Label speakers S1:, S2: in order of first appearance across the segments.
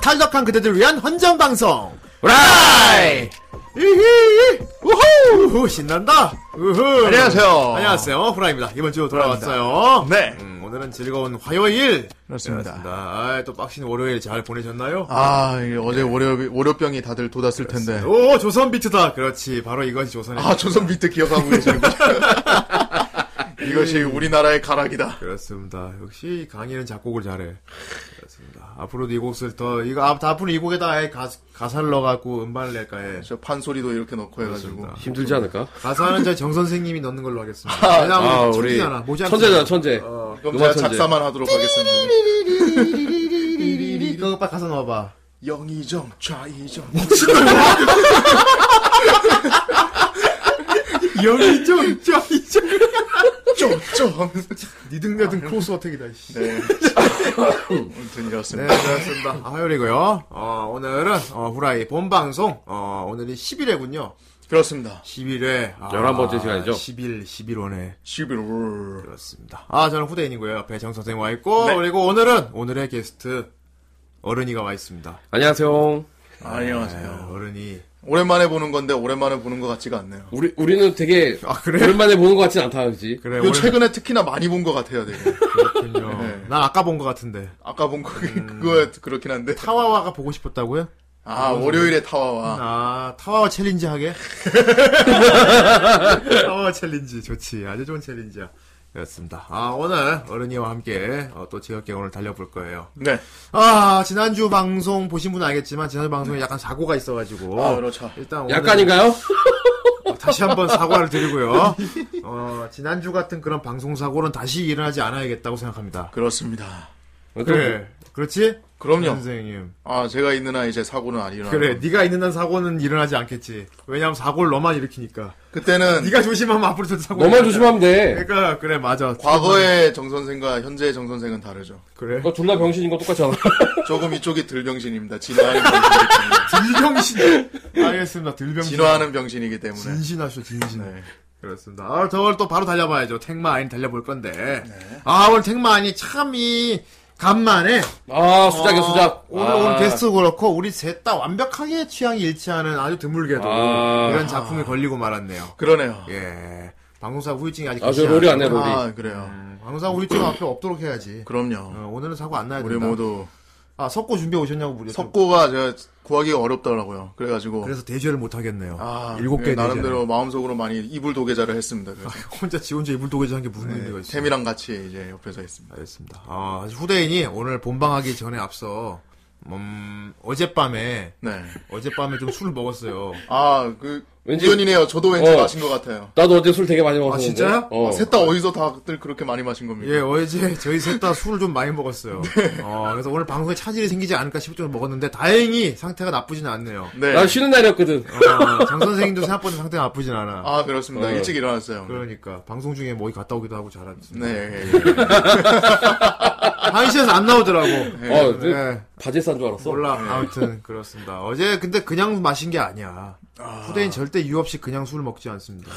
S1: 탈덕한 그대들을 위한 헌정 방송.
S2: 라이!
S1: 이히! 우후! 우후! 신난다! 우후!
S2: 안녕하세요.
S1: 안녕하세요. 후라입니다. 이번 주 돌아왔어요.
S2: 네.
S1: 음, 오늘은 즐거운 화요일.
S2: 그렇습니다.
S1: 아, 또 빡신 월요일 잘 보내셨나요?
S2: 아, 이 어제 월요, 월요병이 다들 돋았을 텐데.
S1: 네. 오, 조선 비트다. 그렇지. 바로 이것이 조선의
S2: 아, 조선 비트 기억하고 계시는 거죠. 이것이
S1: 음.
S2: 우리나라의 가락이다.
S1: 그렇습니다. 역시 강희는 작곡을 잘해. 그렇습니다. 앞으로도 이 곡을 더 이거 앞 앞으로 이 곡에다 아예 가, 가사를 넣어갖고 음반을 낼까 해.
S2: 저 판소리도 이렇게 넣고 해가지고.
S1: 그렇습니다.
S3: 힘들지 않을까?
S1: 가사는 제 정 선생님이 넣는 걸로 하겠습니다. 왜냐하면
S3: 아, 우리
S1: 천재잖아. 모자이크.
S3: 천재잖아, 천재.
S1: 어.
S2: 그럼
S3: 누가
S2: 제가
S3: 천재?
S2: 작사만 하도록 하겠습니다.
S1: 띠리리리리리리리리리리리리리리리리리리리. 그거 빨리 가사 넣어봐.
S2: 영의정, 좌의정.
S1: 영이죠, 저이죠.
S2: 쪼쪼.
S1: 니등며등 크로스 어택이다. 씨.
S2: 아, 네. 아무튼
S1: 네,
S2: 이렇습니다.
S1: 그렇습니다. 화요일이고요. 어, 오늘은 어, 후라이 본방송. 어, 오늘이 10일에군요.
S2: 그렇습니다.
S1: 10일에 아,
S3: 11번째 시간이죠.
S1: 10일, 11원에
S2: 11월.
S1: 그렇습니다. 아, 저는 후대인이고요. 옆에 정 선생 와 있고 그리고 오늘은 오늘의 게스트 어른이가 와 있습니다.
S3: 안녕하세요.
S1: 아,
S2: 안녕하세요.
S1: 어른이
S2: 네. 오랜만에 보는 건데, 오랜만에 보는 것 같지가 않네요.
S3: 우리, 우리는 되게,
S1: 아, 그래요?
S3: 오랜만에 보는 것 같진 않다, 그지?
S1: 그래
S2: 이거
S1: 오늘
S2: 최근에 특히나 많이 본 것 같아요, 되게.
S1: 그렇군요.
S2: 네.
S1: 난 아까 본 것 같은데
S2: 아까 본 거,
S1: 음.
S2: 그거 그렇긴 한데.
S1: 타와와가 보고 싶었다고요?
S2: 아, 월요일에 타와와.
S1: 아, 타와와 챌린지 하게? 타와와 챌린지, 좋지. 아주 좋은 챌린지야. 그렇습니다. 아, 오늘 어른이와 함께 어, 또 즐겁게 오늘 달려볼 거예요.
S2: 네.
S1: 아, 지난주 방송 보신 분은 알겠지만, 지난주 방송에 약간 사고가 있어가지고.
S2: 아, 그렇죠.
S1: 일단 오늘
S3: 약간인가요?
S1: 다시 한번 사과를 드리고요. 어, 지난주 같은 그런 방송 사고는 다시 일어나지 않아야겠다고 생각합니다. 네.
S2: 그렇습니다.
S1: 그래. 그렇지?
S2: 그럼요.
S1: 선생님.
S2: 아, 제가 있는 한 이제 사고는 아니라.
S1: 음. 그래, 네가 있는 한 사고는 일어나지 않겠지. 왜냐면 사고를 너만 일으키니까.
S2: 그때는
S1: 네가 조심하면 앞으로 저도 사고.
S3: 너만
S1: 일어나.
S3: 조심하면 돼.
S1: 그러니까 그래 맞아. 음.
S2: 과거의 정 선생과 현재의 정 선생은 다르죠.
S1: 그래.
S3: 너 둘다 병신인 거 똑같잖아.
S2: 조금 이쪽이 들병신입니다. 진화하는 병신이기
S1: 들병신. 알겠습니다.
S2: 때문에.
S1: 들병신.
S2: 진화하는 병신이기 때문에.
S1: 진신하셔 진신.
S2: 네.
S1: 그렇습니다. 아, 저걸 또 바로 달려봐야죠. 택마 아인 달려볼 건데.
S2: 네.
S1: 아 오늘 택마 아니 참이 간만에
S3: 아, 수작이야,
S1: 어,
S3: 수작.
S1: 오늘
S3: 아,
S1: 오늘 게스트 그렇고 우리 셋 다 완벽하게 취향이 일치하는 아주 드물게도
S3: 아.
S1: 이런 작품에 걸리고 말았네요.
S2: 그러네요.
S1: 예. 방송사 후유증이 아직
S3: 아, 저
S1: 끝이
S3: 롤이 안 해,
S1: 않아요.
S3: 롤이.
S2: 아, 그래요.
S1: 음, 방송사 후유증 앞에 없도록 해야지.
S2: 그럼요.
S1: 어, 오늘은 사고 안 나야
S2: 우리
S1: 된다.
S2: 모두.
S1: 아 석고 준비 오셨냐고 물려.
S2: 석고가 제가 구하기가 어렵더라고요. 그래가지고.
S1: 그래서 대죄를 못 하겠네요.
S2: 뭐. 아,
S1: 일곱 개 아,
S2: 나름대로 마음속으로 많이 이불 도계자를 했습니다. 그래서.
S1: 혼자 지 혼자 이불 도개질 한게 무슨 의미가
S2: 네,
S1: 있어?
S2: 템이랑 같이 이제 옆에서 했습니다.
S1: 알겠습니다. 아, 후대인이 오늘 본방하기 전에 앞서 음, 어젯밤에
S2: 네.
S1: 어젯밤에 좀 술을 먹었어요.
S2: 아, 그,
S3: 왠지-
S2: 우연이네요. 저도 왠지
S3: 어.
S2: 마신 것 같아요.
S3: 나도 어제 술 되게 많이 먹었는데.
S1: 진짜요? 아,
S3: 어.
S2: 셋 다 어디서 다들 그렇게 많이 마신 겁니까?
S1: 예, 어제 저희 셋 다 술을 좀 많이 먹었어요.
S2: 네.
S1: 어, 그래서 오늘 방송에 차질이 생기지 않을까 싶을 정도 먹었는데 다행히 상태가 나쁘진 않네요.
S2: 네.
S3: 난 쉬는 날이었거든.
S1: 어, 장 선생님도 생각보다 상태가 나쁘진 않아.
S2: 아, 그렇습니다.
S3: 어.
S2: 일찍 일어났어요.
S1: 그러니까 방송 중에 뭐 어디 갔다 오기도 하고 잘하셨습니다.
S2: 네. 예, 예.
S1: 한시에서 안 나오더라고.
S3: 어, 저-
S1: 네.
S3: 바지 싼 줄 알았어.
S1: 몰라. 아무튼 그렇습니다. 어제 근데 그냥 마신 게 아니야. 후대인 절대 이유 없이 그냥 술을 먹지 않습니다.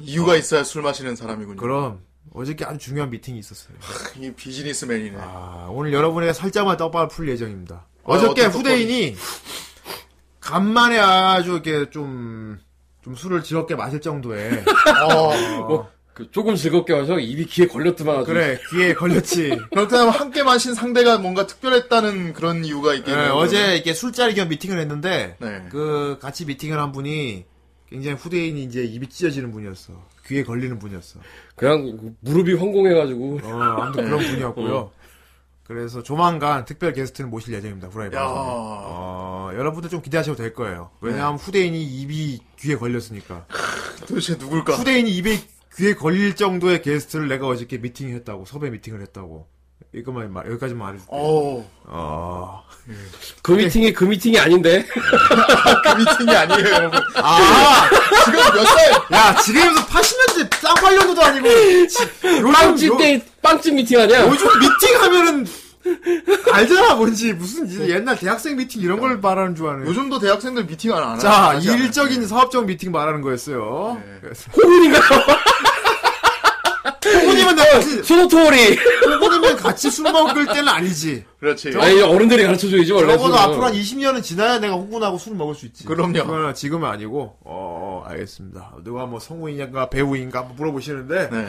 S2: 이유가 있어야 술 마시는 사람이군요.
S1: 그럼 어저께 아주 중요한 미팅이 있었어요.
S2: 이 비즈니스맨이네.
S1: 아, 오늘 여러분에게 살짝만 떡밥을 풀 예정입니다. 어저께
S2: 어떤
S1: 후대인이 간만에 아주 이렇게 좀, 좀 술을 즐겁게 마실 정도에
S2: 어,
S3: 뭐, 그 조금 즐겁게 와서 입이 귀에 걸렸더만. 아주.
S1: 그래 귀에 걸렸지.
S2: 그렇다면 함께 마신 상대가 뭔가 특별했다는 그런 이유가
S1: 예,
S2: 있겠네요.
S1: 어제 이렇게 술자리 겸 미팅을 했는데
S2: 네.
S1: 그 같이 미팅을 한 분이 굉장히 후대인이 이제 입이 찢어지는 분이었어. 귀에 걸리는 분이었어.
S3: 그냥 무릎이 황공해가지고.
S1: 어, 아무튼 그런
S3: 네. 어.
S1: 분이었고요. 그래서 조만간 특별 게스트를 모실 예정입니다. 후라이
S2: 야.
S1: 방송에. 어, 여러분들 좀 기대하셔도 될 거예요.
S3: 네.
S1: 왜냐하면 후대인이 입이 귀에 걸렸으니까.
S2: 도대체 누굴까?
S1: 후대인이 입에 귀에 걸릴 정도의 게스트를 내가 어저께 미팅을 했다고 섭외 미팅을 했다고. 이것만 말 여기까지만 말해줄게. 요
S2: 어,
S3: 그 미팅이 그 미팅이 아닌데.
S2: 그 미팅이 아니에요, 여러분.
S1: 아,
S2: 지금 몇 살?
S1: 야 지금에서 80년대 쌍팔년도도 아니고 지- 요즘
S3: 빵집
S1: 요-
S3: 때, 빵집 미팅 아니야?
S1: 요즘 미팅 하면은 알잖아 뭔지 무슨 이제 옛날 대학생 미팅 이런 걸 말하는 줄 아네.
S2: 요즘도 대학생들 미팅 안 하나요?
S1: 자,
S2: 하지 않아요?
S1: 일적인 사업적 미팅 말하는 거였어요.
S2: 네.
S1: 그래서
S3: 호군인가요?
S1: 호구님은 나 같이,
S3: 소노토리.
S1: 호구님은 같이 술 먹을 때는 아니지.
S2: 그렇지.
S3: 아니 어른들이 가르쳐줘야지 원래.
S1: 적어도
S3: 술은.
S1: 앞으로 한 20년은 지나야 내가 호군하고 술을 먹을 수 있지.
S2: 그럼요.
S1: 그거는 지금은 아니고, 어, 어, 알겠습니다. 누가 뭐 성우인가 배우인가 한번 물어보시는데,
S2: 네.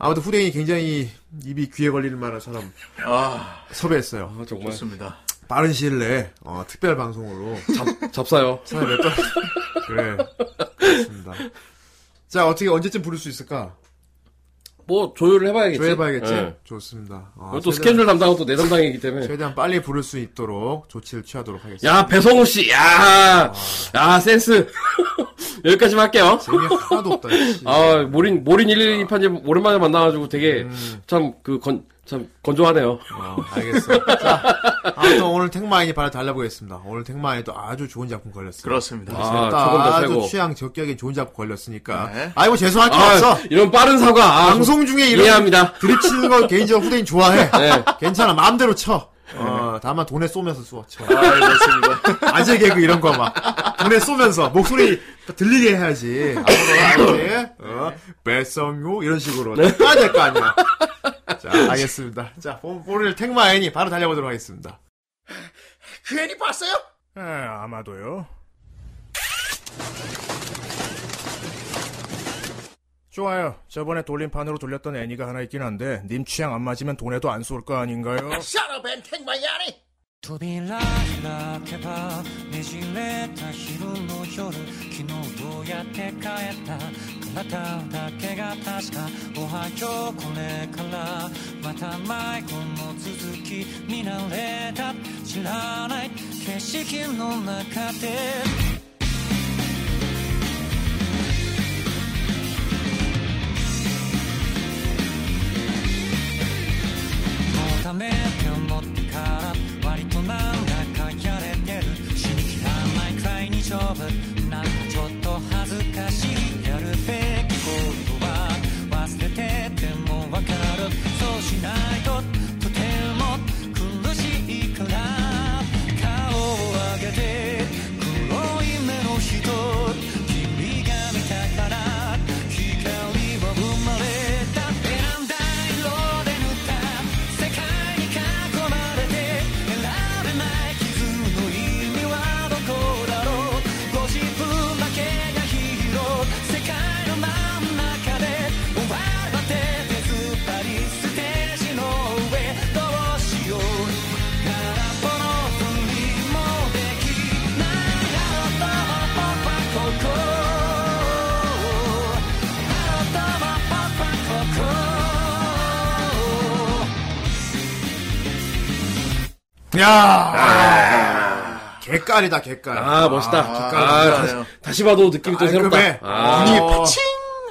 S1: 아무튼 후대인이 굉장히 입이 귀에 걸릴 만한 사람
S2: 아,
S1: 섭외했어요.
S3: 아, 정말
S2: 좋습니다.
S1: 빠른 시일 내에, 어, 특별 방송으로.
S3: 잡사요.
S1: 사람이 몇 달. 그래. 그렇습니다. 자, 어떻게, 언제쯤 부를 수 있을까?
S3: 뭐 조율을 해봐야겠지.
S1: 조회해봐야겠지?
S3: 예.
S2: 네.
S1: 좋습니다. 어,
S3: 그것도
S1: 최대한-
S3: 스케줄 담당은 또 내 담당이기 때문에.
S1: 최대한 빨리 부를 수 있도록 조치를 취하도록 하겠습니다.
S3: 네. 야 배성우 씨, 야, 야 센스. 여기까지만 할게요.
S1: 재미 하나도 없다, 씨.
S3: 아 모린 모린 1 1 2판지 오랜만에 만나가지고 되게 참 그 건 참 건조하네요.
S1: 어, 알겠어. 자, 아무튼 오늘 택마인이 발을 달라보겠습니다. 오늘 택마인도 아주 좋은 작품 걸렸어요.
S2: 그렇습니다.
S3: 아,
S1: 다
S3: 조금 더
S1: 아주
S3: 최고.
S1: 취향 적격에 좋은 작품 걸렸으니까.
S2: 네.
S1: 아이고, 뭐 죄송할 게 없어.
S3: 이런 빠른 사과. 아,
S1: 방송 중에 이런
S3: 이해합니다.
S1: 드립치는 걸 개인적으로 후대인 좋아해.
S3: 네.
S1: 괜찮아, 마음대로 쳐. 어, 다만 돈에 쏘면서 쏘, 쳐.
S2: 아, 좋습니다.
S1: 아재 개그 이런 거 막. 눈에 쏘면서 목소리 들리게 해야지. 앞으로 아재, 어, 배성요 이런 식으로 해야 될 거 아니야. 자, 알겠습니다. 자, 오- 오늘 택마인이 바로 달려보도록 하겠습니다.
S2: 그 애니 봤어요?
S1: 에, 아마도요.
S4: 좋아요. 저번에 돌림판으로 돌렸던 애니가 하나 있긴 한데 님 취향 안 맞으면 돈에도 안 쏠 거 아닌가요?
S2: 샤라벤 택마이 아니!
S5: 扉開けばねじれた昼の夜昨日どうやって帰った体だけが確かおはようこれからまた迷子の続き見慣れた知らない景色の中でもうダメって思ってから割となんだかやれてる死にきらないくらいに丈夫なんかちょっと恥ずかしいやるべきことは忘れててもわかるそうしないととても苦しいから顔を上げて黒い目の人君が見たから光は生まれた選んだ色で塗った世界に囲まれて選べない傷の意味はどこだろうご自分だけがヒーロー世界の真ん中で終われば手手突っ張りステージの上どうしよう空っぽのふりもできないだろうとパパここだろうとパパここ
S1: 개깔이다, 개깔.
S3: 아 멋있다.
S2: 아,
S3: 아,
S2: 감사해요.
S3: 다시, 다시 봐도 느낌이 또
S1: 깔끔해.
S3: 새롭다. 아,
S2: 눈이
S1: 어.
S2: 파칭!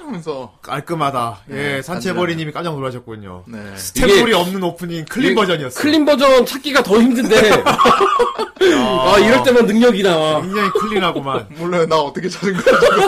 S2: 하면서.
S1: 깔끔하다. 예,
S2: 네,
S1: 산채버리님이 깜짝 놀라셨군요.
S2: 네.
S1: 스텝볼이 없는 오프닝 클린
S3: 이게
S1: 버전이었어요.
S3: 클린 버전 찾기가 더 힘든데. 아 이럴 때만 능력이 나와.
S1: 굉장히 클린하구만.
S2: 몰라요. 나 어떻게 찾은 거야, 지금.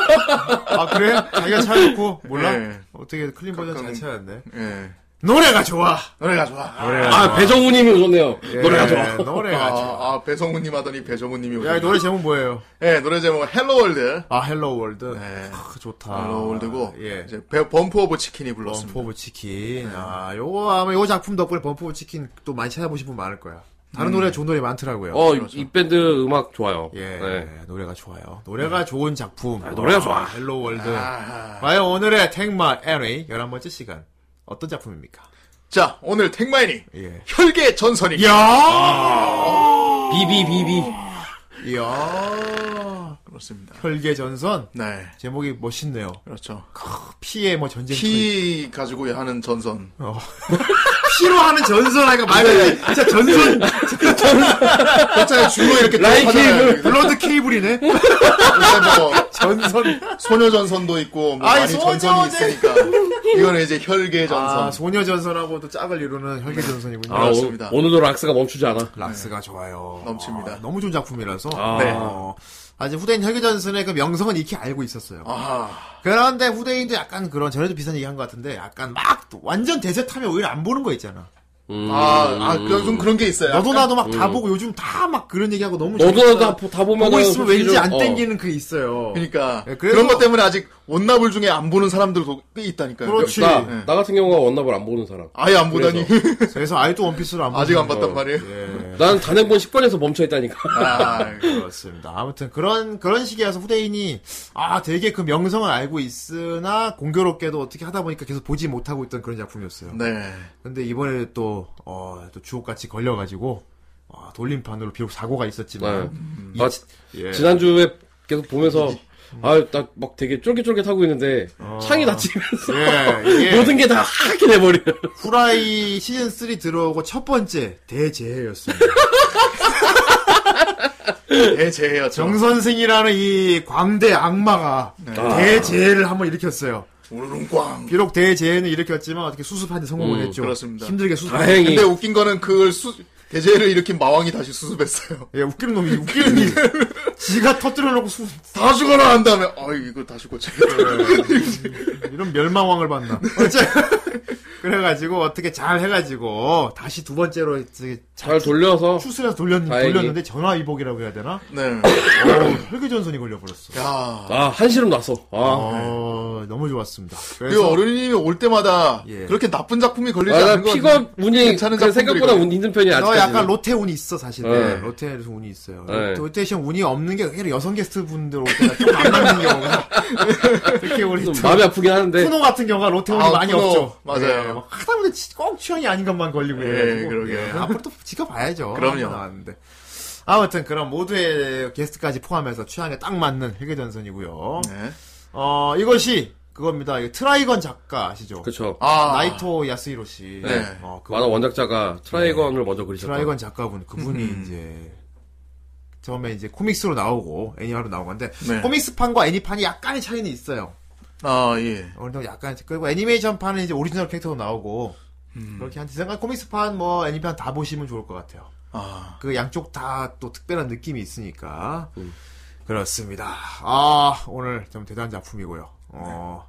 S1: 아, 그래? 자기가 찾아놓고? 몰라?
S2: 네.
S1: 어떻게 클린 버전 잘
S2: 가끔-
S1: 찾았네.
S2: 예.
S1: 노래가 좋아!
S2: 노래가 좋아.
S1: 노래가
S3: 아 배정우님이 오네요.
S1: 예,
S3: 노래가 좋아.
S1: 노래가 좋아.
S2: 아, 아, 배성우님 하더니 배성우님이
S1: 야, 이
S2: 오셨네.
S1: 노래 제목 뭐예요?
S2: 예, 노래 제목은 헬로월드.
S1: 아, 헬로 월드.
S2: 네.
S1: 크, 좋다.
S2: 헬로월드고,
S1: 아, 예.
S2: 이제 배- 범프 오브 치킨이 불렀습니다.
S1: 범프 오브
S3: 네.
S1: 치킨. 아, 요거, 아마 요 작품 덕분에 범프 오브 치킨 또 많이 찾아보신 분 많을 거야. 다른 노래 좋은 노래 많더라고요.
S3: 음. 어이 이 밴드 음악 좋아요.
S1: 예,
S3: 네.
S1: 노래가 좋아요. 노래가 좋은 작품.
S3: 노래가 좋아.
S1: 헬로 월드.
S2: 아.
S1: 과연 오늘의 택마 애니 11번째 시간. 어떤 작품입니까?
S2: 자, 오늘 택마인이
S1: 예.
S2: 혈계 전선이.
S1: 이야!
S3: 비비비비.
S1: 이야!
S2: 그렇습니다.
S1: 혈계 전선?
S2: 네,
S1: 제목이 멋있네요.
S2: 그렇죠.
S1: 피에 뭐 전쟁.
S2: 피 가지고 하는 전선.
S1: 피로 하는 전선, 아이가 말이 진짜 전선.
S2: 그렇잖아요. 줄로 이렇게
S3: 라인
S2: 돌아가잖아요.
S3: 케이블.
S1: 블러드 케이블이네?
S2: 요새 뭐
S1: 전선.
S2: 소녀 전선도 있고 뭐
S1: 아이,
S2: 많이 전선이
S1: 소녀제.
S2: 있으니까 이거는 이제 혈계 전선.
S1: 아, 소녀 전선하고도 짝을 이루는 혈계 전선이군요.
S3: 아
S2: 그렇습니다.
S3: 오, 오늘도 락스가 멈추지 않아.
S1: 락스가 좋아요.
S2: 넘칩니다.
S1: 아, 너무 좋은 작품이라서.
S3: 네.
S1: 어, 아직 후대인 혈계 전선의 그 명성은 익히 알고 있었어요.
S2: 아,
S1: 그런데 후대인도 약간 그런 전에도 비슷한 얘기 한 것 같은데 약간 막 완전 대세 타면 오히려 안 보는 거 있잖아.
S3: 음.
S2: 아, 아, 그- 좀 그런 게 있어요.
S1: 너도 나도 막
S2: 음.
S1: 다 보고 요즘 다 막 그런 얘기하고 너무
S3: 너도
S1: 재밌다.
S3: 나도 다, 다 보면은
S1: 보고 있으면
S3: 솔직히
S1: 왠지
S3: 좀-
S1: 안
S3: 어.
S1: 땡기는 그게 있어요.
S2: 그러니까
S1: 예, 그래서-
S2: 그런 것 때문에 아직 원나블 중에 안 보는 사람들도 꽤 있다니까요.
S1: 그렇지.
S3: 나,
S2: 예.
S3: 나 같은 경우가 원나블 안 보는 사람.
S2: 아예 안 보다니
S1: 그래서 아직도 원피스를 안
S2: 아직 안
S1: 보는
S2: 봤단
S1: 거.
S2: 말이에요.
S1: 예.
S3: 난 단행본 10번에서 멈춰 있다니까.
S2: 아,
S1: 그렇습니다. 아무튼 그런 그런 식이라서 후대인이 아 되게 그 명성은 알고 있으나 공교롭게도 어떻게 하다 보니까 계속 보지 못하고 있던 그런 작품이었어요.
S2: 네.
S1: 근데 이번에 또 어, 또 주옥같이 걸려가지고 아, 돌림판으로 비록 사고가 있었지만
S2: 네. 아,
S3: 나 지-
S1: 예.
S3: 아, 지난주에 계속 보면서 아, 나 막 되게 쫄깃쫄깃하고 있는데 창이 닫히면서
S1: 예, 이게
S3: 모든 게 다 하얗게 돼버려.
S1: 후라이 시즌 3 들어오고 첫 번째 대재해였습니다.
S2: 대재해야 죠
S1: 정 선생이라는 이 광대 악마가
S2: 네.
S1: 대재해를 한번 일으켰어요.
S2: 우르릉꽝.
S1: 비록 대재해는 일으켰지만 어떻게 수습하는 데 성공을
S3: 음,
S1: 했죠.
S2: 그렇습니다.
S1: 힘들게 수습.
S3: 다행히
S2: 근데 웃긴 거는 그걸 수 대재해를 일으킨 마왕이 다시 수습했어요.
S1: 예, 웃기는 놈이 웃기는 이 지가 터뜨려 놓고 수,
S2: 다 죽어라 한 다음에 아 이거 다시 고쳐.
S1: 이런 멸망왕을 봤나. 어째 그래가지고 어떻게 잘 해가지고 다시 두 번째로 이제
S3: 잘 돌려서
S1: 추스려서 돌렸,
S3: 다행히.
S1: 돌렸는데 전화위복이라고 해야 되나?
S2: 네.
S1: 어우, 혈기전선이 걸려버렸어.
S2: 야.
S3: 아 한시름 났어. 아,
S1: 어, 너무 좋았습니다.
S2: 그
S1: 그래서
S2: 어른이님이 올 때마다
S1: 예.
S2: 그렇게 나쁜 작품이 걸리지
S3: 아, 나
S2: 않는 거
S3: 피가 운이
S2: 괜찮은
S3: 그 생각보다
S2: 작품들이거든.
S3: 운 힘든 편이
S1: 너
S3: 아직까지.
S1: 어, 약간 로테 운이 있어 사실.
S3: 네.
S1: 로테에서 운이 있어요.
S3: 네.
S1: 로테이션 운이 없는 게 그게 여성 게스트 분들 올 때가 좀 안 맞는 경우가 특히 우리
S3: 좀
S1: 또
S3: 마음이 아프긴 하는데.
S1: 쿠노 같은 경우가 로테 운이
S2: 아,
S1: 많이
S2: 쿠노.
S1: 없죠.
S2: 맞아요.
S1: 예, 막 하다못해 치- 꼭 취향이 아닌 것만 걸리고
S2: 예,
S1: 이래가지고. 네,
S2: 그러게요.
S1: 앞으로 또 지켜봐야죠.
S2: 그럼요.
S1: 한번 나왔는데. 아무튼 그런 모두의 게스트까지 포함해서 취향에 딱 맞는 회계전선이고요.
S2: 네.
S1: 어 이것이 그겁니다. 이거 트라이건 작가 아시죠?
S3: 그렇죠.
S2: 아
S1: 나이토 야스히로 씨.
S2: 네.
S1: 어, 그
S3: 만화 원작자가 트라이건을 먼저 그리셨다.
S1: 드라이건 작가분 그분이 이제 처음에 이제 코믹스로 나오고 애니화로 나온 건데
S2: 네.
S1: 코믹스판과 애니판이 약간의 차이는 있어요.
S2: 아 예.
S1: 어느 정도 약간 그리고 애니메이션판은 이제 오리지널 캐릭터로 나오고 그렇게 한제 생각 코믹스판 뭐 애니판 다 보시면 좋을 것 같아요.
S2: 아.
S1: 그 양쪽 다 또 특별한 느낌이 있으니까 그렇습니다. 아 오늘 좀 대단한 작품이고요. 어,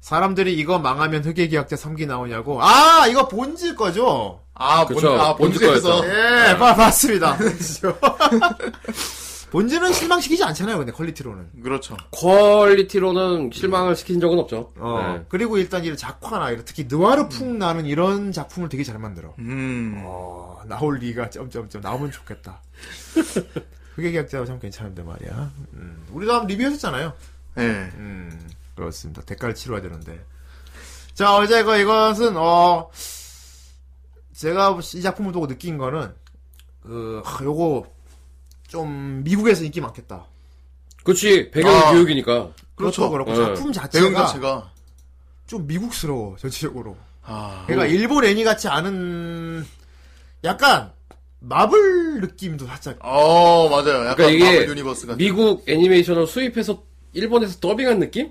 S1: 사람들이 이거 망하면 흑의계약자 3기 나오냐고 아 이거 본즈 거죠?
S2: 아,
S3: 그쵸.
S2: 본, 아
S3: 본즈
S2: 본즈에서
S3: 거였죠. 네. 그렇죠.
S1: 예, 봐, 봤습니다. 본즈죠. 본즈는 실망시키지 않잖아요, 근데 퀄리티로는.
S2: 그렇죠.
S3: 퀄리티로는 실망을 시킨 적은 없죠.
S2: 어.
S3: 네.
S1: 어,
S3: 음.
S1: 그리고 일단 이런 작화나 이런 특히 느와르풍 나는 이런 작품을 되게 잘 만들어.
S2: 음.
S1: 어, 나올 리가 점점점 나오면 좋겠다. 그게 계약자가 참 괜찮은데 말이야. 음, 우리도 한번 리뷰했었잖아요.
S2: 예.
S1: 음, 그렇습니다. 대가를 치러야 되는데. 자, 어제 그 이것은 어 제가 이 작품을 보고 느낀 거는 그 하, 요거 좀 미국에서 인기 많겠다.
S3: 그렇지 배경이
S2: 아.
S3: 교육이니까.
S1: 그렇죠. 그렇고
S3: 네.
S1: 작품
S2: 배경
S1: 자체가
S2: 자체가
S1: 좀 미국스러워 전체적으로.
S2: 아.
S1: 그러니까 일본 애니 같지 않은 약간 마블 느낌도 살짝.
S2: 어 맞아요. 약간
S3: 그러니까 이게
S2: 마블 유니버스 같은.
S3: 미국 애니메이션을 수입해서 일본에서 더빙한 느낌?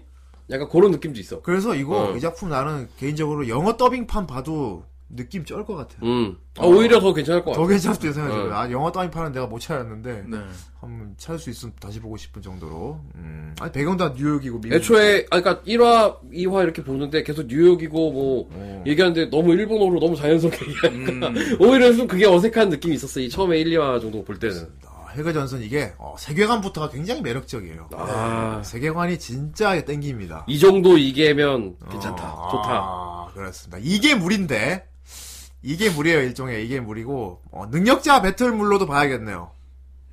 S3: 약간 그런 느낌도 있어.
S1: 그래서 이거
S3: 어.
S1: 이 작품 나는 개인적으로 영어 더빙판 봐도 느낌 쩔 것 같아. 요
S3: 음. 아, 오히려 더 괜찮을 것 같아.
S1: 더 괜찮다 생각해요.
S3: 어.
S1: 아 영어 더빙판은 내가 못 찾았는데
S2: 네.
S1: 한번 찾을 수 있으면 다시 보고 싶은 정도로. 음. 아니 배경 다 뉴욕이고 미국.
S3: 애초에 아 그러니까 1화, 2화 이렇게 보는데 계속 뉴욕이고 뭐
S1: 어.
S3: 얘기하는데 너무 일본어로 너무 자연스럽게
S2: 음.
S3: 얘기하니까 오히려 좀 그게 어색한 느낌이 있었어. 이 처음에 1, 2화 정도 볼 때는.
S1: 아, 해가전선 이게 어, 세계관부터가 굉장히 매력적이에요. 네.
S3: 아.
S1: 세계관이 진짜 땡깁니다.
S3: 이 정도 이게면 괜찮다.
S1: 어,
S3: 좋다.
S1: 아, 그렇습니다. 이게 물인데 이게 물이에요 일종의 이게 물이고 어, 능력자 배틀물로도 봐야겠네요.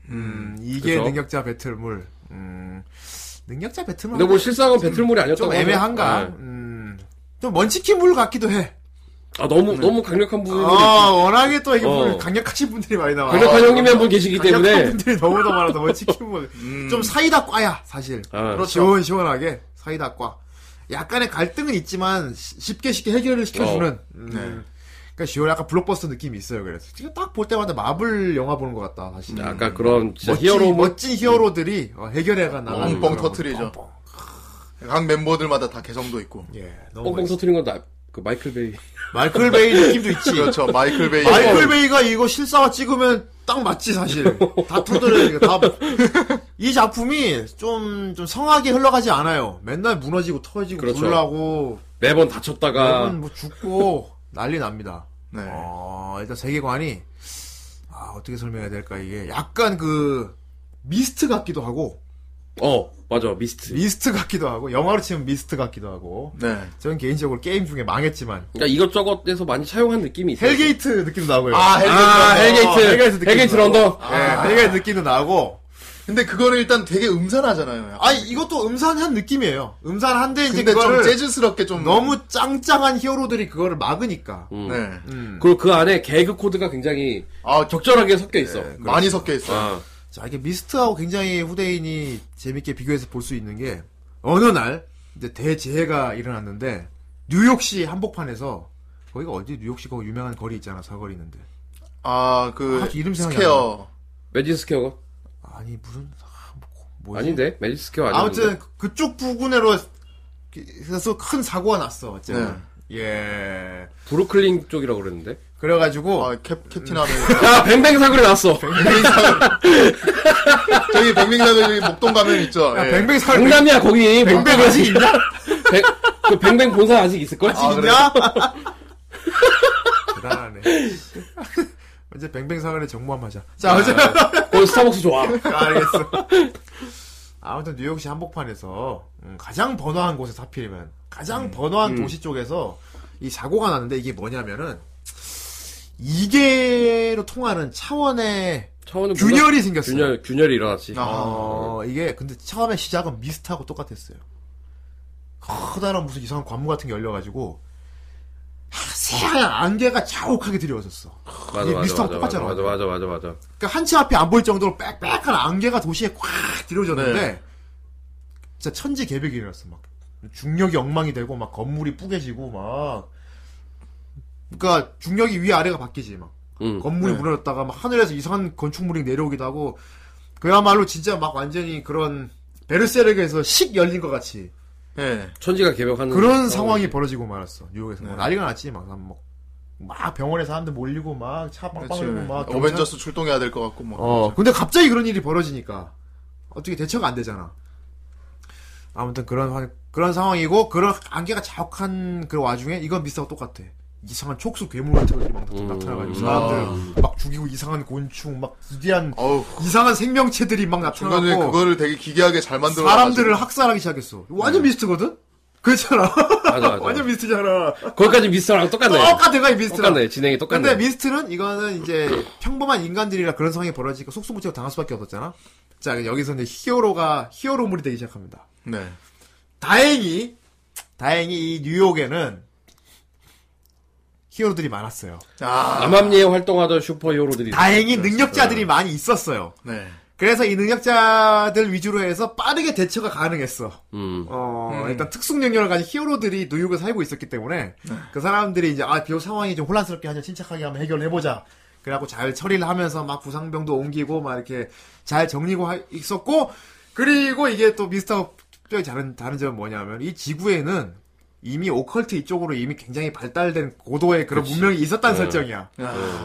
S1: 음, 이게
S3: 그죠?
S1: 능력자 배틀물. 음, 능력자 배틀물
S3: 근데 뭐 실상은 배틀물이 아니었던
S1: 좀 애매한가?
S3: 네.
S1: 음, 좀 먼치킨물 같기도 해.
S3: 아 너무 너무 강력한 부분이
S1: 음. 아, 워낙에 또 이게
S3: 어.
S1: 물 강력하신 분들이 많이 나와요.
S3: 강력한
S2: 아,
S3: 형님이 한 분 계시기
S1: 강력한
S3: 때문에 음.
S1: 분들이 너무나 많아서 뭐 먼치킨물. 좀 사이다 과야 사실.
S3: 아,
S1: 그렇죠. 시원시원하게 사이다 과. 약간의 갈등은 있지만 시- 쉽게 쉽게 해결을 시켜주는.
S3: 어.
S1: 음.
S3: 네.
S1: 그러니까 시원 약간 블록버스터 느낌이 있어요. 그래서 지금 딱 볼 때마다 마블 영화 보는 것 같다 사실.
S3: 약간 그런 진짜
S1: 멋진,
S3: 히어로 뭐
S1: 멋진 히어로들이 어, 해결해가 나가는
S2: 뻥뻥
S1: 그런
S2: 터트리죠.
S1: 뻥뻥.
S2: 네. 각 멤버들마다 다 개성도 있고.
S1: 예, 너무
S3: 뻥뻥
S1: 멋있어.
S3: 터트린 건 나, 그 마이클 베이.
S1: 마이클 베이 느낌도 있지.
S2: 그렇죠. 마이클 베이.
S1: 마이클 베이가 이거 실사화 찍으면 딱 맞지 사실. 다 터들어요. 다이 작품이 좀, 좀 성하게 흘러가지 않아요. 맨날 무너지고 터지고
S3: 그렇죠.
S1: 불나고
S3: 매번 다쳤다가
S1: 매번 뭐 죽고 난리 납니다.
S2: 네.
S1: 어, 일단 세계관이 아, 어떻게 설명해야 될까 이게 약간 그 미스트 같기도 하고
S3: 어, 맞아. 미스트.
S1: 미스트 같기도 하고 영화로 치면 미스트 같기도 하고
S2: 네.
S1: 저는 개인적으로 게임 중에 망했지만
S3: 그러니까 이것저것에서 많이 차용한 느낌이 있어요.
S1: 헬게이트 느낌도 나고요.
S2: 아, 헬게이트.
S3: 아,
S2: 런던.
S3: 헬게이트.
S1: 헬게이트
S3: 헬게이트,
S1: 느낌
S3: 런던.
S1: 예, 헬게이트 느낌도 나고
S2: 근데 그거는 일단 되게 음산하잖아요.
S1: 아니 이것도 음산한 느낌이에요. 음산한데 이제
S2: 근데
S1: 그거를
S2: 좀 재즈스럽게 좀
S1: 너무 짱짱한 히어로들이 그거를 막으니까.
S3: 음.
S2: 네.
S1: 음.
S3: 그리고 그 안에 개그 코드가 굉장히
S2: 아, 적
S3: 적절하게 섞여
S1: 네,
S3: 있어.
S1: 그렇죠.
S2: 많이 섞여 있어요.
S3: 아,
S1: 자, 이게 미스트하고 굉장히 후대인이 재밌게 비교해서 볼 수 있는 게 어느 날 이제 대재해가 일어났는데 뉴욕시 한복판에서 거기가 어디 뉴욕시 거기 유명한 거리 있잖아 사거리 있는데
S2: 아, 그
S1: 아, 이름 생각이
S2: 스퀘어.
S3: 매진 스퀘어가?
S1: 아니 무슨 아, 뭐- 뭐지?
S2: 네
S3: 아닌데? 매진 스퀘어 아니야.
S1: 아무튼 그쪽 부근으로 그래서 큰 사고가 났어 어쨌든
S2: 네.
S1: 예
S3: 브루클린 쪽이라고 그랬는데.
S1: 그래가지고
S2: 아, 캡, 캡틴 아메
S3: 야, 뱅뱅 사거리 났어.
S2: 저기 백맹사들 저기 목동 가면 있죠.
S1: 야,
S2: 예.
S1: 뱅뱅 살
S3: 강남이야, 거기.
S1: 뱅뱅 아직 있냐?
S3: 뱅- 그 뱅뱅 본사 아직 있을걸?
S1: 아, 있냐? 대단하네. 이제 뱅뱅 사거리 정모함하자. 자
S3: 아.
S1: 어쨌든
S3: 거기 스타벅스 좋아.
S1: 아, 알겠어. 아무튼 뉴욕시 한복판에서 음, 가장 번화한 곳에 사필이면 가장
S3: 음.
S1: 번화한 도시 쪽에서 이 사고가 났는데 이게 뭐냐면은 이계로 통하는 차원의
S3: 차원은
S1: 균열이 생겼어요.
S3: 균열, 균열이 일어났지.
S2: 아.
S1: 어, 이게 근데 처음에 시작은 미스트하고 똑같았어요. 커다란 무슨 이상한 관문 같은 게 열려가지고 하- 새하얀 안개가 자욱하게 들이워졌어.
S3: 맞아,
S1: 이게
S3: 맞아,
S1: 미스터하고
S3: 맞아,
S1: 똑같잖아.
S3: 맞아, 맞아, 맞아, 맞아.
S1: 그러니까 한치 앞이 안 보일 정도로 빽빽한 안개가 도시에 꽉 들이워졌는데
S2: 네.
S1: 진짜 천지 개벽이 일어났어 막 중력이 엉망이 되고 막 건물이 뿌개지고 막 그러니까 중력이 위 아래가 바뀌지 막
S3: 응.
S1: 건물이
S2: 네.
S1: 무너졌다가 막 하늘에서 이상한 건축물이 내려오기도 하고 그야말로 진짜 막 완전히 그런 베르세르크에서 식 열린 것 같이
S2: 예.
S3: 천지가 개벽하는
S1: 그런 상황이 벌어지고 말았어 뉴욕에서 뭐
S2: 음. 네.
S1: 난리가 났지 막, 막, 막 병원에 사람들 몰리고 막 차 빵빵
S2: 그렇지.
S1: 흘리고 막 경찰-
S2: 그렇죠. 어벤져스 출동해야 될 것 같고 뭐.
S1: 어, 근데 갑자기 그런 일이 벌어지니까 어떻게 대처가 안 되잖아. 아무튼 그런 환- 그런 상황이고 그런 안개가 자욱한 그 와중에 이건 미스하고 똑같아. 이상한 촉수 괴물 같은 것들이 막 나- 나타나가지고 사람들 막 죽이고 이상한 곤충 막 기괴한
S2: 어우,
S1: 이상한 생명체들이 막
S2: 중간에
S1: 나타나고
S2: 그거를 되게 기괴하게 잘 만들어
S1: 사람들을 학살하기 시작했어. 이거 완전 미스트거든. 그렇잖아.
S3: 맞아, 맞아.
S1: 완전 미스트잖아.
S3: 거기까지 미스터랑 똑같네.
S1: 똑같아, 이 미스트랑.
S3: 네. 똑같네. 진행이 똑같네.
S1: 근데 미스트는 이거는 이제 평범한 인간들이라 그런 상황이 벌어지니까 속수무책으로 당할 수밖에 없었잖아. 자 여기서 이제 히어로가 히어로물이 되기 시작합니다.
S2: 네.
S1: 다행히 다행히 이 뉴욕에는 히어로들이 많았어요.
S2: 아,
S3: 남암리에 활동하던 슈퍼히어로들이
S1: 다행히
S3: 그렇죠.
S1: 능력자들이 많이 있었어요.
S2: 네.
S1: 그래서 이 능력자들 위주로 해서 빠르게 대처가 가능했어.
S3: 음.
S1: 어,
S2: 음.
S1: 일단 특수 능력을 가진 히어로들이 뉴욕에 살고 있었기 때문에 그 사람들이 이제 아 비록 상황이 좀 혼란스럽게 하지만 침착하게 한번 해결해 보자. 그래갖고 잘 처리를 하면서 막 부상병도 옮기고 막 이렇게 잘 정리고 하- 있었고 그리고 이게 또 미스터 특별히 다른 다른 점은 뭐냐면 이 지구에는 이미 오컬트 이쪽으로 이미 굉장히 발달된 고도의 그런 문명이 있었다는 설정이야.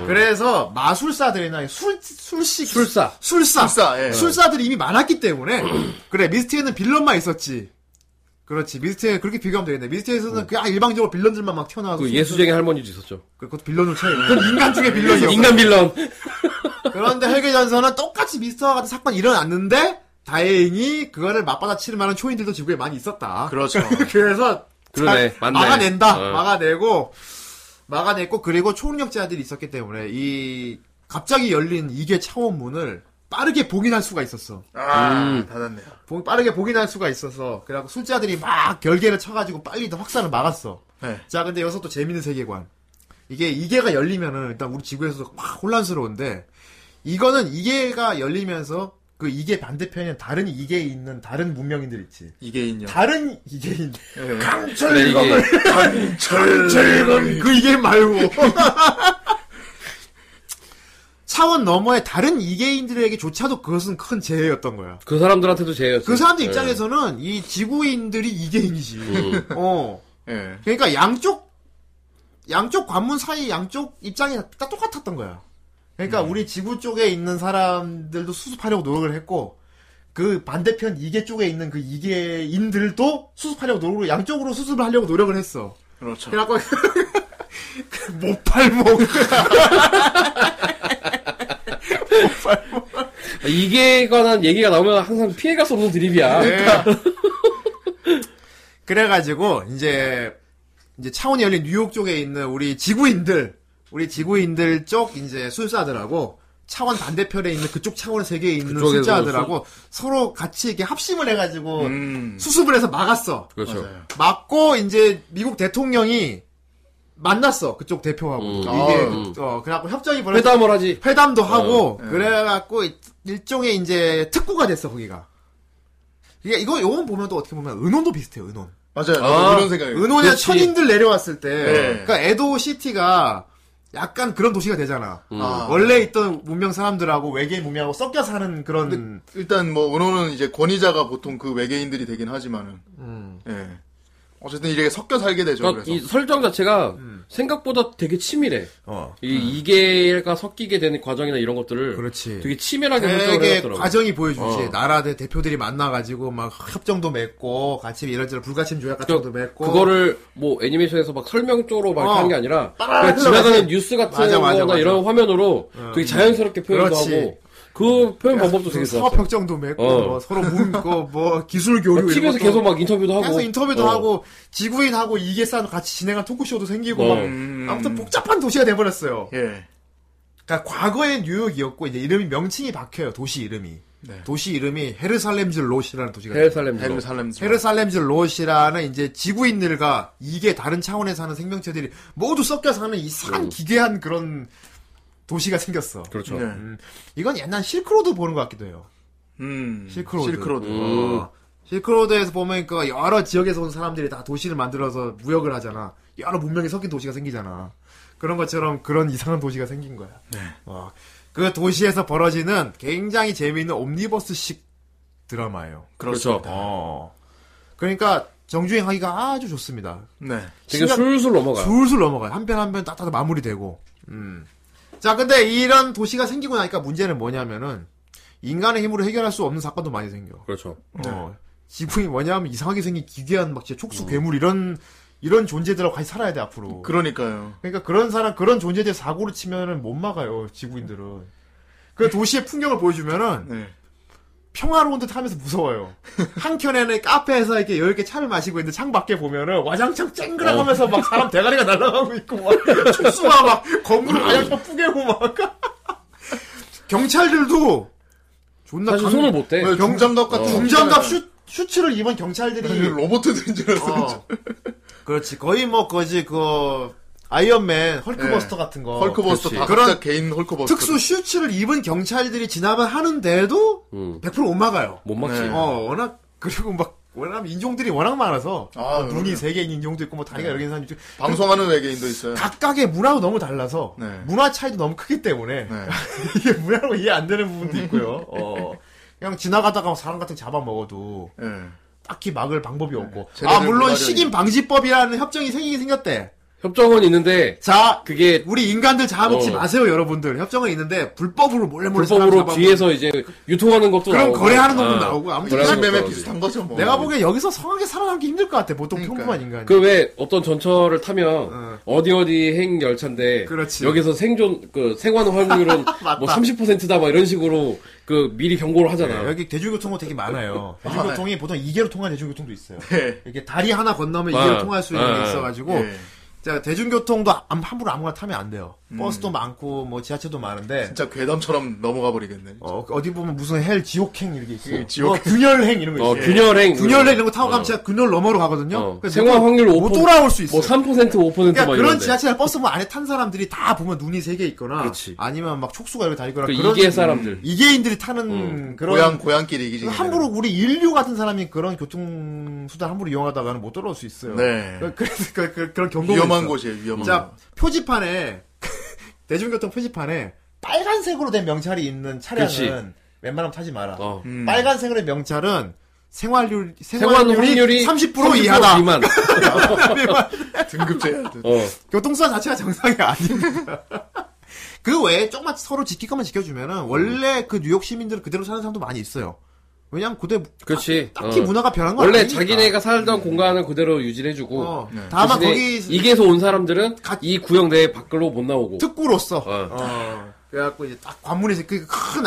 S1: 그래서 마술사들이나 술 술식
S3: 술사.
S1: 술사
S2: 술사, 예.
S1: 술사들이 이미 많았기 때문에 그래 미스트에는 빌런만 있었지. 그렇지 미스트에 그렇게 비교하면 되겠네. 미스트에서는 그냥 아, 일방적으로 빌런들만 막 튀어나와서
S3: 음. 그 예수쟁이 할머니도 있었죠.
S1: 그- 그것도 빌런으로 쳐요. 그건 인간 중에 빌런이었어.
S3: 인간 빌런.
S1: 그런데 헬기전선은 똑같이 미스터와 같은 사건이 일어났는데 다행히 그거를 맞받아치는 만한 초인들도 지구에 많이 있었다.
S2: 그렇죠.
S1: 그래서
S3: 그러네.
S1: 잘
S3: 맞네.
S1: 막아낸다.
S3: 어.
S1: 막아내고 막아냈고 그리고 초능력자들이 있었기 때문에 이 갑자기 열린 이게 차원문을 빠르게 봉인할 수가 있었어.
S2: 아,
S3: 음.
S2: 닫았네요.
S1: 봉- 빠르게 봉인할 수가 있어서 그래갖고 술자들이 막 결계를 쳐가지고 빨리 더 확산을 막았어.
S2: 네.
S1: 자, 근데 여기서 또 재밌는 세계관. 이게 이계가 열리면은 일단 우리 지구에서도 막 혼란스러운데 이거는 이계가 열리면서 그 이계 반대편에 다른 이계에 있는 다른 문명인들 있지.
S2: 이계인요.
S1: 다른 이계인
S2: 예.
S3: 근데 이게
S1: 강철 그 이계 말고 차원 너머의 다른 이계인들에게조차도 그것은 큰 재해였던 거야.
S3: 그 사람들한테도 제였어.
S1: 그 사람들 입장에서는 이 지구인들이 이계인이지. 어.
S2: 예.
S1: 그러니까 양쪽 양쪽 관문 사이 양쪽 입장이 다 똑같았던 거야. 그러니까 우리 지구 쪽에 있는 사람들도 수습하려고 노력을 했고 그 반대편 이계 쪽에 있는 그 이계인들도 수습하려고 노력을 양쪽으로 수습을 하려고 노력을 했어.
S2: 그렇죠.
S1: 그래갖고 못팔목.
S3: 이게 관한 얘기가 나오면 항상 피해갈 수 없는 드립이야.
S1: 그러니까.
S3: 네.
S1: 그래가지고 이제 이제 차원이 열린 뉴욕 쪽에 있는 우리 지구인들, 우리 지구인들 쪽 이제 술사들하고 차원 반대편에 있는 그쪽 차원 세계에 있는
S3: 그쪽에서
S1: 술자들하고 서로 같이 이렇게 합심을 해가지고
S2: 음.
S1: 수습을 해서 막았어.
S3: 그렇죠.
S2: 맞아요.
S1: 맞고 이제 미국 대통령이 만났어 그쪽 대표하고
S3: 음.
S1: 이게
S2: 아,
S1: 그- 어 그래갖고 협정이 벌어져
S3: 회담을 하지.
S1: 회담도
S3: 어.
S1: 하고 그래갖고 이- 일종의 이제 특구가 됐어 거기가 이게 이거 요건 보면 또 어떻게 보면 은혼도 비슷해요 은혼
S2: 맞아요.
S3: 아,
S2: 저도 그런 생각이에요.
S1: 은혼이 랑
S3: 그렇지.
S1: 천인들 내려왔을 때
S2: 네.
S1: 그러니까 에도 시티가 약간 그런 도시가 되잖아
S3: 음.
S2: 아.
S1: 원래 있던 문명 사람들하고 외계인 문명하고 섞여 사는 그런
S2: 일단 뭐 은호는 이제 권위자가 보통 그 외계인들이 되긴 하지만은
S1: 음.
S2: 예 어쨌든 이렇게 섞여 살게 되죠
S3: 그러니까
S2: 그래서
S3: 이 설정 자체가
S1: 음.
S3: 생각보다 되게 치밀해.
S1: 어
S3: 이, 이게가 섞이게 되는 과정이나 이런 것들을
S1: 그렇지
S3: 되게 치밀하게 설정을
S1: 되게
S3: 해놨더라고.
S1: 과정이 보여주지
S3: 어.
S1: 나라 대 대표들이 만나가지고 막 협정도 맺고 같이 이런저런 불가침 조약 같은 것도 맺고
S3: 그거를 뭐 애니메이션에서 막 설명적으로 막
S1: 어.
S3: 이렇게 하는 게 아니라
S1: 빠라라라
S3: 그냥 지나가는
S1: 흘러가지.
S3: 뉴스 같은
S1: 맞아, 맞아,
S3: 거나
S1: 맞아. 음.
S3: 이런 화면으로 되게 자연스럽게 표현도
S1: 그렇지.
S3: 하고 그 표현 방법도 되게
S1: 뭐 사업
S3: 좋았어.
S1: 협정도 맺고
S3: 어.
S1: 뭐 서로 묻고 뭐 기술 교류 이런
S3: TV에서
S1: 것도
S3: 계속 막 인터뷰도 하고
S1: 계속 인터뷰도
S3: 어.
S1: 하고 지구인하고 이계산 같이 진행한 토크쇼도 생기고
S3: 어.
S1: 막
S2: 음.
S1: 아무튼 복잡한 도시가 돼버렸어요.
S2: 예
S1: 그러니까 과거의 뉴욕이었고 이제 이름이 명칭이 박혀요 도시 이름이
S2: 네.
S1: 도시 이름이 헤르살렘즈 로시라는 도시가 돼요.
S3: 베르살렘
S2: 헤르 살렘
S1: 헤르살렘즈 로시라는 이제 지구인들과 이게 다른 차원에 사는 생명체들이 모두 섞여 사는 이상한 기괴한 그런 도시가 생겼어.
S3: 음. 그렇죠.
S2: 네.
S1: 음, 이건 옛날 실크로드 보는 것 같기도 해요.
S2: 음
S1: 실크로드.
S2: 실크로드
S3: 음.
S1: 어. 실크로드에서 보면 그 여러 지역에서 온 사람들이 다 도시를 만들어서 무역을 하잖아. 여러 문명이 섞인 도시가 생기잖아. 그런 것처럼 그런 이상한 도시가 생긴 거야. 어. 그 도시에서 벌어지는 굉장히 재미있는 옴니버스식 드라마예요.
S3: 그렇죠.
S1: 어. 그러니까 정주행하기가 아주 좋습니다.
S2: 네
S3: 되게
S1: 시간-
S3: 술술 넘어가. 요
S1: 술술 넘어가요. 한 편 한 편 따뜻 마무리되고. 음. 자, 근데 이런 도시가 생기고 나니까 문제는 뭐냐면은 인간의 힘으로 해결할 수 없는 사건도 많이 생겨.
S3: 그렇죠.
S1: 어, 지붕이 뭐냐면 이상하게 생긴 기괴한 막 진짜 촉수 괴물 이런 이런 존재들하고 같이 살아야 돼 앞으로. 그,
S2: 그러니까요
S1: 러니까 그런 사람 그런 존재들 사고를 치면은 못 막아요 지구인들은. 그 도시의 풍경을 보여주면은
S2: 네
S1: 평화로운 듯 하면서 무서워요. 한켠에는 카페에서 이렇게 여유있게 차를 마시고 있는데 창 밖에 보면은 와장창
S3: 어.
S1: 쨍그랑하면서 막 사람 대가리가 날아가고 있고 막 촉수가 막 건물을
S3: 어.
S1: 와장창 뿌개고 막 경찰들도 존나
S3: 사실 손을 못 대.
S1: 네,
S2: 왜 네, 중장갑 같은
S1: 중장갑 네. 슈, 슈츠를 입은
S3: 네,
S1: 경찰들이
S2: 로봇들인 줄 알았어요
S1: 어. 그렇지. 거의 뭐 거지 그 아이언맨, 헐크버스터
S2: 예.
S1: 같은 거.
S2: 헐크버스터
S3: 그렇지.
S2: 다
S1: 어. 그런
S2: 각자 개인 헐크버스터
S1: 특수 슈츠를 입은 경찰들이 진압을 하는데도
S3: 음.
S1: 100%못 막아요.
S3: 못 막지.
S2: 네.
S1: 어, 워낙 그리고 막 워낙 인종들이 워낙 많아서
S2: 아,
S1: 뭐 눈이
S2: 그럼요. 네.
S1: 세 개인 인종도 있고 뭐 다리가 여러 개인 사람도 있고
S2: 방송하는 외계인도 있어요
S1: 각각의 문화가 너무 달라서
S2: 네.
S1: 문화 차이도 너무 크기 때문에
S2: 네
S1: 이게 문화로 이해 안 되는 부분도 있고요. 어. 그냥 지나가다가 사람 같은 거 잡아먹어도
S2: 예.
S1: 딱히 막을 방법이 없고.
S2: 쟤네들
S1: 아, 물론
S2: 문화적인-
S1: 식인 방지법이라는 협정이 생기긴 생겼대.
S3: 협정은 있는데
S1: 자,
S3: 그게
S1: 우리 인간들 잡아먹지
S3: 어.
S1: 마세요, 여러분들. 협정은 있는데 불법으로 몰래 몰래
S3: 불법으로
S1: 잡아먹-
S3: 뒤에서 이제 유통하는 것도
S1: 그럼
S3: 나오고.
S1: 거래하는 것도
S3: 아.
S1: 나오고 아무튼
S3: 거래하는
S1: 사실
S2: 신매매
S3: 것도
S2: 비슷한 거죠 뭐
S1: 내가 보기엔 여기서 성하게 살아남기 힘들 것 같아. 보통
S2: 그러니까요.
S1: 평범한 인간이.
S3: 어. 그 왜 어떤 전철을 타면
S1: 응.
S3: 어. 디 어디 행 열차인데
S1: 그렇지.
S3: 여기서 생존 그 생환 확률은 뭐 30%다 막 이런 식으로 그 미리 경고를 하잖아.
S1: 네, 여기 대중교통은 되게 많아요. 대중교통이 보통 2개로 통하는 대중교통도 있어요.
S2: 네.
S1: 이렇게 다리 하나 건너면
S3: 아,
S1: 2개로 통할 수 있는
S3: 아,
S1: 게 있어가지고
S2: 예.
S1: 자 대중교통도 암- 함부로 아무거나 타면 안 돼요. 버스도 많고 뭐 지하철도 많은데
S2: 음. 진짜 괴담처럼 넘어가 버리겠네
S1: 어, 어디 보면 무슨 헬 지옥행 이런 게 있어요.
S2: 그 지옥행.
S1: 어, 균열행 이런 거
S3: 어,
S1: 있어요.
S3: 균열행
S1: 균열행 이런 거 타고 가면
S3: 어.
S1: 진짜 균열 너머로 가거든요.
S3: 어.
S1: 그래서
S3: 생활
S1: 못-
S3: 확률
S1: 못
S3: 5%.
S1: 돌아올 수 있어요.
S3: 뭐3% 5%막
S1: 그러니까
S3: 이런데.
S1: 그런 지하철 버스 뭐 안에 탄 사람들이 다 보면 눈이 세 개 있거나
S3: 그렇지.
S1: 아니면 막 촉수가 이렇게 달리거나
S3: 그
S1: 그런 음.
S3: 이계 사람들.
S1: 이계인들이 타는 그런
S2: 고향 고향끼리 이기지
S1: 함부로 우리 인류 같은 사람이 그런 교통 수단 함부로 이용하다가는 못 돌아올 수 있어요.
S2: 네
S1: 그- 그래서 그, 그, 런 경고
S2: 위험한 곳이에요 위험한
S1: 자
S2: 곳
S1: 표지판에 대중교통 표지판에 빨간색으로 된 명찰이 있는 차량은
S3: 그렇지.
S1: 웬만하면 타지 마라.
S3: 어.
S2: 음.
S1: 빨간색으로 된 명찰은 생활률
S3: 생환
S1: 생활률이,
S3: 확률이
S1: 30% 이하다.
S3: 미만.
S2: 등급제야 등-
S3: 어.
S1: 교통수단 자체가 정상이 아닙니다.
S3: 음.
S1: 그 외에 조금만 서로 지킬 것만 지켜주면은 원래 그 뉴욕 시민들은 그대로 사는 사람도 많이 있어요. 왜냐면 그때
S3: 그렇지.
S1: 딱히
S3: 어.
S1: 문화가 변한 건
S3: 원래
S1: 아니니까.
S3: 자기네가 살던 공간은 그대로 유지해주고
S1: 어,
S2: 네.
S1: 다만
S3: 대신에
S1: 거기
S3: 이게서 온 사람들은
S1: 가-
S3: 이 구역 내 밖으로 못 나오고
S1: 특구로서
S3: 어.
S1: 어, 그래갖고 이제 딱 관문에서 그큰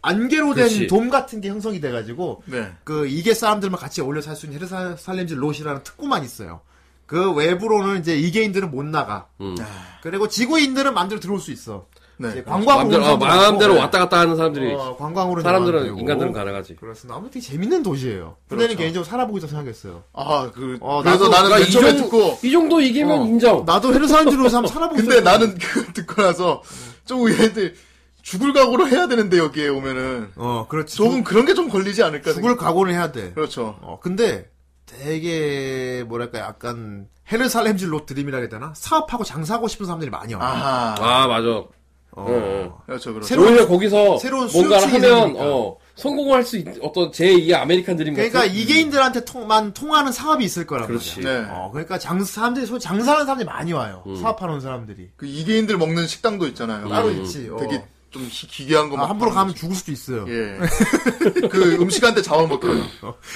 S1: 안개로 된
S3: 그렇지.
S1: 돔 같은 게 형성이 돼가지고
S2: 네.
S1: 그 이게 사람들만 같이 어울려 살 수 있는 헤르살렘지 롯이라는 특구만 있어요. 그 외부로는 이제 이계인들은 못 나가.
S3: 음.
S1: 그리고 지구인들은 마음대로 들어올 수 있어. 이제
S2: 아. 네.
S1: 관광으로
S3: 마음대로,
S1: 온
S3: 어,
S1: 사람도
S3: 마음대로
S1: 많고,
S3: 왔다 갔다 하는 사람들이
S1: 네. 어, 관광으로
S3: 사람들은
S1: 나가면 되고.
S3: 인간들은 가능하지.
S1: 그렇습니다. 아무튼 되게 재밌는 도시예요. 근데는
S2: 그렇죠.
S1: 개인적으로 살아보고 있다 고 생각했어요.
S2: 아, 그,
S1: 어,
S2: 그래서
S1: 나도-
S2: 나는
S3: 그러니까
S2: 맨 처음에
S3: 이,
S2: 듣고,
S3: 정도, 이 정도 이기면
S1: 어.
S3: 인정.
S1: 나도 헤르살렘지로 한번 살아보고
S2: 근데
S1: 있었는데.
S2: 나는 그 듣고 나서, 좀 얘들 죽을 각오로 해야 되는데, 여기에 오면은.
S1: 어 그렇지.
S2: 조금 그런 게 좀 걸리지 않을까.
S1: 죽- 죽을 각오는 해야 돼.
S2: 생각- 그렇죠.
S1: 어, 근데 되게 뭐랄까 약간 헤르살렘질 롯 드림이라 해야 되나? 사업하고 장사하고 싶은 사람들이 많이 와요.
S2: 아하.
S3: 아 맞아.
S1: 어.
S3: 어.
S2: 그렇죠, 그렇죠.
S1: 새로운-
S3: 오히려 거기서
S1: 새로운
S3: 뭔가를
S1: 수요층이
S3: 하면
S1: 생기니까.
S3: 어, 성공할 수 있, 어떤 제2의 아메리칸 드림 같은.
S1: 그러니까
S2: 음.
S1: 이계인들한테 통만 통하는 사업이 있을 거란
S3: 그렇지.
S1: 말이야.
S2: 네.
S1: 어, 그러니까 장 사람들이 소- 장사하는 사람들이 많이 와요.
S2: 음.
S1: 사업하는 사람들이.
S2: 그 이계인들 먹는 식당도 있잖아요. 그
S1: 따로 있지. 어.
S2: 되게 좀 기- 기괴한 거
S1: 아,
S2: 막.
S1: 함부로
S2: 파는
S1: 가면 죽을 수도 있어요.
S2: 거지. 예. 그 음식한테 잡아먹혀요.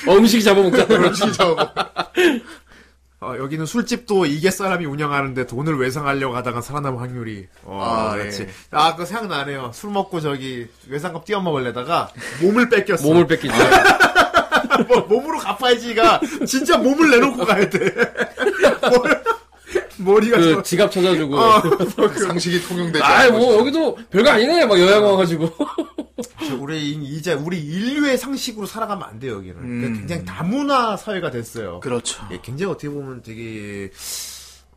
S3: 어, 음식 잡아먹자.
S2: 음식 잡아먹.
S1: 어, 여기는 술집도 이계 사람이 운영하는데 돈을 외상하려고 하다가 살아남은 확률이. 어,
S2: 아,
S3: 네.
S1: 그렇지.
S2: 예.
S1: 아, 그거 생각나네요. 술 먹고 저기 외상값 뛰어 먹으려다가 몸을 뺏겼어.
S3: 몸을 뺏기지.
S1: 아, 뭐, 몸으로 갚아야지가 진짜 몸을 내놓고 가야 돼. 머리, 머리가
S3: 그
S1: 저,
S3: 지갑 찾아주고.
S1: 어, 그렇죠.
S2: 상식이 그 통용되지.
S3: 아이
S2: 않고
S3: 뭐
S2: 있어요.
S3: 여기도 별거 아니네. 막 여행 와가지고.
S1: 우리 인- 이제 우리 인류의 상식으로 살아가면 안 돼요 여기는.
S2: 음.
S1: 그러니까 굉장히 다문화 사회가 됐어요.
S2: 그렇죠.
S1: 예, 굉장히 어떻게 보면 되게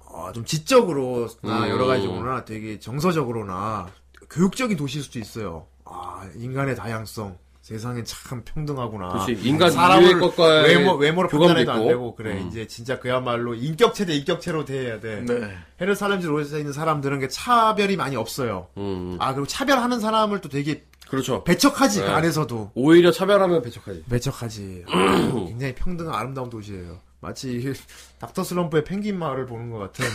S1: 어, 좀 지적으로나 아,
S3: 음.
S1: 여러 가지로나 되게 정서적으로나 교육적인 도시일 수도 있어요. 아 인간의 다양성. 세상엔 참 평등하구나.
S3: 그렇지. 인간
S1: 사람을
S3: 이외의 것과의
S1: 외모, 외모로
S3: 교감도
S1: 판단해도 안
S3: 있고. 음.
S1: 되고 그래 이제 진짜 그야말로 인격체 대 인격체로 대해야 돼.
S2: 네.
S1: 헤르살렘지 로에서 있는 사람들은 게 차별이 많이 없어요.
S3: 음,
S1: 아 그리고 차별하는 사람을 또 되게
S3: 그렇죠.
S1: 배척하지
S3: 네.
S1: 그 안에서도
S3: 오히려 차별하면 배척하지.
S1: 배척하지. 굉장히 평등한 아름다운 도시예요. 마치 닥터 슬럼프의 펭귄 마을을 보는 것 같은.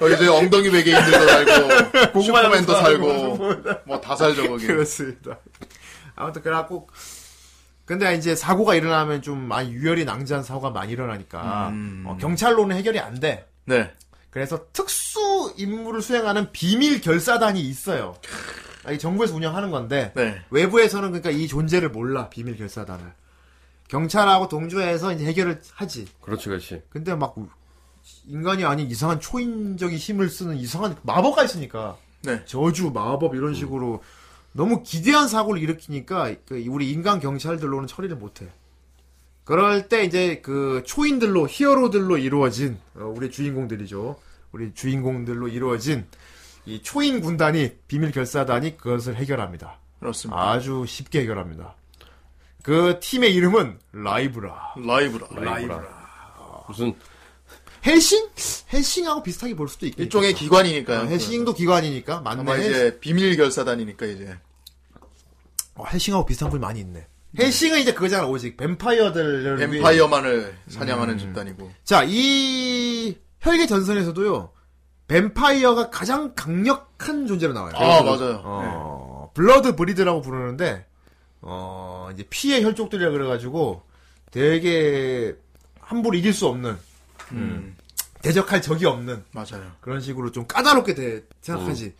S2: 어, 이제 엉덩이 외계인들도 살고, 슈퍼맨도
S1: 고구마
S2: 살고, 뭐 다 살죠, 거기.
S1: 그렇습니다. 아무튼 그래갖고 근데 이제 사고가 일어나면 좀 많이 유혈이 낭자한 사고가 많이 일어나니까
S2: 음.
S1: 어, 경찰로는 해결이 안 돼.
S2: 네.
S1: 그래서 특수 임무를 수행하는 비밀 결사단이 있어요. 아, 이 정부에서 운영하는 건데
S2: 네.
S1: 외부에서는 그러니까 이 존재를 몰라 비밀 결사단을 경찰하고 동조해서 이제 해결을 하지.
S3: 그렇지, 그렇지.
S1: 근데 막 우- 인간이 아닌 이상한 초인적인 힘을 쓰는 이상한 마법가 있으니까
S2: 네.
S1: 저주 마법 이런 식으로 너무 기대한 사고를 일으키니까 그 우리 인간 경찰들로는 처리를 못해. 그럴 때 이제 그 초인들로 히어로들로 이루어진 어, 우리 주인공들이죠. 우리 주인공들로 이루어진 이 초인 군단이 비밀 결사단이 그것을 해결합니다.
S2: 그렇습니다.
S1: 아주 쉽게 해결합니다. 그 팀의 이름은 라이브라.
S2: 라이브라.
S3: 무슨,
S1: 헬싱? 헬싱하고 비슷하게 볼 수도 있겠죠.
S2: 일종의 기관이니까요.
S1: 어, 헬싱도 기관이니까
S2: 아마
S1: 맞네. 헬싱.
S2: 이제 비밀 결사단이니까 이제.
S1: 어, 헬싱하고 비슷한 분이 많이 있네. 헬싱은 이제 그거잖아 오직 뱀파이어들을 위해.
S2: 뱀파이어만을
S1: 음.
S2: 사냥하는 집단이고.
S1: 자, 이 혈계 전선에서도요. 뱀파이어가 가장 강력한 존재로 나와요.
S2: 아, 맞아요.
S1: 어, 블러드 브리드라고 부르는데 어, 이제 피의 혈족들이라 그래 가지고 되게 함부로 이길 수 없는
S2: 음.
S1: 대적할 적이 없는
S2: 맞아요.
S1: 그런 식으로 좀 까다롭게 돼, 생각하지.
S2: 음.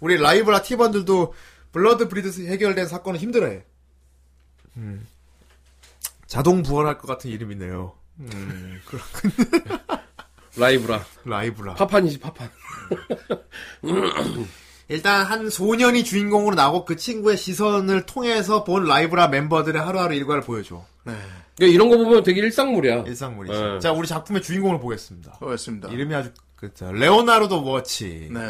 S1: 우리 라이브라 티반들도 블러드 브리드스 해결된 사건은 힘들어해.
S2: 음.
S1: 자동 부활할 것 같은 이름이네요.
S3: 라이브라.
S1: 라이브라.
S3: 파판이지, 파판.
S1: 일단 한 소년이 주인공으로 나오고 그 친구의 시선을 통해서 본 라이브라 멤버들의 하루하루 일과를 보여줘.
S2: 네.
S3: 그러니까 이런 거 보면 되게 일상물이야.
S1: 일상물이지.
S3: 네.
S1: 자, 우리 작품의 주인공을 보겠습니다.
S2: 그렇습니다.
S1: 이름이 아주 그, 자, 레오나르도 워치.
S2: 네.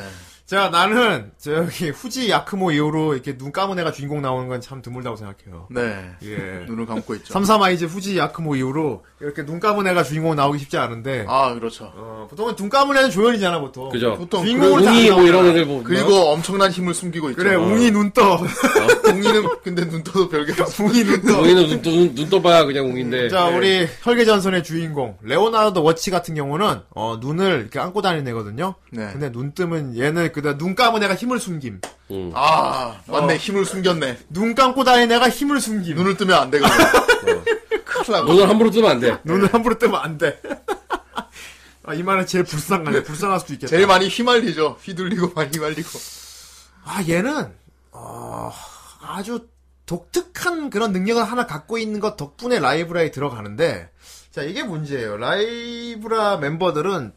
S1: 자, 나는 저기 후지 야크모 이후로 이렇게 눈 감은 애가 주인공 나오는 건 참 드물다고 생각해요.
S2: 네.
S1: 예.
S2: 눈을 감고 있죠.
S1: 삼삼아이즈 후지 야크모 이후로 이렇게 눈 감은 애가 주인공 나오기 쉽지 않은데
S2: 아, 그렇죠.
S1: 어, 보통은 눈 감은 애는 조연이잖아 보통
S3: 그죠.
S2: 보통
S1: 주인공을
S2: 그-
S1: 다-
S3: 웅이 뭐 이런 애들 보면.
S2: 그리고 엄청난 힘을 숨기고 있죠.
S1: 그래 웅이 눈떠
S2: 웅이는 근데 눈 떠도 별게 없어. 웅이 네. 눈 떠.
S3: 웅이는 눈, 눈, 눈 떠봐야 그냥 웅인데.
S1: 자 우리 혈계전선의 주인공 레오나르도 워치 같은 경우는 어, 눈을 이렇게 안고 다니는 애거든요
S2: 네.
S1: 근데 눈 뜨면 얘는 그 그다 눈 감은 애가 힘을 숨김.
S2: 아,
S1: 어.
S2: 맞네. 힘을 숨겼네.
S1: 눈 감고 다니는 애가 힘을 숨김.
S2: 눈을 뜨면 안 되거든.
S1: 어.
S2: 큰일 나고.
S3: 눈을 함부로 뜨면 안 돼.
S2: 네.
S1: 눈을 함부로 뜨면 안 돼. 아, 이 말은 제일 불쌍하네. 불쌍할 수도 있겠다.
S2: 제일 많이 휘말리죠. 휘둘리고 많이 휘말리고.
S1: 아, 얘는, 어, 아주 독특한 그런 능력을 하나 갖고 있는 것 덕분에 라이브라에 들어가는데, 자, 이게 문제예요. 라이브라 멤버들은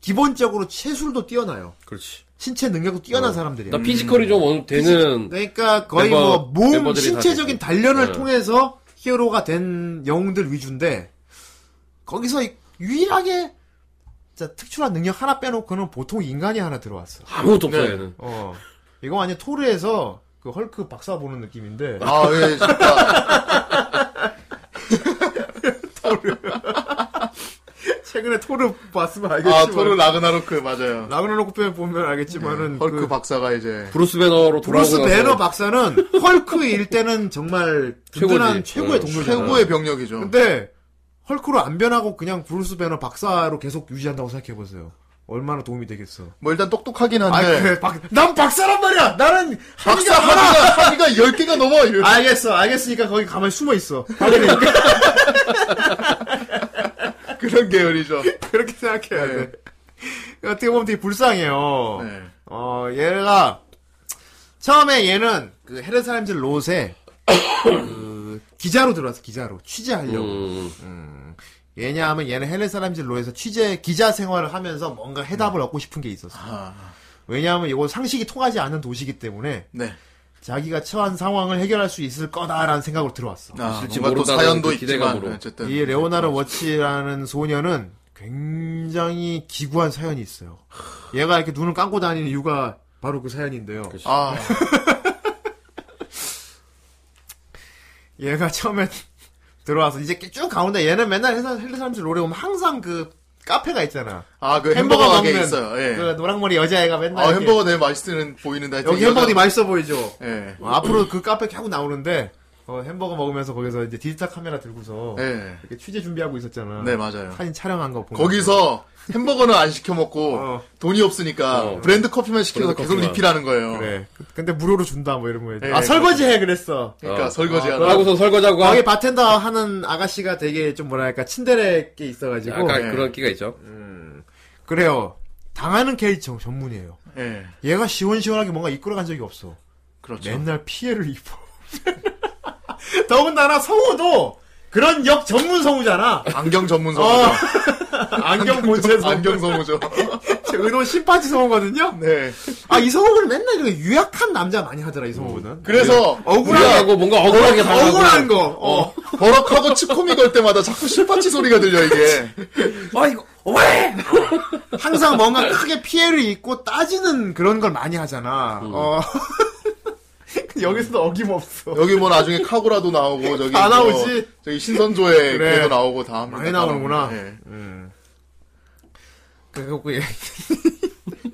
S1: 기본적으로 체술도 뛰어나요.
S3: 그렇지.
S1: 신체 능력도 뛰어난 사람들이에요.
S3: 나 피지컬이 좀 어느 되는
S1: 그러니까 거의
S3: 멤버-
S1: 뭐 몸
S3: 멤버들이 다
S1: 신체적인
S3: 되지.
S1: 단련을
S3: 네.
S1: 통해서 히어로가 된 영웅들 위주인데 거기서 이- 유일하게 진짜 특출한 능력 하나 빼놓고는 보통 인간이 하나 들어왔어.
S3: 아무것도 없어
S2: 네.
S3: 얘는.
S1: 어. 이거 완전 토르에서 그 헐크 박사 보는 느낌인데
S2: 아, 예, 진짜.
S1: 최근에 토르 봤으면 알겠지만
S2: 아, 토르 라그나로크, 맞아요. 네,
S1: 라그나로크 편 보면 알겠지만은
S2: 헐크
S1: 그
S2: 박사가 이제.
S3: 브루스 배너로 돌아오고
S1: 브루스
S3: 나서
S1: 배너 박사는 헐크일 때는 정말 든든한
S3: 최고지.
S1: 최고의
S3: 어,
S1: 동료잖아.
S2: 네, 최고의 병력이죠.
S1: 네. 근데 헐크로 안 변하고 그냥 브루스 배너 박사로 계속 유지한다고 생각해보세요. 얼마나 도움이 되겠어.
S2: 뭐 일단 똑똑하긴 한데.
S1: 아, 그래, 박, 난 박사란 말이야! 나는
S2: 박사 하나가, 하기가 10개가 넘어! 이래.
S1: 알겠어, 알겠으니까 거기 가만히 숨어 있어.
S2: 네. 그런 계열이죠.
S1: 그렇게 생각해야
S2: 네.
S1: 돼. 어떻게 보면 되게 불쌍해요.
S2: 네.
S1: 어, 얘가, 처음에 얘는 그 헤르사임즈 롯에 그 기자로 들어왔어, 기자로. 취재하려고.
S3: 음,
S1: 왜냐하면 얘는 헤르사임즈 롯에서 취재, 기자 생활을 하면서 뭔가 해답을 얻고 싶은 게 있었어.
S2: 아,
S1: 왜냐하면 이거 상식이 통하지 않는 도시기 때문에
S2: 네.
S1: 자기가 처한 상황을 해결할 수 있을 거다라는 생각으로 들어왔어.
S2: 아, 네.
S3: 있을지
S2: 뭔가 또
S3: 모른다는
S2: 사연도
S3: 그
S2: 있지만.
S3: 기대감으로.
S2: 어쨌든.
S1: 이 레오나르 워치라는 소녀는 굉장히 기구한 사연이 있어요. 얘가 이렇게 눈을 감고 다니는 이유가 바로 그 사연인데요.
S2: 아,
S1: 얘가 처음에 들어와서 이제 쭉 가운데 얘는 맨날 회사 헬리사람들 노래 오면 항상 그 카페가 있잖아.
S2: 아, 그 햄버거, 가게 있어요. 예.
S1: 그 노랑머리 여자애가 맨날
S2: 아,
S1: 이렇게
S2: 햄버거 되게 맛있는, 보이는데. 하여튼
S1: 여기 햄버거
S2: 여자-
S1: 맛있어 보이죠.
S2: 예.
S1: 어, 앞으로 그 카페 계속 나오는데 어, 햄버거 먹으면서 거기서 이제 디지털 카메라 들고서
S2: 예.
S1: 이렇게 취재 준비하고 있었잖아.
S2: 네, 맞아요.
S1: 사진 촬영한 거 보면
S2: 거기서 햄버거는 안 시켜 먹고
S1: 어.
S2: 돈이 없으니까
S3: 어.
S2: 브랜드 커피만 시켜서
S3: 브랜드
S2: 계속
S3: 커피만.
S2: 리필하는 거예요.
S1: 그래. 근데 무료로 준다 뭐 이런 거.
S2: 네,
S1: 아 설거지해 아, 그랬어.
S2: 그러니까
S3: 어.
S2: 설거지하다.
S3: 하고서 설거지하고
S1: 거기
S3: 하-
S1: 바텐더 하는 아가씨가 되게 좀 뭐랄까 친데레게 있어가지고
S3: 약간
S2: 예.
S3: 그런 끼가 있죠.
S1: 그래요. 당하는 케이스 전- 전문이에요.
S2: 예.
S1: 얘가 시원시원하게 뭔가 이끌어간 적이 없어.
S2: 그렇죠.
S1: 맨날 피해를 입어. 더군다나 성우도 그런 역 전문 성우잖아.
S2: 안경 전문 성우.
S1: 어, 안경 본체 성우.
S2: 안경 성우죠.
S1: 의도 심파지 성우거든요.
S2: 네.
S1: 아, 이 성우는 맨날 그 유약한 남자 많이 하더라, 이 성우는.
S2: 그래서
S1: 음. 억울하고,
S3: 우리하고 뭔가 억울하게 당하고.
S1: 억울한 거. 어.
S2: 버럭하고 치코미 걸 때마다 자꾸 실파치 소리가 들려 이게.
S3: 아 이거 왜?
S1: 네. 항상 뭔가 크게 피해를 입고 따지는 그런 걸 많이 하잖아. 어. 음. 근데 여기서도 어김없어.
S2: 여기 뭐 나중에 카고라도 나오고 저기
S1: 다
S2: 뭐
S1: 나오지?
S2: 저기 신선조의
S1: 그래.
S2: 그도 나오고 다 합니다.
S1: 많이 나오는구나.
S2: 예.
S1: 그래갖고 얘.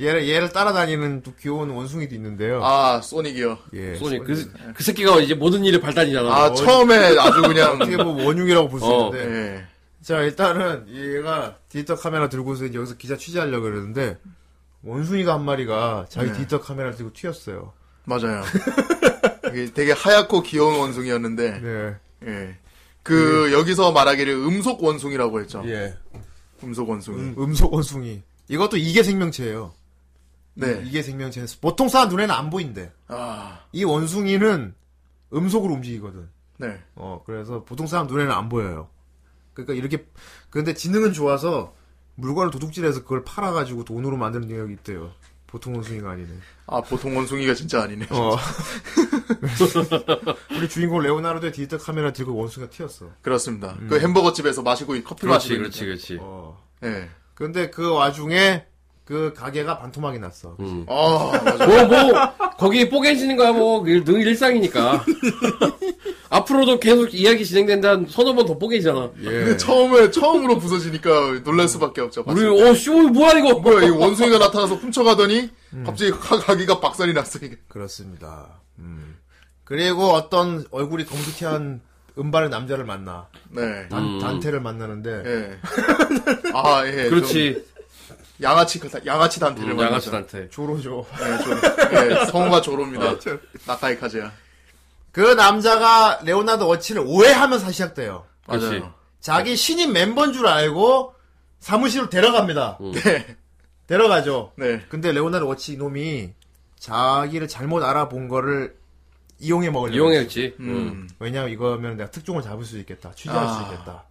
S1: 얘를, 얘를 따라다니는 또 귀여운 원숭이도 있는데요.
S2: 아 소닉이요.
S1: 예.
S3: 소니 그, 그 새끼가 이제 모든 일에 발단이잖아.
S2: 아 처음에 아주
S1: 어,
S2: 그냥
S1: 어떻게 보면 네. 원흉이라고 볼 수
S3: 어.
S1: 있는데.
S2: 예.
S1: 자, 일단은 얘가 디지털 카메라 들고서 이제 여기서 기자 취재하려고 그러는데, 원숭이가 한 마리가 자기 디지털 카메라 들고 튀었어요.
S2: 맞아요. 이게 되게 하얗고 귀여운 원숭이였는데
S1: 네.
S2: 예. 그 여기서 말하기를 음속 원숭이라고 했죠.
S1: 예.
S2: 음속 원숭이.
S1: 음, 속 원숭이. 이것도 이게 생명체예요.
S2: 네.
S1: 이게 생명체에서 보통 사람 눈에는 안 보인대.
S2: 아.
S1: 이 원숭이는 음속으로 움직이거든.
S2: 네.
S1: 어, 그래서 보통 사람 눈에는 안 보여요. 그러니까 이렇게 근데 지능은 좋아서 물건을 도둑질해서 그걸 팔아 가지고 돈으로 만드는 능력이 있대요. 보통 원숭이가 아니네.
S2: 아 보통 원숭이가 진짜 아니네.
S1: 어. 우리 주인공 레오나르도의 디지털 카메라 들고 원숭이가 튀었어.
S2: 그렇습니다.
S1: 음.
S2: 그 햄버거 집에서 마시고 이 커피
S3: 그렇지,
S2: 마시고.
S3: 그렇지, 그렇지.
S1: 어.
S2: 예.
S1: 근데 그 와중에 그 가게가 반토막이 났어.
S3: 음.
S2: 아 맞아.
S3: 뭐, 뭐, 거기 뽀개지는 거야, 뭐, 늘, 늘 일상이니까. 앞으로도 계속 이야기 진행된다 한 서너 번 더 뽀개지잖아.
S1: 네.
S2: 근데 처음에 처음으로 부서지니까 놀랄 수밖에 없죠.
S3: 우리,
S2: 봤을 때.
S3: 어, 쇼, 뭐야, 이거.
S2: 뭐야 이 원숭이가 나타나서 훔쳐가더니 갑자기 가- 가기가 박살이 났어 이게.
S1: 그렇습니다. 음. 그리고 어떤 얼굴이 검특한 은발의 남자를 만나.
S2: 네.
S1: 단, 단테를 만나는데
S2: 예. 아 예.
S3: 그렇지.
S2: 양아치 그 다- 양아치 단태를
S3: 음,
S2: 만나죠.
S3: 양아치한테.
S1: 조로죠.
S2: 네, 조, 네, 성우가 조로입니다. 나카이 카제야.
S1: 그 남자가 레오나드 워치를 오해하면서 시작돼요.
S3: 그렇지.
S2: 맞아요.
S1: 자기 신인 멤버인 줄 알고 사무실로 데려갑니다.
S2: 네,
S1: 데려가죠.
S2: 네.
S1: 근데 레오나드 워치 놈이 자기를 잘못 알아본 거를 이용해 먹으려고.
S3: 이용했지. 음.
S2: 음.
S1: 왜냐면 이거면 내가 특종을 잡을 수 있겠다. 취재할
S2: 아.
S1: 수 있겠다.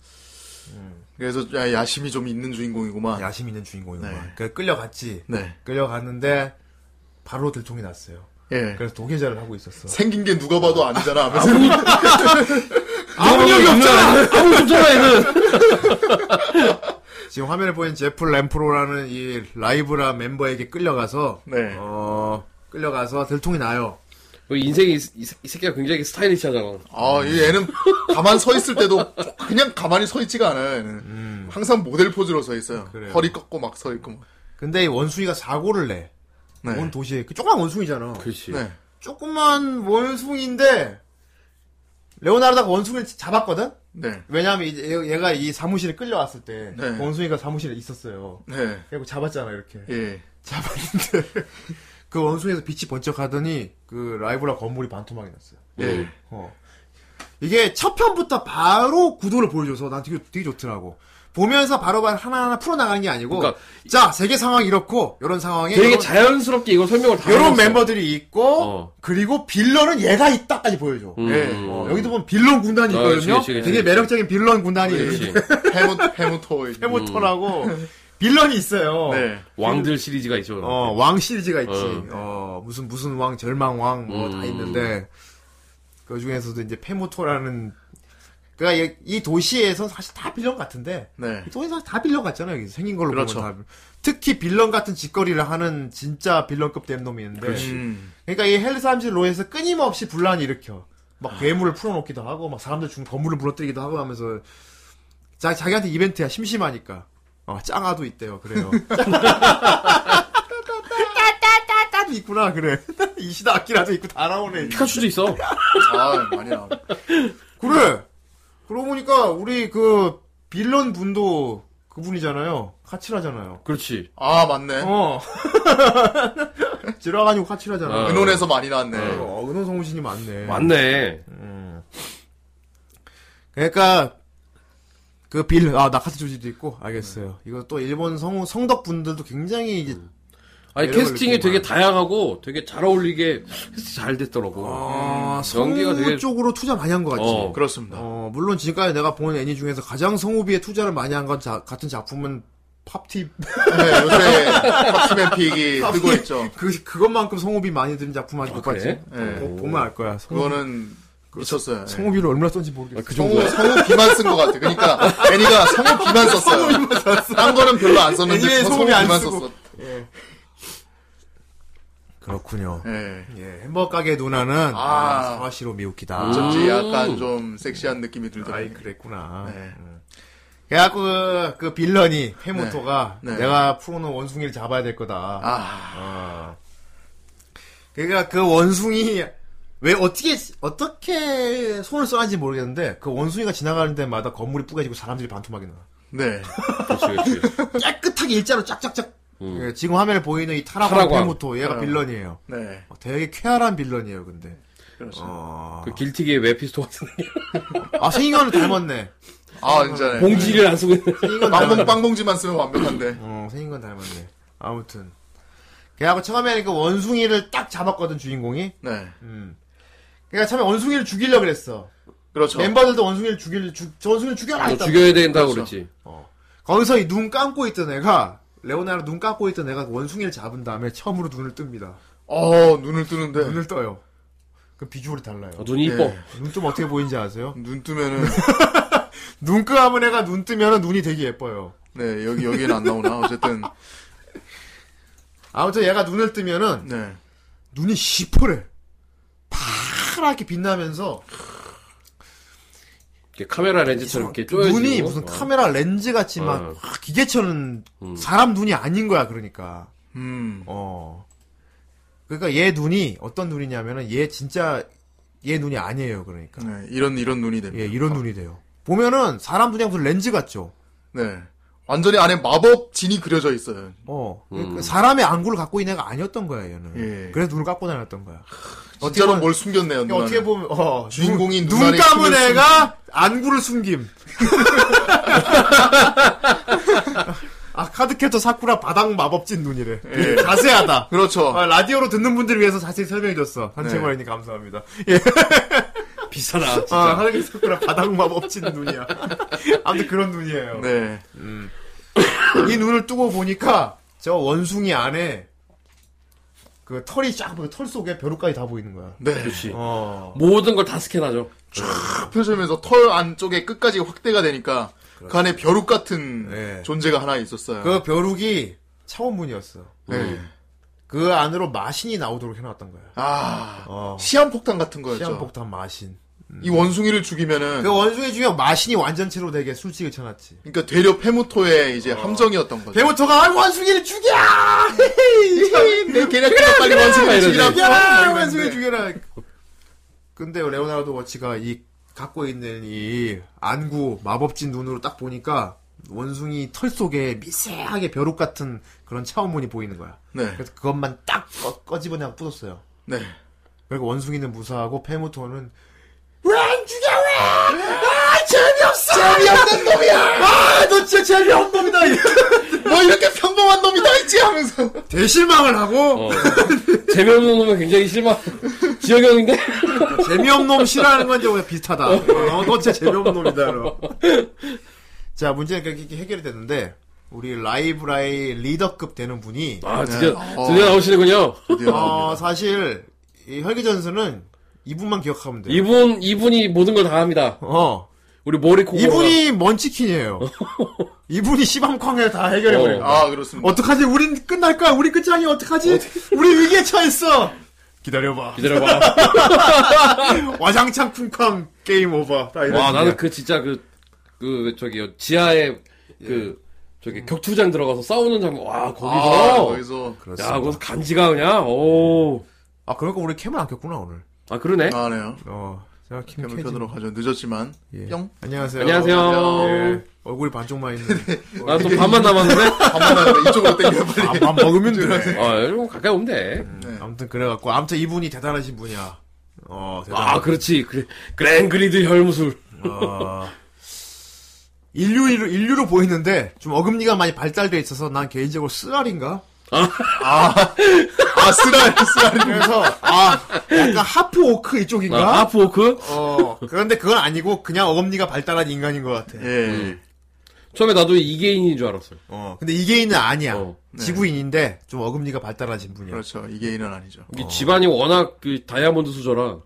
S2: 그래서 야, 야심이 좀 있는 주인공이구만.
S1: 야심 있는 주인공이구만.
S2: 네.
S1: 그래서 끌려갔지.
S2: 네.
S1: 끌려갔는데 바로 들통이 났어요.
S2: 예.
S1: 그래서 도계자를 하고 있었어.
S2: 생긴 게 누가 봐도 아니잖아. 하면서
S3: 아무 여기 음. 없잖아! 아무 없잖아, 얘는!
S1: 지금 화면에 보이는 제프 램프로라는 이 라이브라 멤버에게 끌려가서
S2: 네.
S1: 어 끌려가서 들통이 나요.
S3: 우리 그 인생이, 이, 새- 이 새끼가 굉장히 스타일리시하잖아.
S2: 아, 이 얘는 가만 서 있을 때도 그냥 가만히 서 있지가 않아요. 얘는. 항상 모델 포즈로 서 있어요.
S1: 그래요.
S2: 허리 꺾고 막 서 있고. 막.
S1: 근데 이 원숭이가 사고를 내.
S2: 네.
S1: 온 도시에 그 조그만 원숭이잖아.
S3: 그렇지.
S2: 네.
S1: 조그만 원숭이인데 레오나르다가 원숭이를 잡았거든.
S2: 네.
S1: 왜냐하면 이제 얘- 얘가 이 사무실에 끌려왔을 때
S2: 네.
S1: 원숭이가 사무실에 있었어요.
S2: 네.
S1: 그리고 잡았잖아 이렇게.
S2: 예.
S1: 잡았는데 그 원숭이에서 빛이 번쩍하더니 그 라이브라 건물이 반토막이 났어요.
S3: 음.
S2: 예.
S1: 어. 이게 첫 편부터 바로 구도를 보여줘서 난 되게, 되게 좋더라고. 보면서 바로바로 하나하나 풀어나가는 게 아니고,
S3: 그러니까
S1: 자, 세계 상황이 이렇고, 이런 상황에,
S3: 되게
S1: 이런,
S3: 자연스럽게 이걸 설명을 다
S1: 이런
S3: 해줬어.
S1: 멤버들이 있고,
S3: 어.
S1: 그리고 빌런은 얘가 있다까지 보여줘.
S3: 음.
S2: 예.
S1: 어, 여기도 보면 빌런 군단이
S3: 아,
S1: 있거든요.
S3: 그치, 그치, 그치.
S1: 되게 매력적인 빌런 군단이
S3: 그렇지.
S2: 해무 해무토이.
S1: 해모터라고
S3: 음.
S1: 빌런이 있어요.
S2: 네.
S3: 왕들 시리즈가 있죠.
S1: 어, 왕 시리즈가 있지.
S3: 어.
S1: 어, 무슨, 무슨 왕, 절망 왕, 뭐, 다
S3: 음.
S1: 있는데, 그 중에서도 이제 페모토라는, 그니까 이, 이 도시에서 사실 다 빌런 같은데,
S2: 네.
S1: 이 도시에서 다 빌런 같잖아요. 여기 생긴 걸로
S2: 그렇죠.
S1: 보면 다. 특히 빌런 같은 짓거리를 하는 진짜 빌런급 댐놈이 있는데, 그러니까
S2: 음.
S1: 이 헬스암질 로에서 끊임없이 분란을 일으켜. 막 괴물을 풀어놓기도 하고, 막 사람들 중 건물을 무너뜨리기도 하고 하면서, 자, 자기한테 이벤트야. 심심하니까. 어, 짱아도 있대요. 그래요. 따따따따 있구나 그래 이시다 아키라도 있고 다 나오네
S3: 피카츄도 있어.
S2: 아, 많이 나와.
S1: 그래 그러고 보니까 우리 그 빌런 분도 그분이잖아요 카츠라잖아요
S3: 그렇지.
S2: 아, 맞네.
S1: 어 지라가지고 카츠라잖아
S3: 어.
S2: 은혼에서 많이 나왔네.
S1: 어, 은호 성우신이 많네
S3: 맞네.
S1: 그러니까 그 빌 아 나카츠 조지도 있고
S3: 네.
S1: 알겠어요 이거 또 일본 성우 성덕 분들도 굉장히 이제
S3: 음. 아니,
S1: 매력을
S3: 캐스팅이
S1: 느끼고
S3: 되게
S1: 많아.
S3: 다양하고 되게 잘 어울리게 캐스팅 잘 됐더라고.
S1: 어,
S3: 음. 연기가
S1: 성우
S3: 되게-
S1: 쪽으로 투자 많이 한 것 같지
S3: 어.
S2: 그렇습니다.
S1: 어, 물론 지금까지 내가 본 애니 중에서 가장 성우비에 투자를 많이 한 건 같은 작품은 팝티
S2: 네, 요새 팝스맨 픽이 뜨고 있죠.
S1: 그 그것만큼 성우비 많이 드는 작품 아직 못 봤지.
S3: 그래?
S2: 예.
S1: 어, 보면 알 거야. 성우,
S2: 그거는 미쳤어요. 예.
S1: 성우비를 얼마나 썼는지 모르겠어.
S3: 네. 그 정도.
S2: 성우, 성우 비만 쓴 것 같아. 그러니까 애니가 성우 비만 썼어요. 딴 거는 별로 안 썼는데
S1: 애니에
S2: 성우
S1: 성우비 안
S2: 비만
S1: 쓰고.
S2: 썼어.
S1: 그렇군요.
S3: 네.
S2: 예.
S1: 예, 햄버거 가게 누나는
S2: 아.
S1: 아, 사와시로 미우키다.
S2: 어쩐지 약간 좀 섹시한 느낌이
S1: 아이
S2: 들더라고요.
S1: 그랬구나.
S2: 네.
S1: 음. 그래갖고 그, 그 빌런이 페모토가
S2: 네. 네.
S1: 내가 풀어놓은 원숭이를 잡아야 될 거다.
S2: 아,
S1: 어. 그러니까 그 원숭이 왜 어떻게 어떻게 손을 써는지 모르겠는데 그 원숭이가 지나가는 데마다 건물이 뿌개지고 사람들이 반토막이 나.
S2: 네.
S3: 음, 그렇지, 그렇지.
S1: 깨끗하게 일자로 쫙쫙쫙.
S3: 음.
S1: 예, 지금 화면에 보이는 이 타라광
S3: 타라광.
S1: 페모토 얘가
S2: 어.
S1: 빌런이에요.
S2: 네.
S1: 어, 되게 쾌활한 빌런이에요, 근데.
S2: 그렇죠.
S1: 어.
S3: 그 길티기의 웹피스토 같은 게.
S1: 아 생긴 거는 닮았네.
S2: 아, 진짜네.
S3: 봉지를 안 쓰고 있는.
S1: 생긴 건
S2: 빵봉,
S1: 닮았네.
S2: 빵봉지만 쓰면 완벽한데.
S1: 어, 생긴 건 닮았네. 아무튼. 걔하고 처음에 그 원숭이를 딱 잡았거든 주인공이.
S2: 네.
S1: 음. 그러니까 처음에 원숭이를 죽이려 그랬어.
S2: 그렇죠.
S1: 멤버들도 원숭이를 죽일 죽 원숭이를 죽여라 했다.
S3: 어, 죽여야 된다고
S2: 그렇죠.
S3: 그랬지.
S1: 거기서 이 눈 감고 있던 애가 레오나르 눈 감고 있던 애가 원숭이를 잡은 다음에 처음으로 눈을 뜹니다.
S2: 어, 눈을 뜨는데.
S1: 눈을 떠요. 그 비주얼이 달라요.
S3: 네. 어, 눈이 이뻐.
S2: 예.
S1: 눈 좀 어떻게 보이는지 아세요?
S2: 눈 뜨면은,
S1: 눈 감은 애가 눈 뜨면 눈이 되게 예뻐요.
S2: 네, 여기, 여기는 안 나오나. 어쨌든,
S1: 아무튼 얘가 눈을 뜨면은
S2: 네.
S1: 눈이 시퍼래. 파랗게 빛나면서
S3: 이렇게 카메라 렌즈처럼 이렇게 쪼여지고.
S1: 눈이 무슨 카메라 렌즈 같이 막
S3: 어.
S1: 확 기계처럼
S3: 음.
S1: 사람 눈이 아닌 거야 그러니까.
S2: 음.
S1: 어. 그러니까 얘 눈이 어떤 눈이냐면은 얘 진짜 얘 눈이 아니에요 그러니까.
S2: 네, 이런, 이런 눈이 됩니다.
S1: 예, 이런 눈이 돼요. 보면은 사람 눈이 무슨 렌즈 같죠.
S2: 네. 완전히 안에 마법 진이 그려져 있어요.
S1: 어. 그 사람의 안구를 갖고 있는 애가 아니었던 거야, 얘는.
S2: 음. 예.
S1: 그래서 눈을 깎고 다녔던 거야.
S2: 진짜로 뭘 숨겼네요.
S1: 그러니까
S2: 누나는.
S1: 어떻게 보면, 어.
S2: 주인공이
S1: 눈,
S2: 눈 안에
S1: 감은
S2: 숨을
S1: 애가 안구를 숨김. 아, 카드캐터 사쿠라 바닥 마법진 눈이래.
S2: 예.
S1: 되게 자세하다.
S2: 그렇죠.
S1: 아, 라디오로 듣는 분들을 위해서 자세히 설명해줬어.
S2: 네.
S1: 한채마이님 감사합니다.
S3: 비싸다 진짜
S1: 아, 카드캐터 사쿠라 바닥 마법진 눈이야. 아무튼 그런 눈이에요.
S2: 네.
S1: 이 눈을 뜨고 보니까 저 원숭이 안에 그 털이 쫙 보여. 털 속에 벼룩까지 다 보이는 거야.
S2: 네.
S3: 그렇지
S1: 어.
S3: 모든 걸 다 스캔하죠
S2: 탁 펼쳐지면서 털 안쪽에 끝까지 확대가 되니까 그 안에 벼룩 같은
S1: 그렇죠. 네.
S2: 존재가 하나 있었어요.
S1: 그 벼룩이 차원문이었어.
S2: 네.
S1: 그 안으로 마신이 나오도록 해놨던 거야.
S2: 아
S1: 어.
S2: 시한폭탄 같은 거였죠.
S1: 시한폭탄 마신.
S2: 이 원숭이를 죽이면은
S1: 그 원숭이 중에 마신이 완전체로 되게 술집을 쳐놨지.
S2: 그러니까 되려 페모토의
S1: 어.
S2: 이제 함정이었던 거죠.
S1: 배모토가 아 원숭이를 죽여!
S2: 내 걔네끼리 빨리 원숭이
S3: 이러지.
S2: 죽이라고.
S1: 죽여라!
S2: 막
S1: 원숭이
S2: 이러는데.
S1: 죽여라! 근데 레오나르도 워치가 이 갖고 있는 이 안구 마법진 눈으로 딱 보니까 원숭이 털 속에 미세하게 벼룩 같은 그런 차원문이 보이는 거야.
S2: 네.
S1: 그래서 그것만 딱 꺼, 꺼집어내고 부쉈어요.
S2: 네.
S1: 그리고 원숭이는 무사하고 페모토는 왜 안 죽여 왜? 아 재미없어! 재미없는 놈이야! 아너 진짜 재미없는 놈이다!
S2: 뭐 이렇게 평범한 놈이 다 있지 하면서.
S1: 대실망을 하고
S3: 어. 재미없는 놈은 굉장히 실망 지역형인데
S1: 재미없는 놈 싫어하는 건 이제 비슷하다. 어, 너 진짜 재미없는 놈이다. 이러고. 자 문제는 그렇게 이렇게 해결이 됐는데 우리 라이브라이 리더급 되는 분이
S3: 아 드디어
S2: 어.
S3: 드디어 나오시는군요
S1: 어, 사실 이 혈기전수는 이분만 기억하면 돼요.
S3: 이분 이분이 모든 걸 다 합니다
S1: 어
S3: 우리 모리코
S1: 이분이 먼치킨이에요. 이분이 시방쾅을 다 해결해버린 거야.
S2: 아 그렇습니다.
S1: 어떡하지? 우린 끝날 거야. 우리 끝장이 어떡하지? 우리 위기에 처했어. 기다려봐.
S3: 기다려봐
S1: 와장창 쿵쾅 게임 오버. 다 이런
S3: 와
S1: 식이야.
S3: 나는 그 진짜 그 그 저기 지하에 그
S1: 예.
S3: 저기 격투장 들어가서 싸우는 장면 와
S2: 아
S3: 거기서
S2: 거기서
S1: 그렇습니다.
S3: 야 거기서 간지가 그냥 오아 아,
S1: 아 그러니까 우리 캠을 안 켰구나 오늘.
S3: 그러네
S2: 나네요.
S1: 어. 제가 캠
S2: 캠을
S1: 켜지.
S2: 켜도록 하죠. 늦었지만
S1: 예.
S2: 뿅.
S1: 안녕하세요.
S3: 안녕하세요
S1: 예. 얼굴이 반쪽만 있는데.
S3: 나 좀 반만 남았는데
S2: 밥만 나는데 이쪽으로 땡겨 빨리.
S1: 아, 밥 먹으면 돼.
S3: 아 이러면 가까이 오면 돼
S2: 네.
S1: 아무튼 그래갖고 아무튼 이분이 대단하신 분이야. 어 대단.
S3: 아, 그렇지. 그래. 그랜그리드 혈무술. 아,
S1: 어, 인류로 인류로 보이는데 좀 어금니가 많이 발달돼 있어서 난 개인적으로 쓰라린가? 아.
S2: 아 쓰라 쓰라.
S1: 그래서 아 약간 하프 오크
S3: 아,
S1: 이쪽인가?
S3: 하프워크?
S1: 어 그런데 그건 아니고 그냥 어금니가 발달한 인간인 것 같아.
S2: 예.
S3: 처음에 나도 이계인인 줄 알았어요.
S1: 어 근데 이게인은 아니야.
S3: 어,
S1: 지구인인데 좀 어금니가 발달하신 분이야.
S2: 그렇죠. 이게 인은 아니죠.
S3: 이
S1: 어.
S3: 집안이 워낙 그 다이아몬드 수저라.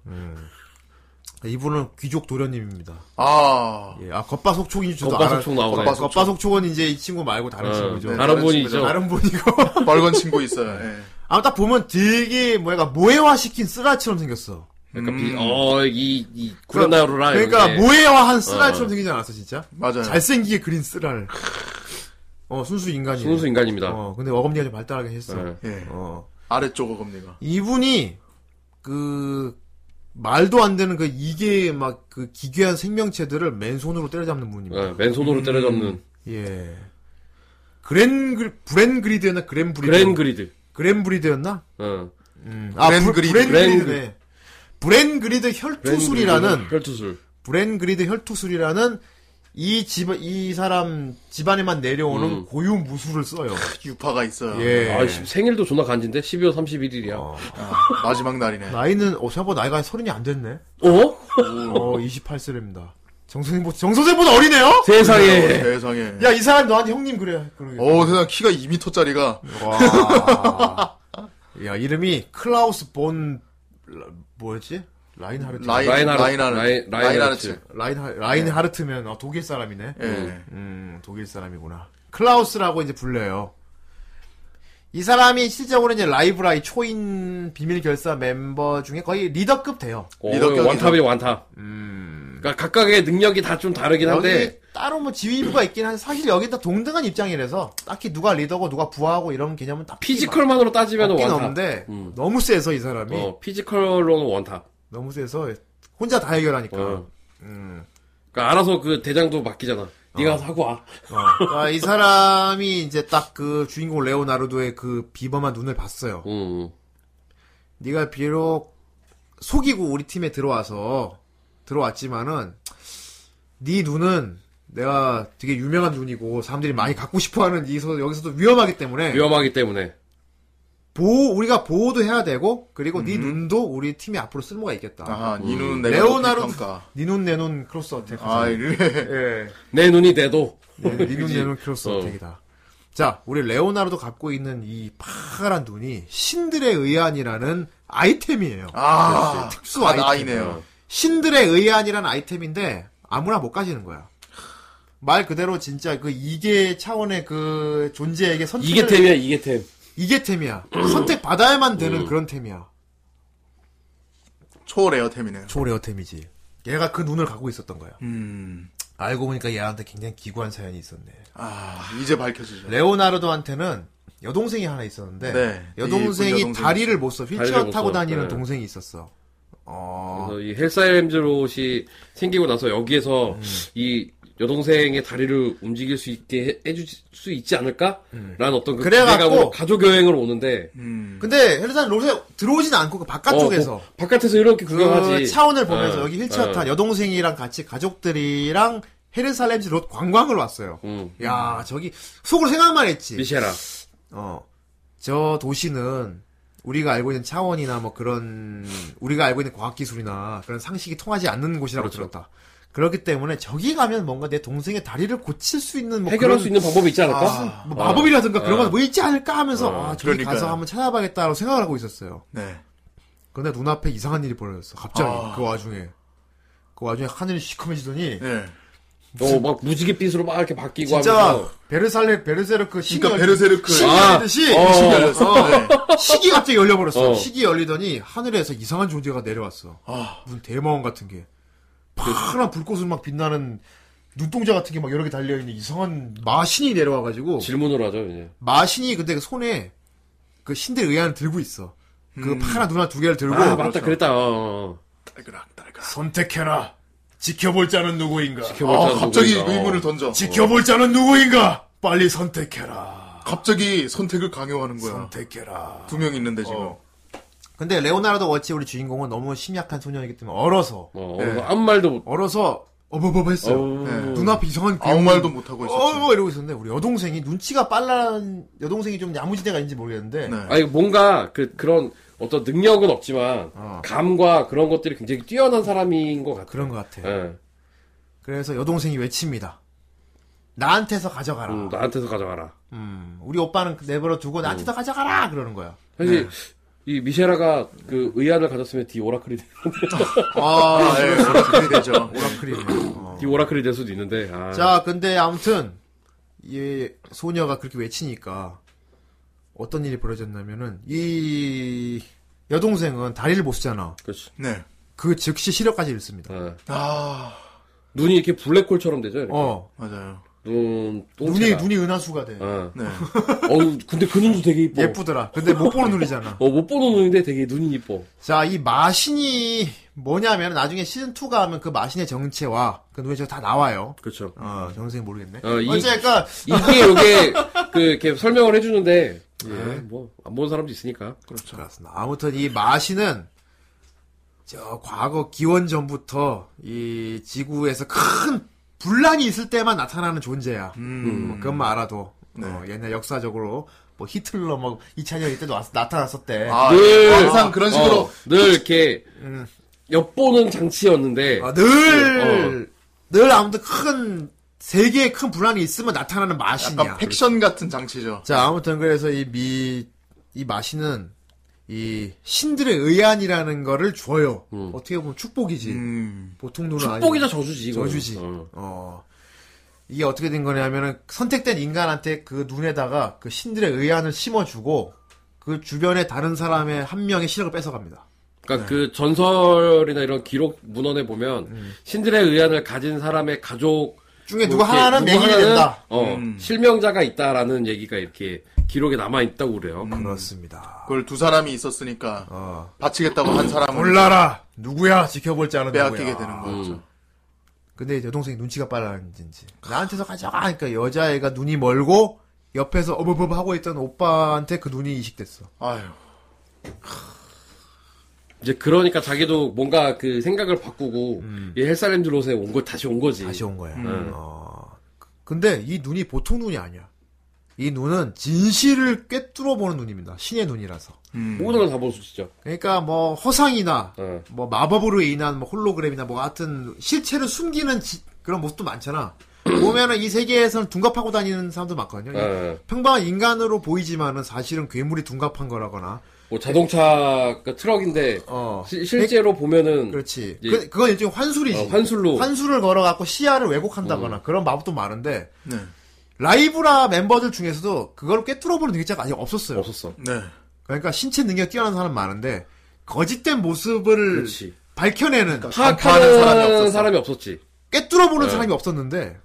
S1: 이분은 귀족 도련님입니다.
S2: 아
S1: 예, 아 겉바속촉인 줄도
S3: 겉바속촉 나오네.
S1: 겉바속촉. 겉바속촉은 이제 이 친구 말고 다른
S3: 어,
S1: 친구죠.
S2: 네.
S3: 다른 분이죠.
S2: 친구죠.
S1: 다른 분이고.
S2: 빨간 친구 있어요. 예.
S1: 아무 딱 보면 되게 뭐가 모해화 시킨 쓰라처럼 생겼어.
S3: 약간 비,
S2: 음.
S3: 어, 이, 이, 구라나루라.
S1: 그러니까
S3: 이런데.
S1: 모해화한 쓰라처럼 생기지 않았어 진짜?
S3: 네.
S2: 맞아요.
S1: 잘생기게 그린 쓰라를. 어 순수 인간이에요.
S3: 순수 인간입니다.
S1: 어 근데 어금니가 좀 발달하긴 했어.
S3: 예.
S2: 예.
S1: 어
S2: 아래쪽 어금니가.
S1: 이분이 그 말도 안 되는 그 이게 막 그 기괴한 생명체들을 맨손으로 때려잡는 분입니다.
S3: 예, 맨손으로 때려잡는
S1: 예. 그랜그 브랜그리드였나 그랜브리드?
S3: 그랜그리드.
S1: 그랜브리드였나?
S3: 어.
S1: 음. 아
S2: 브랜그리드.
S1: 브랜, 브랜그리드네.
S3: 브랜그.
S1: 브랜그리드 혈투술이라는
S3: 혈투술.
S1: 브랜그리드 혈투술이라는 이 집, 이 사람 집안에만 내려오는
S3: 음.
S1: 고유 무술을 써요.
S2: 유파가 있어요.
S1: 예.
S3: 아, 씨, 생일도 존나 간지인데? 12월 31일이야. 어?
S1: 어.
S2: 아, 마지막 날이네.
S1: 나이는, 어, 생각보다 나이가 서른이 안 됐네. 어, 28세랍니다. 뭐, 정선생보다, 정선생보다 어리네요?
S2: 예.
S3: 세상에.
S2: 세상에.
S1: 야, 이 사람 너한테 형님 그래. 그러게.
S2: 어 세상 키가 2미터짜리가
S1: 와. 야, 이름이 클라우스 본, 라- 뭐였지? 라인하르트.
S2: 라인
S3: 라인하르-
S2: 라인하르트
S3: 라인-
S2: 라인하르트.
S1: 라인하, 라인하르트면, 어, 독일 사람이네.
S2: 예.
S1: 음, 독일 사람이구나. 클라우스라고 이제 불려요. 이 사람이 실제적으로 이제 라이브라이 초인 비밀 결사 멤버 중에 거의 리더급 돼요.
S3: 어,
S2: 리더격이네.
S3: 원탑이 완탑. 그러니까 각각의 능력이 다 좀 다르긴 한데.
S1: 여기 따로 뭐 지휘부가 있긴 한데 사실 여기 다 동등한 입장이라서 딱히 누가 리더고 누가 부하고 이런 개념은 딱
S3: 피지컬만으로 따지면
S1: 없긴
S3: 원탑.
S1: 없는데
S3: 음.
S1: 너무 세서 이 사람이
S3: 어, 피지컬로는 원탑.
S1: 너무 세서 혼자 다 해결하니까
S3: 아, 음. 어. 그러니까 알아서 그 대장도 맡기잖아. 네가 가서 하고 와.
S1: 아, 이 사람이 이제 딱 그 주인공 레오나르도의 그 비범한 눈을 봤어요.
S3: 음.
S1: 네가 비록 속이고 우리 팀에 들어와서 들어왔지만은 네 눈은 내가 되게 유명한 눈이고 사람들이 많이 갖고 싶어하는 이서 여기서도 위험하기 때문에
S3: 위험하기 때문에.
S1: 보호 우리가 보호도 해야 되고 그리고 네 눈도 우리 팀이 앞으로 쓸모가 있겠다.
S2: 아하, 니눈 내가
S1: 레오나르도
S2: 평가.
S1: 니눈 내눈 크로스 어택.
S2: 아, 이래.
S1: 예.
S3: 내 눈이 돼도.
S1: 네, 니눈 내눈 크로스
S3: 어.
S1: 어택이다. 자, 우리 레오나르도 갖고 있는 이 파란 눈이 신들의 의안이라는 아이템이에요.
S2: 아,
S1: 특수
S2: 아,
S1: 아이템.
S2: 나이네요.
S1: 신들의 의안이라는 아이템인데 아무나 못 가지는 거야. 말 그대로 진짜 그 이계 차원의 그 존재에게 선택
S3: 이게 템이야, 이게 템.
S1: 이게 템이야. 선택 받아야만
S3: 음.
S1: 되는 그런 템이야.
S2: 초레어템이네요.
S1: 초레어 템이지. 얘가 그 눈을 갖고 있었던 거야.
S2: 음,
S1: 알고 보니까 얘한테 굉장히 기구한 사연이 있었네.
S2: 아, 이제 밝혀지죠.
S1: 레오나르도한테는 여동생이 하나 있었는데
S2: 네.
S1: 여동생이
S2: 이 여동생이
S1: 다리를 못 써. 휠체어
S3: 다리를 못
S1: 타고
S3: 써.
S1: 다니는
S3: 네.
S1: 동생이 있었어. 어.
S3: 그래서 이 헬사엠즈롯이 생기고 나서 여기에서 이 여동생의 다리를 움직일 수 있게 해- 해줄 수 있지 않을까라는 어떤
S1: 그래갖고-
S3: 그 기대감으로 가족 여행으로 오는데
S2: 음,
S1: 근데 헬산 롯에 들어오진 않고 그 바깥쪽에서
S3: 네. 어, 그 바깥에서 이렇게
S1: 그
S3: 구경하지
S1: 차원을 보면서
S3: 어,
S1: 여기 휠체어
S3: 어.
S1: 탄 여동생이랑 같이 가족들이랑 헤르살렘 롯 관광을 왔어요.
S3: 음,
S1: 야 저기 속으로 생각만 했지.
S3: 미쉐라
S1: 어 저 도시는 우리가 알고 있는 차원이나 뭐 그런 우리가 알고 있는 과학 기술이나 그런 상식이 통하지 않는 곳이라고 들었다. 그렇기 때문에 저기 가면 뭔가 내 동생의 다리를 고칠 수 있는 뭐
S3: 해결할
S1: 그런
S3: 수 있는 방법이 있지 않을까?
S1: 무슨 뭐 마법이라든가 그런
S3: 어.
S1: 건 뭐 있지 않을까 하면서 아, 저기
S2: 그러니까요.
S1: 가서 한번 찾아봐야겠다라고 생각을 하고 있었어요.
S2: 네.
S1: 근데 눈앞에 이상한 일이 벌어졌어. 갑자기
S2: 아.
S1: 그 와중에 그 와중에 하늘이 시커매지더니
S2: 네.
S3: 어, 막 무지갯빛으로 막 이렇게 바뀌고
S1: 진짜
S3: 하면서
S1: 베르살레 베르세르크 시기
S2: 그러니까 베르세르크.
S1: 시기
S3: 아.
S1: 열듯이
S3: 어.
S2: 신이 열렸어. 네.
S1: 시기 갑자기 열려버렸어.
S3: 어.
S1: 시기 열리더니 하늘에서 이상한 존재가 내려왔어.
S2: 아,
S1: 무슨 대마왕 같은 게 파란 불꽃으로 막 빛나는 눈동자 같은 게 막 여러 개 달려 있는 이상한 마신이 내려와가지고
S3: 질문을 하죠 이제
S1: 마신이 근데 손에 그 신들 의안을 들고 있어. 그 파란 눈알 두 개를 들고
S3: 아 맞다 그랬다 어, 어.
S2: 딸그락, 딸그락.
S1: 선택해라. 지켜볼 자는 누구인가.
S3: 지켜볼
S2: 아,
S3: 자는
S2: 갑자기
S3: 누구인가.
S2: 의문을 던져.
S1: 지켜볼 자는 누구인가? 빨리 선택해라.
S2: 갑자기 어. 선택을 강요하는 거야. 어.
S1: 선택해라.
S2: 두 명 있는데 지금.
S1: 근데 레오나르도 워치 우리 주인공은 너무 심약한 소년이기 때문에 얼어서
S3: 어, 어, 아무 말도 못
S1: 얼어서 어버버버
S3: 어,
S1: 했어요. 눈앞에 이상한
S2: 아무 말도 못 하고 있었지.
S1: 어뭐 이러고 있었는데 우리 여동생이 눈치가 빨란 여동생이 좀 야무지대가 있는지 모르겠는데
S2: 네.
S3: 아니 뭔가 그 그런 어떤 능력은 없지만
S1: 어.
S3: 감과 그런 것들이 굉장히 뛰어난 사람인 것 같아.
S1: 그런 것 같아. 요
S3: 예.
S1: 그래서 여동생이 외칩니다. 나한테서 가져가라.
S3: 음,
S1: 음,
S3: 나한테서 가져가라.
S1: 우리 오빠는 내버려 두고
S2: 음.
S1: 나한테서 가져가라 그러는 거야.
S3: 사실 이 미쉐라가 그 의안을 가졌으면 디 오라클이 되-
S2: 아, 예, 그렇게 되죠. 오라클.
S1: 그래.
S3: 디 오라클이 될 수도 있는데. 아.
S1: 어. 자, 근데 아무튼 이 소녀가 그렇게 외치니까 어떤 일이 벌어졌냐면은 이 여동생은 다리를 못 쓰잖아.
S3: 그렇지.
S2: 네.
S1: 그 즉시 시력까지 잃습니다.
S3: 예.
S2: 아,
S3: 눈이 이렇게 블랙홀처럼 되죠. 이렇게.
S1: 어,
S2: 맞아요.
S3: 눈
S1: 눈이
S3: 똥채가.
S1: 눈이 은하수가 돼.
S3: 어.
S2: 네.
S3: 어우, 근데 그 눈도 되게 이뻐.
S1: 예쁘더라. 근데 못 보는 눈이잖아.
S3: 어, 못 보는 눈인데 되게 눈이 이뻐.
S1: 자, 이 마신이 뭐냐면 나중에 시즌 2가 하면 그 마신의 정체와 그 눈이 다 나와요.
S3: 그렇죠.
S1: 어, 정생 모르겠네.
S3: 어, 이-
S1: 어쨌든
S3: 이게 요게 그 이렇게 설명을 해주는데
S1: 예.
S3: 아, 뭐안 본 사람도 있으니까.
S1: 그렇죠. 그렇습니다. 아무튼 이 마시는 저 과거 기원 전부터 이 지구에서 큰 분란이 있을 때만 나타나는 존재야.
S3: 음.
S1: 뭐 그것만 알아도
S3: 네.
S1: 어, 옛날 역사적으로 뭐 히틀러 뭐 2차 대전 때도 왔- 나타났었대.
S2: 아,
S3: 늘
S2: 항상 그런 식으로.
S3: 어, 늘 이렇게 엿보는 장치였는데
S1: 아, 늘, 늘 아무튼 큰 세계에 큰 분란이 있으면 나타나는 마신이야.
S2: 약간 팩션 같은 장치죠.
S1: 자, 아무튼 그래서 이 미, 이 마시는 이 신들의 의안이라는 거를 줘요. 어떻게 보면 축복이지.
S2: 음.
S1: 보통 눈은
S3: 축복이자
S1: 아니고.
S3: 저주지 이거.
S1: 네. 저주지.
S3: 어.
S1: 어. 이게 어떻게 된 거냐면은 선택된 인간한테 그 눈에다가 그 신들의 의안을 심어주고 그 주변에 다른 사람의 한 명의 시력을 뺏어갑니다.
S3: 그러니까 그 전설이나 이런 기록 문헌에 보면 신들의 의안을 가진 사람의 가족
S1: 중에
S3: 뭐
S1: 음. 누구
S3: 이렇게
S1: 하나는
S3: 누구
S1: 맹인이
S3: 하나는,
S1: 된다.
S3: 어,
S2: 음.
S3: 실명자가 있다라는 얘기가 이렇게 기록에 남아 있다고 그래요.
S1: 음. 그렇습니다.
S2: 그걸 두 사람이 있었으니까
S1: 어.
S2: 바치겠다고 한 사람을
S1: 몰라라 누구야 지켜볼 줄 아는
S2: 빼앗기게
S1: 누구야.
S2: 되는 거죠.
S3: 음.
S1: 근데 이제 여동생이 눈치가 빨라는지 나한테서 가져가 하니까 여자애가 눈이 멀고 옆에서 어버버버 하고 있던 오빠한테 그 눈이 이식됐어.
S2: 아유.
S3: 이제 그러니까 자기도 뭔가 그 생각을 바꾸고 이 헬사람들 옷에 온 걸 다시 온 거지.
S1: 음. 다시 온
S2: 음.
S1: 거야. 어. 근데 이 눈이 보통 눈이 아니야. 이 눈은 진실을 꿰뚫어 보는 눈입니다. 신의 눈이라서.
S2: 음.
S3: 모든 걸다 볼수 있죠.
S1: 그러니까 뭐 허상이나
S3: 어.
S1: 뭐 마법으로 인한 뭐 홀로그램이나 뭐 같은 실체를 숨기는 지- 그런 모습도 많잖아. 보면은 이 세계에서는 둔갑하고 다니는 사람도 많거든요.
S3: 예.
S1: 평범한 인간으로 보이지만은 사실은 괴물이 둔갑한 거라거나.
S3: 뭐 자동차 그 트럭인데
S1: 어.
S3: 시- 실제로 보면은
S1: 그렇지.
S3: 예.
S1: 그, 그건 일종의 환술이지.
S3: 어, 환술로 음.
S1: 을 걸어갖고 시야를 왜곡한다거나 그런 마법도 많은데
S2: 네.
S1: 라이브라 멤버들 중에서도 그걸 꿰뚫어보는 능력자가 아직 없었어요.
S3: 없었어.
S2: 네.
S1: 그러니까 신체 능력 뛰어난 사람 많은데 거짓된 모습을
S3: 그렇지. 그러니까
S1: 밝혀내는
S3: 파악하는
S1: 사람이
S3: 사람이,
S1: 없었어.
S3: 없었지.
S1: 꿰뚫어보는
S3: 네.
S1: 사람이 없었는데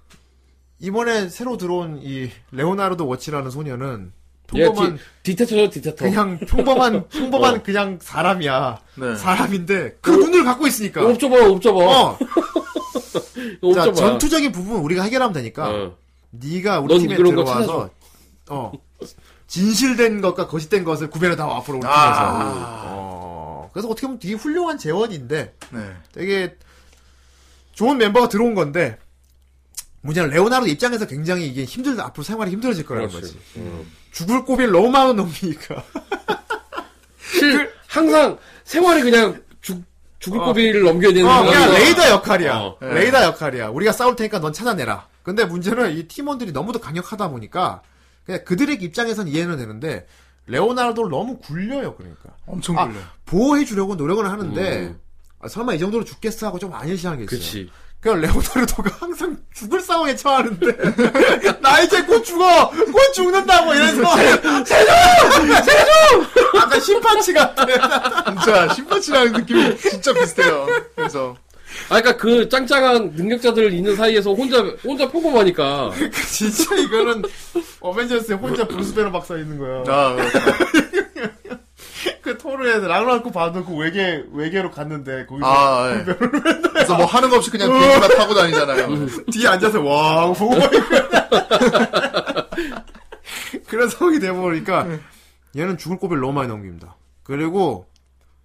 S1: 이번에 새로 들어온 이 레오나르도 워치라는 소녀는 평범한
S3: 예, 디, 디테터죠 디테터.
S1: 그냥
S3: 어.
S1: 평범한 평범한 그냥 사람이야.
S2: 네.
S1: 사람인데 그 눈을 갖고 있으니까.
S3: 옵저버 옵저버.
S1: 어. 자,
S3: 어, 옵저버.
S1: 전투적인 부분 은 우리가 해결하면 되니까
S3: 어.
S1: 네가 우리
S3: 넌
S1: 팀에
S3: 그런 거
S1: 들어와서 어 진실된 것과 거짓된 것을 구별해다오 앞으로 우리 팀에서.
S3: 아.
S1: 어. 그래서 어떻게 보면 되게 훌륭한 재원인데
S2: 네.
S1: 되게 좋은 멤버가 들어온 건데 문제는 레오나르도 입장에서 굉장히 이게 힘들 앞으로 생활이 힘들어질 거라는
S3: 그렇지. 음.
S1: 거지. 죽을 고비를 너무 많은 놈이니까. 그
S3: 실 항상 생활이 그냥 죽 죽을 고비를 넘겨야 되는
S1: 어, 그냥
S3: 상황이라.
S1: 레이더 역할이야. 네.
S3: 어.
S1: 레이더 역할이야. 우리가 싸울 테니까 넌 찾아내라. 근데 문제는 이 팀원들이 너무도 강력하다 보니까 그냥 그들의 입장에선 이해는 되는데 레오나르도를 너무 굴려요. 그러니까
S2: 엄청
S1: 아,
S2: 굴려.
S1: 보호해 주려고 노력은 하는데
S3: 음.
S1: 아, 설마 이 정도로 죽겠어 하고 좀 안일시한 게 있어요.
S3: 그치.
S1: 그러니 레오나르도가 항상 죽을 상황에 처하는데 나 이제 곧 죽어 곧 죽는다고 이래서 제주 제주 아까 심판치 같아
S2: 진짜 신바치라는 느낌이 진짜 비슷해요. 그래서
S3: 아, 그러니까 그 짱짱한 능력자들 있는 사이에서 혼자 혼자 평범하니까
S1: 진짜 이거는 어벤져스에 혼자 브루스베너 박사 있는 거야
S2: 아 그렇구나.
S1: 그 토르에 락락고 받아놓고 외계 외계로 갔는데 거기서 뭐
S2: 아 예. 그래서 뭐 하는 거 없이 그냥 비행기만 타고 다니잖아요.
S1: 뒤에 앉아서 와 보고 그런 상황이 돼버리니까 얘는 죽을 고비를 너무 많이 넘깁니다 그리고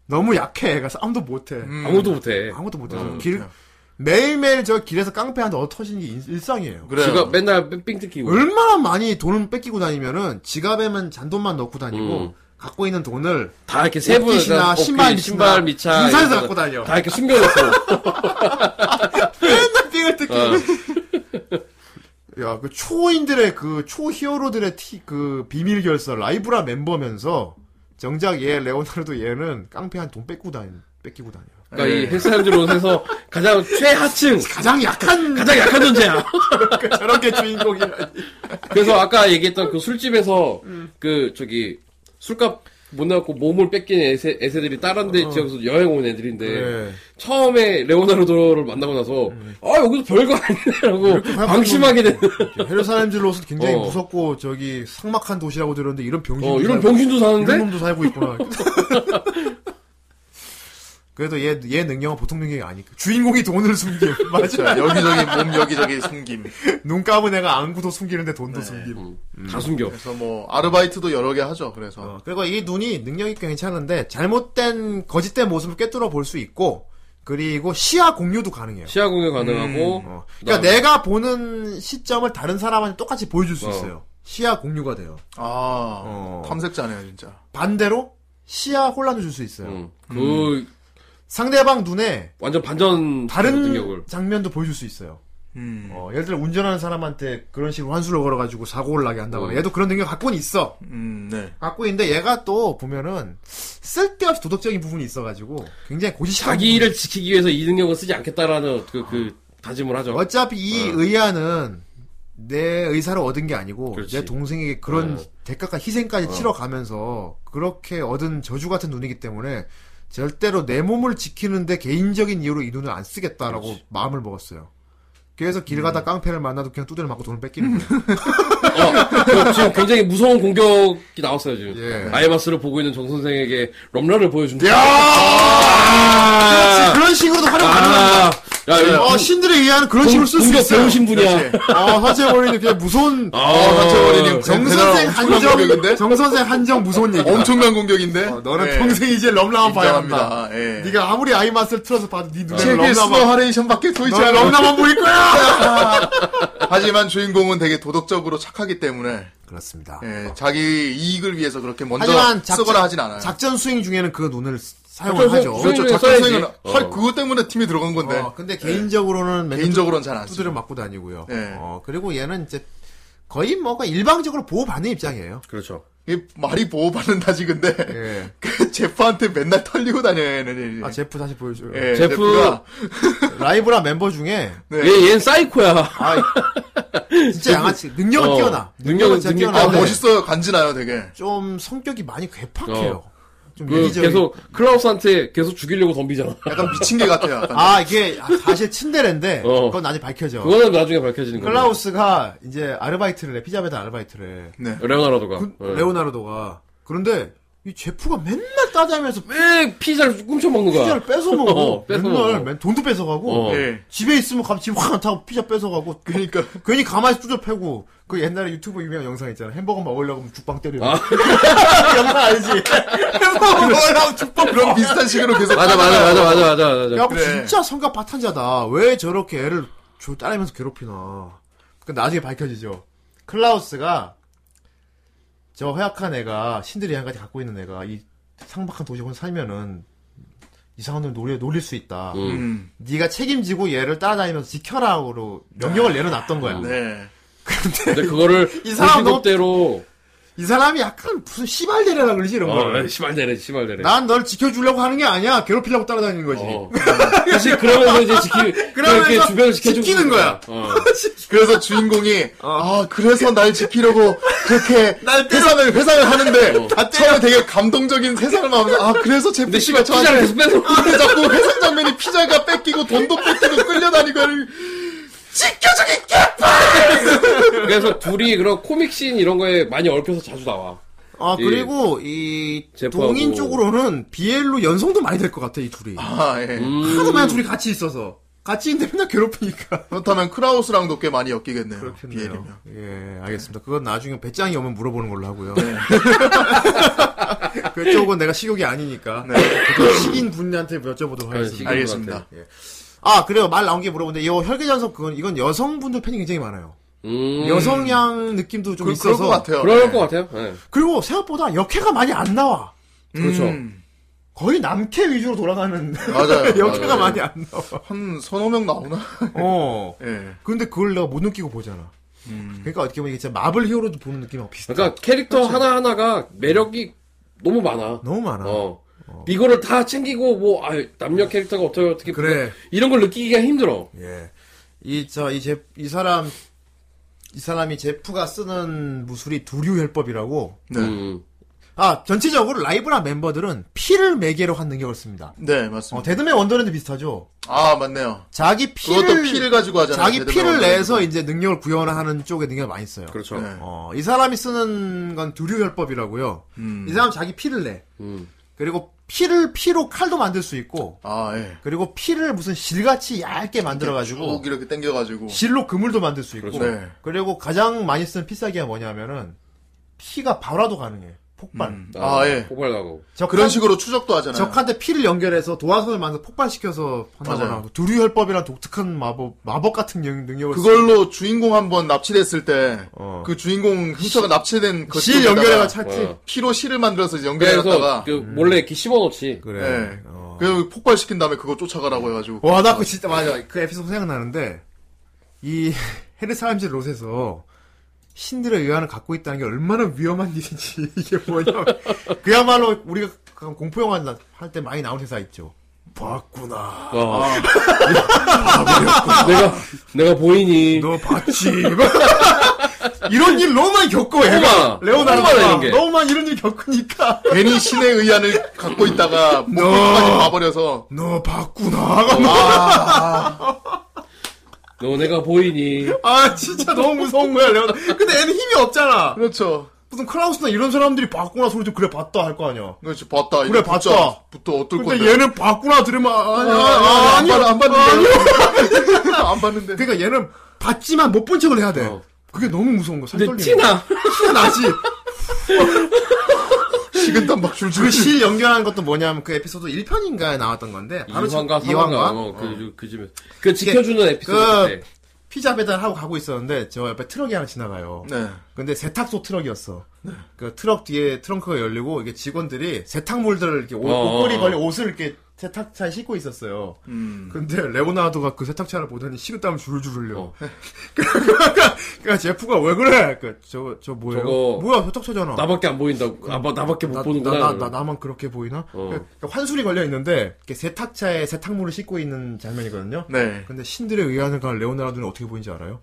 S1: 너무 약해 애가 싸움도 못해
S3: 아무도 못해.
S1: 아무것도 못해서
S2: 음,
S1: 길
S2: 그래요.
S1: 매일매일 저 길에서 깡패한테 얻어 터지는 게 일- 일상이에요.
S2: 그래요.
S3: 지가 맨날 삥 뜯기고.
S1: 얼마나 많이 돈을 뺏기고 다니면은 지갑에만 잔돈만 넣고 다니고
S3: 음.
S1: 갖고 있는 돈을
S3: 다 이렇게 세부 그러니까
S1: 옷깃이나 신발,
S3: 신발 미차
S1: 인사에서
S3: 이런
S1: 갖고
S3: 거
S1: 다녀.
S3: 다 이렇게 숨겨놓고
S1: 맨날
S3: 어.
S1: 삥을 뜯기. 야, 그 초인들의 그 초히어로들의 티, 그 비밀 결사 라이브라 멤버면서 정작 얘 레오나르도 얘는 깡패한테 돈 뺏고 다니 뺏기고 다녀.
S3: 그러니까 이 헬스장들 옷에서 가장 최하층
S1: 가장 약한
S3: 가장 약한 존재야.
S1: 저런 게 주인공이라니.
S3: 그래서 아까 얘기했던 그 술집에서 그 저기 술값 못 내갖고 몸을 뺏긴 애새, 애새들이 다른 데 지역에서 여행 온 애들인데
S1: 네.
S3: 처음에 레오나르도를 만나고 나서 아 여기서 별거 아니라고 방심하게 되는
S1: 헤르 사람들로서 굉장히
S3: 어.
S1: 무섭고 저기 삭막한 도시라고 들었는데 이런 병신
S3: 어, 이런 병신도
S1: 이런
S3: 사는데
S1: 놈도 살고 있구나. 그래도 얘, 얘 능력은 보통 능력이 아니까. 주인공이 돈을 숨김. 맞아.
S2: 자, 여기저기 몸 여기저기 숨김.
S1: 눈 감은 애가 안구도 숨기는데 돈도
S3: 네.
S1: 숨김.
S3: 음, 다 숨겨.
S2: 그래서 뭐 아르바이트도 여러 개 하죠. 그래서
S1: 어, 그리고 이 눈이 능력이 꽤 괜찮은데 잘못된 거짓된 모습을 꿰뚫어 볼 수 있고 그리고 시야 공유도 가능해요.
S3: 시야 공유 가능하고
S1: 어. 그러니까
S3: 그다음에-
S1: 내가 보는 시점을 다른 사람한테 똑같이 보여줄 수
S3: 네. 어.
S1: 있어요. 시야 공유가 돼요.
S2: 아
S1: 어.
S2: 탐색자네요 진짜.
S1: 반대로 시야 혼란을 줄 수 있어요.
S3: 음. 그
S1: 상대방 눈에
S3: 완전 반전
S1: 다른
S3: 능력을
S1: 장면도 보여줄 수 있어요.
S2: 음.
S1: 어, 예를 들어 운전하는 사람한테 그런 식으로 환수를 걸어가지고 사고를 나게 한다거나
S3: 음.
S1: 얘도 그런 능력 갖고는 있어.
S2: 음, 네.
S1: 갖고 있는데 얘가 또 보면은 쓸데없이 도덕적인 부분이 있어가지고 굉장히 고지식한
S3: 자기를 지키기 위해서 이 능력을 쓰지 않겠다라는 그, 그 다짐을 하죠.
S1: 부분이- 어차피 이
S3: 어.
S1: 의아는 내 의사를 얻은 게 아니고
S3: 그렇지.
S1: 내 동생에게 그런
S3: 어.
S1: 대가가 희생까지 치러가면서 그렇게 얻은 저주 같은 눈이기 때문에 절대로 내 몸을 지키는데 개인적인 이유로 이 눈을 안 쓰겠다라고 마음을 먹었어요. 그래서 길
S3: 음.
S1: 가다 깡패를 만나도 그냥 두드려 맞고 돈을 뺏기는 거예요.
S3: 어, 그 지금 굉장히 무서운 공격이 나왔어요 지금.
S1: 예.
S3: 아이마스를 보고 있는 정 선생에게 럼라를 보여준다.
S1: 그렇지, 그런 식으로도 활용 가능합니다.
S3: 아! 야, 여기
S1: 어, 신들에 의한 그런 식으로 쓸 수
S3: 공격
S1: 있어요.
S3: 배우신 분이야.
S1: 아, 화재버리는 그냥 무서운.
S2: 아, 한채월이님
S1: 정선생 한정.
S2: 공격인데
S1: 정선생 한정 무서운 얘기.
S2: 엄청난 공격인데.
S1: 어, 너는
S2: 예.
S1: 평생 이제 럼라만 봐야 한다.
S2: 인정합니다. 예.
S1: 네가 아무리 아이마스를 틀어서 봐도 네 눈에
S2: 제게 수거
S1: 럼라만.
S2: 하레이션밖에 보이지
S3: 네,
S1: 너는
S2: 않아.
S1: 럼라만 보일 거야.
S2: 하지만 주인공은 되게 도덕적으로 착하기 때문에
S1: 그렇습니다.
S2: 예, 자기 이익을 위해서 그렇게 먼저
S1: 하지만
S2: 쓰거나
S1: 작전,
S2: 하진 않아요.
S1: 작전 수행 중에는 그 눈을 쓰- 사용을
S3: 작전
S1: 하죠.
S3: 수행-
S2: 그렇죠.
S3: 수행을
S2: 작전
S3: 써야지.
S2: 수행은
S3: 어.
S2: 할 그것 때문에 팀이 들어간 건데
S1: 어, 근데 개인적으로는 맨날
S2: 개인적으로는 잘안 쓰죠.
S1: 두드려 맞고 다니고요.
S2: 예.
S1: 어, 그리고 얘는 이제 거의 뭐가 일방적으로 보호받는 입장이에요.
S3: 그렇죠.
S2: 이게 말이 보호받는다지 근데
S1: 예.
S2: 그 제프한테 맨날 털리고 다녀요. 얘는.
S1: 아 제프 다시 보여줘요.
S2: 예,
S3: 제프. 예.
S2: 제프가
S1: 라이브라 멤버 중에
S2: 네.
S3: 얘, 얘는 사이코야.
S1: 아 진짜 양아치 능력은
S3: 어,
S1: 뛰어나.
S3: 능력은
S1: 진짜
S3: 능력-
S2: 아,
S3: 아, 네.
S1: 뛰어나는데
S2: 멋있어요. 간지나요, 되게.
S1: 좀 성격이 많이 괴팍해요. 좀
S3: 그
S1: 이기적이
S3: 계속 클라우스한테 계속 죽이려고 덤비잖아.
S2: 약간 미친 개 같아요. 약간.
S1: 아 이게 사실 친데레인데
S3: 어.
S1: 그건 아직 밝혀져.
S3: 그거는 나중에 밝혀지는 거야.
S1: 클라우스가 이제 아르바이트를 해 피자배달 아르바이트를 해.
S2: 네.
S3: 레오나르도가.
S1: 그,
S3: 예.
S1: 레오나르도가 그런데 이 제프가 맨날 따지면서
S3: 왜 피자를 훔쳐먹는 거야?
S1: 피자를 뺏어 먹어.
S3: 어, 뺏어
S1: 맨날
S3: 먹어.
S1: 맨- 돈도 뺏어 가고
S3: 어.
S2: 예.
S1: 집에 있으면 갑자기 확 타고 피자 뺏어 가고
S2: 그러니까
S1: 괜히 가만히 뚜져 패고 그 옛날에 유튜브 유명 영상 있잖아. 햄버거 먹으려고 하면 죽빵 때리고.
S3: 아.
S1: 영상 알지? 햄버거 먹으려고 죽빵
S2: 어, 그런 비슷한 식으로 계속
S3: 맞아, 맞아, 맞아, 맞아, 맞아, 맞아.
S1: 야,
S2: 그래.
S1: 진짜 성격 파탄자다. 왜 저렇게 애를 조- 따라면서 괴롭히나. 그 나중에 밝혀지죠. 클라우스가 저 허약한 애가 신들이 한가지 갖고 있는 애가 이 상박한 도시군 살면은 이상한 놈 노려 놀릴 수 있다.
S3: 음.
S2: 음.
S1: 네가 책임지고 얘를 따라다니면서 지켜라고 명령을 내려놨던 거야.
S2: 네.
S3: 근데 그거를
S1: 이 사람 너무-
S3: 대로
S1: 이 사람이 약간 무슨 씨발대래라 그러지 이런 거.
S3: 어, 시발대래, 시발대래.
S1: 난 널 지켜주려고 하는 게 아니야. 괴롭히려고 따라다니는 거지.
S3: 어. 사실 그러면서 이제 지키,
S1: 그러면서
S3: 그렇게 주변을 지켜주고
S1: 지키는 거야.
S3: 어.
S2: 그래서 주인공이 아 그래서 날 지키려고 그렇게
S1: 날 때려.
S2: 회상을 회상을 하는데
S1: 다 때려.
S2: 처음에 되게 감동적인 세상을 보면서 아 그래서 제프
S3: 근데
S2: 씨가
S3: 씨발
S2: 저한테
S3: 피자를 계속 빼서
S2: 근데 자꾸 회상 장면이 피자가 뺏기고 돈도 뺏기고 끌려다니고 하는-
S3: 그래서 둘이 그런 코믹씬 이런 거에 많이 얽혀서 자주 나와.
S1: 아
S3: 예.
S1: 그리고 이
S3: 제프하고.
S1: 동인 쪽으로는 비엘로 연성도 많이 될 것 같아 이 둘이.
S2: 아 예.
S3: 음.
S1: 하도 맨날 둘이 같이 있어서 같이 있는데 맨날 괴롭히니까.
S2: 그렇다면 크라우스랑도 꽤 많이 엮이겠네요. 비엘이면.
S1: 예, 알겠습니다. 그건 나중에 배짱이 오면 물어보는 걸로 하고요.
S2: 네.
S1: 그쪽은 내가 식욕이 아니니까. 그 식인 분한테 여쭤보도록 하겠습니다.
S3: 식인.
S2: 네. 알겠습니다.
S1: 아 그래요. 말 나온 게 물어보는데 이 혈계전석 그건 이건 여성분들 팬이 굉장히 많아요.
S3: 음.
S1: 여성향 느낌도 좀
S2: 그, 그럴
S1: 있어서.
S2: 것 같아요.
S3: 그럴
S2: 네.
S3: 것 같아요. 예.
S1: 그리고 생각보다 역해가 많이 안 나와.
S3: 그렇죠.
S2: 음,
S1: 거의 남캐 위주로 돌아가는
S2: 맞아요.
S1: 역해가
S2: 맞아요.
S1: 많이 안 나와.
S2: 한 서너 명 나오나?
S1: 어.
S2: 예. 음.
S1: 근데 그걸 내가 못 느끼고 보잖아. 그러니까 어떻게 보면 이게 진짜 마블 히어로즈 보는 느낌하고 비슷해.
S3: 그러니까 캐릭터 하나하나가 매력이 너무 많아.
S1: 너무 많아.
S3: 어. 이거를 다 챙기고 뭐 아, 남녀 캐릭터가 어떻게 어떻게 뭐
S1: 그래.
S3: 이런 걸 느끼기가 힘들어.
S1: 예. 이, 저, 이 제, 이 사람, 이 사람이 제프가 쓰는 무술이 두류혈법이라고.
S2: 네.
S3: 음.
S1: 아, 전체적으로 라이브라 멤버들은 피를 매개로 한 능력을 씁니다.
S2: 네, 맞습니다.
S1: 어, 데드맨 원더랜드 비슷하죠?
S2: 아, 맞네요.
S1: 자기 피를,
S2: 그것도 피를 가지고 하잖아요.
S1: 자기
S2: 데드맨
S1: 피를
S2: 원더랜드.
S1: 내서 이제 능력을 구현하는 쪽에 능력을 많이 써요.
S3: 그렇죠.
S2: 네.
S1: 어, 이 사람이 쓰는 건 두류혈법이라고요.
S2: 음.
S1: 이 사람 자기 피를 내.
S3: 음.
S1: 그리고 피를 피로 칼도 만들 수 있고
S2: 아, 예.
S1: 그리고 피를 무슨 실같이 얇게 만들어가지고
S2: 쭉 이렇게 당겨가지고.
S1: 실로 그물도 만들 수 있고
S2: 그렇죠. 네.
S1: 그리고 가장 많이 쓰는 필살기가 뭐냐면은 피가 발화도 가능해 폭발
S2: 음. 아, 예.
S3: 폭발하고.
S1: 적한,
S2: 그런 식으로 추적도 하잖아요.
S1: 적한테 피를 연결해서 도화선을 만들어 폭발시켜서 한다거나
S2: 맞아요.
S1: 두류혈법이란 독특한 마법 마법 같은 영- 능력을
S2: 그걸로 주인공 한 번 납치됐을 때 그
S1: 어.
S2: 주인공 훔쳐가 납치된
S1: 쓰- 실 연결해가
S2: 가
S1: 찾지
S3: 어.
S2: 피로 실을 만들어서 이제
S3: 그래서
S2: 연결해놨다가
S3: 그 몰래 이렇게 씹어넣지.
S1: 그래
S2: 예.
S1: 어.
S2: 그 폭발시킨 다음에 그거 쫓아가라고 해가지고
S1: 와, 나 그 진짜 맞아. 그 에피소드 생각나는데 이 헤르사임즈 롯에서 신들의 의안을 갖고 있다는 게 얼마나 위험한 일인지 이게 뭐냐. 그야말로 우리가 공포 영화 할 때 많이 나오는 회사 있죠. 봤구나.
S3: 어. 내가 내가 보이니.
S1: 너 봤지. 이런 일 너무 많이 겪고 애가
S3: 많아.
S1: 레오나르도가
S3: 너무 많아, 이런 게.
S1: 너무 많이 이런 일 겪으니까
S2: 괜히 신의 의안을 갖고 있다가 목까지 가버려서
S1: 너 봤구나.
S3: 어. 너 내가 보이니.
S1: 아 진짜 너무 무서운 거야 레오나. 근데 애는 힘이 없잖아.
S2: 그렇죠.
S1: 무슨 크라우스나 이런 사람들이 봤구나 소리 좀 그래 봤다 할 거 아니야.
S2: 그렇지 봤다.
S1: 그래,
S2: 이거 붙자.
S1: 봤다.
S2: 붙어 어떨
S1: 근데
S2: 건데?
S1: 얘는 봤구나 들으면 아니
S2: 아니,
S1: 아, 아니,
S2: 아니, 안,
S1: 아니,
S2: 봤, 안 봤는데. 안 봤는데.
S1: 그러니까 얘는 봤지만 못 본 척을 해야 돼.
S3: 어.
S1: 그게 너무 무서운 거야.
S3: 근데 티나.
S1: 티가 나지.
S2: 식은땀 막 줄줄.
S1: 그 실 연결하는 것도 뭐냐면 그 에피소드 1편인가에 나왔던 건데 바로
S3: 이황과
S1: 지- 이황과
S3: 사황과 어, 그, 그 집에 그 지켜주는 에피소드
S1: 그
S3: 때.
S1: 피자 배달하고 가고 있었는데 저 옆에 트럭이 하나 지나가요.
S2: 네.
S1: 근데 세탁소 트럭이었어. 그 트럭 뒤에 트렁크가 열리고 이게 직원들이 세탁물들을 이렇게 옷,
S3: 어,
S1: 옷걸이
S3: 어.
S1: 걸린 옷을 이렇게 세탁차에 싣고 있었어요.
S2: 음.
S1: 근데 레오나르도가 그 세탁차를 보더니 식은땀 줄줄 흘려.
S3: 어.
S1: 그러니까 제프가 왜 그래? 그 저거 저 뭐예요?
S3: 저거
S1: 뭐야 세탁차잖아.
S3: 나밖에 안 보인다고. 아, 뭐, 나밖에 못
S1: 어. 그 나,
S3: 보는구나.
S1: 나, 나, 만 그렇게 보이나?
S3: 어.
S1: 그러니까 환술이 걸려 있는데 이렇게 세탁차에 세탁물을 싣고 있는 장면이거든요.
S2: 네.
S1: 근데 신들의 의안을 가한 레오나르도는 어떻게 보이는지 알아요?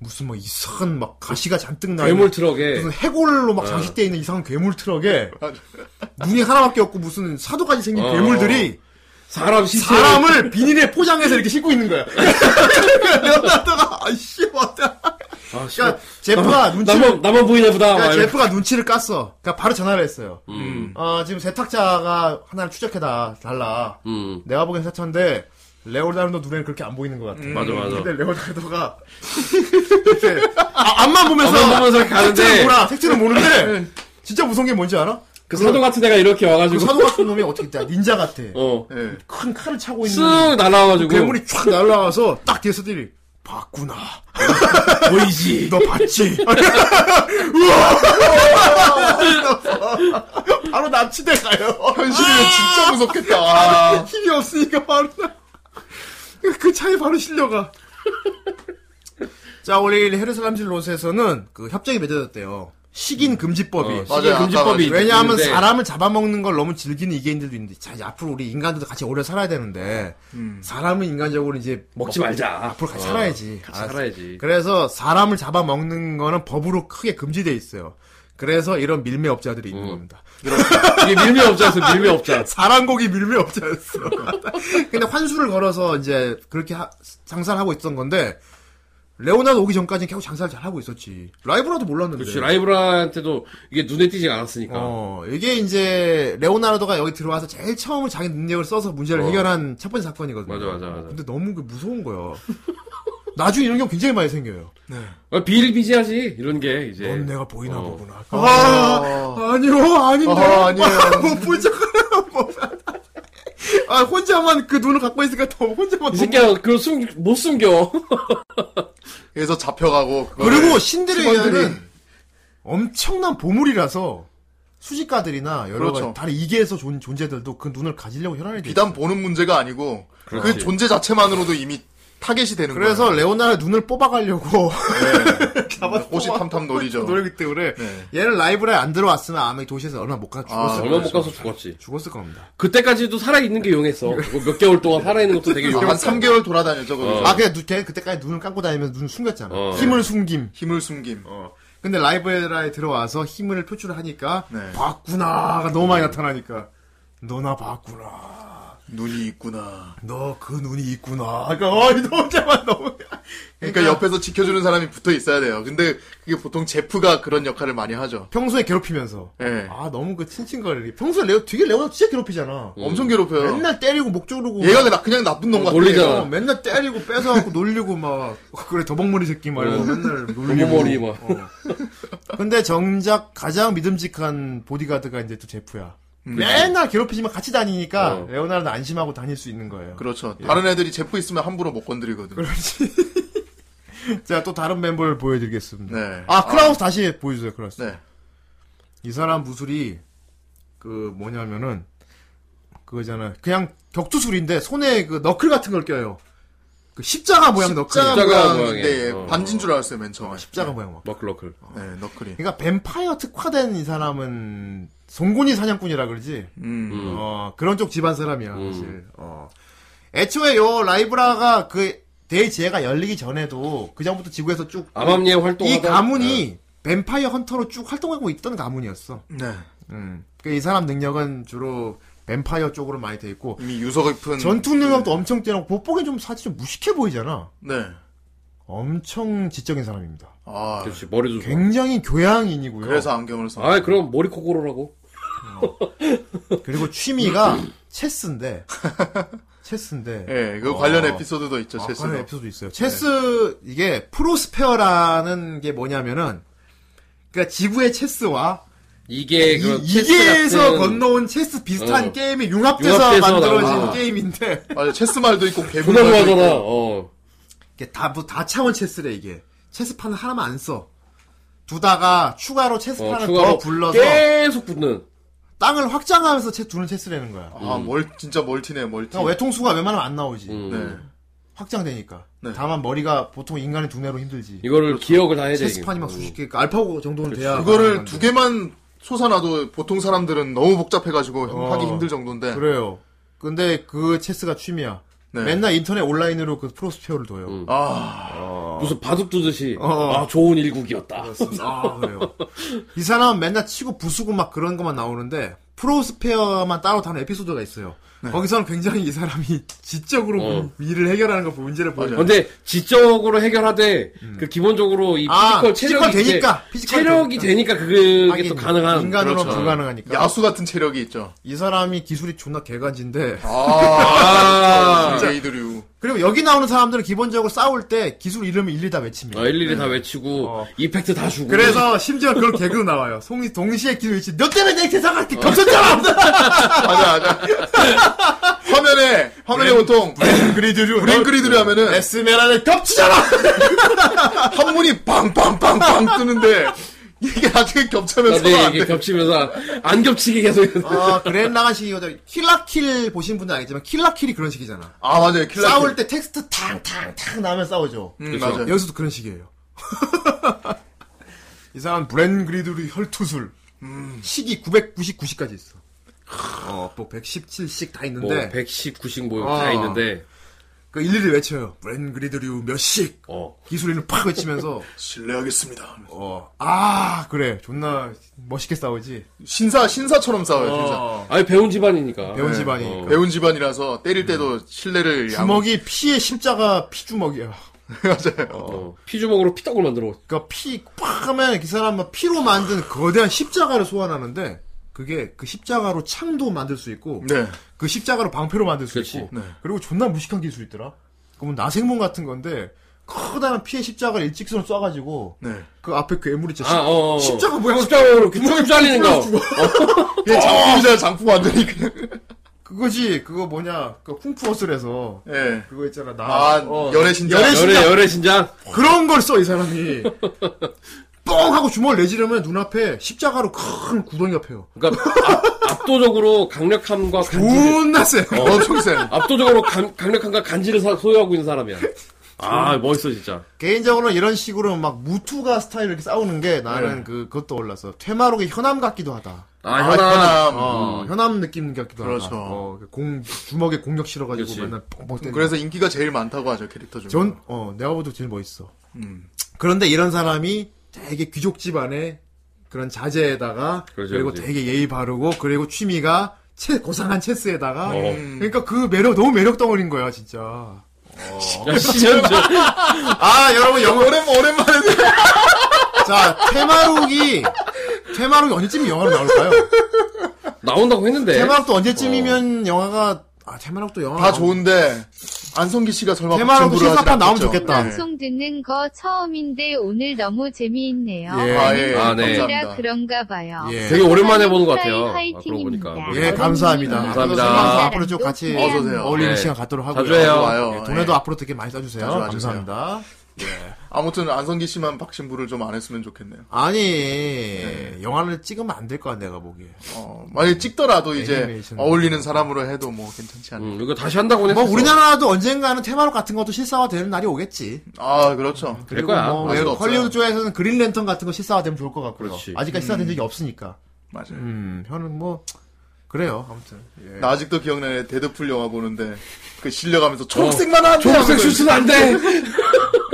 S1: 무슨 막 이상한 막 가시가 잔뜩 나 있는
S3: 괴물 트럭에 어.
S1: 무슨 해골로 막 장식돼 있는 이상한 괴물 트럭에 눈이 하나밖에 없고 무슨 사도까지 생긴
S3: 어.
S1: 괴물들이
S3: 사람 신체
S1: 사람을 비닐에 포장해서 이렇게 싣고 있는 거야. 레오나르도가 아씨 왔다.
S3: 아, 씨.
S1: 그러니까 제프가 눈치를
S3: 나만 나만 보이나 보다.
S1: 그러니까
S3: 막 이렇게.
S1: 제프가 눈치를 깠어. 그러니까 바로 전화를 했어요.
S3: 음.
S1: 아, 지금 세탁자가 하나를 추적해다 달라.
S3: 음.
S1: 내가 보기엔 세탁인데 레오나르도 눈에는 그렇게 안 보이는 것 같아.
S3: 음. 맞아 맞아.
S1: 근데 레오나르도가 이렇게 아, 앞만 보면서
S3: 앞만 보면서
S1: 색채는
S3: 가는데
S1: 몰라, 색채는 모르는데 진짜 무서운 게 뭔지 알아?
S3: 그 사도 같은 애가 이렇게
S1: 그
S3: 와가지고
S1: 사도 같은 놈이 어떻게 있다 닌자 같아.
S3: 어.
S2: 예.
S1: 큰 칼을 차고 있는
S3: 쓱 날아와가지고
S1: 그 괴물이 촥 날라와서 딱 뒤에서 들이 봤구나. 보이지? 너 봤지? 우와! 바로 납치돼 가요.
S2: 현실이면
S1: 아!
S2: 진짜 무섭겠다. 아.
S1: 힘이 없으니까 바로 나- 그 차에 바로 실려가. 자, 원래 이 헤르살람실 로스에서는 그 협정이 맺어졌대요. 식인 금지법이.
S3: 어,
S2: 맞아요.
S3: 시계 금지법이
S1: 왜냐하면
S3: 있는데
S1: 사람을 잡아먹는 걸 너무 즐기는 이계인들도 있는데 자 이제 앞으로 우리 인간들도 같이 오래 살아야 되는데 사람은 인간적으로 이제
S3: 음. 먹지
S1: 먹-
S3: 말자.
S1: 앞으로 같이
S3: 어,
S1: 살아야지
S3: 같이
S1: 알았어.
S3: 살아야지.
S1: 그래서 사람을 잡아먹는 거는 법으로 크게 금지돼 있어요 그래서 이런 밀매업자들이 있는
S3: 음.
S1: 겁니다
S3: 이게 밀매업자에서 밀매업자.
S1: 사랑고기 밀매업자였어 근데 환수를 걸어서 이제 그렇게 하- 장사를 하고 있던 건데 레오나도 오기 전까지는 계속 장사를 잘 하고 있었지 라이브라도 몰랐는데
S3: 그렇지 라이브라한테도 이게 눈에 띄지 않았으니까.
S1: 어, 이게 이제 레오나르도가 여기 들어와서 제일 처음 자기 능력을 써서 문제를
S3: 어.
S1: 해결한 첫 번째 사건이거든요.
S3: 맞아, 맞아, 맞아.
S1: 근데 너무 그 무서운 거야. 나중에 이런 경우 굉장히 많이 생겨요.
S3: 아, 비일비재하지 이런 게 이제.
S1: 넌
S2: 네.
S1: 내가 보이나
S3: 어.
S1: 보구나. 아, 아니요, 아닌데. 뭐
S2: 아, 아니에요.
S1: 못본 척. 뭐. 아, 혼자만 그 눈을 갖고 있으니까 더 혼자만.
S3: 이 새끼야 그숨못 숨겨.
S2: 그래서 잡혀가고.
S1: 너무- 뭐. 그리고 신들의
S2: 팀원들이-
S1: 의견은 엄청난 보물이라서 수집가들이나 여러
S2: 그렇죠.
S1: 가지 다른 이계에서 존, 존재들도 그 눈을 가지려고 혈안이 돼
S2: 비단 보는 문제가 아니고 그
S3: 그렇지.
S2: 존재 자체만으로도 이미 타겟이 되는
S1: 그래서 레오나의 눈을 뽑아가려고
S2: 거예요. 호시탐탐 노리죠.
S1: 노력이기 때문에
S2: 네.
S1: 얘는 라이브에 안 들어왔으면 아마 이 도시에서 얼마 못 가서
S2: 아,
S1: 죽었을,
S3: 얼마 못 가서 죽었지.
S1: 죽었을 겁니다.
S3: 그때까지도 살아있는 게 용했어. 그거 몇 개월 동안 살아있는 것도 되게
S2: 한
S3: 용했어.
S2: 3개월 돌아다녔죠. 거기서.
S1: 아, 그냥 걔 그때까지 눈을 감고 다니면서 눈을 숨겼잖아.
S3: 어.
S1: 힘을 숨김.
S2: 힘을 숨김.
S1: 근데 라이브에라에 들어와서 힘을 표출을 하니까
S2: 네.
S1: 봤구나가 너무 많이 나타나니까 너나 봤구나.
S2: 눈이 있구나.
S1: 너 그 눈이 있구나. 그러니까 어이 너 혼자만 너무.
S2: 그러니까 옆에서 지켜주는 사람이 붙어 있어야 돼요. 근데 그게 보통 제프가 그런 역할을 많이 하죠.
S1: 평소에 괴롭히면서
S2: 예.
S1: 아 너무 그 친친거리기. 평소에 레오 되게 레오나 진짜 괴롭히잖아.
S2: 엄청 괴롭혀요.
S1: 맨날 때리고 목 조르고.
S2: 얘가 그냥- 그냥 나쁜 놈 같아.
S3: 놀리잖아.
S1: 어, 맨날 때리고 뺏어갖고 놀리고 막 어, 그래 더벅머리 새끼 막 이러고
S3: 어.
S1: 맨날 놀리고 어.
S3: 머머리 막.
S1: 근데 정작 가장 믿음직한 보디가드가 이제 또 제프야 맨날 괴롭히지만 같이 다니니까
S3: 음. 어.
S1: 레오나르도 안심하고 다닐 수 있는 거예요
S2: 그렇죠. 다른 애들이 제프 있으면 함부로 못 건드리거든요.
S1: 제가 또 다른 멤버를 보여드리겠습니다
S2: 네.
S1: 아 크라우스 다시 보여주세요 크라우스
S2: 네.
S1: 이 사람 무술이 그 뭐냐면은 그거잖아 그냥 격투술인데 손에 그 너클 같은 걸 껴요 그 십자가 모양
S2: 아, 십자가
S1: 너클
S3: 십자가
S2: 모양인데
S3: 모양이에요.
S2: 예,
S3: 어.
S2: 반진 줄 알았어요 맨 처음에.
S1: 십자가 모양 막
S3: 머클러클.
S2: 네, 너클이.
S1: 그러니까 뱀파이어 특화된 이 사람은 송곳니 사냥꾼이라 그러지.
S2: 음.
S3: 음.
S1: 어 그런 쪽 집안 사람이야 사실. 어 애초에 요 라이브라가 그 대지혜가 열리기 전에도 그 전부터 지구에서
S3: 암암리에
S1: 쭉 이
S3: 활동하다.
S1: 가문이 뱀파이어 헌터로 쭉 활동하고 있던 가문이었어.
S2: 네.
S1: 음. 그러니까 이 사람 능력은 주로 뱀파이어 쪽으로 많이 돼 있고
S2: 이미 유서 깊은
S1: 전투 능력도 엄청 뛰어나고 보폭이 좀 사실 좀 무식해 보이잖아.
S2: 네.
S1: 엄청 지적인 사람입니다.
S2: 아,
S3: 그렇지 머리도 좋아.
S1: 굉장히 교양인이고요.
S2: 그래서 안경을 써.
S3: 아 그럼 머리 코고로라고.
S1: 그리고 취미가 체스인데 체스인데
S2: 예, 그 관련
S1: 어.
S2: 에피소드도 있죠,
S1: 아,
S2: 체스.
S1: 그런 에피소드 있어요. 체스 이게 프로스페어라는 게 뭐냐면은 그러니까 지구의 체스와
S3: 이게
S1: 이,
S3: 네, 그런
S1: 이계에서
S3: 체스 같은-
S1: 건너온 체스 비슷한
S3: 어.
S1: 게임이 융합돼서,
S3: 융합돼서
S1: 만들어진
S3: 나온-
S1: 게임인데
S2: 맞아, 체스 말도 있고
S3: 존나
S2: 개구리말도 있고.
S3: 좋아하잖아. 어.
S1: 이게 다, 뭐, 다 차원 체스래, 이게. 체스판을 하나만 안 써. 두다가 추가로
S3: 어,
S1: 체스판을 더
S3: 추가로
S1: 불러서
S3: 계속 붙는.
S1: 땅을 확장하면서 채, 두는 체스라는 거야.
S2: 아, 멀, 진짜 멀티네, 멀티.
S1: 그러니까 외통수가 웬만하면 안 나오지.
S3: 아, 음.
S2: 네.
S1: 확장되니까.
S2: 네.
S1: 다만 머리가 보통 인간의 두뇌로 힘들지.
S3: 이거를 기억을 다 해야 돼.
S1: 그렇죠. 체스판이 막
S3: 이게.
S1: 수십 개, 그러니까 알파고 정도는 돼야.
S2: 그거를
S1: 가능한
S2: 두
S1: 건데.
S2: 개만 솟아나도 보통 사람들은 너무 복잡해가지고
S1: 어.
S2: 하기 힘들 정도인데.
S1: 그래요. 근데 그 체스가 취미야.
S2: 네.
S1: 맨날 인터넷 온라인으로 그 프로스페어를 둬요.
S3: 음.
S2: 아,
S3: 어. 무슨 바둑 두듯이
S1: 어.
S3: 아 좋은 일국이었다.
S1: 아, 그래요. 이 사람은 맨날 치고 부수고 막 그런 것만 나오는데, 프로스페어만 따로 다른 에피소드가 있어요. 거기서는 굉장히 이 사람이 지적으로
S3: 어.
S1: 일을 해결하는 거, 문제를 보여요.
S3: 근데 지적으로 해결하되 그 기본적으로 이
S1: 음. 아, 피지컬
S3: 피지컬 체력이 이제
S1: 되니까, 피지컬 음.
S3: 어, 체력이 되니까, 그게 또 가능한
S1: 인간으로 는
S3: 그렇죠.
S1: 불가능하니까.
S2: 야수 같은 체력이 있죠.
S1: 이 사람이 기술이 존나 개간지인데,
S2: 아, 진짜 이드류.
S1: 그리고 여기 나오는 사람들은 기본적으로 싸울 때 기술 이름을 일일이 다 외칩니다.
S3: 어, 일일이 다 외치고
S1: 어.
S3: 이펙트 다 주고
S1: 그래서 심지어 그런 개그도 나와요. 송, 동시에 기술 외치, 너 때문에 내 세상을 겹쳤잖아!
S2: 맞아, 맞아. 화면에, 화면에 보통,
S1: 그리드류.
S2: 브링크리드류 하면은,
S1: 에스메랄에 겹치잖아!
S2: 한 문이 빵빵빵빵 뜨는데, 이게 나중에
S3: 아,
S2: 겹쳐면서
S3: 네,
S2: 안
S3: 이게
S2: 돼.
S3: 겹치면서 안 겹치게 계속
S1: 아, 그랜 나간 식이거든. 킬라킬 보신 분들 알겠지만 킬라킬이 그런 식이잖아.
S2: 아, 맞아요. 킬라.
S1: 싸울 때 텍스트 탕탕탕 나면 싸우죠.
S2: 음, 맞아요.
S1: 여기서도 그런 식이에요. 이 사람 브랜 그리드류 혈투술. 식이 999시까지 있어. 어, 뭐 117씩 다
S3: 뭐
S1: 있는데
S3: 119식 뭐다
S1: 네. 어.
S3: 있는데
S1: 그 일일이 외쳐요. 브랜 그리드류 몇 식.
S3: 어
S1: 기술인을 팍 외치면서
S2: 실례하겠습니다.
S1: 어, 아, 그래. 존나 멋있게 싸우지.
S2: 신사, 신사처럼 싸워요, 신사. 네. 어.
S1: 어,
S3: 아니 배운 집안이니까
S1: 배운 집안이니까. 음.
S2: 배운 집안이라서 때릴 때도 신뢰를 양육.
S1: 주먹이 피의 십자가 피주먹이야.
S2: 맞아요.
S3: 어, 피주먹으로 피떡을 만들어
S1: 그러니까 피팍 하면 그 사람은 피로 만든 거대한 십자가를 소환하는데 그게 그 십자가로 창도 만들 수 있고
S2: 네.
S1: 그 십자가로 방패로 만들 수
S3: 그렇지.
S1: 있고
S2: 네.
S1: 그리고 존나 무식한 기술이 있더라. 그러면 나생문 같은 건데 커다란 피의 십자가를 일직선으로 쏴가지고
S2: 네.
S1: 그 앞에 괴물이 있죠.
S3: 아, 어, 어.
S1: 십자가 모양
S3: 십자가로 구멍이 잘리는 거
S1: 어.
S2: 이게 예, 장품이잖아, 장품 안 되니까.
S1: 그거지 그거 뭐냐 그 쿵푸어슬에서
S2: 예. 네.
S1: 그거 있잖아 나
S2: 아,
S1: 어.
S2: 연애 신장.
S1: 열애
S3: 열애 열애 신장
S1: 그런 걸 써 이 사람이 뻥 하고 주먹을 내지르면 눈앞에 십자가로 큰 구덩이가 펴요.
S3: 그러니까 압- 압도적으로 강력함과 간지
S1: 존나 세.
S2: 어, 엄청 센.
S3: 압도적으로 감- 강력함과 간지를 사- 소유하고 있는 사람이야 아 멋있어 진짜
S1: 개인적으로는 이런 식으로 막 무투가 스타일로 이렇게 싸우는 게 나는 그, 그것도 올랐어. 퇴마록의 현암 같기도 하다.
S3: 아
S2: 아,
S3: 현아
S2: 현암.
S1: 어, 현암 느낌 같기도
S2: 그렇죠.
S1: 하다. 어, 공, 주먹에 공력 실어가지고
S3: 그렇지.
S1: 맨날 뻥뻥 때리고.
S2: 그래서 인기가 제일 많다고 하죠, 캐릭터 중에.
S1: 네. 전, 어, 내가 봐도 제일 멋있어.
S2: 음.
S1: 그런데 이런 사람이 되게 귀족 집안의 그런 자제에다가 그
S3: 그렇죠,
S1: 리고
S3: 그렇지.
S1: 되게 예의 바르고 그리고 취미가 체, 고상한 체스에다가
S3: 어.
S1: 그러니까 그 매력 너무 매력 덩어리인 거야 진짜.
S3: 야, 진짜
S1: 아 여러분 영어
S2: 오랜만, 오랜만에.
S1: 자, 테마룩이, 테마룩이 언제쯤 영화로 나올까요?
S3: 나온다고 했는데
S1: 테마룩도 언제쯤이면 영화가, 아, 테마룩도 영화.
S2: 다 좋은데, 안성기 씨가 설마.
S1: 테마라도
S2: 부침부를 하진
S1: 실사판 나오면
S2: 않겠죠?
S1: 좋겠다.
S2: 네.
S6: 방송 듣는 거 처음인데 오늘 너무 재미있네요.
S1: 예.
S2: 아, 예.
S3: 아, 네.
S6: 이라
S2: 감사합니다.
S6: 그런가 봐요.
S1: 예.
S3: 되게 오랜만에 보는 것 같아요 아,
S6: 프라이
S3: 그러고 보니까
S6: 화이팅입니다.
S1: 예, 감사합니다.
S3: 감사합니다.
S1: 앞으로, 앞으로 쭉 같이
S2: 어서 오세요.
S1: 어울리는
S3: 네.
S1: 시간 갖도록 하고요.
S3: 자주 해요.
S2: 와요.
S1: 예, 돈에도
S2: 예.
S1: 앞으로 되게 많이 써주세요.
S2: 자주 와주세요.
S1: 감사합니다.
S2: 아무튼 안성기 씨만 박신부를 좀 안 했으면 좋겠네요.
S1: 아니, 영화를 찍으면 안 될 거야, 내가 보기에.
S2: 어, 만약에 찍더라도 이제
S1: 애니메이션.
S2: 어울리는 사람으로 해도 뭐 괜찮지 않나.
S3: 음, 이거 다시 한다고 했어
S1: 뭐, 우리나라도 언젠가는 테마룩 같은 것도 실사화되는 날이 오겠지.
S2: 아, 그렇죠.
S3: 될 거야.
S1: 뭐,
S2: 아직 없어요.
S1: 헐리우드 쪽에서는 그린랜턴 같은 거 실사화되면 좋을 것 같고요.
S3: 그렇지.
S1: 아직까지 실사된 적이 없으니까.
S2: 맞아요.
S1: 음, 현은 뭐, 그래요. 아무튼. 예.
S2: 나 아직도 기억나네. 데드풀 영화 보는데 그 실려가면서 초록색만 안 돼.
S3: 초록색 슈츠는 안돼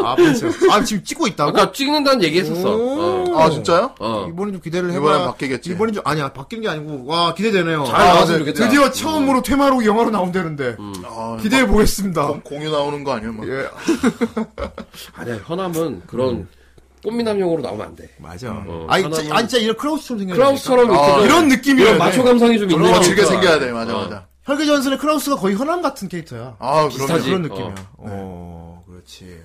S1: 아, 펜스. 아, 지금 찍고 있다고?
S3: 아까 찍는다는 얘기 했었어. 어.
S2: 아 진짜요?
S3: 어.
S1: 이번엔 좀 기대를 해봐.
S2: 이번엔 바뀌겠지.
S1: 이번엔 좀, 아니야, 바뀌는 게 아니고, 와, 기대되네요.
S3: 잘 나왔으면
S2: 아, 네.
S3: 좋겠다.
S1: 드디어 처음으로 퇴마로 영화로 나온다는데.
S2: 아,
S1: 기대해 보겠습니다.
S2: 막 공유 나오는 거 아니에요? 뭐? 막.
S1: 예.
S3: 아니야, 현암은 그런 꽃미남용으로 나오면 안 돼.
S1: 맞아.
S3: 어,
S1: 음. 아니,
S3: 하나는-
S1: 진짜, 아니, 진짜 이런 크라우스처럼 생겼
S3: 크라우스처럼 이렇게
S2: 아,
S3: 좀
S1: 음. 이런 느낌이야.
S3: 이런 마초 감성이 좀 있는
S2: 어,
S3: 거니까.
S2: 즐겨 생겨야 돼, 맞아,
S3: 어.
S2: 맞아.
S1: 혈기 전선의 크라우스가 거의 현암 같은 캐릭터야.
S2: 아, 그럼요.
S3: 비슷하지.
S1: 그런 느낌이야. 어, 그렇지.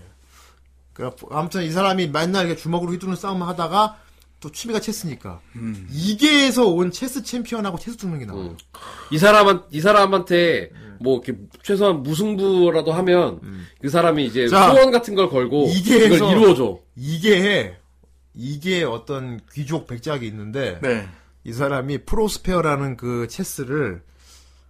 S1: 그래, 아무튼 이 사람이 맨날 이렇게 주먹으로 휘두르는 싸움을 하다가 또 취미가 체스니까. 이게에서 온 체스 챔피언하고 체스 두는 게 나와. 요
S3: 음. 이 사람한 이 사람한테 뭐 이렇게 최소한 무승부라도 하면 그 사람이 이제
S1: 자,
S3: 소원 같은 걸 걸고
S1: 이게
S3: 이걸
S1: 해서-
S3: 이루어줘.
S1: 이게 이게 어떤 귀족 백작이 있는데
S2: 네.
S1: 이 사람이 프로스페어라는 그 체스를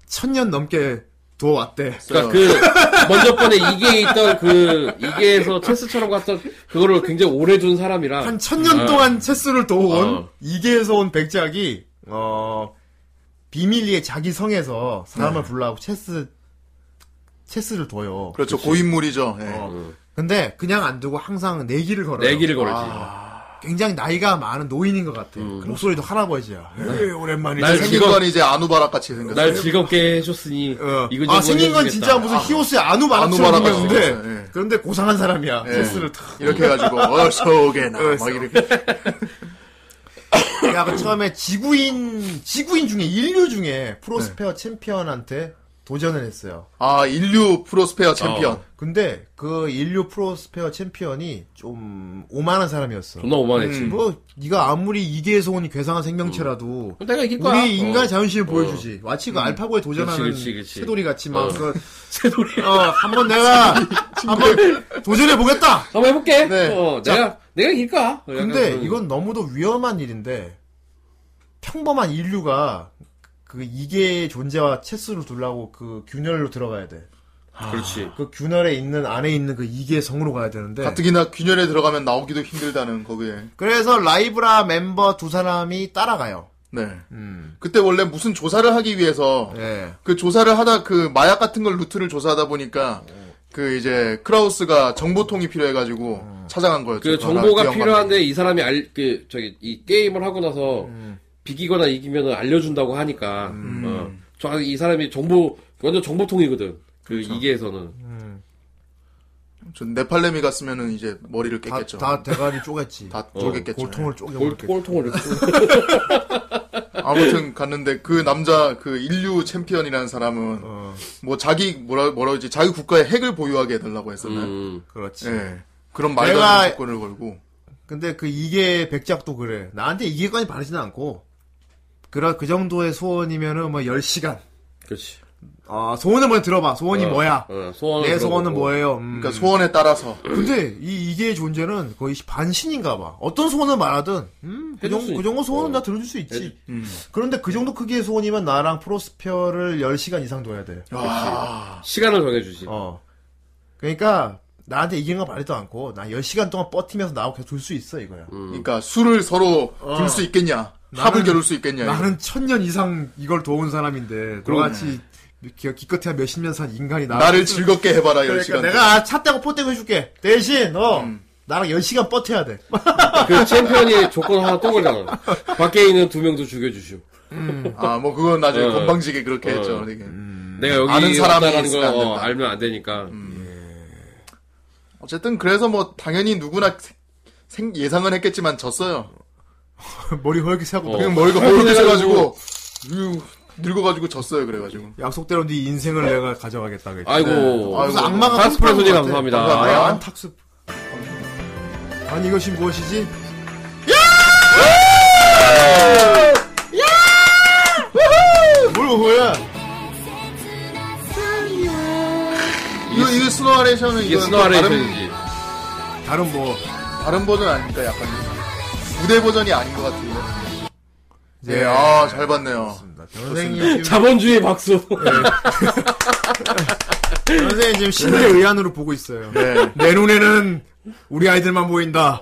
S1: 천년 넘게 두어왔대.
S3: 그러니까 그 먼저 번에 이게 있던 그 이게에서 체스처럼 갔던 그거를 굉장히 오래 준 사람이랑
S1: 한 천년
S3: 어.
S1: 동안 체스를 도온
S3: 어.
S1: 이게에서 온 백작이 어 비밀리에 자기 성에서 사람을 불러하고 체스 체스를 둬요.
S2: 그렇죠. 고인물이죠. 예.
S1: 어. 근데 그냥 안 두고 항상 내기를 걸어요. 아,
S3: 내기를 걸지.
S1: 굉장히 나이가 많은 노인인 것 같아. 그 목소리도 할아버지야. 에이, 오랜만이지.
S3: 날
S2: 생긴
S3: 즐거
S2: 건 이제 아누바락 같이
S3: 날
S2: 생겼어요.
S3: 즐겁게 해줬으니
S1: 네. 어.
S3: 이거 이제
S1: 아 생긴 건
S3: 보여주겠다.
S1: 진짜 무슨 히오스의 아누바라처럼
S2: 아누바라가
S1: 생겼는데
S2: 생겼어요, 예.
S1: 그런데 고상한 사람이야.
S2: 예.
S1: 체스를 탁.
S2: 이렇게 해가지고 어서오게나 막 이렇게
S1: 야, 그 처음에 지구인 지구인 중에 인류 중에
S3: 네.
S1: 프로스페어 챔피언한테 도전을 했어요.
S2: 아 인류 프로스페어 챔피언
S1: 근데 그 인류 프로스페어 챔피언이 좀 오만한 사람이었어.
S3: 존나 오만했지.
S2: 음.
S1: 뭐 네가 아무리 이계에서 온 괴상한 생명체라도
S3: 음. 그럼 내가 이길 거야.
S1: 우리 인간의
S3: 어.
S1: 자존심을 보여주지. 마치 그 알파고에 도전하는
S3: 그치, 그치, 그치.
S1: 새돌이 같이 막
S3: 어.
S1: 그,
S3: 새돌이.
S1: 어, 한번 내가 한번 도전해 보겠다.
S3: 한번 해볼게.
S2: 네.
S3: 어,
S1: 자.
S3: 내가 내가 이길 거야. 어, 약간
S1: 근데
S3: 그런-
S1: 이건 너무도 위험한 일인데 평범한 인류가 그 이계의 존재와 체스를 둘라고 그 균열로 들어가야 돼.
S3: 그렇지.
S1: 그 균열에 있는 안에 있는 그 이계의 성으로 가야
S3: 네.
S1: 되는데
S2: 가뜩이나 균열에 들어가면 나오기도 힘들다는 거기에
S1: 그래서 라이브라 멤버 두 사람이 따라가요.
S2: 네
S1: 음.
S2: 그때 원래 무슨 조사를 하기 위해서
S3: 네.
S1: 예.
S2: 그 조사를 하다 그 마약 같은 걸 루트를 조사하다 보니까 그 이제 크라우스가 정보통이 필요해가지고 찾아간 거였죠
S3: 그 정보가 필요한데 이 사람이 알 그 저기 이 게임을 하고 나서
S1: 음.
S3: 비기거나 이기면 알려준다고 하니까 어. 저 이 사람이 정보 완전 정보통이거든. 그
S1: 그렇죠.
S3: 이계에서는
S2: 전 네팔렘이 갔으면은 이제 머리를
S1: 다,
S2: 깼겠죠
S1: 다 대가리 쪼갰지.
S2: 다 쪼갰겠죠 예.
S1: 골통을 쪼개.
S3: 골- 골통을 이렇게
S2: 네. 아무튼 갔는데 그 남자 그 인류 챔피언이라는 사람은
S3: 어.
S2: 뭐 자기 뭐라 뭐라 그러지 자기 국가의 핵을 보유하게 해달라고 했었나요?
S3: 음.
S1: 그렇지.
S2: 예. 그런 말도
S1: 내가-
S2: 안 되는 조건을 걸고
S1: 근데 그 이계 백작도 그래. 나한테 이계까지 바르지는 않고. 그라 그 정도의 소원이면은 뭐 10시간.
S3: 그렇지.
S1: 아, 소원을 먼저 들어봐. 소원이 뭐야?
S3: 어, 소원을
S1: 내
S3: 들어보고.
S1: 소원은 뭐예요? 음.
S2: 그러니까 소원에 따라서
S1: 근데 이 이계의 존재는 거의 반신인가 봐. 어떤 소원을 말하든 음, 그,
S3: 해줄
S1: 정,
S3: 수
S1: 그
S3: 있-
S1: 정도 소원은
S3: 어.
S1: 나 들어줄 수 있지.
S2: 음.
S1: 그런데 그 정도 크기의 소원이면 나랑 프로스페어를 10시간 이상 둬야 돼.
S2: 아,
S3: 시간을 정해주지.
S1: 어. 그러니까 나한테 이기는 거 말도 않고 나 10시간 동안 버티면서 나하고 계속 둘 수 있어 이거야.
S2: 그러니까 술을 서로 둘 수 있겠냐, 합을 겨룰 수 있겠냐. 이거.
S1: 어. 나는 천년 이상 이걸 도운 사람인데 너같이 기- 기껏해야 몇십 년 산 인간이 나
S2: 나를 즐겁게 해봐라 열
S1: 그러니까
S2: 시간.
S1: 내가 차 떼고 포 떼고 해줄게. 대신 너
S2: 음.
S1: 나랑 10시간 버텨야 돼.
S3: 그 챔피언이 조건 하나 또 걸잖아. 밖에 있는 두 명도 죽여주시오.
S2: 음. 아뭐 그건 나중에
S3: 어.
S2: 건방지게 그렇게
S3: 어.
S2: 했죠. 되게.
S1: 음.
S3: 내가 여기
S2: 아는 사람이
S3: 왔다라는 음. 걸
S2: 있으면 안
S3: 어,
S2: 된다.
S3: 알면 안 되니까.
S2: 어쨌든 그래서 뭐 당연히 누구나 생- 생- 예상은 했겠지만 졌어요.
S1: 머리 허옇게 세고
S2: 그냥
S1: 그냥
S2: 머리가
S3: 그래가지고-
S2: 홀쭉해가지고 늙어가지고 졌어요. 그래가지고.
S1: 약속대로 네 인생을 내가 가져가겠다. 그랬지.
S3: 네. 아이고.
S2: 아이고.
S1: 무슨 악마가
S3: 탁스프레
S1: 탁스프레
S3: 소님
S1: 같아.
S3: 감사합니다.
S2: 감사합니다.
S1: 안 탁스. 아니 이것이 무엇이지? 뭘 뭐야?
S2: 이거 이거 스노 아레이션은
S3: 이게
S2: 이거
S3: 스노
S2: 다른
S3: 아레이션이지.
S1: 다른 뭐
S2: 다른 버전 아닙니까? 약간 무대 버전이 아닌 것 같아요.
S1: 네.
S2: 예, 아 잘 봤네요.
S1: 선생님 지금
S3: 자본주의 박수.
S1: 선생님 지금 신의 의안으로 보고 있어요.
S2: 네.
S1: 내 눈에는 우리 아이들만 보인다.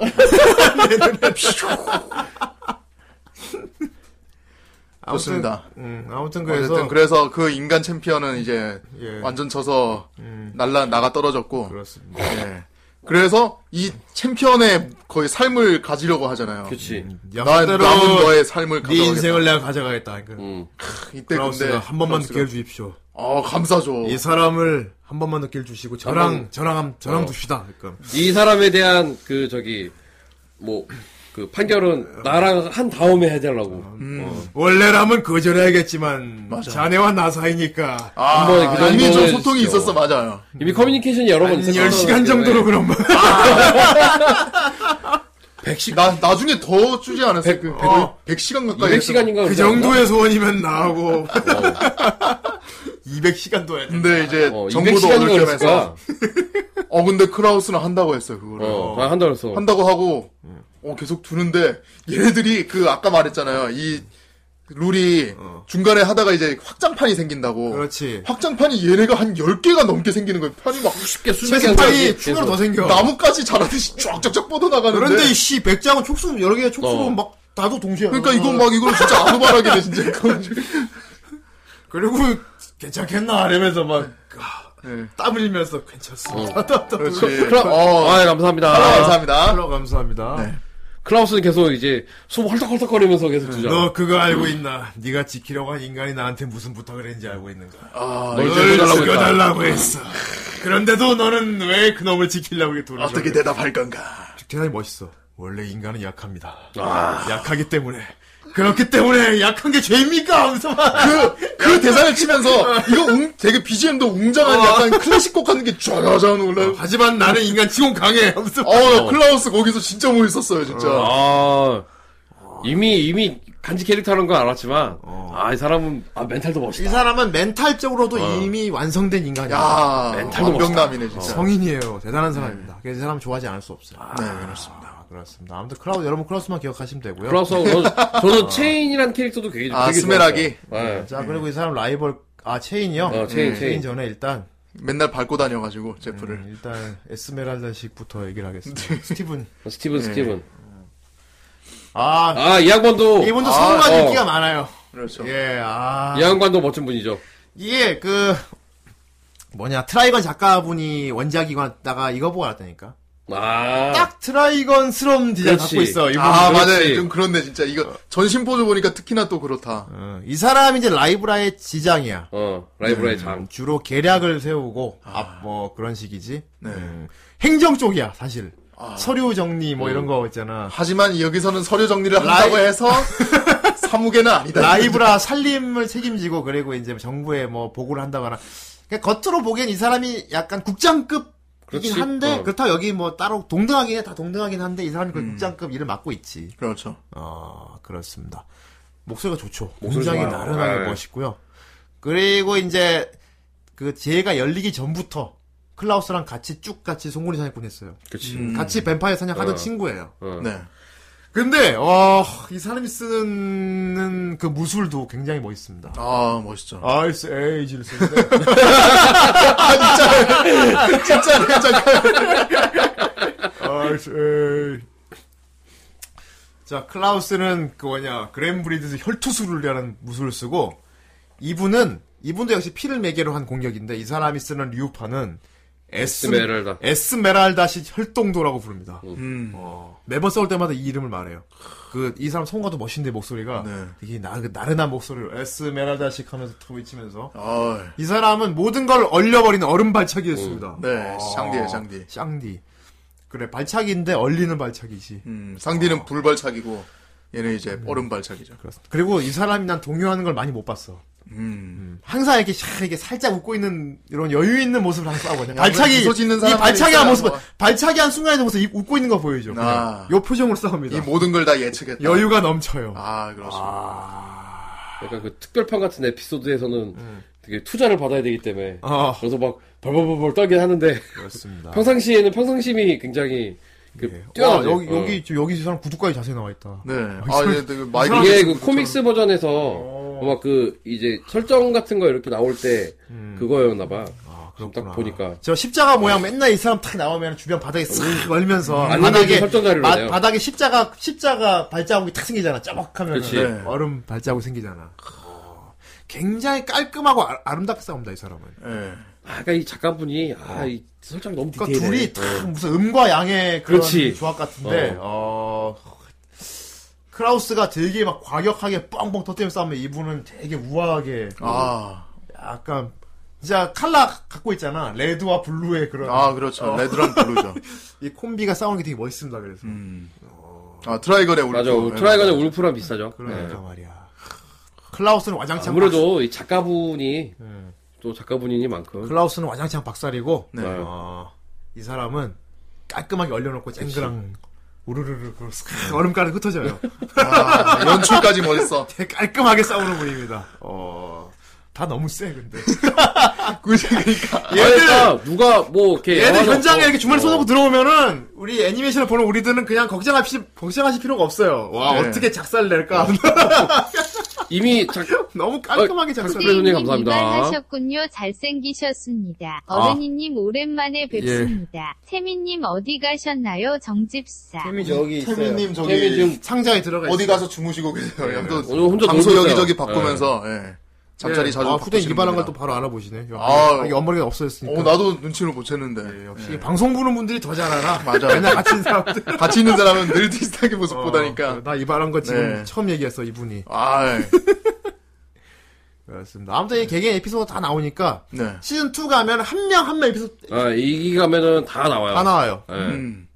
S1: 아무튼,
S2: 좋습니다.
S1: 음, 아무튼 그래서
S2: 어쨌든 그래서 그 인간 챔피언은 이제
S1: 예.
S3: 음.
S2: 완전 쳐서 날라 나가 떨어졌고
S1: 그렇습니다.
S2: 예. 그래서 이 챔피언의 거의 삶을 가지려고 하잖아요.
S3: 그치.
S2: 나,
S1: 양대로
S2: 남은 너의
S1: 네
S2: 삶을 가져가겠다.
S1: 인생을 내가 가져가겠다. 그러니까
S3: 음.
S2: 이때 근데
S1: 브라우스가 한 번만
S2: 브라우스가,
S1: 기회를 주십시오.
S2: 아 감사죠.
S1: 이 사람을 한 번만 더 기회를 주시고 저랑
S3: 한 번.
S1: 저랑 함- 저랑
S3: 어.
S1: 둡시다. 그러니까
S3: 이 사람에 대한 그 저기 뭐 그 판결은 나랑 한 다음에 해달라고. 어.
S1: 원래라면 거절해야겠지만
S2: 맞아.
S1: 자네와 나 사이니까
S2: 아,
S3: 한 번에 그 정도는
S2: 이미 좀 소통이
S3: 진짜.
S2: 있었어 맞아요.
S3: 이미 커뮤니케이션이 여러 번 네.
S1: 한
S3: 있었기
S1: 10시간 정도로 그런 거.
S2: 아, 나 나중에 더 주지 않았어. 요
S3: 백-
S2: 그
S3: 백-
S2: 거의 100시간 가까이.
S3: 200시간인가
S1: 그 정도의 소원이면
S2: 어.
S1: 나하고 200시간도 해야 돼.
S2: 근데 이제
S3: 어,
S2: 정보도 얻을
S3: 200시간인가
S2: 겸해서.
S3: 했을까?
S2: 어 근데 크라우스는 한다고 했어요 그거를.
S3: 어, 나 한다 그랬어.
S2: 한다고 하고 어, 계속 두는데 얘네들이 그 아까 말했잖아요 이 룰이 중간에 하다가 이제 확장판이 생긴다고
S1: 그렇지.
S2: 확장판이 얘네가 한 10개가 넘게 생기는 거예요 편이 막
S3: 쉽게 수십 개
S1: 세상이 추가로 더 생겨.
S2: 나뭇가지 자라듯이 쫙쫙쫙 뻗어나가는데
S1: 그런데 이씨 백장은 촉수 여러 개의 촉수로
S3: 어.
S1: 막 다도 동시에.
S2: 그러니까
S1: 어.
S2: 이거 막 이걸 진짜 아무 말하게 돼 진짜 그건 좀-
S1: 그리고 괜찮겠나 하면서 막 아,
S2: 네.
S1: 땀 흘리면서 괜찮습니다.
S2: 어. 그렇지
S3: 크라...
S2: 어,
S3: 아, 감사합니다.
S2: 아, 감사합니다
S1: 헬로 감사합니다.
S3: 클라우스는 계속 이제 숨 헐떡헐떡거리면서 계속 주자.
S1: 너 그거 알고 있나? 네가 지키려고 한 인간이 나한테 무슨 부탁을 했는지 알고 있는가?
S2: 아,
S3: 너 이제
S1: 널
S3: 해달라고 했다.
S1: 죽여달라고 했어. 그런데도 너는 왜 그 놈을 지키려고 이렇게 돌아?
S2: 어떻게 대답할 건가
S1: 대단히 멋있어. 원래 인간은 약합니다. 약하기 때문에. 그렇기 때문에 약한 게 죄입니까? 하면서 막.
S2: 그, 그 대사를 치면서 이거 웅, 되게 BGM도 웅장한 약간 클래식 곡 하는 게 쫙쫙
S1: 그
S2: 올라요
S1: 하지만 나는 인간 지금 강해. 하면서 막.
S2: 어, 클라우스 거기서 진짜 멋있었어요, 진짜.
S3: 아, 이미, 이미 간지 캐릭터라는 건 알았지만, 아, 이 사람은, 아, 멘탈도
S1: 이
S3: 멋있다.
S1: 사람은 멘탈적으로도 이미 완성된 어. 인간이야.
S2: 야,
S3: 멘탈도
S2: 완벽남이네,
S1: 어.
S2: 진짜.
S1: 성인이에요. 대단한 사람입니다. 그래서 이 사람 좋아하지 않을 수 없어요.
S2: 네,
S1: 아,
S2: 그렇습니다.
S1: 그렇습니다. 아무튼 클라우드 여러분 클라우스만 기억하시면 되고요.
S3: 클라우스, 저, 저는 체인이란 캐릭터도 되게,
S2: 아,
S3: 되게
S2: 스메라기?
S3: 좋았어요. 네.
S1: 자 그리고 이 사람 라이벌 아 체인이요.
S3: 어, 체인, 체인.
S1: 전에 일단
S2: 맨날 밟고 다녀가지고, 제프를.
S1: 음, 일단 에스메랄다식부터 얘기를
S3: 네.
S1: 하겠습니다. 스티븐.
S3: 스티븐, 스티븐.
S1: 아
S3: 아, 이 양반도,
S1: 이분도
S2: 아,
S1: 성공한
S3: 어.
S1: 인기가 많아요.
S2: 그렇죠.
S1: 예, 아
S3: 이 양반도 멋진 분이죠.
S1: 이게 그 뭐냐 트라이건 작가분이 원작이고 하다가 이거 보고 알았다니까.
S3: 아.
S1: 딱 트라이건스러운 디자인
S3: 그렇지.
S1: 갖고 있어. 이분.
S2: 아,
S3: 그렇지.
S2: 맞아요. 좀 그렇네, 진짜. 이거, 전신 포즈 보니까 특히나 또 그렇다.
S1: 어, 이 사람이 이제 라이브라의 지장이야.
S3: 어, 라이브라의 장.
S1: 주로 계략을 세우고
S3: 아.
S1: 앞뭐 그런 식이지.
S2: 네.
S1: 음. 행정 쪽이야 사실.
S3: 아.
S1: 서류 정리 뭐
S3: 음.
S1: 이런 거 있잖아.
S2: 하지만 여기서는 서류 정리를 한다고
S1: 라이-
S2: 해서, 사무개는 아니다.
S1: 라이브라 살림을 책임지고 그리고 이제 정부에 뭐 보고를 한다거나. 그러니까 겉으로 보기엔 이 사람이 약간 국장급이긴
S3: 그렇지.
S1: 한데
S3: 어. 음.
S1: 그렇다고 여기 뭐 따로 동등하긴 해다 동등하긴 한데 이 사람이 그 국장급 일을 맡고 있지.
S2: 그렇죠.
S1: 어, 그렇습니다. 목소리가 좋죠.
S3: 목소리
S1: 굉장히
S3: 좋아요.
S1: 나른하게
S3: 네.
S1: 멋있고요. 그리고 이제 그 제가 열리기 전부터 클라우스랑 같이 쭉 같이 송골이 사냥꾼 했어요.
S3: 그치.
S2: 음.
S1: 같이 뱀파이어 사냥하던
S3: 어.
S1: 친구예요.
S3: 어.
S2: 네.
S1: 근데 어, 이 사람이 쓰는 그 무술도 굉장히 멋있습니다.
S2: 아, 멋있죠.
S1: 아이스 에이지를 쓰는데
S2: 진짜, 진짜.
S1: 아이스 에이 자 클라우스는 그 뭐냐 그랜브리드스 혈투술이라는 무술을 쓰고 이분은 이분도 역시 피를 매개로 한 공격인데 이 사람이 쓰는 리우파는 에스,
S3: 스메랄다.
S1: 에스메랄다시 혈동도라고 부릅니다
S2: 음.
S1: 매번 싸울 때마다 이 이름을 말해요 그 이 사람 성과도 멋있는데 목소리가
S2: 네.
S1: 되게 나, 나른한 목소리로 에스메랄다식 하면서 터 외치면서
S2: 아,
S1: 이 사람은 모든 걸 얼려버리는 얼음 발차기였습니다
S2: 네. 쌍디에, 쌍디.
S1: 쌍디. 그래, 발차기인데 얼리는 발차기지.
S2: 음, 쌍디는 불발차기고, 얘는 이제 얼음발차기죠.
S1: 그렇습니다. 그리고 이 사람이 난 동요하는 걸 많이 못 봤어.
S2: 음.
S1: 항상 이렇게 샥 이렇게 살짝 웃고 있는 이런 여유 있는 모습을 항상 하고 그냥
S2: 야, 그래,
S1: 발차기
S2: 미소 짓는
S1: 이
S2: 사람들이
S1: 발차기한
S2: 있어요,
S1: 모습
S2: 뭐.
S1: 발차기 한 순간에도 모습 이- 웃고 있는 거 보여줘.
S2: 아.
S1: 그냥 요 표정으로 싸웁니다.
S2: 이 모든 걸 다 예측했다.
S1: 음. 여유가 넘쳐요.
S2: 아, 그렇죠.
S3: 약간 그 특별판 같은 에피소드에서는 되게 투자를 받아야 되기 때문에.
S1: 어,
S3: 그래서 막 벌벌벌벌 떨긴 하는데.
S1: 그렇습니다.
S3: 아. 평상시에는 평상심이 굉장히 그
S1: 예. 와,
S3: 뛰어나죠.
S1: 여기
S3: 어.
S1: 여기 지금 여기 이 사람 구두까지 자세히 나와 있다.
S2: 네. 아, 이제 되게 마이크
S3: 이게 그 코믹스
S1: 어.
S3: 버전에서 아마 그 이제 설정 같은 거 이렇게 나올 때
S1: 음.
S3: 그거였나 봐.
S1: 아,
S3: 지금 딱 보니까
S1: 저 십자가 모양 맨날 이 사람 탁 나오면 주변 바닥에
S3: 음.
S1: 싹 얼면서
S3: 안
S1: 바닥에
S3: 나오게 설정자료를
S1: 바,
S3: 내요.
S1: 바닥에 십자가 십자가 발자국이 탁 생기잖아. 짜박하면
S3: 그치.
S2: 네.
S1: 얼음 발자국 생기잖아. 굉장히 깔끔하고 아, 아름답게 싸웁니다, 이 사람은.
S2: 예.
S3: 아, 그니까 이 작가분이, 아, 이 설정이 너무 디테일해.
S1: 어.
S3: 어. 네.
S1: 그러니까 둘이 참 무슨 음과 양의 그런
S3: 그렇지.
S1: 조합 같은데 어. 크라우스가 되게 막 과격하게 뻥뻥 터뜨리면서 싸우면 이분은 되게 우아하게
S2: 아,
S1: 약간 진짜 칼라 갖고 있잖아 레드와 블루의 그런
S2: 아 그렇죠.
S1: 어.
S2: 레드랑 블루죠.
S1: 이 콤비가 싸우는 게 되게 멋있습니다 그래서
S2: 아 트라이건의 울프.
S3: 맞아.
S2: 예.
S3: 트라이건의 울프랑 비슷하죠.
S1: 그렇죠. 그러니까
S3: 예.
S1: 말이야 클라우스는 와장창
S3: 아무래도 이 작가분이,
S1: 예.
S3: 또 작가분이니만큼.
S1: 클라우스는 와장창 박살이고
S2: 네.
S3: 어.
S1: 어, 이 사람은 깔끔하게 얼려놓고 쨍그랑 우르르르 그 슥 얼음가루 흩어져요
S2: 아, 연출까지 멋있어.
S1: 되게 깔끔하게 싸우는 분입니다 어. 다 너무 세 근데
S2: 그러니까
S3: 얘들 그러니까 누가 뭐 이렇게
S1: 얘들
S3: 영화도
S1: 현장에
S3: 없고,
S1: 이렇게 주머니
S3: 어,
S1: 쏟아고 들어오면은 우리 애니메이션을 보는 우리들은 그냥 걱정하시 걱정하실 필요가 없어요 와
S2: 네.
S1: 어떻게 작살 낼까
S3: 이미 작,
S1: 너무 깔끔하게 작살 내
S3: 선생님,
S6: 선생님
S3: 감사합니다.
S6: 이발하셨군요. 잘생기셨습니다. 어른이님 오랜만에 뵙습니다. 태민님 어디 가셨나요? 정집사.
S5: 태미 저기 있어요.
S2: 태민님 저기
S3: 태민 지금 네.
S1: 상자에 들어가
S2: 어디
S1: 있어요.
S2: 가서 주무시고 계세요. 양도
S3: 오늘 혼자
S2: 장소
S3: 놀고 있어요. 네.
S2: 여기저기 바꾸면서 예. 잠자리
S1: 예.
S2: 자주
S1: 아, 후대
S2: 바꾸시는
S1: 이발한 걸 또
S2: 분이라.
S1: 바로 알아보시네. 야,
S2: 아.
S1: 이게 엄마가 없어졌으니까.
S2: 어, 나도 눈치를 못 챘는데.
S1: 예, 역시 방송 보는 분들이 더 잘 알아.
S2: 맞아.
S1: 맨날 같이 있는 사람들.
S2: 같이 있는 사람은 늘 비슷하게 모습
S1: 어,
S2: 보다니까.
S1: 나 이발한 거 지금
S2: 네.
S1: 처음 얘기했어 이분이.
S2: 아,
S1: 그렇습니다. 아무튼 이 개개인 에피소드 다 나오니까
S2: 네.
S1: 시즌 2 가면 한 명 한 명 에피소드
S3: 아, 이기 가면은 다 나와요.
S2: 어.
S1: 다 나와요.
S3: 예.
S2: 음.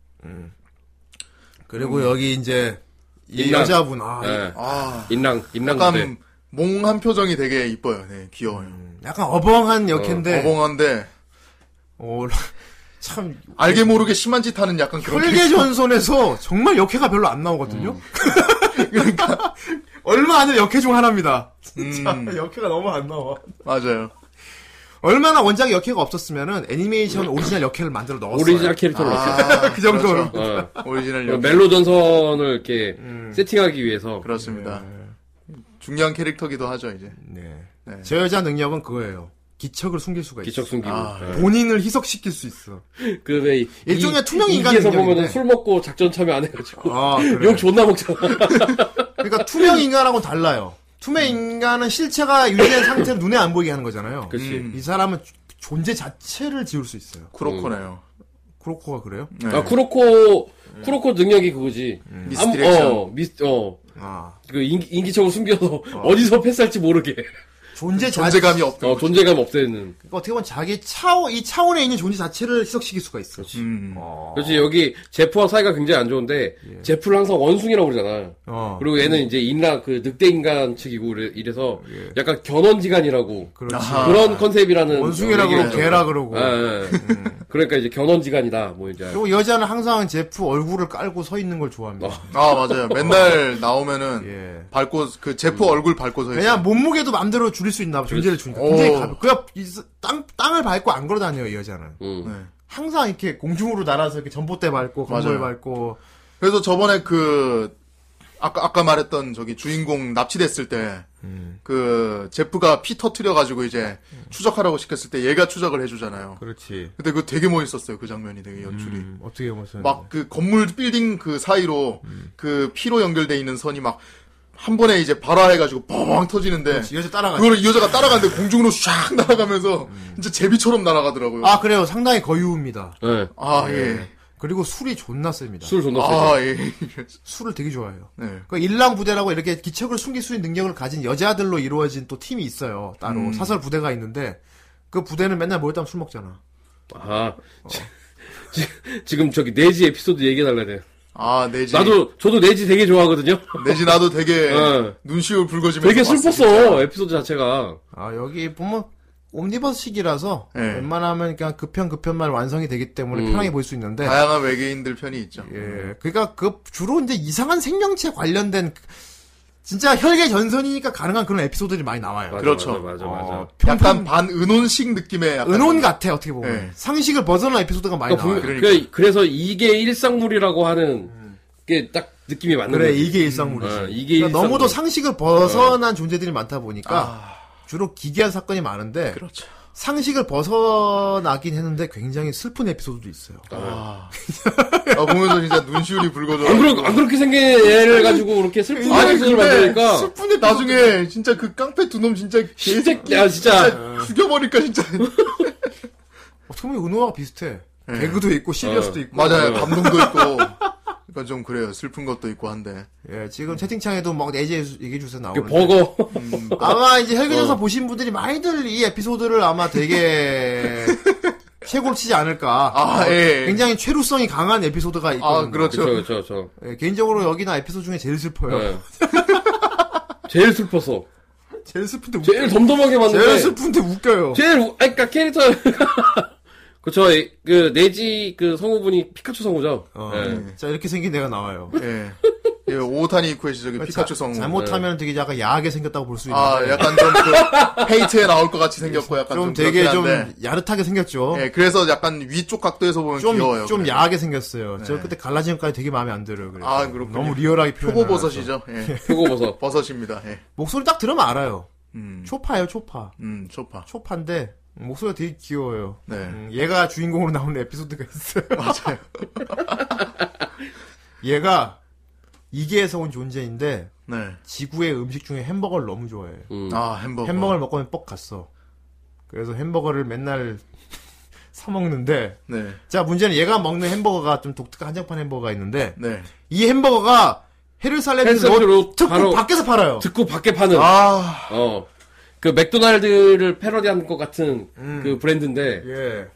S1: 그리고 여기 이제 이
S3: 인간.
S1: 여자분 아
S3: 예.
S2: 아,
S3: 인랑, 인랑 무대.
S2: 약간 몽한 표정이 되게 이뻐요. 네, 귀여워요.
S3: 음.
S1: 약간 어벙한 역인데
S2: 어벙한데
S1: 어, 참
S2: 알게 모르게 심한 짓 하는 약간 그런
S1: 혈계 전선에서 정말 역해가 별로 안 나오거든요. 그러니까 얼마 안 된 역해 중 하나입니다. 진짜
S2: 음. 음.
S1: 역해가 너무 안 나와.
S2: 캐릭터. 맞아요.
S1: 얼마나 원작 역해가 없었으면은 애니메이션 오리지널 역해를 만들어 넣었어요.
S3: 오리지널 캐릭터를 넣었어요.
S2: 아,
S1: 그 정도로.
S2: 그렇죠.
S3: 어.
S2: 오리지널
S3: 그
S2: 역.
S3: 멜로 전선을 이렇게
S1: 음.
S3: 세팅하기 위해서.
S1: 그렇죠.
S2: 그렇습니다. 중요한 캐릭터기도 하죠 이제.
S1: 네.
S2: 네.
S1: 저 여자 능력은 그거예요. 기척을 숨길 수가 있어.
S3: 기척 숨기고.
S2: 아,
S1: 본인을 희석시킬 수 있어.
S3: 그왜
S1: 일종의 투명 인간
S3: 에서
S1: 능력인데.
S3: 보면은 술 먹고 작전 참여 안 해가지고
S1: 아, 그래. 음.
S3: 욕 존나 먹잖아.
S1: 그러니까 투명 인간하고는 달라요. 투명 인간은 실체가 유지된 상태로 눈에 안 보이게 하는 거잖아요.
S3: 그렇지.
S2: 음.
S1: 이 사람은 존재 자체를 지울 수 있어요.
S2: 쿠로코네요.
S1: 크로코가 그래요?
S2: 네.
S3: 아 쿠로코 쿠로코 능력이 그거지.
S2: 미스디렉션.
S3: 아무- 어, 미스 어.
S1: 음. 아.
S3: 그 인기, 인기척을 숨겨서 어. 디서 패스할지 모르게
S1: 존재 자체. 그러니까
S2: 존재감이 없.
S3: 어, 존재감 없애는
S1: 어떻게 보면 자기 차원, 이 차원에 있는 존재 자체를 희석시킬 수가 있어. 예.
S2: 음.
S3: 그렇지 여기 제프와 사이가 굉장히 안 좋은데 제프를 항상 원숭이라고 그러잖아
S1: 어.
S3: 그리고 얘는 이제 인간 그 늑대 인간 측이고 이래- 이래서 약간 견원지간이라고
S1: 그렇지.
S2: 아하.
S3: 그런 컨셉이라는
S1: 원숭이라
S3: 얘기가
S1: 그러고
S3: 있죠.
S1: 개라 그러고.
S3: 예, 예. 그러니까 이제 견원지간이다 뭐 이제
S1: 그리고 여자는 항상 제프 얼굴을 깔고 서 있는 걸 좋아합니다.
S2: 아 맞아요. 맨날 나오면은
S1: 예.
S2: 밟고 그 제프 얼굴 밟고 서 있어요.
S1: 왜냐 몸무게도 마음대로 줄일 수 있나 봐. 존재를 주니까. 굉장히 가벼. 그냥 이 스- 땅 땅을 밟고 안 걸어 다녀요 이 여자는.
S3: 음.
S2: 네.
S1: 항상 이렇게 공중으로 날아서 이렇게 전봇대 밟고 건물
S2: 맞아요.
S1: 밟고.
S2: 그래서 저번에 그 아까 아까 말했던 저기 주인공 납치됐을 때. 그 제프가 피 터트려 가지고 이제 추적하라고 시켰을 때 얘가 추적을 해주잖아요.
S1: 그렇지. 음.
S2: 근데 그거 되게 멋있었어요. 그 장면이 되게 연출이.
S1: 어떻게
S3: 네.
S1: 무슨
S2: 막 그 건물 빌딩 그 사이로 그 피로 연결돼 있는 선이 막 한 번에 이제 발화해가지고 뻥 터지는데
S1: 그렇지, 여자 따라가.
S2: 그걸 이 여자가 따라가는데 공중으로 샥 날아가면서
S3: 음.
S2: 진짜 제비처럼 날아가더라고요.
S1: 아 그래요. 상당히 거유입니다.
S3: 예.
S2: 아, 예.
S1: 그리고 술이 존나 셉니다.
S3: 술 존나 세죠
S2: 아, 예.
S1: 술을 되게 좋아해요.
S2: 네.
S1: 그 일랑 부대라고 이렇게 기척을 숨길 수 있는 능력을 가진 여자들로 이루어진 또 팀이 있어요. 따로
S2: 음.
S1: 사설 부대가 있는데 그 부대는 맨날 모였다면 술 먹잖아.
S3: 아, 지- 지- 지금 저기 내지 에피소드 얘기해달라네.
S2: 아, 내지.
S3: 나도, 저도 내지 되게 좋아하거든요?
S2: 내지 나도 되게
S3: 어.
S2: 눈시울 붉어지면서.
S3: 되게
S2: 봤어요.
S3: 슬펐어, 에피소드 자체가.
S1: 아, 여기 보면 옴니버스식이라서
S2: 예.
S1: 웬만하면 그냥 급편 급편만 완성이 되기 때문에
S3: 음.
S1: 편하게 볼 수 있는데
S2: 다양한 외계인들 편이 있죠.
S1: 예. 그러니까 그 주로 이제 이상한 생명체 관련된 그- 진짜 혈계 전선이니까 가능한 그런 에피소드들이 많이 나와요.
S3: 맞아,
S2: 그렇죠.
S3: 맞아, 맞아. 맞아.
S1: 어,
S2: 약간 반은혼식 느낌의 약간.
S1: 은혼 같아 어떻게 보면
S2: 예.
S1: 상식을 벗어난 에피소드가 많이 나와요.
S3: 그러니까 분- 그래- 그래서 이게 일상물이라고 하는 게 딱 느낌이 맞는
S1: 그래
S3: 거지.
S1: 이게 일상물이지.
S3: 어, 이게
S1: 그러니까 너무도
S3: 일상물.
S1: 상식을 벗어난 존재들이 많다 보니까 주로 기괴한 사건이 많은데
S2: 그렇죠.
S1: 상식을 벗어나긴 했는데 굉장히 슬픈 에피소드도 있어요.
S2: 아, 보면서 진짜 눈시울이
S3: 안,
S2: 붉어져.
S3: 그러, 안 그렇게 생긴 애를 가지고 그렇게 슬픈
S2: 아니,
S3: 모습을
S2: 근데,
S3: 만드니까
S2: 슬픈데 나중에 진짜 그 깡패 두 놈 진짜 개
S3: 진짜 야 진짜
S2: 진짜 죽여버릴까, 진짜.
S1: 어떻게 보면 은호와 비슷해.
S2: 예.
S1: 개그도 있고 시리어스도 있고.
S3: 어.
S2: 맞아요. 감동도 있고. 그러니까 좀 그래요. 슬픈 것도 있고 한데.
S1: 예, 지금 채팅창에도 막 내재 얘기해 주셔서
S3: 그
S1: 나오는.
S3: 버거
S1: 아마 이제
S2: 어.
S1: 헬기전사 보신 분들이 많이들 이 에피소드를 아마 되게 최고로 치지 않을까.
S2: 아, 예.
S1: 어, 굉장히 최루성이 강한 에피소드가 있거든요.
S2: 아, 그렇죠.
S3: 그쵸 그쵸 그쵸
S1: 예, 개인적으로 여기나 에피소드 중에 제일 슬퍼요.
S3: 네. 제일 슬펐어
S1: 제일 슬픈데 웃겨요.
S3: 제일 덤덤하게 만드는
S1: 제일 슬픈데 웃겨요.
S3: 제일 우, 아니, 그러니까 캐릭터 그쵸 그 내지 그 성우분이 피카츄 성우죠
S1: 어.
S3: 네.
S1: 자, 이렇게 생긴 애가 나와요.
S2: 예. 예, 오타니 이쿠의 저기 피카츄
S1: 아, 자-
S2: 성우. 네.
S1: 잘못하면 되게 약간 야하게 생겼다고 볼 수 있는데.
S2: 아, 약간 좀그 페이트에 나올 것 같이 생겼고 약간
S1: 좀
S2: 좀,
S1: 되게
S2: 그렇긴
S1: 좀
S2: 한데.
S1: 야릇하게 생겼죠.
S2: 예, 그래서 약간 위쪽 각도에서 보면
S1: 좀,
S2: 귀여워요.
S1: 좀
S2: 그래서.
S1: 야하게 생겼어요. 저 그때 갈라진 것까지 되게 마음에 안 들어요. 그래서.
S2: 아, 그렇군요.
S1: 너무 리얼하게 표현
S2: 표고버섯이죠. 예.
S3: 표고버섯
S2: 버섯입니다. 예.
S1: 목소리 딱 들으면 알아요.
S2: 음.
S1: 초파예요, 초파.
S2: 음, 초파.
S1: 초파인데 목소리가 되게 귀여워요.
S2: 네.
S1: 음, 얘가 주인공으로 나오는 에피소드가 있어요.
S2: 맞아요.
S1: 얘가 이계에서 온 존재인데
S2: 네.
S1: 지구의 음식 중에 햄버거를 너무 좋아해요.
S3: 음.
S2: 아, 햄버거.
S1: 햄버거를 먹고 하면 뻑 갔어. 그래서 햄버거를 맨날 사 먹는데
S2: 네.
S1: 자 문제는 얘가 먹는 햄버거가 좀 독특한 한정판 햄버거가 있는데
S2: 네.
S1: 이 햄버거가 헤르살렘으로
S3: 헬스로
S1: 특구
S3: 바로
S1: 밖에서 팔아요.
S3: 듣고 밖에 파는
S2: 아,
S3: 어. 그 맥도날드를 패러디한 것 같은
S1: 음.
S3: 그 브랜드인데
S1: 예.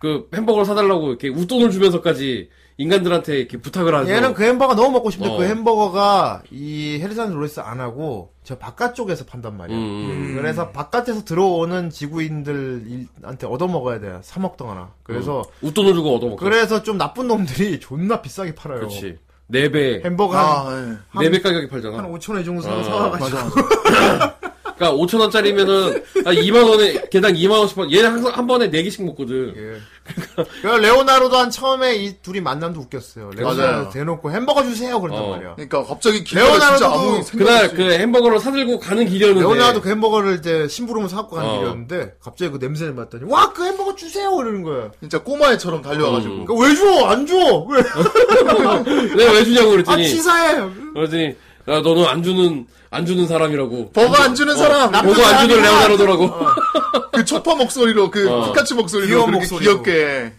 S3: 그 햄버거를 사달라고 이렇게 웃돈을 주면서까지 인간들한테 이렇게 부탁을 하죠.
S1: 얘는 그 햄버거 너무 먹고 싶은데
S3: 어.
S1: 그 햄버거가 이 헤르산 로레스 안 하고 저 바깥쪽에서 판단 말이야.
S3: 음,
S2: 음.
S1: 그래서 바깥에서 들어오는 지구인들한테 얻어먹어야 돼. 사 먹던거나. 그래서
S3: 음. 웃돈을 주고 얻어먹고.
S1: 그래서 좀 나쁜 놈들이 존나 비싸게 팔아요.
S3: 그렇지. 네 배,
S1: 햄버거 한,
S2: 아, 예.
S1: 한-
S3: 네 배 가격에
S1: 한
S3: 팔잖아.
S1: 5천 원 정도 사,
S3: 어,
S1: 사와가지고.
S2: 맞아.
S3: 그러니까 5천 원짜리면은 아, 한 2만 원에 개당 2만 원씩 팔. 얘는 항상 한 번에 네 개씩 먹거든.
S1: 예. 그 레오나르도 한 처음에 이 둘이 만남도 웃겼어요.
S2: 맞아요.
S1: 레오나르도 대놓고 햄버거 주세요 그랬단
S3: 어.
S1: 말이야.
S2: 그러니까 갑자기 기대가
S1: 레오나르도도
S2: 진짜 아무 생각
S3: 그날 그 햄버거를 사들고 가는 길이었는데.
S1: 레오나르도 그 햄버거를 이제 심부름을 사갖고 가는
S3: 네. 어.
S1: 길이었는데 갑자기 그 냄새를 맡더니 와 그 햄버거 주세요 이러는 거야.
S2: 진짜 꼬마애처럼
S3: 음.
S2: 달려와가지고.
S1: 그러니까 왜 줘? 안 줘? 왜?
S3: 내가 왜 주냐고
S1: 아
S3: 그랬더니.
S1: 치사해.
S3: 그랬더니 야, 너는 안 주는 안 주는 사람이라고.
S2: 버거 안 주는 사람!
S1: 남-
S3: 보고 안
S1: 아,
S3: 주는
S1: 사람이야.
S3: 레오나르도라고.
S1: 어,
S2: 그 초파 목소리로, 그
S3: 어.
S2: 피카츄 목소리로
S1: 귀여운
S2: 그렇게
S1: 목소리로.
S2: 귀엽게.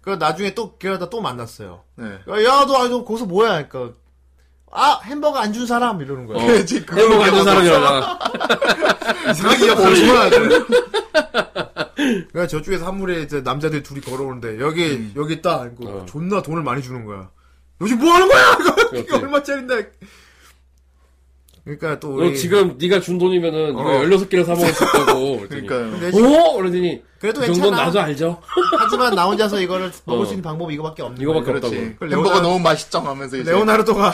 S1: 그 나중에 또 그러다 또 만났어요.
S2: 네.
S1: 야너 아, 너 거기서 뭐야? 그러니까 아 햄버거 안 준 사람 이러는 거야.
S3: 어.
S2: 그치, 그걸
S3: 햄버거 안 주는
S2: 먹어서.
S3: 사람이라고.
S2: 그
S1: 이상하게 거짓말 하그러 저쪽에서 한물에 이제 남자들 둘이 걸어오는데 여기 여기 있다. 이거
S3: 어.
S1: 존나 돈을 많이 주는 거야. 요즘 뭐 하는 거야? 이거 이게
S3: 그렇지.
S1: 얼마짜린데? 그러니까 또
S3: 너
S1: 우리
S3: 지금 네가 준 돈이면은
S1: 어.
S3: 이거 16개를 사 먹을 수 있다고. 그랬더니
S2: 그러니까요. 네.
S1: 근데
S3: 오! 그러더니
S1: 그래도
S3: 그 정도는
S1: 괜찮아.
S3: 나도 알죠.
S1: 하지만 나 혼자서 이거를 먹을
S3: 어.
S1: 수 있는 방법이 이거밖에 없는
S3: 이거밖에
S1: 거야.
S3: 없다고.
S2: 그렇지.
S1: 그
S2: 햄버거
S1: 레오나르-
S2: 너무 맛있죠 하면서 이제.
S1: 레오나르도가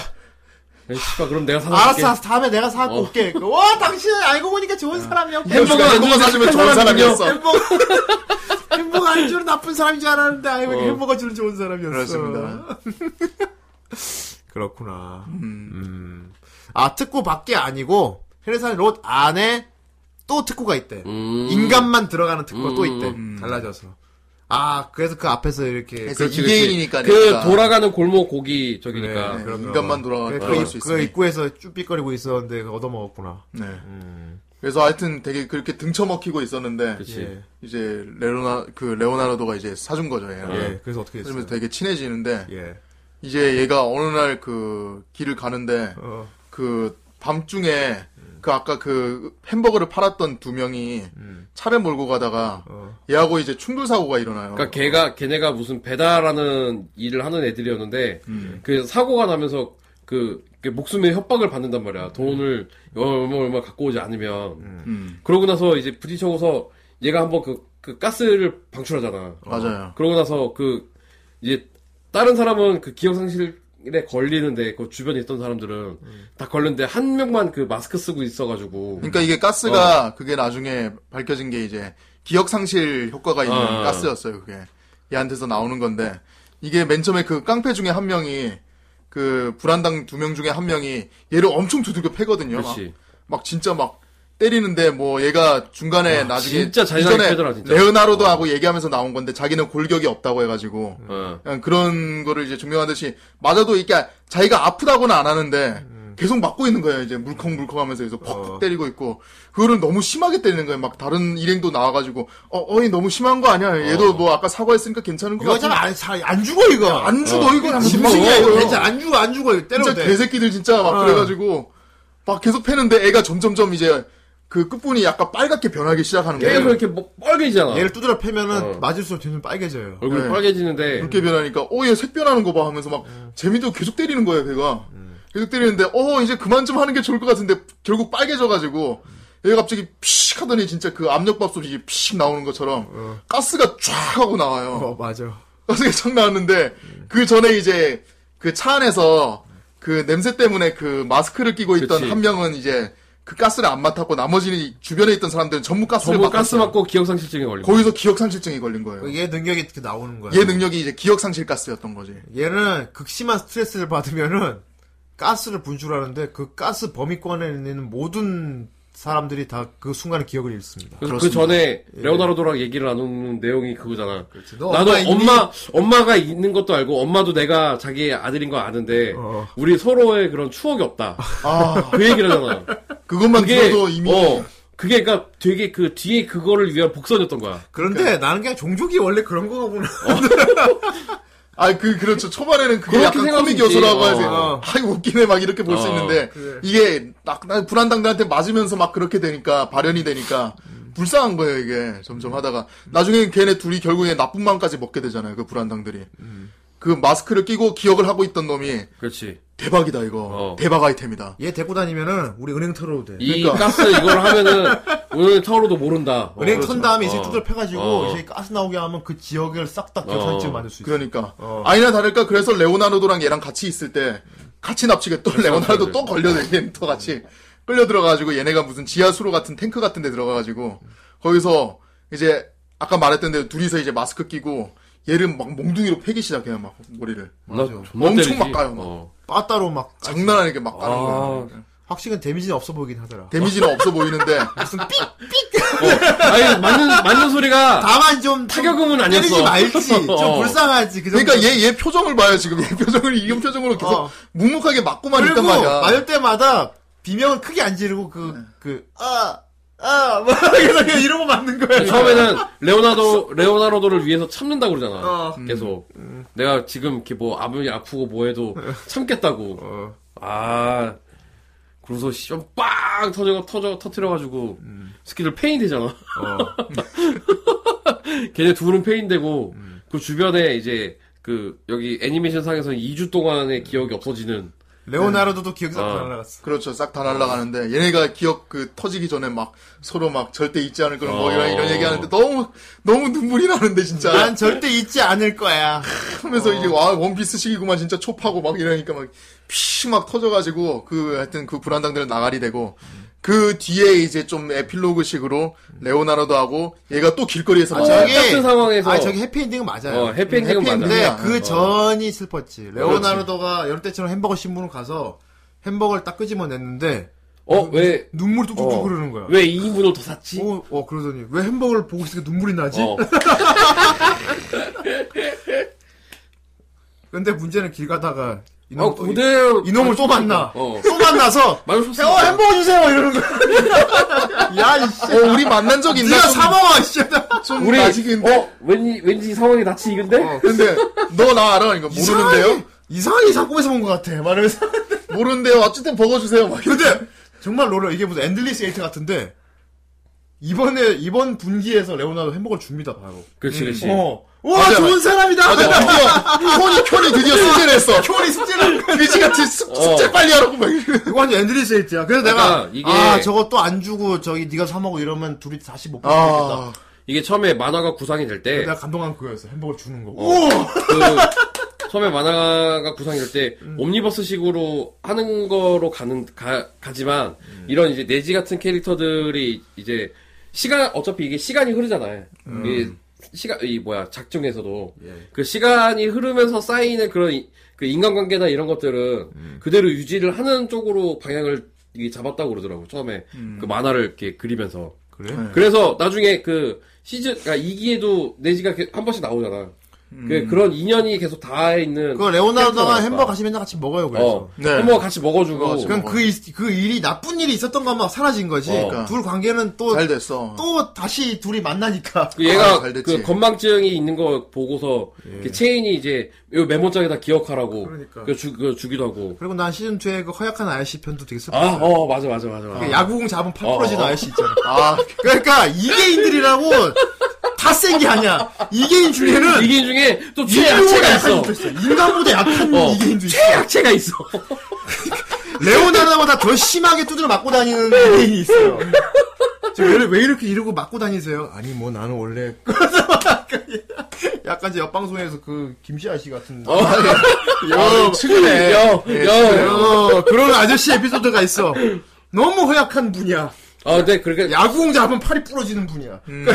S3: 에이, 씨발 그럼 내가 사다
S1: 알았어,
S3: 줄게.
S1: 알았어, 다음에 내가 사갖고
S3: 어.
S1: 올게. 와, 당신 알고 보니까 좋은 사람이었고.
S3: 햄버거 안
S2: 햄버거
S3: 주는
S2: 사주면 좋은
S3: 착한 사람이군요.
S2: 사람이었어.
S1: 햄버거, 햄버거 안 주는 나쁜 사람인 줄 알았는데, 아이고,
S3: 어.
S1: 햄버거 주는 좋은 사람이었어.
S2: 그렇습니다.
S1: 그렇구나. 음. 아, 특구 밖에 아니고, 헤르산 롯 안에 또 특구가 있대.
S3: 음.
S1: 인간만 들어가는 특구가 또
S3: 음.
S1: 있대. 달라져서. 아, 그래서 그 앞에서 이렇게.
S2: 그래서 이계인이니까.
S3: 그 돌아가는 골목 고기 저기니까.
S1: 네.
S2: 그
S1: 그럼요.
S2: 인간만 돌아가-
S1: 그,
S2: 돌아갈
S1: 그,
S2: 수
S1: 그
S2: 있으니.
S1: 입구에서 쭈삣거리고 있었는데 얻어먹었구나.
S2: 네. 그래서 하여튼 되게 그렇게 등쳐먹히고 있었는데
S3: 그치.
S1: 예.
S2: 이제 레오나 그 레오나르도가 이제 사준 거죠. 얘
S1: 예, 그래서 어떻게 됐어요?
S2: 그러면서 되게 친해지는데
S1: 예.
S2: 이제 얘가 어느 날 그 길을 가는데
S1: 어.
S2: 그 밤중에 그 아까 그 햄버거를 팔았던 두 명이
S3: 음.
S2: 차를 몰고 가다가
S1: 어.
S2: 얘하고 이제 충돌 사고가 일어나요.
S3: 그러니까 걔가 걔네가 무슨 배달하는 일을 하는 애들이었는데
S2: 음.
S3: 그 사고가 나면서 그, 그 목숨에 협박을 받는단 말이야. 돈을 얼마 얼마 갖고 오지 않으면.
S2: 음,
S3: 그러고 나서 이제 부딪혀서 얘가 한번 그, 그 가스를 방출하잖아.
S2: 맞아요.
S3: 그러고 나서 그 이제 다른 사람은 그 기억 상실에 걸리는데 그 주변에 있던 사람들은 다 걸렸는데 한 명만 그 마스크 쓰고 있어가지고
S2: 음. 그러니까 이게 가스가
S3: 어.
S2: 그게 나중에 밝혀진 게 이제 기억 상실 효과가 있는
S3: 아.
S2: 가스였어요. 그게 얘한테서 나오는 건데 이게 맨 처음에 그 깡패 중에 한 명이 그 불안당 두 명 중에 한 명이 얘를 엄청 두들겨 패거든요. 막,
S3: 그렇지
S2: 막 진짜 막 때리는데 뭐 얘가 중간에 나중에
S3: 진짜 잔인하게 패더라, 진짜.
S2: 레오나르도 하고 얘기하면서 나온 건데 자기는 골격이 없다고 해가지고
S3: 어.
S2: 그냥 그런 거를 이제 증명한 듯이 맞아도 이게 자기가 아프다고는 안 하는데 계속 맞고 있는 거예요. 이제 물컹물컹하면서 계속 퍽퍽 때리고 있고 그거를 너무 심하게 때리는 거예요. 막 다른 일행도 나와가지고 어 어이 너무 심한 거 아니야? 얘도 뭐 아까 사과했으니까 괜찮은 거
S1: 이거
S2: 같아.
S1: 참 안, 잘- 안 죽어, 이거.
S2: 안 죽어 이거
S1: 짐승이야, 이거.
S2: 무서워.
S1: 괜찮아. 안 죽어, 안 죽어. 이거 때려도
S2: 진짜
S1: 돼.
S2: 개새끼들 진짜 막
S1: 어.
S2: 그래가지고 막 계속 패는데 애가 점점점 이제 그 끝분이 약간 빨갛게 변하기 시작하는
S3: 계속
S2: 거예요.
S3: 이렇게 뭐 빨개지잖아.
S1: 얘를 두드려 패면은
S3: 어.
S1: 맞을수록 뒤는 빨개져요.
S3: 얼굴이
S2: 네.
S3: 빨개지는데
S2: 붉게 변하니까 어 얘 색 변하는 거 봐 하면서 막 재미도 계속 때리는 거예요 걔가 계속 때리는데 어 이제 그만 좀 하는 게 좋을 것 같은데 결국 빨개져가지고 얘가 갑자기 피식 하더니 진짜 그 압력밥솥이 피식 나오는 것처럼 가스가 쫙 하고 나와요.
S1: 어, 맞아.
S2: 가스가 쫙 나왔는데 그 전에 이제 그 차 안에서 그 냄새 때문에 그 마스크를 끼고 있던
S3: 그치.
S2: 한 명은 이제 그 가스를 안 맡았고 나머지 주변에 있던 사람들은 전부 가스를
S3: 전부 가스
S2: 맡았어요.
S3: 맞고 기억상실증이 걸리고.
S2: 거기서 기억상실증이 걸린 거예요.
S1: 얘 능력이 이렇게 나오는 거야.
S2: 얘 능력이 이제 기억상실 가스였던 거지.
S1: 얘는 극심한 스트레스를 받으면은 가스를 분출하는데 그 가스 범위권에 있는 모든 사람들이 다 그 순간의 기억을 잃습니다.
S3: 그래서 그
S2: 그렇습니다. 예.
S3: 전에 레오나르도랑 얘기를 나누는 내용이 그거잖아.
S2: 그렇죠.
S1: 너
S3: 나도
S1: 엄마 있니?
S3: 엄마 엄마가 있는 것도 알고 엄마도 내가 자기 아들인 거 아는데
S1: 어.
S3: 우리 서로의 그런 추억이 없다.
S2: 아
S3: 그 얘기를 하잖아.
S2: 그것만
S3: 그게
S2: 들어도 이미
S3: 어 그게 그러니까 되게 그 뒤에 그거를 위한 복선이었던 거야.
S1: 그런데 나는 그냥 종족이 원래 그런 거구나.
S2: 아 그 그렇죠 초반에는 그게
S3: 그렇게
S2: 약간
S3: 생각할
S2: 코믹
S3: 수 있지.
S2: 요소라고 해서
S3: 어.
S2: 아이 웃기네 막 이렇게 볼 수
S3: 어.
S2: 있는데 이게 딱 불안당들한테 맞으면서 막 그렇게 되니까 발현이 되니까 불쌍한 거예요 이게 점점 하다가 나중에는 걔네 둘이 결국에 나쁜 마음까지 먹게 되잖아요 그 불안당들이
S3: 음.
S2: 그 마스크를 끼고 기억을 하고 있던 놈이
S3: 그렇지.
S2: 대박이다 이거
S3: 어.
S2: 대박 아이템이다
S1: 얘 데리고 다니면은 우리 은행 털어도 돼.
S3: 이
S2: 그러니까.
S3: 가스 이걸 하면은 오늘 타오로도 모른다. 어,
S1: 은행
S3: 그렇죠.
S1: 턴 다음에 이제
S3: 어.
S1: 두드려 패가지고
S3: 어.
S1: 이제 가스 나오게 하면 그 지역을 싹 다 기억상실
S3: 어.
S1: 만들 수 있어.
S2: 그러니까
S1: 어.
S2: 아니나 다를까 그래서 레오나르도랑 얘랑 같이 있을 때 같이 납치게
S1: 그렇죠.
S2: 또
S1: 네.
S2: 레오나르도 또 걸려들긴 또 같이 끌려 들어가가지고 얘네가 무슨 지하수로 같은 탱크 같은 데 들어가가지고 거기서 이제 아까 말했던 대로 둘이서 이제 마스크 끼고 얘를 막 몽둥이로 패기 시작해요 막 머리를
S3: 나
S1: 맞아.
S3: 존나
S2: 엄청
S3: 때리지.
S2: 막 까요, 막.
S3: 어.
S1: 빠따로 막
S2: 장난 아니게 막 까는
S3: 아.
S2: 거예요
S1: 확실히 데미지는 없어 보이긴 하더라.
S2: 데미지는 없어 보이는데
S1: 아, 그
S3: 어. 아니 맞는 맞는 소리가
S1: 다만 좀
S3: 타격음은 아니었어.
S1: 때리지 말지. 좀
S3: 어.
S1: 불쌍하지. 그 정도.
S2: 그러니까 얘 얘 표정을 봐요 지금 얘 표정을 이런 표정으로 계속
S1: 어.
S2: 묵묵하게 맞고만
S1: 그리고
S2: 있단 말이야
S1: 맞을 때마다 비명은 크게 안 지르고 그, 아, 그그아아 막 이러고 이러고 맞는 거야.
S3: 처음에는 레오나도 레오나르도를 위해서 참는다 고 그러잖아.
S1: 어.
S3: 계속 내가 지금 이렇게 뭐 아무리 아프고 뭐해도 참겠다고.
S1: 어.
S3: 아 그래서 씨빵 터져 터져 터트려가지고
S1: 음.
S3: 스키들 페인 되잖아.
S1: 어.
S3: 걔네 둘은 페인되고
S1: 음.
S3: 그 주변에 이제 그 여기 애니메이션 상에서 2주 동안의 기억이 없어지는.
S1: 레오나르도도 기억이 싹
S3: 어.
S1: 날아갔어.
S2: 그렇죠. 싹 다 날라가는데 얘네가 기억 그 터지기 전에 막 서로 막 절대 잊지 않을 거는 뭐 이런, 이런
S3: 어.
S2: 얘기하는데 너무 너무 눈물이 나는데 진짜
S1: 난 절대 잊지 않을 거야.
S2: 하면서 이제 와 원피스식이구만 진짜 촉하고 막 이러니까 막피막 터져가지고 그 하여튼 그 불안당들은 나가리 되고 그 뒤에 이제 좀 에필로그식으로 레오나르도 하고 얘가 또 길거리에서
S3: 아,
S2: 만나.
S3: 저기- 똑같은 상황에서.
S1: 아 저기 해피엔딩은 맞아요.
S3: 어 해피엔딩은
S2: 해피엔딩.
S3: 맞아.
S1: 근데
S2: 맞아.
S1: 그 전이 슬펐지. 레오나르도가 여름 때처럼 햄버거 신문을 가서 햄버거를 딱 끄집어냈는데
S3: 어왜
S1: 눈물이 뚝뚝뚝
S3: 어.
S1: 흐르는 거야.
S3: 왜 2인분을 더 샀지?
S1: 어, 어 그러더니 왜 햄버거를 보고 있으니까 눈물이 나지?
S3: 어.
S1: 근데 문제는 길 가다가 이놈
S3: 어,
S1: 또,
S3: 그대로
S1: 이놈을 또 만나.
S3: 어.
S1: 또 만나서
S3: 말고
S1: 야, 어, 햄버거 주세요 이러는 거야. 야, 이씨.
S2: 어 우리 만난 적 있나?
S1: 네가
S2: 좀-
S1: 사먹어, 씨.
S2: 좀
S3: 우리
S2: 나지긴데. 어.
S3: 어 왠지 왠지 상황이 낯이 익은데
S2: 근데 너 나 알아 이거 모르는데요?
S1: 이상한 이상 꿈에서 본 것 같아. 말하면서.
S2: 모르는데요. 어쨌든 버거 주세요. 막 이러고.
S1: 근데 정말 롤러 이게 무슨 엔들리스 에이트 같은데 이번에 이번 분기에서 레오나도 햄버거를 줍니다 바로.
S3: 그렇지 그렇지
S1: 어. 와
S2: 맞아,
S1: 좋은 사람이다.
S2: 맞아, 드디어, 폰이, 폰이 드디어 승진했어.
S1: 효리 숙제를.
S2: 미지같이 숙- 숙제 빨리 하라고 막 이래.
S1: 이거 완전 엔들리스 에이트야. 그래서
S3: 그러니까
S1: 내가
S3: 이게-
S1: 아 저거 또 안 주고 저기 네가 사 먹어 이러면 둘이 다시 못 보겠다.
S2: 아,
S3: 이게 처음에 만화가 구상이 될 때
S1: 내가 감동한 그거였어. 햄버거 주는 거.
S3: 어. 그 처음에 만화가 구상이 될 때 옴니버스식으로 하는 거로 가는 가, 가지만 이런 이제 내지 같은 캐릭터들이 이제 시간 어차피 이게 시간이 흐르잖아요 이 시간 이 뭐야 작중에서도 그 시간이 흐르면서 쌓이는 그런 이- 그 인간관계나 이런 것들은 그대로 유지를 하는 쪽으로 방향을 이 잡았다고 그러더라고 처음에 그 만화를 이렇게 그리면서
S1: 그래?
S2: 네.
S3: 음. 그래서 나중에 그 시즌 그러니까 2기에도 내지가 이렇게 한 번씩 나오잖아. 그 그런 인연이 계속 닿아 있는
S1: 음. 그 레오나르도가
S2: 어.
S3: 캐릭터가
S1: 햄버거 같이 맨날 같이 먹어요 그래서.
S3: 어.
S2: 네.
S3: 햄버거 같이 먹어주고
S2: 어, 지금
S1: 그럼 그, 일- 그 일이 나쁜 일이 있었던 것만 사라진 거지.
S3: 어.
S1: 둘 관계는 또
S2: 잘
S1: 또
S2: 됐어.
S1: 다시 둘이 만나니까.
S3: 그 얘가
S2: 아, 잘 됐지.
S3: 그 건망증이 있는 거 보고서 그 체인이 이제 요 메모장에다 기억하라고
S1: 예. 그러니까.
S3: 그 주, 그 주기도 하고
S1: 그리고 난 시즌 2에 그 허약한 아저씨 편도 되게 슬펐어.
S3: 아 어 맞아 맞아 맞아 맞아
S1: 야구공 잡은 팔
S3: 어,
S1: 부러지는
S3: 어.
S1: 아저씨 있잖아.
S2: 아,
S1: 그러니까 이계인들이라고 다 센 게 아니야. 이계인 중에는
S3: 그 이게 중에 또
S1: 인간보다
S3: 최악체가
S1: 약한
S3: 있어
S1: 것도 있어. 인간보다 약한
S3: 어.
S1: 이계인도 있어.
S3: 최악체가 있어
S1: 레오나르보다 더 심하게 두드려 맞고 다니는 이계인이 있어요. 저 왜, 왜 이렇게 이러고 맞고 다니세요? 아니 뭐 나는 원래 약간 제 옆방송에서 그 김씨 아저씨 예. 아, 같은
S3: 어.
S2: 야,
S1: 네.
S2: 측은해. 예, 측은해요.
S3: 여여아
S1: 어, 그런 아저씨 에피소드가 있어. 너무 허약한 분이야.
S3: 근데 아, 네, 그렇게
S1: 야구공 잡으면 팔이 부러지는 분이야.
S3: 음.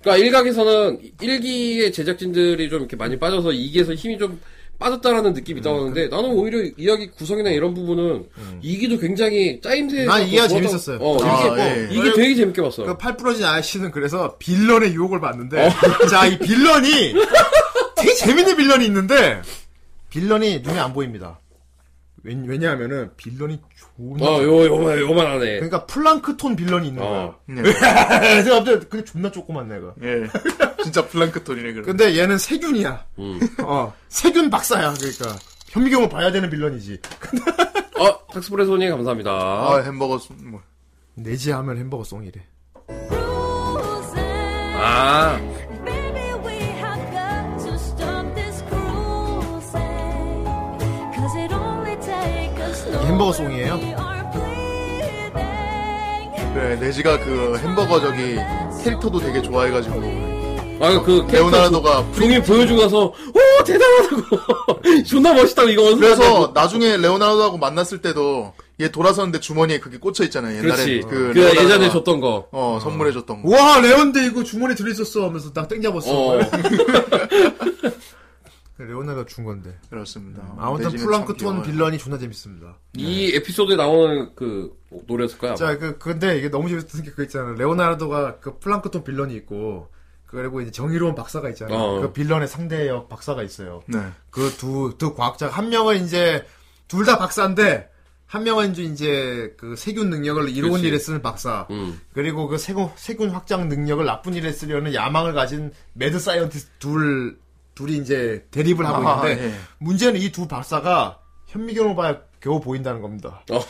S3: 그러니까 일각에서는 일기의 제작진들이 좀 이렇게 많이 빠져서 2기에서 힘이 좀 빠졌다라는 느낌이 있다고 하는데 나는 오히려 이야기 구성이나 이런 부분은 이 2기도 굉장히 짜임새
S1: 난 이해가 재밌었어요.
S3: 어,
S2: 아,
S3: 재밌게,
S2: 예.
S3: 이게 되게 재밌게 봤어
S1: 그 팔 부러진 아저씨는 그래서 빌런의 유혹을 받는데
S3: 어.
S1: 자 이 빌런이 되게 재밌는 빌런이 있는데 빌런이 눈에 안 보입니다. 왜, 냐하면은 빌런이 존나
S3: 어, 요, 요만, 요만하네.
S1: 그러니까 플랑크톤 빌런이 있는
S3: 어.
S2: 네.
S1: 거야. 제가 갑자기 그게 존나 조그만 내가.
S2: 예. 진짜 플랑크톤이네, 그럼.
S1: 근데 얘는 세균이야.
S3: 음.
S1: 어 세균 박사야 그러니까 현미경을 봐야 되는 빌런이지.
S3: 어, 탁스프레소님 감사합니다.
S2: 아,
S3: 아,
S2: 햄버거, 수- 뭐.
S1: 내지하면 햄버거 송이래.
S3: 아,
S5: Baby, we have got to stop this cruising. Cause it only takes us
S1: 이게 햄버거 송이에요?
S5: nowhere. We are bleeding.
S2: 그래, 내지가 그 햄버거 저기 캐릭터도 되게 좋아해가지고.
S3: 아, 그,
S2: 어,
S3: 레오나르도.
S2: 레오나르도가
S3: 종이 보여주고 나서, 오, 대단하다고. 존나 멋있다고, 이거.
S2: 그래서 나중에 레오나르도하고 만났을 때도 얘 돌아서는데 주머니에 그게 꽂혀 있잖아요. 옛날에
S3: 그렇지.
S2: 그,
S3: 그, 예전에
S2: 레오나르도가,
S3: 줬던 거.
S2: 어 선물해 줬던 거.
S1: 와 레온데 이거 주머니 들어있었어 하면서 딱 땡잡았어.
S3: 어.
S1: 네, 레온나가 준 건데.
S2: 그렇습니다.
S1: 아무튼
S2: 내지는
S1: 플랑크톤
S2: 참 귀여워요.
S1: 빌런이 존나 재밌습니다.
S3: 이 에피소드에 나오는 그, 노래였을 거야.
S1: 자, 그, 근데 이게 너무 재밌었던 게 그거 있잖아. 레오나르도가 그 플랑크톤 빌런이 있고, 그리고 이제 정의로운 박사가 있잖아.
S3: 어.
S1: 그 빌런의 상대역 박사가 있어요.
S2: 네.
S1: 그 두, 두 과학자, 한 명은 이제, 둘 다 박사인데, 한 명은 이제, 이제 그 세균 능력을 이로운
S3: 그렇지.
S1: 일에 쓰는 박사.
S3: 음.
S1: 그리고 그 세균, 세균 확장 능력을 나쁜 일에 쓰려는 야망을 가진 매드 사이언티스트 둘, 둘이 이제 대립을 하고
S2: 아하,
S1: 있는데,
S2: 예.
S1: 문제는 이 두 박사가 현미경을 봐야 겨우 보인다는 겁니다.
S3: 어.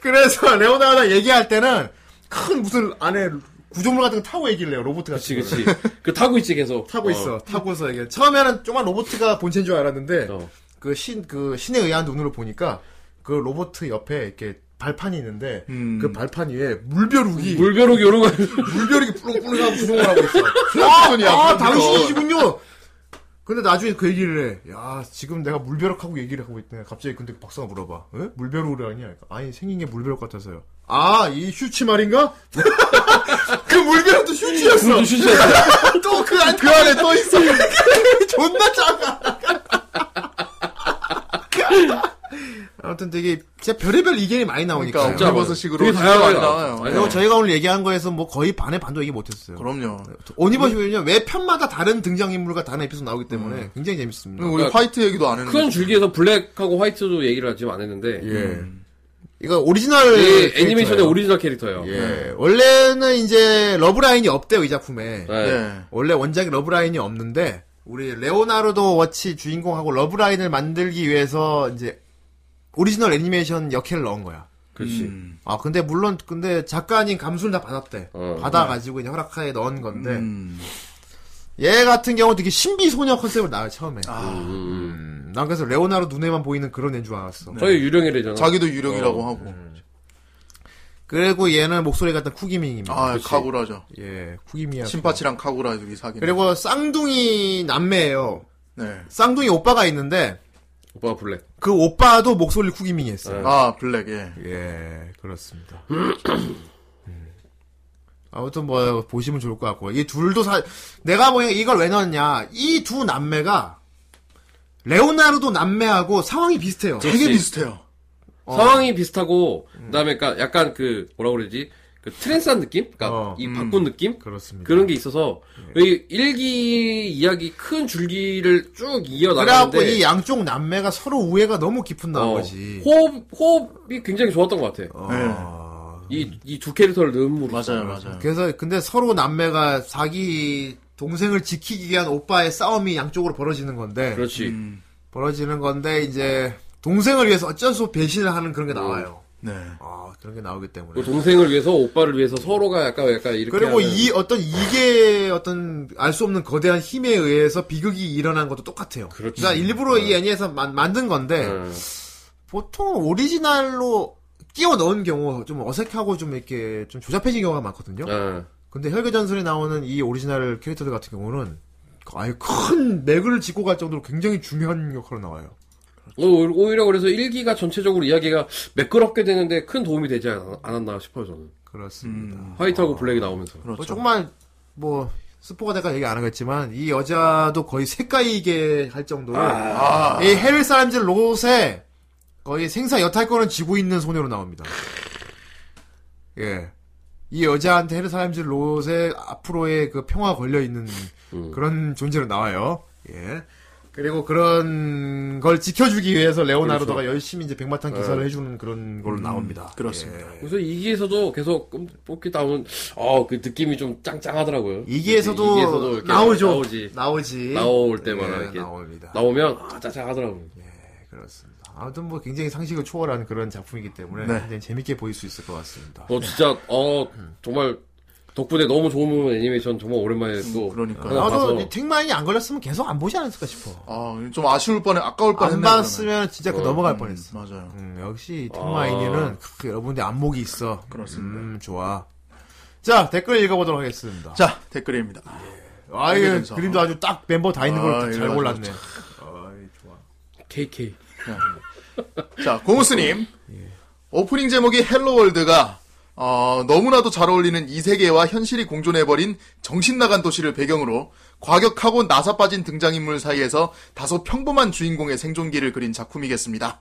S1: 그래서 레오나가 얘기할 때는 큰 무슨 안에 구조물 같은 거 타고 얘기를 해요. 로봇
S3: 그치,
S1: 같이.
S3: 그치. 그 타고 있지, 계속.
S1: 타고
S3: 어.
S1: 있어. 타고서 얘기해. 처음에는 조만 로봇가 본체인 줄 알았는데
S3: 어.
S1: 그 신, 그 신에 의한 눈으로 보니까 그 로봇 옆에 이렇게 발판이 있는데
S2: 음.
S1: 그 발판 위에 물벼룩이 물...
S3: 물벼룩 요런 거.
S1: 벼룩이 뿌렁뿌렁하고 구성을 하고 있어.
S2: 플랑크톤이야.
S1: 아,
S2: 플랑크톤.
S1: 당신이시군요. 근데 나중에 그 얘기를 해. 야, 지금 내가 물벼락하고 얘기를 하고 있네. 갑자기 근데 그 박사가 물어봐. 에? 물벼락을 하냐? 아니, 생긴 게 물벼락 같아서요. 아, 이 슈치 말인가? 그 물벼락도 음, 슈치였어.
S3: 물도 슈치였어.
S1: 또 그 안, 그 안에 또 있어. 존나 작아. 아무튼 되게, 진짜 별의별 이견이 많이 나오니까.
S2: 그러니까
S3: 진짜
S2: 오니버스식으로
S3: 되게
S2: 진짜
S3: 다양하게
S2: 많이 나와요. 네.
S3: 나와요.
S1: 그리고 저희가 오늘 얘기한 거에서 뭐 거의 반의 반도 얘기 못했어요.
S2: 그럼요.
S3: 음.
S1: 오니버시면요 왜 편마다 다른 등장인물과 다른 에피소드 나오기 때문에 굉장히 재밌습니다.
S3: 음,
S2: 우리 화이트 얘기도 안 했는데.
S3: 큰 줄기에서 블랙하고 화이트도 얘기를 지금 안 했는데.
S1: 예. 이거 오리지널
S3: 음. 이
S1: 캐릭터예요.
S3: 애니메이션의 오리지널 캐릭터예요.
S1: 예. 원래는 이제 러브라인이 없대요 이 작품에.
S3: 네.
S2: 네.
S1: 원래 원작에 러브라인이 없는데 우리 레오나르도 워치 주인공하고 러브라인을 만들기 위해서 이제 오리지널 애니메이션 역해를 넣은 거야.
S3: 그렇지.
S2: 음.
S1: 아 근데 물론 근데 작가님 감수를 다 받았대.
S3: 어.
S1: 받아가지고 이제 허락하에 넣은 건데
S2: 음.
S1: 얘 같은 경우 되게 신비 소녀 컨셉을 나요 처음에.
S2: 아,
S3: 음.
S1: 음, 난 그래서 레오나르 눈에만 보이는 그런 애인 줄 알았어.
S3: 저희 유령이래잖아.
S2: 자기도 유령이라고 하고.
S1: 그리고 얘는 목소리가 일단 쿠기밍입니다.
S2: 아, 카구라죠.
S1: 예, 쿠기미야.
S2: 신파치랑 카구라 둘이 사귀는.
S1: 그리고 쌍둥이 남매예요.
S2: 네.
S1: 쌍둥이 오빠가 있는데
S3: 오빠가 블랙.
S1: 그 오빠도 목소리 쿠기밍이 했어요.
S2: 아, 블랙, 예.
S1: 예, 그렇습니다. 음. 아무튼 뭐 보시면 좋을 것 같고 이 둘도 사 내가 보니 이걸 왜 넣었냐 이 두 남매가 레오나르도 남매하고 상황이 비슷해요.
S2: 되게 비슷해요.
S1: 어.
S3: 상황이 비슷하고 그다음에 그러니까 약간 그 뭐라 그러지 그 트랜스한 느낌, 그러니까
S1: 어, 예.
S3: 이 바꾼 느낌
S1: 그렇습니다.
S3: 그런 게 있어서 이 일기 이야기 큰 줄기를 쭉 이어
S1: 그래갖고
S3: 나가는데 어.
S1: 이 양쪽 남매가 서로 우애가 너무 깊은 나머지.
S3: 호흡 호흡이 굉장히 좋았던 것 같아.
S1: 어.
S3: 이 이 두 캐릭터를 넣음으로
S2: 맞아요,
S3: 네.
S2: 맞아요.
S1: 그래서 근데 서로 남매가 자기 동생을 지키기 위한 오빠의 싸움이 양쪽으로 벌어지는 건데
S3: 그렇지.
S2: 음,
S1: 벌어지는 건데 이제 동생을 위해서 어쩔 수 없이 배신을 하는 그런 게 나와요.
S2: 네.
S1: 아 그런 게 나오기 때문에.
S3: 음. 그 동생을 위해서 오빠를 위해서 서로가 약간 약간 이렇게
S1: 그리고
S3: 하는-
S1: 이 어떤 이게 어떤 알 수 없는 거대한 힘에 의해서 비극이 일어난 것도 똑같아요.
S3: 그렇죠.
S1: 러니까 일부러 이 애니에서 만- 만든 건데
S3: 음.
S1: 보통 오리지널로 끼워 넣은 경우 좀 어색하고 좀 이렇게 좀 조잡해진 경우가 많거든요.
S2: 네.
S3: 어.
S1: 근데 혈교 전설에 나오는 이 오리지널 캐릭터들 같은 경우는 아예 큰 맥을 짚고 갈 정도로 굉장히 중요한 역할로 나와요.
S3: 어, 오히려 그래서 일기가 전체적으로 이야기가 매끄럽게 되는데 큰 도움이 되지 않- 않았나 싶어요, 저는.
S1: 그렇습니다.
S3: 화이트하고 블랙이 나오면서.
S1: 뭐
S2: 음, 그렇죠.
S1: 조금만 뭐 스포가 될까 얘기 안 하겠지만 이 여자도 거의 색깔이게 할 정도로
S2: 아,
S1: 이 해외 사람들 로봇에 거의 생사 여탈권을 쥐고 있는 소녀로 나옵니다. 예. 이 여자한테 해외 사람들 로봇의 앞으로의 그 평화 걸려 있는
S3: 음.
S1: 그런 존재로 나와요. 예. 그리고 그런 걸 지켜주기 위해서 레오나르도가 열심히 이제 백마탄 기사를 해주는 그런 걸로 음. 나옵니다.
S2: 음. 그렇습니다.
S1: 예.
S3: 그렇죠. 네. 음. 그래서 2기에서도 계속 끔- 뽑기 나오는, 어, 그 느낌이 좀 짱짱하더라고요. 이렇게 이기에서도
S1: 이기에서도
S3: 이렇게
S1: 나오죠.
S3: 나오지.
S1: 나오지. 예,
S3: 나올 때마다 이렇게
S1: 나옵니다.
S3: 나오면, 아, 짱짱하더라고요.
S1: 네, 그렇습니다. 아무튼 뭐 굉장히 상식을 초월한 그런 작품이기 때문에
S2: 네.
S1: 굉장히 재밌게 보일 수 있을 것 같습니다.
S3: 어, 진짜, 어, 정말, 덕분에 너무 좋은 애니메이션 정말 오랜만에 또.
S2: 그러니까요.
S3: 하나 봐서.
S1: 나도 이 택만이 안 걸렸으면 계속 안 보지 않았을까 싶어.
S2: 아, 좀 아쉬울 뻔해, 아까울 뻔
S1: 안
S2: 했네요.
S1: 봤으면 진짜 그 넘어갈 뻔했어.
S2: 음. 맞아요.
S1: 음, 역시 택마인이는 여러분들 안목이 있어.
S2: 그렇습니다.
S1: 음, 좋아. 자 댓글 읽어보도록 하겠습니다.
S2: 자, 댓글입니다.
S1: 아유
S2: 여기서.
S1: 그림도 아주 딱 멤버 다 있는
S2: 아,
S1: 걸 잘
S2: 이거
S1: 골랐네.
S3: KK.
S2: 자, 고무스님. 오프닝 제목이 헬로 월드가 어, 너무나도 잘 어울리는 이 세계와 현실이 공존해버린 정신나간 도시를 배경으로 과격하고 나사 빠진 등장인물 사이에서 다소 평범한 주인공의 생존기를 그린 작품이겠습니다.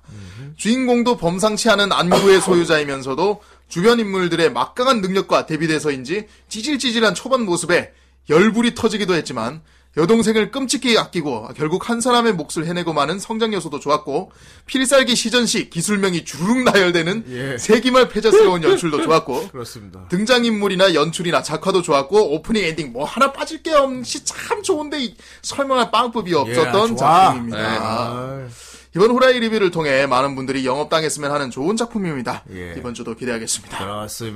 S2: 주인공도 범상치 않은 안구의 소유자이면서도 주변 인물들의 막강한 능력과 대비돼서인지 찌질찌질한 초반 모습에 열불이 터지기도 했지만 여동생을 끔찍히 아끼고 결국 한 사람의 몫을 해내고 마는 성장 요소도 좋았고 필살기 시전 시 기술명이 주르륵 나열되는
S1: 예.
S2: 세기말 패자스러운 연출도 좋았고
S1: 그렇습니다.
S2: 등장인물이나 연출이나 작화도 좋았고 오프닝 엔딩 뭐 하나 빠질 게 없이 참 좋은데 이- 설명할 방법이 없었던
S1: 예, 좋아.
S2: 작품입니다.
S3: 네.
S1: 아,
S2: 이번 후라이 리뷰를 통해 많은 분들이 영업당했으면 하는 좋은 작품입니다.
S1: 예.
S2: 이번 주도 기대하겠습니다.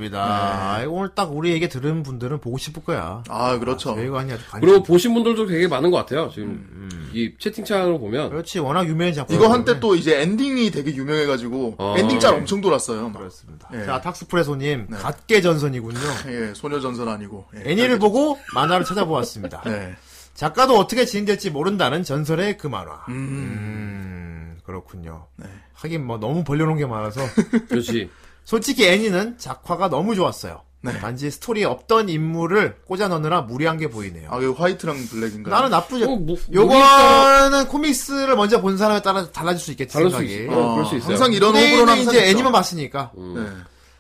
S1: 그렇습니다. 아이, 오늘 딱 우리 얘기 들은 분들은 보고 싶을 거야.
S2: 아 그렇죠.
S1: 저희가 아니 아주 관
S3: 그리고 보신 분들도 되게 많은 것 같아요, 지금. 이 채팅창으로 보면.
S1: 그렇지 워낙 유명한 작품
S2: 이거 한때 또 이제 엔딩이 되게 유명해가지고
S3: 아.
S2: 엔딩 짤 엄청 돌았어요. 막.
S1: 예. 그렇습니다.
S2: 예.
S1: 자 탁스프레소님 갓게 전선이군요.
S2: 예, 소녀전선 아니고 예,
S1: 애니를 보고 만화를 찾아보았습니다.
S2: 네.
S1: 작가도 어떻게 진행될지 모른다는 전설의 그 만화. 음,
S2: 음, 네.
S1: 그렇군요. 하긴 뭐 너무 벌려놓은 게 많아서
S3: 그렇지.
S1: 솔직히 애니는 작화가 너무 좋았어요.
S2: 네.
S1: 단지 스토리에 없던 인물을 꽂아 넣느라 무리한 게 보이네요.
S2: 아, 이거 화이트랑 블랙인가?
S1: 나는 나쁘지.
S3: 어, 뭐-
S1: 요거는 코믹스를 먼저 본 사람에 따라 달라질 수 있겠지.
S3: 다를 수
S1: 생각이.
S3: 있어.
S2: 어,
S3: 어, 그럴 수 있어요.
S2: 항상 이런
S1: 근데
S2: 호불호는 항상
S1: 이제
S2: 있죠.
S1: 애니만 봤으니까.
S2: 네.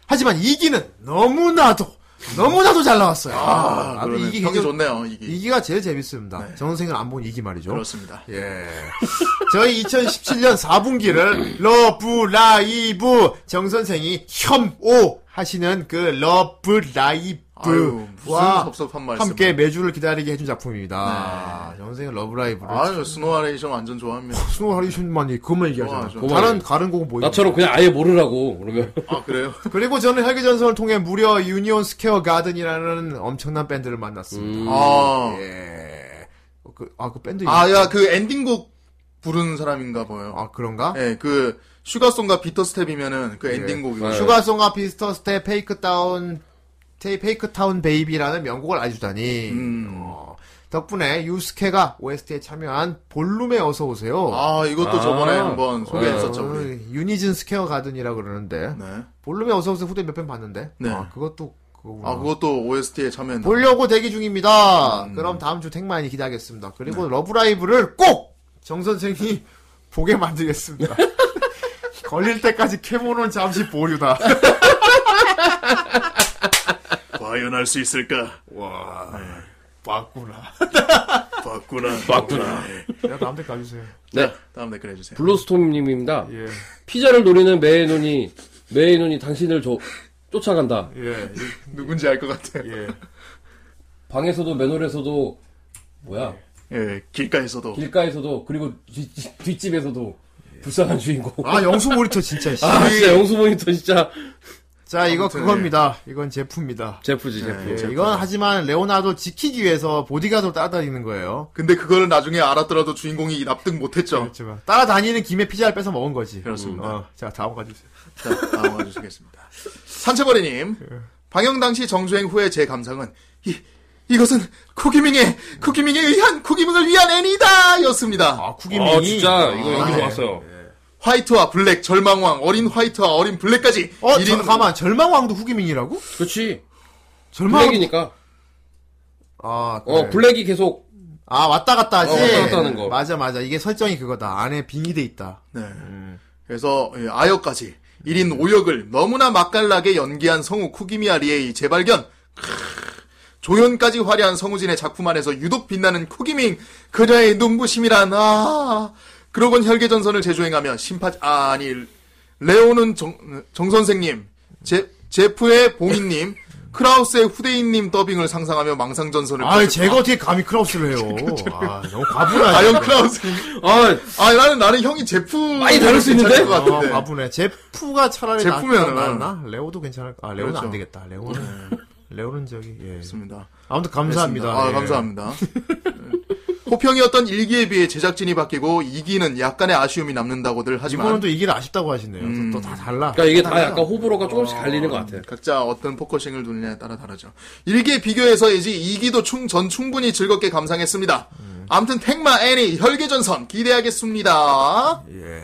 S1: 하지만 이기는 너무나도 너무나도 잘 나왔어요.
S2: 아,
S1: 나도
S2: 그러네.
S1: 이기
S2: 평이
S1: 굉장히-
S2: 좋네요. 이기.
S1: 이기가 제일 재밌습니다. 정선생은 안 본 이기 말이죠.
S2: 네. 그렇습니다.
S1: 예. 저희 2017년 4분기를 러브 라이브 정선생이 혐오 하시는 그 러브
S2: 아유, 무슨
S1: 라이브와
S2: 섭섭한 말씀. 네.
S1: 함께 매주를 기다리게 해준 작품입니다. 정선생은 러브 라이브를
S2: 아, 저 스노우 아레이션 완전 좋아합니다.
S1: 스노우 하리션만이 그만 얘기하잖아.
S2: 좋아,
S1: 요
S2: 좋아. 네.
S1: 다른 다른 곡은 뭐예요?
S3: 나처럼 그냥 아예 모르라고, 그러면.
S2: 아, 그래요?
S1: 그리고 저는 혈기 전선을 통해 무려 유니온 스퀘어 가든이라는 엄청난 밴드를 만났습니다.
S3: 음.
S2: 아.
S1: 예. 어, 그, 아, 그 밴드.
S2: 아,
S1: 이름-
S2: 야, 그 엔딩곡 부른 사람인가 봐요.
S1: 아, 그런가?
S2: 예, 그 슈가송과 비터스텝이면은 그 엔딩곡이고
S3: 네.
S1: 슈가송과 비스터 스텝 페이크 다운 테이 페이크 타운 베이비라는 명곡을
S3: 예.
S1: 알려주다니.
S2: 음.
S1: 어, 덕분에 유스케가 OST에 참여한 볼룸에 어서 오세요.
S2: 아, 이것도
S3: 아.
S2: 저번에 한번
S1: 어,
S2: 소개했었죠. 우리.
S1: 유니즌 스퀘어 가든이라
S3: 예.
S1: 그러는데
S2: 네.
S1: 볼룸에 어서 오세요 후대 몇 편 봤는데.
S2: 네.
S1: 아, 그것도 그거구나.
S2: 아, 그것도 OST에 참여했나?
S1: 보려고 대기 중입니다. 그럼 다음 주 택만이 기대하겠습니다.
S2: 네.
S1: 그리고 러브라이브를 꼭 정선생이 보게 만들겠습니다. 걸릴 때까지 캐모는 잠시 보류다.
S2: 과연 할 수 있을까?
S1: 와, 봤구나.
S2: 봤구나. 예.
S3: 맞구나.
S1: 내가 남대 가주세요.
S3: 네.
S2: 다음 댓글 해주세요.
S3: 블루스톰님입니다.
S1: 예,
S3: 피자를 노리는 매의 눈이, 매의 눈이 당신을 저, 쫓아간다.
S1: 예,
S2: 누군지 알 것 같아요.
S1: 예.
S3: 방에서도, 맨홀에서도, 뭐야,
S2: 예, 길가에서도.
S3: 길가에서도, 그리고 뒷- 뒷집에서도, 불쌍한 주인공.
S1: 아, 영수 모니터 진짜, 씨.
S3: 아, 진짜 영수 모니터 진짜.
S1: 자, 이거
S2: 아무튼,
S1: 그겁니다. 이건 제프입니다.
S3: 제프지,
S1: 예,
S3: 제프.
S1: 이건 하지만 레오나도 지키기 위해서 보디가드로 따라다니는 거예요.
S2: 근데 그거를 나중에 알았더라도 주인공이 납득 못했죠.
S1: 그렇지만 따라다니는 김에 피자를 뺏어 먹은 거지.
S2: 그렇습니다.
S1: 어, 자, 다음 가주세요.
S2: 자, 다음 와주시겠습니다. 산채버리님. 방영 당시 정주행 후에 제 감상은, 이, 이것은 쿠키밍의, 쿠키밍에 의한, 쿠키밍을 위한 애니다! 였습니다.
S1: 아, 쿠기미.
S3: 아, 진짜, 이거
S2: 아,
S3: 여기
S2: 네.
S3: 좋았어요.
S2: 화이트와 블랙, 절망왕, 어린 화이트와 어린 블랙까지.
S1: 어,
S2: 일인-
S1: 잠깐만. 절망왕도 후기민이라고?
S3: 그치.
S1: 절망왕.
S3: 블랙이니까.
S1: 아,
S3: 어,
S1: 그래.
S3: 블랙이 계속,
S1: 아, 왔다 갔다 하지?
S3: 어, 왔다 갔다 하는 거.
S1: 맞아, 맞아. 이게 설정이 그거다. 안에 빙의돼 있다.
S2: 네. 그래서 예, 아역까지 1인 5역을 너무나 맛깔나게 연기한 성우 쿠기미야 리에이 재발견. 크으, 조연까지 화려한 성우진의 작품 안에서 유독 빛나는 쿠기밍 그녀의 눈부심이란 아 그러곤 혈계전선을 재조행하며 심파 아, 아니 레오는 정, 정 선생님 제, 제프의 봉인님 크라우스의 후대인님 더빙을 상상하며 망상전선을
S1: 아,
S2: 펼쳤다.
S1: 제가 어떻게 감히 크라우스를 해요? 아, 너무 과분하네.
S2: 아, 형 크라우스
S3: 아,
S2: 아 나는 나는 형이 제프 많이
S3: 다를 수 있는데?
S2: 것
S1: 어,
S2: 같은데.
S1: 바쁘네. 제프가 차라리
S2: 제프면은. 어.
S1: 낫- 낫나? 레오도 괜찮을 아, 레오는
S2: 그렇죠.
S1: 안 되겠다. 레오는 레오는 저기 예.
S2: 좋습니다.
S1: 아무튼 감사합니다.
S2: 아,
S1: 예.
S2: 감사합니다. 예. 호평이었던 일기에 비해 제작진이 바뀌고 이기는 약간의 아쉬움이 남는다고들 하지만
S1: 예. 이거는 또 이길 아쉽다고 하시네요. 또 다 달라.
S3: 그러니까 이게 다 약간 호불호가 조금씩 갈리는 것 같아.
S2: 각자 어떤 포커싱을 두느냐에 따라 다르죠. 일기에 비교해서이지 이기도 충, 전 충분히 즐겁게 감상했습니다. 아무튼 택마 애니 혈계전선 기대하겠습니다.
S1: 예.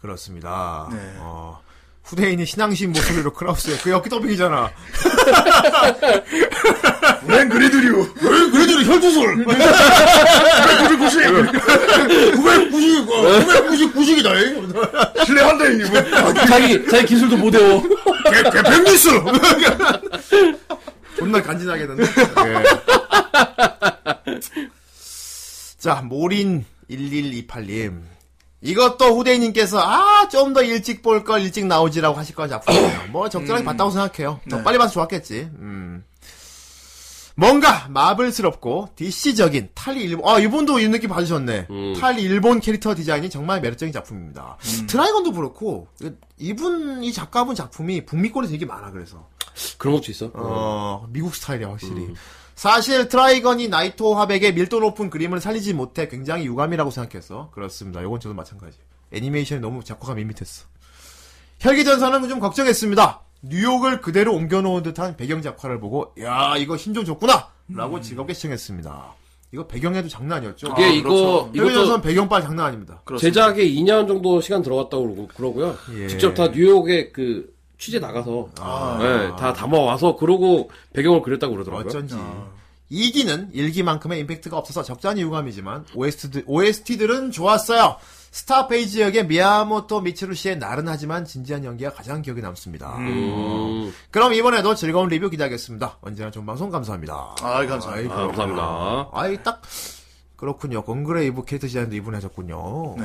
S1: 그렇습니다.
S2: 네.
S1: 어, 후대인이 신앙신 목소리로 크라우스에 그 역기 더빙이잖아.
S2: 웬 그리드류. 웬 그리드류 혈주술.
S1: 990, 999이다.
S2: 실례한데 이분.
S1: 아,
S3: 자기, 자기 기술도 못 외워.
S1: 백미스! 존나 간지나겠는데? 자, 모린1128님. 이것도 후대인님께서, 아, 좀 더 일찍 볼 걸 일찍 나오지라고 하실 거란 작품이에요. 뭐, 적절하게 봤다고 생각해요. 더 빨리 봐서 좋았겠지. 음. 뭔가 마블스럽고 DC적인 탈 일본 아 일본도 이 느낌 봐주셨네 탈 일본 캐릭터 디자인이 정말 매력적인 작품입니다 드라이건도 그렇고 이분 이 작가분 작품이 북미권에 되게 많아 그래서
S3: 그런 것도 있어. 음.
S1: 어 미국 스타일이야 확실히 사실 드라이건이 나이토 화백의 밀도 높은 그림을 살리지 못해 굉장히 유감이라고 생각했어 그렇습니다 요건 저도 마찬가지 애니메이션이 너무 작화가 밋밋했어 혈기전사는 좀 걱정했습니다 뉴욕을 그대로 옮겨놓은 듯한 배경 작화를 보고 야 이거 힘 좀 줬구나 라고 즐겁게 시청했습니다 이거 배경에도 장난 아니었죠
S3: 음.
S1: 그렇죠.
S3: 이게 이거, 이것도
S1: 혈기전사는 배경빨 장난 아닙니다
S3: 제작에 2년 정도 시간 들어갔다고 그러고, 그러고요.
S1: 예. 아.
S3: 직접 다 뉴욕에 그, 취재 나가서, 예, 다 담아와서, 그러고 배경을 그렸다고 그러더라고요.
S1: 어쩐지. 이기는 1기만큼의 임팩트가 없어서 적잖이 유감이지만 OST들, OST들은 좋았어요. 스타페이지 역의 미야모토 미츠루 씨의 나른하지만 진지한 연기가 가장 기억에 남습니다.
S3: 음,
S1: 그럼 이번에도 즐거운 리뷰 기대하겠습니다. 언제나 좋은 방송 감사합니다.
S2: 아, 감사합니다.
S3: 아, 감사합니다.
S1: 아이 딱 그렇군요. 건그레이브 캐릭터 디자인도 이분이 하셨군요.
S2: 네.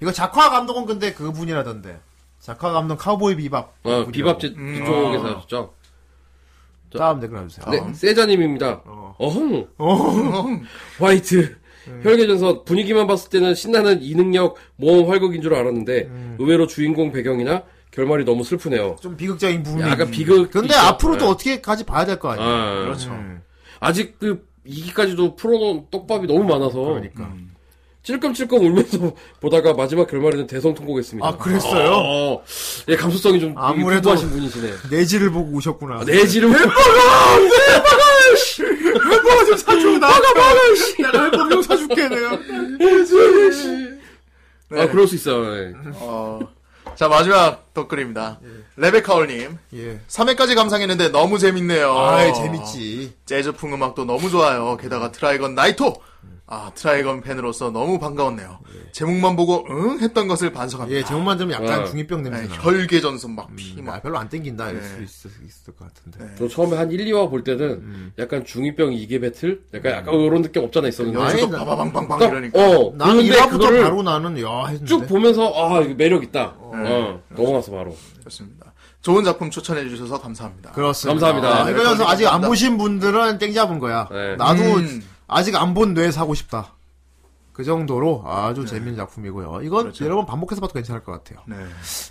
S1: 이거 작화 감독은 근데 그분이라던데. 작화 감독 카우보이 비밥.
S3: 어,
S1: 그분이라고.
S3: 비밥 제-
S1: 아.
S3: 쪽에서 하셨죠.
S1: 다음 댓글 해주세요.
S3: 네, 세자님입니다. 어흥.
S2: 음.
S3: 화이트.
S1: 음.
S3: 혈계전서 분위기만 봤을 때는 신나는 이능력 모험 활극인 줄 알았는데
S1: 음.
S3: 의외로 주인공 배경이나 결말이 너무 슬프네요.
S1: 좀 비극적인 부분이.
S3: 약간
S1: 있-
S3: 비극
S1: 음. 근데
S3: 있죠.
S1: 앞으로도
S3: 네.
S1: 어떻게까지 봐야 될 거 아니에요.
S3: 아,
S2: 그렇죠.
S3: 아직 그 2기까지도 풀어놓은 떡밥이 너무 많아서 음.
S1: 그러니까.
S3: 찔끔찔끔 울면서 보다가 마지막 결말에는 대성통곡했습니다.
S1: 아, 그랬어요?
S3: 어, 어. 예, 감수성이 좀
S1: 아무래도-
S3: 아무래도 하신 분이시네.
S1: 내지를 보고 오셨구나.
S3: 아, 내지를 햄버거!
S1: 햄버거 아, 좀 사줘. 나 먹어 먹어. 씨. 내가 햄버거 좀 사줄게 내가. 네.
S3: 아 그럴 수 있어요. 예.
S2: 네. 어, 자 마지막 댓글입니다. 레베카올님.
S1: 예.
S2: 3회까지 감상했는데 너무 재밌네요.
S1: 아 재밌지.
S2: 재즈풍 음악도 너무 좋아요. 게다가 트라이건 나이토, 아, 트라이건 팬으로서 너무 반가웠네요. 제목만 보고 응 했던 것을 반성합니다.
S1: 예, 제목만 들으면 약간
S3: 아.
S1: 중이병
S2: 네,
S1: 냄새나.
S2: 혈계 전선 막 피,
S1: 음,
S2: 막.
S1: 아, 별로 안 땡긴다 이럴
S2: 네.
S1: 수 있을, 있을 것 같은데.
S2: 네.
S3: 저 처음에 한 1, 2화 볼 때는
S1: 음.
S3: 약간 중2병 2개 배틀? 약간 약간 이런 느낌 없잖아 있었는데.
S1: 아니,
S2: 여기서도
S1: 나-
S2: 바바방방방
S3: 딱,
S2: 이러니까.
S3: 어.
S1: 나는
S3: 근데
S1: 1화부터
S3: 그거를
S1: 바로 나는 야 했는데.
S3: 쭉 보면서 아 이거 매력 있다. 어. 넘어가서 바로.
S1: 네.
S2: 좋습니다. 좋은 작품 추천해 주셔서 감사합니다.
S1: 그렇습니다.
S3: 감사합니다.
S1: 아, 이거 여서 아직 안
S2: 감사합니다.
S1: 보신 분들은 땡 잡은 거야.
S3: 네.
S1: 나도
S2: 음.
S1: 아직 안 본 뇌 사고 싶다. 그 정도로 아주 재밌는 작품이고요. 이건
S2: 네. 그렇죠.
S1: 여러분 반복해서 봐도 괜찮을 것 같아요.
S2: 네.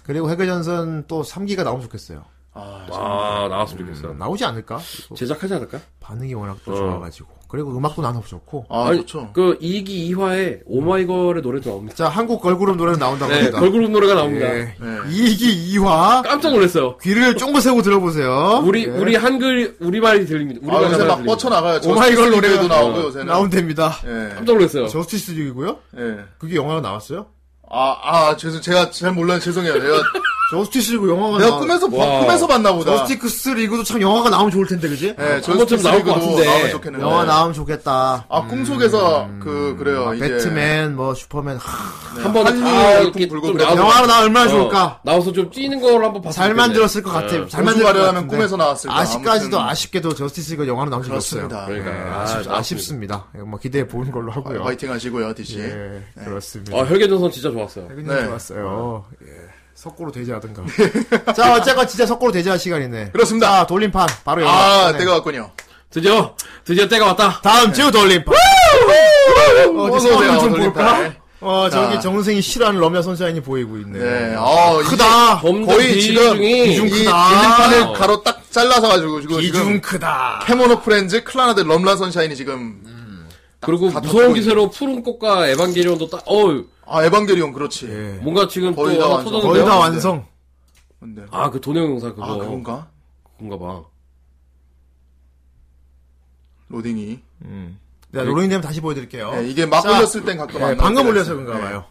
S1: 그리고 해결전선 또 3기가 나오면 좋겠어요.
S2: 아,
S3: 아 나왔으면 좋겠어.
S1: 나오지 않을까? 또
S3: 제작하지 않을까?
S1: 반응이 워낙 또
S3: 어.
S1: 좋아가지고. 그리고 음악도 나눠 좋고.
S2: 아,
S3: 아니,
S2: 좋죠.
S3: 그 2기 2화에 오마이걸의 노래도 나옵니다.
S1: 자, 한국 걸그룹 노래는 나온다고
S3: 네,
S1: 합니다.
S3: 걸그룹 노래가 나옵니다.
S1: 예.
S2: 네.
S1: 2기 2화.
S3: 깜짝 놀랐어요.
S1: 귀를 쫑긋 세고 들어보세요.
S3: 우리
S1: 예.
S3: 우리 한글 우리 말이 들립니다. 우리
S2: 아, 요새 막
S3: 들립니다.
S2: 뻗쳐나가요. 저
S1: 오마이걸 노래가-
S2: 스트리트에도
S1: 어,
S2: 나오고, 요새는.
S1: 나온답니다.
S2: 예.
S3: 깜짝 놀랐어요.
S1: 저스티스 릭이고요.
S2: 예.
S1: 그게 영화로 나왔어요?
S2: 아, 아, 죄송, 제가 잘 몰라요. 죄송해요. 내가,
S1: 저스티스 리그 영화가
S2: 내가
S1: 나와-
S2: 꿈에서,
S3: 와.
S2: 봐- 꿈에서 봤나 보다.
S1: 저스티스 리그도 참 영화가 나오면 좋을 텐데 그지?
S2: 예,
S3: 한 번쯤 나올 것 같은데.
S2: 나오면 좋겠는데.
S1: 영화 나오면 좋겠다.
S2: 아, 꿈속에서, 그, 그래요.
S1: 막
S2: 이제.
S1: 아, 배트맨 뭐 슈퍼맨 하,
S2: 네,
S3: 한 번에
S2: 한일
S3: 다
S2: 열풍
S3: 이렇게
S2: 불고
S3: 좀
S2: 그래요.
S3: 나오고.
S1: 영화로 나오면 얼마나
S3: 어,
S1: 좋을까?
S3: 나와서 좀 찌는 걸 한번 봤으면
S1: 잘
S3: 좋겠네.
S1: 만들었을 것 같아.
S3: 예.
S1: 잘 만들 것
S2: 뭐 공주가려라면
S1: 같은데.
S2: 꿈에서 나왔을 거야.
S1: 아직까지도
S2: 아무튼.
S1: 아쉽게도 저스티스 리그 영화로 나온 적이 없어요.
S2: 그렇습니다. 네,
S3: 그러니까.
S1: 예,
S3: 아,
S1: 아쉽,
S3: 나왔습니다.
S1: 아쉽습니다. 예, 뭐 기대해 보는 걸로 하고요.
S2: 아, 화이팅 하시고요, DC.
S1: 예, 그렇습니다.
S3: 아 혈계전선 진짜 좋았어요.
S1: 대근님
S2: 네.
S1: 좋았어요. 예. 석고로 대제하든가. 자, 어쨌건 진짜 석고로 대제할 시간이네.
S2: 그렇습니다.
S1: 자, 돌림판 바로 연락.
S2: 아,
S1: 네.
S2: 때가 왔군요.
S3: 드디어 드디어 때가 왔다.
S1: 다음 주 돌림판. 어디
S2: 어서 오세요,
S1: 서울 좀 볼까?
S2: 돌림판.
S1: 어,
S2: 자.
S1: 저기 정선생이 싫어하는 러미아 선샤인이 보이고 있네.
S2: 네, 어, 이게
S1: 크다.
S3: 범죄
S2: 거의 지금
S3: 비중이
S2: 이
S1: 크다.
S2: 돌림판을 가로 딱 잘라서 가지고 지금
S1: 비중
S2: 지금
S1: 크다.
S2: 캐모노 프렌즈, 클라나드, 럼라 선샤인이 지금
S3: 그리고
S2: 다
S3: 무서운
S2: 덮고
S3: 기세로 푸른 꽃과 에반게리온도 딱 어우
S2: 아 에반게리온 그렇지.
S1: 예.
S3: 뭔가 지금 또
S2: 거의 다
S3: 하나
S2: 완성.
S1: 거의
S3: 터졌는데요.
S1: 다 완성.
S2: 뭔데? 아,
S3: 아그 돈영 영상 그거
S2: 그건가?
S3: 그건가 봐.
S2: 로딩이.
S1: 자, 로링 되면 다시 보여드릴게요.
S2: 네, 이게 막
S1: 어? 자,
S2: 올렸을 땐 가끔
S1: 예,
S2: 안
S1: 방금
S2: 나올 때가
S1: 올려서
S2: 있어요. 네.
S1: 그런가 봐요.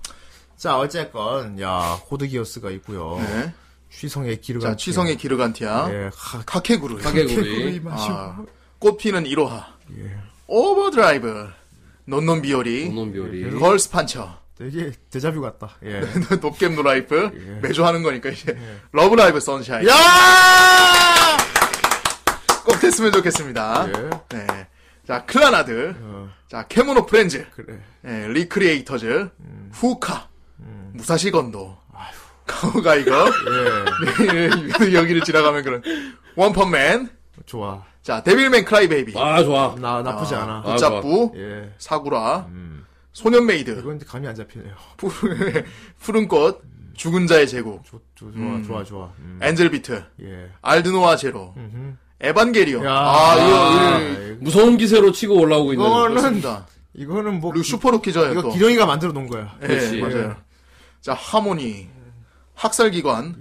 S1: 자, 어쨌건, 야, 호드기어스가 있고요
S2: 네.
S1: 취성의 기르가.
S2: 자, 취성의 기르간티아.
S1: 예, 하,
S2: 카케구르.
S3: 사계구리
S2: 아, 꽃피는 이로하. 오버드라이브. 논논 비오리.
S3: 돈놈 비오리.
S2: 걸스 판처.
S1: 되게 데자뷰 같다. 예.
S2: 네. 높겜 노라이프. 매주 하는 거니까 이제. 러브라이브 선샤인.
S1: 야!
S2: 꼭 됐으면 좋겠습니다.
S1: 예.
S2: 네. 자, 클라나드. 자, 캐모노 프렌즈.
S1: 그래.
S2: 예, 리크리에이터즈. 후카. 무사시 건도. 카오가이거.
S1: 예,
S2: 네, 여기를 지나가면 그런. 원펀맨.
S1: 좋아.
S2: 자, 데빌맨 크라이베이비.
S3: 아 좋아.
S1: 나, 나쁘지 않아.
S3: 아,
S2: 붙잡부.
S1: 예.
S2: 사구라.
S1: 음.
S2: 소년메이드.
S1: 이건 이제 감이 안 잡히네요.
S2: 푸른, 푸른 꽃. 죽은 자의 제국.
S1: 좋, 좋, 좋아, 좋아, 좋아. 음,
S2: 엔젤비트.
S1: 예.
S2: 알드노아 제로. 에반게리온.
S1: 야.
S2: 음. 아, 이거, 이거,
S1: 아,
S3: 무서운 기세로 치고 올라오고 있는.
S1: 이거는-
S2: 그렇습니다.
S1: 이거는 뭐.
S2: 그리고 슈퍼루키저예요,
S1: 이거
S2: 또.
S1: 기령이가 만들어 놓은 거야.
S2: 예,
S3: 그렇지.
S2: 맞아요. 자, 하모니, 학살기관,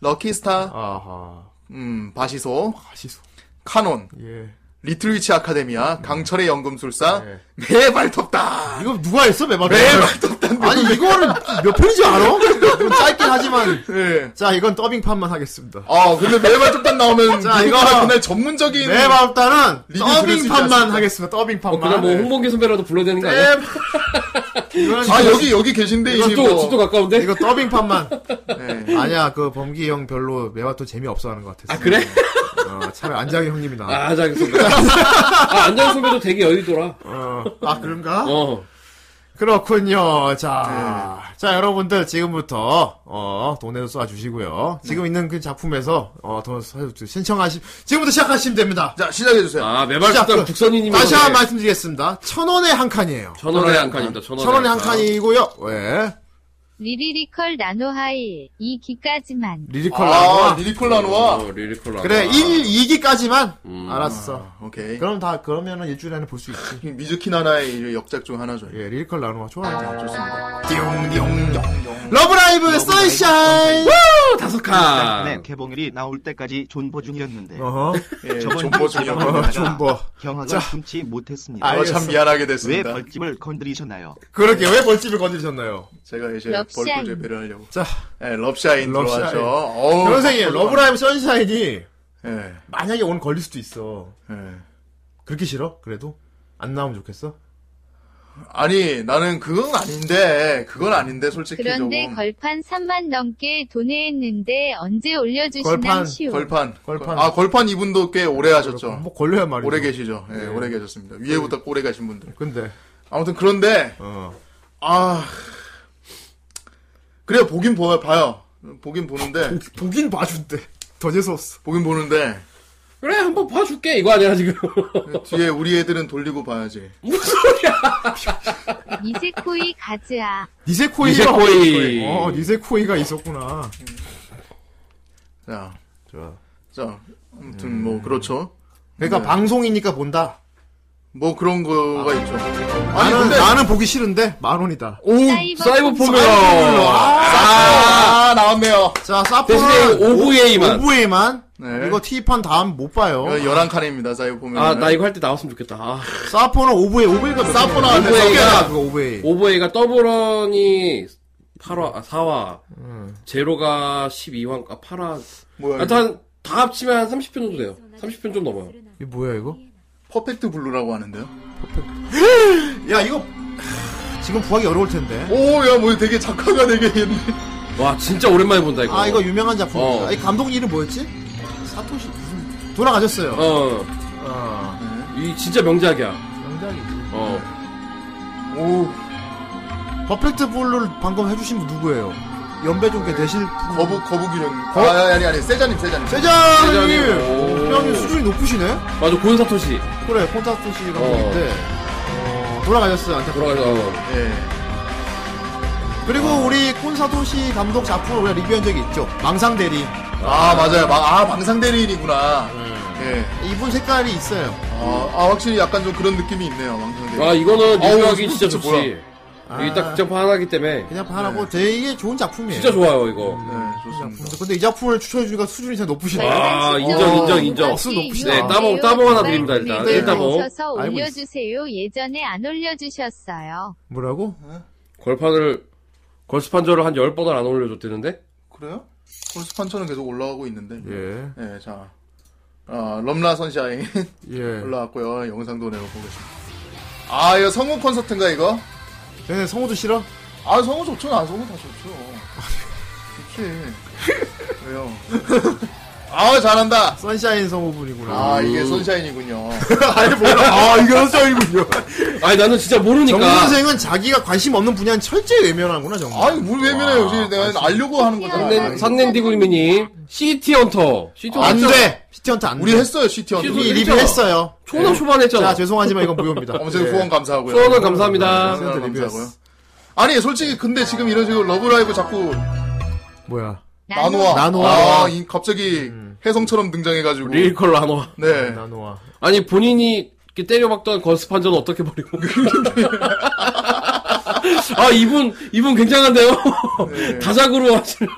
S2: 럭키스타,
S1: 예. 아하.
S2: 음, 바시소,
S1: 가시소.
S2: 카논,
S1: 예.
S2: 리틀위치 아카데미아, 강철의 연금술사,
S1: 음. 예.
S2: 매발 덥다!
S1: 이거 누가 했어, 매발?
S2: 매발 덥다!
S1: 아니, 이거는 몇 편인지 알아? 이건 짧긴 하지만.
S2: 예.
S1: 자, 이건 더빙판만 하겠습니다.
S2: 아, 근데 매발 덥다 나오면,
S1: 자,
S2: 자, 이거
S1: 이거-
S2: 그날 전문적인,
S1: 내 마음따는
S2: 리뷰 들을 수 있지
S1: 더빙판만
S2: 않습니까?
S1: 하겠습니다.
S3: 어,
S1: 더빙판만.
S3: 그냥 뭐 홍범기 선배라도 불러야 되는
S1: 네,
S3: 거 아니야?
S1: 이건
S2: 아, 여기, 여기 계신데, 이제
S3: 저쪽
S2: 뭐,
S3: 저쪽 가까운데.
S1: 이거 더빙판만.
S2: 예.
S1: 아니야, 그 범기 형 별로 매화토 재미없어 하는 것 같았어.
S3: 아 그래?
S1: 어, 차라리 안장이 형님이 나.
S3: 아 안장 선배. 아 안장 선배도 되게 여유더라.
S1: 어, 아, 그런가?
S3: 어.
S1: 그렇군요. 자,
S2: 네.
S1: 자 여러분들 지금부터 어 돈에도 쏴주시고요. 지금
S2: 네.
S1: 있는 그 작품에서 어돈 신청하시 지금부터 시작하시면 됩니다.
S2: 자, 시작해주세요.
S3: 아 매발수당
S1: 시작.
S3: 국선이님.
S1: 그 다시 한 번 말씀드리겠습니다. 천 원에 한 칸이에요.
S3: 천 원에 한 칸입니다. 천 원에,
S1: 천 원에 한 칸이고요. 예.
S6: 리리리컬 나노하이 2기까지만
S1: 리리컬
S2: 아,
S1: 나와.
S2: 리리콜 나노아.
S3: 어, 리리콜라.
S1: 그래, 일 1, 2기까지만 알았어.
S2: 오케이.
S1: 그럼 다 그러면은 일주일 안에 볼 수 있지.
S2: 미즈키 나나의 역작 중 하나죠.
S1: 예, 리리컬 나누어 좋아.
S2: 좋습니다.
S1: 러브라이브 선샤인.
S3: 다섯 칸.
S7: 네, 개봉일이 나올 때까지 존버 중이었는데
S1: 어허. 어, 뭐.
S2: 예,
S7: 저번
S2: 존버
S7: 주
S2: 중이라고.
S7: 촬영하다가
S1: 존버.
S7: 경악을 금치 못했습니다.
S2: 아, 참 미안하게
S7: 왜
S2: 됐습니다.
S7: 벌집을 건드리셨나요?
S1: 그러게 왜 벌집을 건드리셨나요?
S2: 제가 이제
S6: 럽샤인.
S2: 벌꿀 재배를 하려고.
S1: 자,
S2: 예,
S1: 럽샤인.
S2: 럽샤인 들어왔죠. 어우, 아,
S1: 선생님,
S2: 깜짝
S1: 러브라이브 선샤인이
S2: 놀랐네.
S1: 만약에 오늘 걸릴 수도 있어.
S2: 예, 예.
S1: 그렇게 싫어? 그래도? 안 나오면 좋겠어?
S2: 아니 나는 그건 아닌데 그건 아닌데 솔직히
S6: 그런데
S2: 조금
S6: 걸판 3만 넘게 도내했는데 언제 올려주시나
S1: 걸판,
S6: 시오.
S2: 걸판
S1: 걸판.
S2: 아 걸판 이분도 꽤 오래 하셨죠
S1: 뭐 걸려야 말이죠.
S2: 어. 오래 계시죠 예 오래 계셨습니다 위에부터 오래 가신 분들
S1: 근데
S2: 아무튼 그런데
S1: 어.
S2: 아 그래요 보긴 보, 봐요 보긴 보는데
S1: 보긴 봐준대. 더 재수 없어.
S2: 보긴 보는데
S3: 그래 한번 봐줄게 이거 아니야 지금
S2: 뒤에 우리 애들은 돌리고 봐야지
S3: 무슨 소리야
S6: 니세코이 가즈아.
S1: 니세코이가
S3: 니세코이.
S1: 어 니세코이가 있었구나.
S2: 자
S1: 좋아.
S2: 자, 아무튼 뭐 그렇죠.
S1: 그러니까 방송이니까 본다.
S2: 뭐 그런 거가 있죠. 아니
S1: 나는
S2: 근데
S1: 나는 보기 싫은데 만 원이다.
S3: 오 사이버
S6: 사이버
S1: 사이버 포뮬러.
S3: 포뮬러
S2: 아, 나왔네요.
S1: 자
S3: 대신에
S1: 사포는
S3: OVA만
S1: 오브에만
S2: 네.
S1: 이거 티판 다음 못 봐요.
S2: 이거 열한 칸입니다. 사이버 보면.
S3: 아 나 이거 할 때 나왔으면 좋겠다 아.
S1: 사포는 오브에 오브에가
S2: 사포나 안
S3: 오브웨이가-
S1: 오브에가 그거 오브에.
S3: 예. 오버웨이가 더블런이 8화, 아, 4화, 제로가 12화인가, 8화.
S2: 뭐야? 이거.
S3: 하여튼, 다 합치면 한 30편 정도 돼요. 30편 좀 넘어요.
S1: 이게 뭐야 이거?
S2: 퍼펙트 블루라고 하는데요.
S1: 야 이거 지금 구하기 어려울 텐데.
S2: 오, 야, 뭐 되게 작화가 되게 있네.
S3: 와, 진짜 오랜만에 본다, 이거.
S1: 아 이거 유명한 작품이다. 아,
S3: 어.
S1: 이 감독 이름 뭐였지? 사토시 무슨 돌아가셨어요.
S3: 어,
S1: 어.
S3: 이 진짜 명작이야.
S1: 명작이지.
S3: 어.
S2: 오,
S1: 퍼펙트 블루를 방금 해주신 분 누구예요? 연배 좀꽤 되실 분.
S3: 어,
S2: 거북 거북이는. 아, 아니 아니, 세자님 세자님.
S1: 세장님!
S3: 세장님. 오.
S1: 형님 수준이 높으시네?
S3: 맞아, 고은사토시.
S1: 그래, 콘타스토 씨가
S3: 어.
S1: 있는데 어, 돌아가셨어요, 안타깝게.
S3: 돌아가서, 어.
S2: 예.
S1: 그리고 우리 콘사토 씨 감독 작품을 우리가 리뷰한 적이 있죠. 망상대리.
S2: 아, 맞아요. 마- 아, 방상 대리인이구나. 예.
S1: 이분 색깔이 있어요.
S2: 아, 아, 확실히 약간 좀 그런 느낌이 있네요. 방상 대리.
S3: 와, 아, 이거는
S2: 어우,
S3: 리뷰하기
S2: 진짜
S3: 진짜 좋지.
S2: 뭐야.
S3: 이게 딱 극장판 하나기 때문에.
S1: 그냥 하라고 되게 좋은 작품이에요.
S3: 진짜 좋아요, 이거.
S2: 네, 좋습니다.
S1: 근데 이 작품을 추천해주니까 수준이 진짜 높으시네.
S3: 아, 인정,
S6: 어,
S3: 인정, 인정.
S1: 수준 높으시다.
S3: 네, 따봉, 따봉 하나 드립니다, 일단.
S1: 네,
S3: 일단 뭐,
S6: 서
S1: 알고
S6: 올려주세요. 예전에 안 올려주셨어요.
S1: 뭐라고?
S3: 걸판을, 걸스판저를 한 10번을 안 올려줬대는데?
S2: 그래요? 콜스판처는 계속 올라가고 있는데.
S1: 예,
S2: 예, 자. 아, 럼라 선샤인
S1: 예.
S2: 올라왔고요. 영상도 내려보겠습니다. 아, 이거 성우 콘서트인가 이거?
S1: 쟤네 성우도 싫어?
S2: 아, 성우 좋죠. 나 성우 다 좋죠. 좋지. 왜요? 아, 잘한다.
S1: 선샤인 성우분이구나.
S2: 아, 이게 선샤인이군요.
S1: 아니, 몰라. 아, 이게 선샤인이군요.
S3: 아니, 나는 진짜 모르니까.
S1: 정 선생은 자기가 관심 없는 분야는 철저히 외면하구나, 정말.
S2: 아니, 뭘 외면해. 요즘 내가 알려고 하는 거잖아.
S3: 산넨, 산넨디구미님, 시티 헌터. 시티 헌터.
S1: 안
S3: 진짜
S1: 돼! 시티헌트 안 돼.
S2: 우리 했어요, 시티 언
S1: 우리
S3: 시티
S2: 니
S3: 언니.
S1: 리뷰했어요.
S3: 초나 초반 했잖아.
S1: 자,
S2: 네.
S1: 죄송하지만 이건 무효입니다.
S2: 엄청
S1: 예.
S2: 후원 감사하고요.
S3: 후원은
S2: 네,
S3: 감사합니다.
S2: 후원 감사하고요.
S1: 리뷰했어.
S2: 아니, 솔직히 근데 지금 이런 식으로 러브라이브 자꾸
S1: 뭐야?
S2: 나노아.
S1: 나노아.
S2: 아, 이- 갑자기
S3: 음.
S2: 혜성처럼 등장해가지고.
S3: 리컬로 음, 안 와.
S2: 네.
S1: 나노아.
S3: 아니, 본인이 이렇게 때려박던 걸스판전 어떻게 버리고. 아, 이분, 이분 굉장한데요?
S2: 네.
S3: 다작으로 하시는.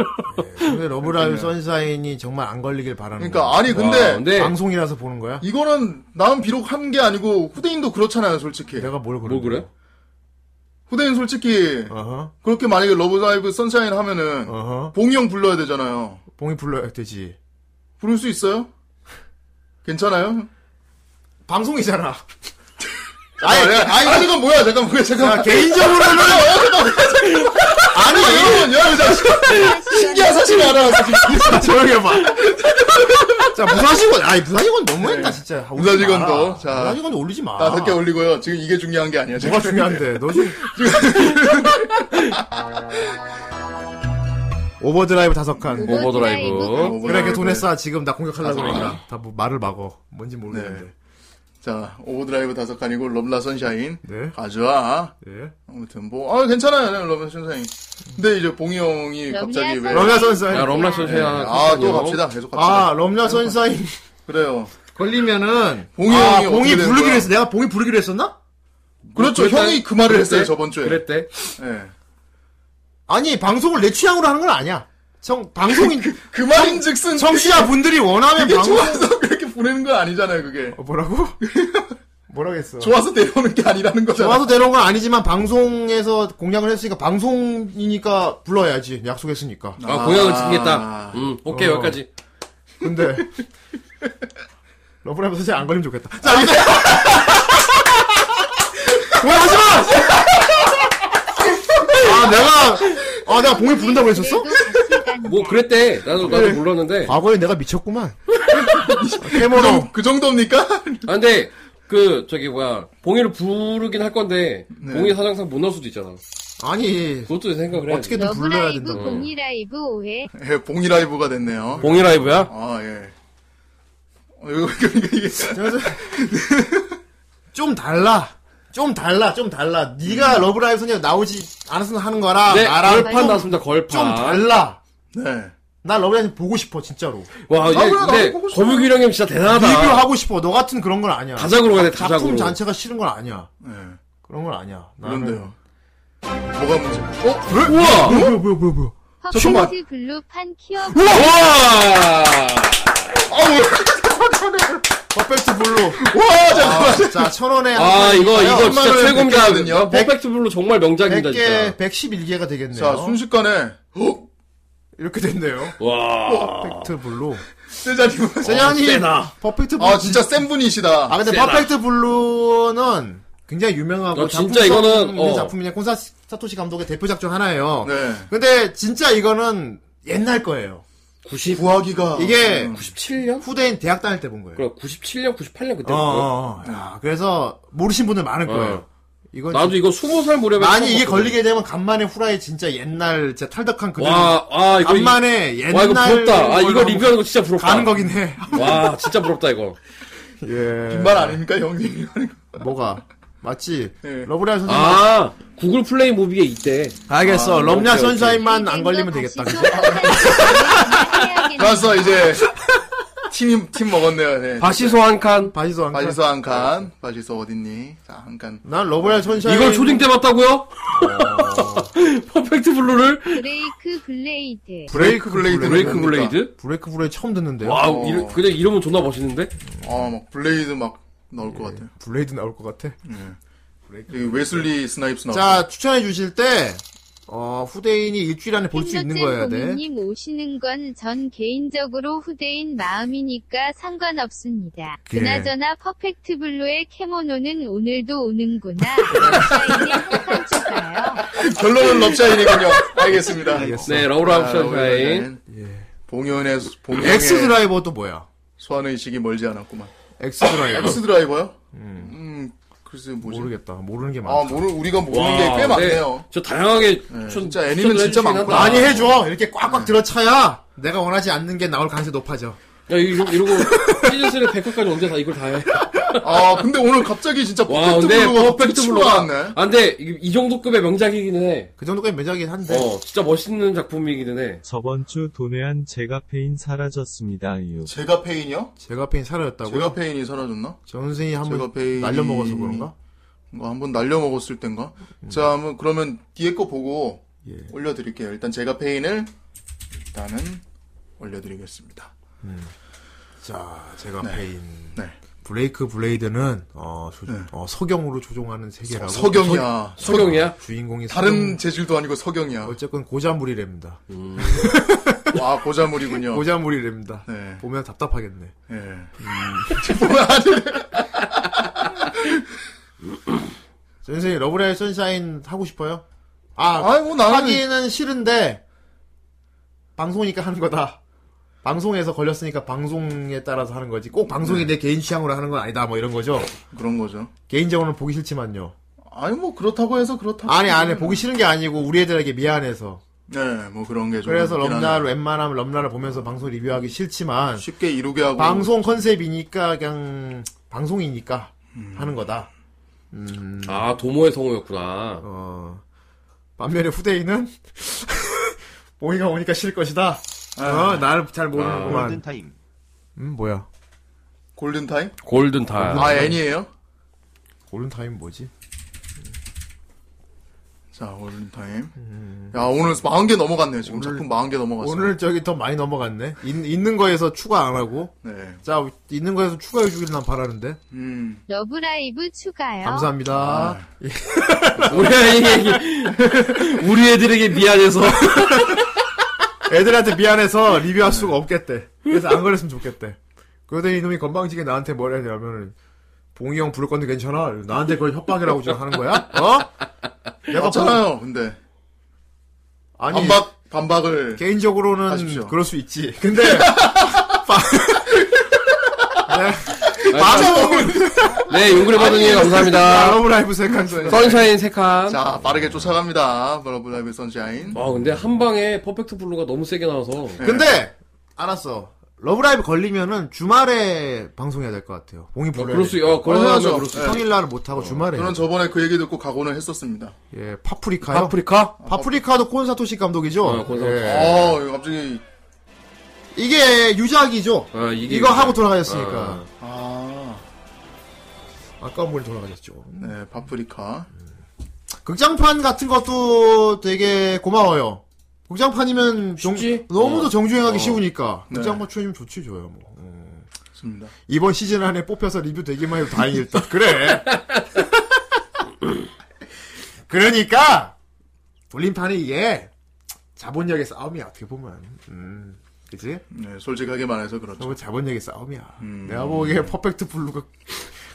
S1: 근데 러브라이브 선샤인이 정말 안 걸리길 바라는 거야.
S2: 그러니까 아니 근데
S3: 와, 근데,
S1: 방송이라서 보는 거야?
S2: 이거는 나는 비록 한 게 아니고 후대인도 그렇잖아요, 솔직히.
S1: 내가 뭘 그래?
S3: 뭐 그래?
S2: 후대인 솔직히
S1: 어허.
S2: 그렇게 만약에 러브라이브 선샤인 하면은
S1: 어허.
S2: 봉이 형 불러야 되잖아요.
S1: 봉이 불러야 되지.
S2: 부를 수 있어요? 괜찮아요?
S1: 방송이잖아.
S2: 아니, 아니, 아니 이건 뭐야? 잠깐 뭐야? 잠깐.
S1: 아, 개인적으로는
S2: 아니 이건 야, 잠깐. 신기한 사실이 하나 나왔어.
S1: 조용히 해 봐. 자, 무사시건 아니 무사시건 너무했다 진짜. 올리지
S2: 네. 무사시건도,
S1: 마라.
S2: 자.
S1: 무사시건도 올리지 마.
S2: 다섯 개 올리고요. 지금 이게 중요한 게 아니야. 지금.
S1: 뭐가 중요한데? 너 지금 오버드라이브 다섯 칸.
S3: 오버드라이브.
S2: 오버드라이브.
S6: 네.
S1: 그래, 걔 돈에 싸. 지금 나 공격하려고
S2: 다섯
S1: 그러니까. 다 뭐 말을 막어. 뭔지 모르겠는데.
S2: 자, 오버드라이브 다섯 칸이고 러브라 선샤인.
S1: 네.
S2: 가져와.
S1: 예.
S2: 아무튼 뭐, 아 괜찮아요, 러브 선샤인. 근데 이제 봉이 형이
S6: 러브라
S2: 갑자기 왜?
S1: 러브라
S3: 야,
S1: 선샤인.
S3: 럼라 선생
S2: 네. 아 또 갑시다. 계속 갑시다.
S1: 아, 럼라 선샤인
S2: 그래요.
S3: 뭐
S1: 걸리면은
S2: 봉이
S1: 아,
S2: 형이
S1: 봉이
S2: 어떻게 되는
S1: 부르기로
S2: 거야?
S1: 했어. 내가 봉이 부르기로 했었나?
S2: 그렇죠.
S3: 뭐 그랬다-
S2: 형이 그 말을 했어요
S3: 그랬대?
S2: 저번 주에.
S3: 그랬대.
S2: 예.
S1: 아니, 방송을 내 취향으로 하는 건 아니야. 청 방송인
S2: 그 말인즉슨
S1: 청취자 분들이 원하면
S2: 그게
S1: 방송
S2: 좋아서 그렇게 보내는 건 아니잖아요. 그게
S1: 어, 뭐라고? 뭐라고 했어?
S2: 좋아서 내려오는 게 아니라는 거잖아.
S1: 좋아서 데려온 건 아니지만 방송에서 공약을 했으니까 방송이니까 불러야지 약속했으니까
S3: 아, 공약을
S2: 아.
S3: 지키겠다. 음, 오케이,
S1: 어.
S3: 여기까지.
S1: 근데 러브라이브 사실 안 걸리면 좋겠다 자 이제 뭐야 하지마 내가 아 내가 봉이 부른다고
S6: 네,
S1: 했었어?
S6: 그
S3: 뭐 그랬대. 나도
S2: 네.
S3: 나도 몰랐는데.
S1: 과거에 내가 미쳤구만. 캐모노.
S2: 그 정도입니까?
S3: 아 근데 그 저기 뭐야 봉이를 부르긴 할 건데
S2: 네.
S3: 봉이 사장상 못 넣을 수도 있잖아.
S1: 아니
S3: 그것도 생각을 해야 지
S1: 어떻게든 불러야
S6: 러브라이브
S1: 된다.
S6: 공이라이브 5회
S2: 예, 봉이 라이브가 됐네요.
S3: 봉이 라이브야?
S2: 아, 예. 어, 이거, 그러니까 이게.
S1: 좀 달라. 좀 달라. 좀 달라. 네가
S6: 음.
S1: 러브라이브 소녀 나오지 않았으면 하는 거라.
S3: 네 아.
S1: 나랑
S3: 걸판
S1: 아, 좀-
S3: 나왔습니다 걸판.
S1: 좀 달라.
S2: 네.
S1: 나 러브라이브 보고 싶어 진짜로.
S3: 와
S2: 아,
S3: 이게
S2: 그래, 나도
S3: 근데
S2: 보고 싶어.
S3: 거북이 형님 진짜 대단하다.
S1: 리뷰하고 싶어. 너 같은 그런 건 아니야.
S3: 아. 다작으로 가야 돼
S1: 작품
S3: 다작으로.
S1: 자체가 싫은 건 아니야.
S2: 네.
S1: 그런 건 아니야. 나는-
S2: 아, 그런데요. 뭐가 문제? 어?
S1: 왜?
S3: 우와!
S1: 뭐야 뭐야 뭐야 뭐야. 잠깐만.
S6: 퍼포먼스 블루판 키어
S3: 와!
S1: 퍼펙트 블루.
S2: 와, 잠깐만.
S1: 자, 천 원에
S3: 아 이거 이거 진짜
S2: 한마디로
S3: 최고입니다.
S2: 뵙겠거든요.
S3: 퍼펙트 블루 정말 명작입니다
S1: 100개,
S3: 진짜.
S1: 111개가 되겠네요.
S2: 자, 순식간에. 어?
S1: 이렇게 됐네요.
S3: 와.
S1: 퍼펙트 블루. 어,
S2: 세자님.
S1: 세장님 퍼펙트 블루.
S2: 어, 아, 진짜 센 분이시다.
S1: 아, 근데
S3: 세다.
S1: 퍼펙트 블루는 굉장히 유명하고
S3: 어,
S1: 작품성
S3: 진짜 이거는,
S1: 있는
S3: 어.
S1: 작품이냐 콘사 사토시 감독의 대표작 중 하나예요.
S2: 네.
S1: 근데 진짜 이거는 옛날 거예요.
S3: 90
S2: 구하기가. 네.
S1: 이게
S3: 97년?
S1: 후대인 대학 다닐 때 본 거예요.
S3: 그래 97년 98년 그때
S1: 어,
S3: 어,
S1: 어, 어. 야, 그래서 모르신 분들 많을
S3: 어.
S1: 거예요. 이건
S3: 나도 이거 20살 무렵에
S1: 아니 이게
S3: 처음
S1: 걸리게 되면 간만에 후라이 진짜 옛날 진짜 탈덕한 그대로
S3: 와, 아, 이거, 이-
S1: 간만에 옛날
S3: 와, 이거 부럽다. 아, 이거
S1: 걸로
S3: 리뷰하는 거 진짜 부럽다.
S1: 가는 거긴 해.
S3: 와, 진짜 부럽다, 이거.
S1: 예.
S2: 빈말 아닙니까, 형님?
S1: 뭐가? 맞지?
S2: 예.
S1: 러브리아 선생님.
S3: 네. 아, 구글 플레이 무비에 있대.
S1: 알겠어. 러브리아
S3: 오케이, 오케이.
S1: 선샤인만 안 걸리면 되겠다.
S6: 다시
S1: 그죠?
S6: 소환할
S2: 가서 이제, 팀이, 팀 먹었네요, 네.
S3: 바시소 한 칸.
S1: 바지소 안 가.
S2: 바지소 한 칸. 바지소 어딨니? 자, 한 칸.
S1: 난 러브리아 선샤인.
S2: 예,
S3: 이걸
S2: 뭐.
S3: 초딩 때 봤다고요?
S2: 어.
S3: 퍼펙트 블루를?
S6: 브레이크 블레이드
S2: 브레이크 블레이드.
S3: 브레이크 블레이드?
S1: 브레이크 브레이 처음 듣는데요.
S3: 와,
S2: 어.
S3: 이름, 근데 이름은 존나 멋있는데?
S2: 아, 막 블레이드 예. 막 나올 것 같아요.
S1: 블레이드 나올 것 같아.
S3: 어.
S2: 여기 웨슬리 스나이프스 나오고.
S1: 자, 추천해 주실 때 어, 후대인이 일주일 안에 볼 수 있는 거여야 네. 돼.
S6: 님 오시는 건 전 개인적으로 후대인 마음이니까 상관없습니다.
S1: 예.
S6: 그나저나 퍼펙트 블루의 캐모노는 오늘도 오는구나. 러브라인의 한판 추가요.
S2: 결론은 럽샤인이군요. 알겠습니다.
S3: 네, 러브라브 션샤인.
S2: 샤인. 예. 봉현의 봉현의
S1: 엑스 드라이버도 뭐야?
S2: 소환 의식이 멀지 않았구만.
S1: 엑스 드라이버.
S2: 엑스 드라이버요? 음, 글쎄 뭐지.
S1: 네. 모르겠다. 모르는 게 많아.
S2: 아, 모르 우리가 모르는 게
S3: 와,
S2: 꽤
S3: 네.
S2: 많네요.
S3: 저 다양하게. 추천-
S2: 진짜 애니는
S3: 추천을
S2: 진짜
S3: 해주시긴
S2: 많구나.
S3: 한다.
S1: 많이 해줘. 이렇게
S2: 네.
S1: 꽉꽉 들어차야 내가 원하지 않는 게 나올 가능성이 높아져.
S3: 야, 이거, 이러고, 시즌3 100회까지 언제 다 이걸 다 해.
S2: 아, 근데 오늘 갑자기 진짜
S3: 와,
S2: 퍼펙트
S3: 근데
S2: 블루가
S3: 퍼펙트 블루가.
S2: 출발하네.
S3: 아, 근데 이, 이 정도 급의 명작이기는 해.
S1: 그 정도까지 매력이긴
S2: 네.
S1: 한데.
S3: 어, 진짜 멋있는 작품이기는 해.
S8: 저번 주 도내한 제가 페인 사라졌습니다. 이유.
S2: 제가 페인이요?
S1: 제가 페인 사라졌다고요?
S2: 제가 페인이 사라졌나?
S1: 정 선생이
S2: 제가
S1: 한번
S2: 페인이-
S1: 날려먹어서 그런가?
S2: 뭐 한번 날려 먹었을 땐가? 자, 한번 그러면 뒤에 거 보고
S1: 예.
S2: 올려드릴게요. 일단 제가 페인을 일단은 올려드리겠습니다.
S1: 자, 제가 페인.
S2: 네.
S1: 브레이크 블레이드는 어, 조-
S2: 네.
S1: 어, 서경으로 조종하는 세계라고.
S2: 서경이야.
S3: 소경이야?
S1: 주인공이
S2: 어, 다른 네.
S1: 서경-
S2: 재질도 아니고 서경이야.
S1: 어쨌건 고자물이랍니다.
S2: 와 고자물이군요.
S1: 고자물이랍니다.
S2: 네.
S1: 보면 답답하겠네.
S2: 예. 뭐야, 아니,
S1: 정 선생님 러브레이 선샤인 하고 싶어요? 아,
S2: 아이, 뭐 나는
S1: 하기는 싫은데 방송이니까 하는 거다. 방송에서 걸렸으니까 방송에 따라서 하는 거지. 꼭 방송이
S2: 네.
S1: 내 개인 취향으로 하는 건 아니다. 뭐 이런 거죠.
S2: 그런 거죠.
S1: 개인적으로는 보기 싫지만요.
S2: 아니 뭐 그렇다고 해서 그렇다고.
S1: 아니 아니 보기 싫은 게 아니고 우리 애들에게 미안해서.
S2: 네, 뭐 그런 게 좀.
S1: 그래서
S2: 있긴 음. 하네.
S1: 럼나를 웬만하면 럼나를 보면서 방송 리뷰하기 싫지만
S2: 쉽게 이루게 하고.
S1: 방송 컨셉이니까 그냥 방송이니까
S2: 음.
S1: 하는 거다.
S3: 아, 도모의 성우였구나.
S1: 어. 반면에 후대인은 봉이가 오니까 싫을 것이다.
S2: 아.
S1: 어, 나를 잘 모르는구만.
S7: 골든타임.
S1: 음, 뭐야?
S2: 골든 타임?
S3: 골든 타임.
S2: 아 애니에요?
S1: 골든 타임 뭐지?
S2: 자 골든 타임. 야 오늘 40개 넘어갔네요. 지금 작품 40개 넘어갔어요.
S1: 오늘 저기 더 많이 넘어갔네. 있, 있는 거에서 추가 안 하고.
S2: 네.
S1: 자, 있는 거에서 추가해 주길 난 바라는데.
S2: 음.
S6: 러브라이브 추가요.
S1: 감사합니다.
S3: 우리 아이에게 우리 애들에게 미안해서
S1: 애들한테 미안해서 리뷰할 수가 없겠대. 그래서 안 그랬으면 좋겠대. 그러더니 이놈이 건방지게 나한테 뭐라 하냐면은, 봉이 형 부를 건데 괜찮아? 나한테 그걸 협박이라고 지금 하는 거야? 어? 내가
S2: 맞잖아요. 근데
S1: 아니
S2: 반박 반박을
S1: 개인적으로는
S2: 하십시오.
S1: 그럴 수 있지. 근데
S3: 네, 용구를 받으니
S1: 아,
S3: 감사합니다.
S1: 러브 라이브 세칸
S3: 선샤인 세칸
S2: 자 빠르게 쫓아갑니다. 러브라이브 선샤인.
S3: 아, 근데 한 방에 퍼펙트 블루가 너무 세게 나와서.
S1: 네. 근데 알았어. 러브라이브 걸리면은 주말에 방송해야 될 것 같아요. 봉이 불러.
S3: 그럴 수, 어, 그런
S2: 해야죠.
S3: 사람은 그럴 수. 어,
S2: 네.
S1: 평일날 못 하고 주말에.
S2: 저는 저번에 그 얘기 듣고 각오는 했었습니다.
S1: 예, 파프리카요.
S3: 아프리카?
S1: 파프리카도 콘사토시 감독이죠.
S3: 어, 콘사토시.
S1: 예.
S2: 어 이거 갑자기
S1: 이게 유작이죠.
S3: 어, 이게
S1: 이거
S3: 이제-
S1: 하고 돌아가셨으니까.
S3: 어.
S2: 아
S1: 아까운 분이 돌아가셨죠.
S2: 네, 파프리카.
S1: 극장판 같은 것도 되게 고마워요. 극장판이면 정-
S3: 쉽지?
S1: 너무도
S3: 어.
S1: 정주행하기
S3: 어.
S1: 쉬우니까
S2: 네.
S1: 극장판 추천이면 좋지 줘요. 뭐. 음.
S2: 좋습니다.
S1: 이번 시즌 안에 뽑혀서 리뷰 되기만 해도 다행이 일단 그래. 그러니까 돌림판이 이게 자본력의 싸움이야 어떻게 보면. 음. 그치?
S2: 네, 솔직하게 말해서 그렇죠.
S1: 너무 자본력의 싸움이야.
S2: 음.
S1: 내가 보기에 퍼펙트 블루가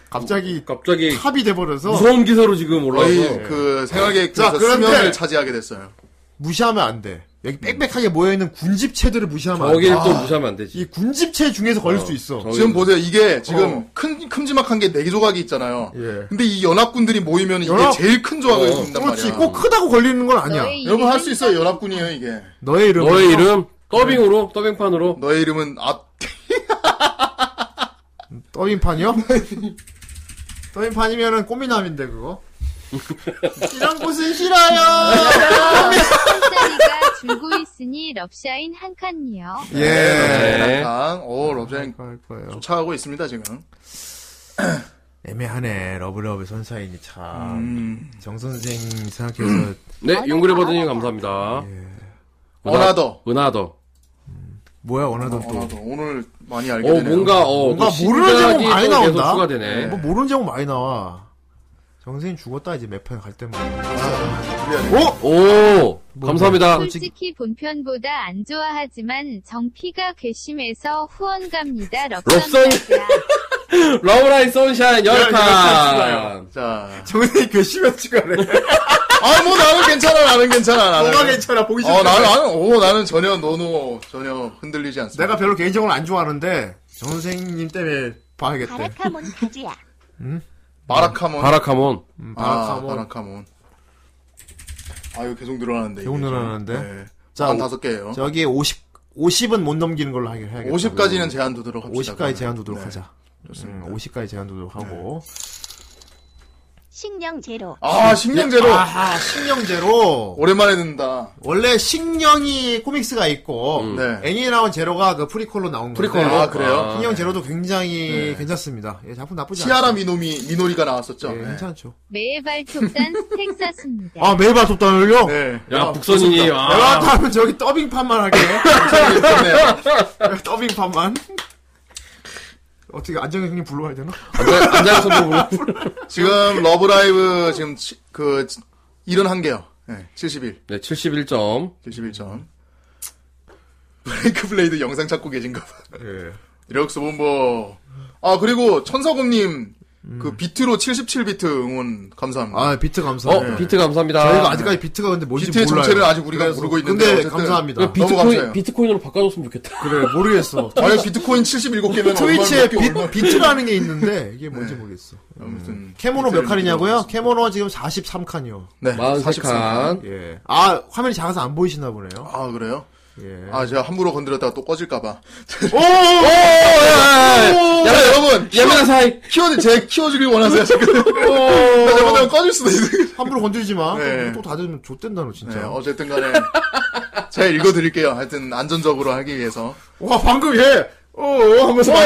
S1: 갑자기
S3: 어, 갑자기
S1: 탑이 돼버려서
S3: 무서운 기사로 지금 올라와서.
S2: 거의 그 생활 계획에서
S1: 자, 그런데-
S2: 수면을 차지하게 됐어요.
S1: 무시하면 안 돼. 여기 빽빽하게 모여있는 군집체들을 무시하면 안 돼. 아,
S3: 거기를 또 무시하면 안 되지.
S1: 이 군집체 중에서 걸릴 수 있어.
S3: 저기-
S2: 지금 보세요. 이게 지금 큰 큼지막한 게 네 조각이 있잖아요.
S1: 예.
S2: 근데 이 연합군들이 모이면 이게
S1: 연합-
S2: 제일 큰 조각을
S3: 어,
S2: 이룬단
S1: 그렇지.
S2: 말이야.
S1: 꼭 크다고 걸리는 건 아니야.
S6: 너의
S2: 여러분 할 수
S6: 이름은
S2: 있어요. 연합군이에요 이게.
S1: 너의 이름.
S3: 너의 이름? 더빙으로? 더빙판으로?
S2: 너의 이름은 아
S1: 떠임판이요? 떠임판이면은 꼬미남인데 그거. 이런 곳은 싫어요.
S6: 콩자리가 줄고 있으니 럽샤인 한 칸이요.
S1: 예.
S3: 네.
S2: 랑 오, 럽젠
S1: 할 거예요.
S2: 쫓아가고 어, 있습니다 지금.
S1: 애매하네. 러브러브 선사인이 참.
S2: 음.
S1: 정 선생 생각해서
S3: 네, 용구를 받으니 감사합니다.
S1: 예.
S2: 어나더.
S3: 은하더.
S1: 뭐야 원하던 또.
S2: 어나더. 오늘 많이 알게
S3: 어,
S2: 되네요.
S3: 뭔가, 어,
S1: 뭔가
S3: 또
S1: 모르는 제목
S3: 시작이
S1: 많이
S3: 또 계속
S1: 나온다.
S3: 추가되네.
S1: 뭐 모르는 제목 많이 나와. 정선생 죽었다 이제 몇 편 갈 때마다. 뭐?
S3: 오! 감사합니다.
S6: 솔직히 본편보다 안 좋아하지만 정피가 괘씸해서 후원 갑니다.
S3: 럽샤인.
S6: 럽샤인
S3: 러브라인 선샤인
S1: 열 칸 추가요.
S3: 열칸
S2: 자.
S1: 정선생 괘씸한 치가래.
S2: 아, 뭐 나는 괜찮아. 나는 괜찮아. 나는.
S1: 뭐가 괜찮아 보기 싫다.
S2: 어, 나는 나는 오, 나는 전혀 노노 전혀 흔들리지 않습니다.
S1: 내가 별로 개인적으로 안 좋아하는데 정 선생님 때문에 봐야겠대.
S5: 바라카몬 가지야.
S2: 바라카몬.
S3: 바라카몬.
S1: 음,
S2: 아,
S1: 바라카모.
S2: 바라카몬. 아, 이거 계속 늘어나는데.
S1: 계속
S2: 이게 좀.
S1: 늘어나는데?
S2: 네.
S1: 자,
S2: 한
S1: 오-
S2: 다섯 개예요.
S1: 저기 50 50은 못 넘기는 걸로 하기로 해야겠다.
S2: 50까지는 제한 두도록 합시다.
S1: 50까지 제한 두도록
S2: 네.
S1: 하자. 좋습니다. 50까지 음, 제한 두도록 하고.
S5: 식량 제로.
S2: 아, 식량제로.
S1: 아하, 식령제로.
S2: 오랜만에 듣는다.
S1: 원래 식령이 코믹스가 있고
S3: 음.
S2: 네.
S1: 애니 나온 제로가 그 프리콜로 나온 건데.
S3: 프리콜로?
S2: 아, 그래요?
S3: 아.
S1: 식령 제로도 굉장히
S2: 네.
S1: 괜찮습니다. 예, 작품 나쁘지 않아요.
S2: 치아라 미노미 미노리가 나왔었죠.
S1: 예,
S2: 네.
S1: 괜찮죠.
S6: 매발 톱단 스택사스입니다.
S1: 아, 매일 봤었다면요
S2: 네.
S3: 야, 북선이니,
S1: 내가
S3: 아.
S1: 다음에 저기 더빙판만 할게.
S2: 갑자기 그러네요.
S1: 더빙판만. 어떻게 안정현 형님 불러야 되나?
S3: 안장에서 뭐 보고.
S2: 지금 러브라이브 지금 치- 그 71개요. 네. 71.
S3: 네, 71점.
S2: 71점. 브레이크 블레이드 영상 찾고 계신가 봐.
S1: 예.
S2: 이력서 본보. 아, 그리고 천사곰님, 그 비트로 77비트 응원
S1: 음.
S2: 감사합니다.
S1: 아, 비트 감사해요.
S3: 어, 비트 감사합니다.
S1: 저희가 아직까지 비트가 근데 뭔지
S2: 비트의
S1: 몰라요.
S2: 정체를 아직 우리가
S1: 그래서-
S2: 모르고 있는데
S1: 근데
S2: 어쨌든
S1: 감사합니다.
S2: 비- 너무 감사해요.
S3: 비트코인, 네, 비트코인으로 바꿔줬으면 좋겠다.
S1: 그래 모르겠어.
S2: 만약 비트코인 77개면
S1: 트위치에 비,
S2: 얼마
S1: 비트라는 게 있는데 이게 뭔지 모르겠어.
S2: 아무튼
S1: 캐모노 몇
S2: 비트를
S1: 칸이냐고요?
S2: 믿어보겠습니다.
S1: 캐모노 지금 43칸이요.
S2: 네, 43칸.
S3: 43칸.
S1: 예. 아 화면이 작아서 안 보이시나 보네요.
S2: 아 그래요?
S1: 예.
S2: 아 제가 함부로 건드렸다가 또 꺼질까봐.
S1: 오!
S2: 야 여러분,
S3: 예매나 사이.
S2: 키워드 제 키워주길 원하세요 지금. 나 잘못하면 꺼질 수도 있어요.
S1: 함부로 건드리지 마.
S2: 네.
S1: 또 다들면 좆된다 너
S2: 네,
S1: 진짜.
S2: 어쨌든간에 제가 읽어드릴게요. 하여튼 안전적으로 하기 위해서.
S1: 와 방금 얘. 어, 어 하면서
S3: 어, 어,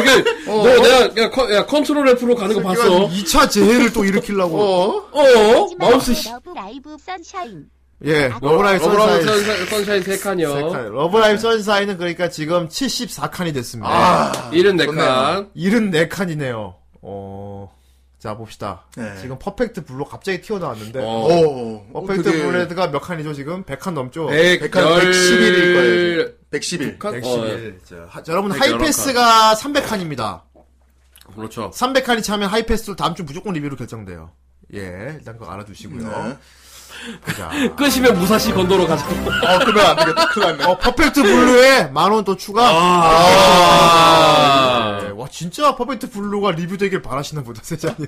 S3: 이게,
S2: 어.
S3: 너 내가, 야, 컨- 야, 컨트롤 F로 가는 거 봤어.
S1: 2차 재해를 또 일으키려고.
S2: 어?
S3: 어, 마우스, 씨.
S5: 러브라이브 선샤인.
S1: 예. 러브라이브
S3: 러브라이브
S1: 선사인.
S3: 선샤인, 선샤인 3칸이요.
S1: 러브라이브 선사인은 그러니까 지금 74칸이 됐습니다.
S2: 아,
S3: 74칸.
S1: 74칸이네요. 어, 자, 봅시다.
S2: 네.
S1: 지금 퍼펙트 블루 갑자기 튀어나왔는데.
S3: 어.
S2: 오,
S1: 퍼펙트 블레드가 몇 칸이죠, 지금? 100칸 넘죠?
S2: 네.
S3: 100,
S2: 111일 거예요. 111.
S3: 100칸? 어, 예.
S1: 111.
S2: 네,
S1: 자, 하- 자, 여러분,
S3: 111
S1: 하이패스가 300칸입니다.
S3: 어, 그렇죠.
S1: 300칸이 차면 하이패스로 다음 주 무조건 리뷰로 결정돼요. 예, 일단 그거 알아두시고요.
S2: 네.
S1: 보자.
S3: 끝이면 무사시 건너로 가자.
S2: 어, 그러면 안 되겠다. 큰일 났네.
S1: 어, 퍼펙트 블루에 만 원 또
S2: 아.
S1: 추가.
S3: 아.
S1: 네, 와, 진짜 퍼펙트 블루가 리뷰되길 바라시나 보다, 세자님.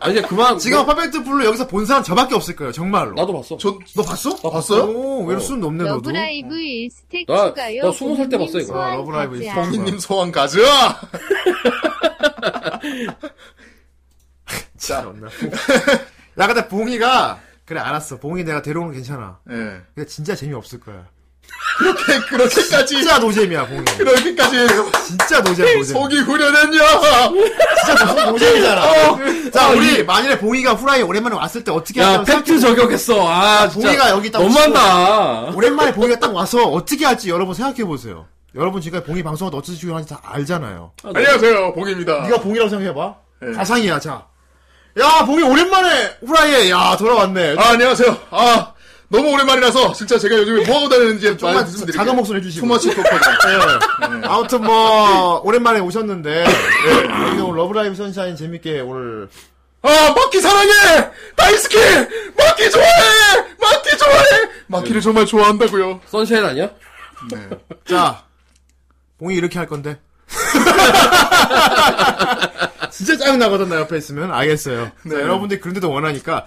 S3: 아니, 이제 그만.
S1: 지금 퍼펙트 블루 여기서 본 사람 저밖에 없을 거예요, 정말로.
S3: 나도 봤어.
S2: 네. 저,
S1: 너 봤어?
S2: 봤어요?
S1: 오, 왜 수는 높네, 너도.
S6: 러브라이브 1스택
S3: 나-
S6: 추가요.
S3: 나 스무 살때 봤어, 이거.
S1: 아, 러브라이브
S6: 지
S1: 있어.
S2: 공인님 소원 가져!
S1: 자. 야, 근데 봉이가, 그래, 알았어. 봉이 내가 데려오는 거 괜찮아.
S2: 예.
S1: 근데 진짜 재미없을 거야.
S2: 그렇게, 그렇게까지,
S1: 진짜 노잼이야, 봉이.
S2: 그렇게까지
S1: 진짜 노잼, 노잼.
S2: 속이 후련했냐!
S1: 진짜 무슨 노잼이잖아. 자, 우리, 만일에 봉이가 후라이 오랜만에 왔을 때 어떻게
S3: 야,
S1: 할지
S3: 팩트 저격했어. 아, 진짜.
S1: 봉이가 여기 딱
S3: 너무한다.
S1: 오랜만에 봉이가 딱 와서 어떻게 할지 여러분 생각해보세요. 여러분 지금까지 봉이 방송하다 어떻게 중요한지 다 알잖아요.
S2: 안녕하세요, 봉입니다.
S1: 네가 봉이라고 생각해봐.
S2: 네.
S1: 가상이야, 자. 야, 봉이 오랜만에 후라이에, 야, 돌아왔네.
S2: 아, 안녕하세요. 아, 너무 오랜만이라서, 진짜 제가 요즘에 뭐하고 다니는지
S1: 정말
S2: 말씀드릴게요.
S1: 작은 목소리 해주시고.
S2: 투머치 토커가.
S1: 네. 아무튼 뭐 오랜만에 오셨는데 네. 여기 오늘 러브라이브 선샤인 재밌게 오늘
S2: 아, 마키 사랑해! 다이스키! 마키 좋아해! 마키 좋아해! 마키를 예, 정말 좋아한다고요
S3: 선샤인 아니야?
S2: 네.
S1: 자 봉이 이렇게 할 건데 진짜 짜증 나거든 나 옆에 있으면 알겠어요. 자, 여러분들이 그런데도 원하니까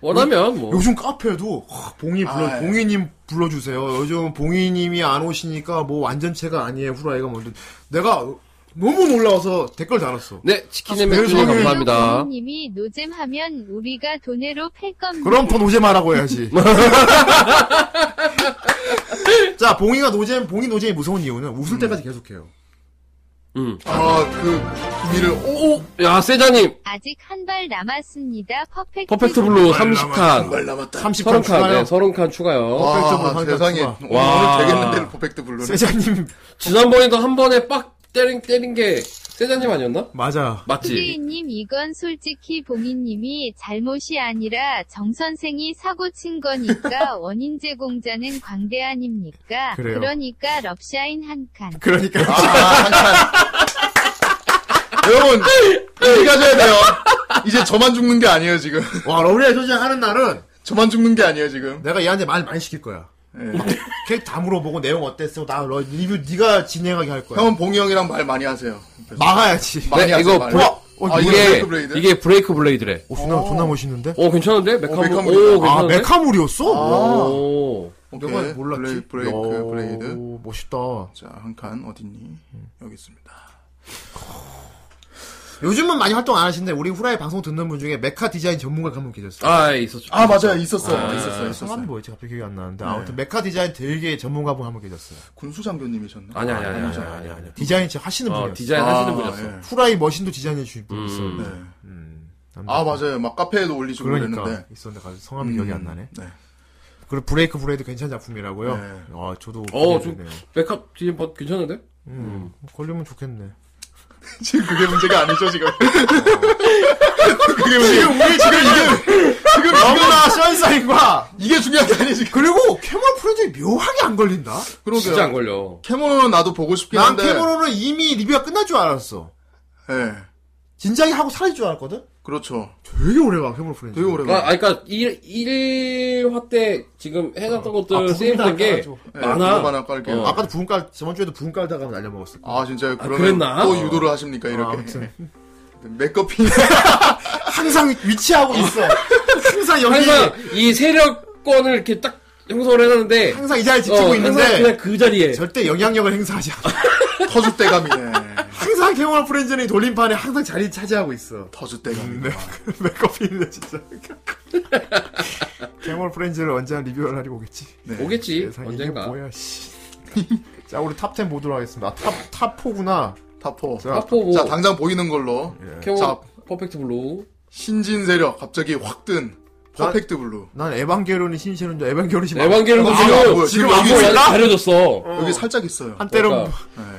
S3: 원하면 뭐.
S1: 요즘 카페도 아, 봉이 불러
S2: 아, 예.
S1: 봉이님 불러주세요. 요즘 봉이님이 안 오시니까 뭐 완전체가 아니에요 후라이가 뭔데 내가 너무 놀라워서 댓글 달았어.
S3: 네, 치킨의
S1: 아,
S3: 맥주
S1: 매일
S3: 감사합니다.
S6: 님이 노잼하면 우리가 돈으로 팰 겁니다.
S1: 그럼 더 노잼하라고 해야지. 자, 봉이가 노잼, 봉이 노잼이 무서운 이유는 웃을 때까지 계속해요.
S3: 음.
S2: 아, 그, 기미를, 오,
S3: 오, 야, 세자님.
S6: 아직 한 발 남았습니다. 퍼펙트,
S3: 퍼펙트 블루
S1: 정말
S3: 30칸.
S2: 정말 남았다.
S1: 30칸
S3: 30칸,
S1: 추가요.
S3: 네, 30칸 추가요.
S2: 와,
S1: 퍼펙트 블루
S2: 세상에.
S1: 상관
S2: 오늘
S3: 와.
S2: 되겠는데, 퍼펙트 블루는.
S1: 세자님,
S3: 지난번에도 한 번에 빡 때린, 때린 게 세자님 아니었나?
S1: 맞아.
S6: 네.
S3: 맞지? 네,
S6: 후대인님 이건 솔직히 봉인님이 잘못이 아니라 정 선생이 사고 친 거니까 원인 제공자는 광대 아닙니까?
S1: 그래요.
S6: 러니까 럽샤인 한 칸.
S1: 그러니까.
S2: 아, 한칸. 여러분, 이가져야 돼요. 이제 저만 죽는 게 아니에요, 지금.
S1: 와, 러브리아 소장 하는 날은
S2: 저만 죽는 게 아니에요, 지금.
S1: 내가 얘한테 말 많이 시킬 거야.
S2: 예.
S1: 걔 다 물어보고 내용 어땠어? 나 러- 리뷰 네가 진행하게 할 거야.
S2: 형은 봉이 형이랑 말 많이 하세요.
S1: 막아야지.
S2: 많이 하세요,
S3: 이거
S2: 많이.
S3: 브레-
S2: 아, 이게
S3: 이게,
S2: 브레이크 블레이드?
S3: 이게 브레이크 블레이드래.
S1: 오, 존나,
S2: 어.
S1: 존나 멋있는데?
S3: 오, 괜찮은데? 메카물.
S2: 메카물이다.
S3: 오,
S1: 아,
S3: 괜찮은데?
S1: 메카물이었어?
S3: 오.
S2: 오케이.
S1: 내가 몰랐지.
S2: 브레이- 브레이크,
S1: 야,
S2: 브레이드.
S1: 멋있다.
S2: 자, 한 칸, 어딨니? 여기 있습니다.
S1: 요즘은 많이 활동 안 하시는데, 우리 후라이 방송 듣는 분 중에 메카 디자인 전문가 한분 계셨어요.
S3: 아, 있었죠.
S2: 아, 맞아요. 있었어요.
S1: 네.
S2: 있었어요. 있었어요. 네.
S1: 성함이 뭐였지? 갑자기 기억이 안 나는데 아무튼 메카 디자인 되게 전문가분 한 분 계셨어요.
S2: 군수장교님이셨나?
S3: 아니, 아니, 아니, 아니,
S2: 아니죠.
S3: 아니, 아니.
S1: 디자인 진짜 하시는
S3: 어,
S1: 분이었어요.
S3: 디자인
S2: 아,
S3: 하시는 분이었어.
S2: 예.
S1: 후라이 머신도 디자인 해주신 분이 음,
S2: 네.
S1: 있었는데.
S2: 아, 맞아요. 막 카페에도 올리시고
S1: 그러니까
S2: 그랬는데.
S1: 있었는데 가서 성함이 기억이 안 나네.
S2: 네.
S1: 그리고 브레이크 브레이드 괜찮은 작품이라고요.
S2: 네.
S1: 아 저도
S3: 어,
S1: 기대가
S3: 좀,
S1: 되네요.
S3: 메카 뒤에 뭐 괜찮은데?
S1: 음, 걸리면 좋겠네.
S2: 지금 그게 문제가 아니죠, 지금. 그게 문제. 지금 우리 지금 이게 지금
S1: 너무나 션사인과
S2: 이게 중요한 게 아니지.
S1: 그리고 캐멀 프렌즈 묘하게 안 걸린다.
S2: 그러게요.
S3: 진짜 안 걸려.
S2: 캐모노는 나도 보고 싶긴
S1: 난
S2: 한데.
S1: 캐멀로는 이미 리뷰가 끝날 줄 알았어.
S2: 예.
S1: 진작에 하고 사라질 줄 알았거든.
S2: 그렇죠.
S1: 되게 오래 가 캐멀 프렌즈.
S2: 되게 오래
S3: 아,
S2: 가.
S3: 아니, 그니까, 1, 일화때 지금 해놨던 것들
S1: 아,
S3: 세이브된 게
S1: 부분이 안
S3: 많아.
S2: 많아 예, 깔게.
S3: 어.
S2: 요
S1: 아까도 부분 깔 저번 주에도 부분 깔다가 날려 먹었을 거.
S2: 아, 진짜요? 그러면
S3: 그랬나?
S2: 또 유도를 하십니까, 이렇게.
S1: 아, 아무튼.
S2: 맥커피.
S1: 항상 위치하고 있어. 항상 여기
S3: 항상 이 세력권을 이렇게 딱 형성을 해놨는데,
S1: 항상 이 자리를
S3: 어,
S1: 지키고
S3: 항상
S1: 있는데
S3: 그냥 그 자리에.
S1: 절대 영향력을 행사하지 않아.
S2: 터줏대감이네.
S1: 항상 캐멀 프렌즈는 돌림판에 항상 자리 차지하고 있어.
S2: 터줏대감이네.
S1: 메이크업인데 진짜. 캐멀 프렌즈를 언제 한 리뷰할 날이 오겠지.
S3: 오겠지,
S1: 세상에, 이게
S3: 언젠가.
S1: 뭐야 씨. 자 우리 탑10 보도록 하겠습니다. 탑 탑4구나.
S2: 타포.
S1: 자,
S3: 파포보,
S2: 자, 당장 보이는 걸로.
S3: 캐모,
S2: 자.
S3: 퍼펙트 블루.
S2: 신진 세력, 갑자기 확 뜬. 퍼펙트 블루.
S1: 난 에반게론이 신신은 줄 에반게론이 막-
S3: 에반게론도
S2: 아, 안
S3: 지금,
S1: 지금
S2: 보여. 지금
S1: 안
S2: 여기
S1: 보여.
S2: 있어요.
S1: 몰라?
S3: 가려졌어.
S2: 여기 살짝 있어요.
S1: 한때는
S3: 그러니까.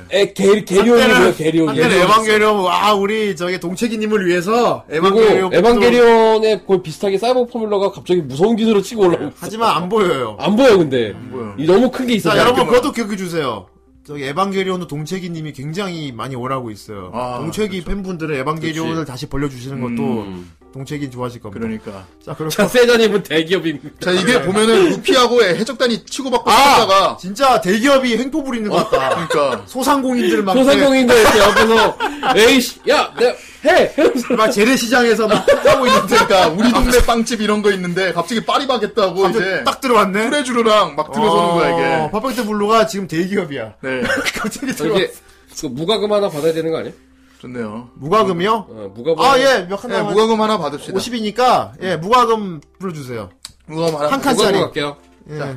S2: 네.
S3: 에, 게, 게리온이 뭐야, 게리온.
S1: 한때는
S3: 게리온.
S1: 에반게론 와 우리 저기 동체기님을 위해서 에반게론
S3: 그리고 에반게리온의 그 비슷하게 사이버 포뮬러가 갑자기 무서운 기술로 치고 올라오고 있어.
S1: 하지만 안 보여요.
S3: 안 보여 근데
S2: 보여.
S3: 이 너무 큰 게 아, 있어.
S1: 음. 자
S3: 그냥.
S1: 여러분 그것도 기억해 주세요. 저기 에반게리온도 동체기님이 굉장히 많이 오라고 있어요.
S2: 아,
S3: 음.
S1: 동체기 팬분들은 에반게리온을 다시 벌려주시는 것도 동체긴 좋아하실 겁니다.
S2: 그러니까.
S1: 자, 그리고
S3: 자, 세자님은 대기업입니다.
S2: 자, 이게 보면은 루피하고 해적단이 치고받고
S1: 아,
S2: 싸다가
S1: 진짜 대기업이 횡포 부리는 것 같다.
S2: 그러니까
S1: 소상공인들 막
S3: 소상공인들 이렇게 옆에서 에이씨 야 내가 해
S1: 이렇게 막 재래시장에서 막 하고 있는데
S2: 그러니까 우리 동네 빵집 이런 거 있는데 갑자기 파리바겠다고 이제
S1: 딱 들어왔네.
S2: 프레주르랑 막 들어서는 거야 이게.
S1: 파펙트 블루가 지금 대기업이야.
S2: 네,
S1: 갑자기 들어왔어.
S3: 이게 그 무과금 하나 받아야 되는 거 아니야?
S2: 좋네요.
S1: 무과금이요?
S3: 어, 무과금
S1: 아, 예, 몇
S2: 네,
S1: 하나.
S2: 무과금 하나 받읍시다. 음.
S1: 50이니까, 예, 무과금 불러주세요.
S2: 무과금 하나.
S1: 한
S2: 받-
S1: 칸짜리.
S3: 무과금 갈게요.
S1: 예.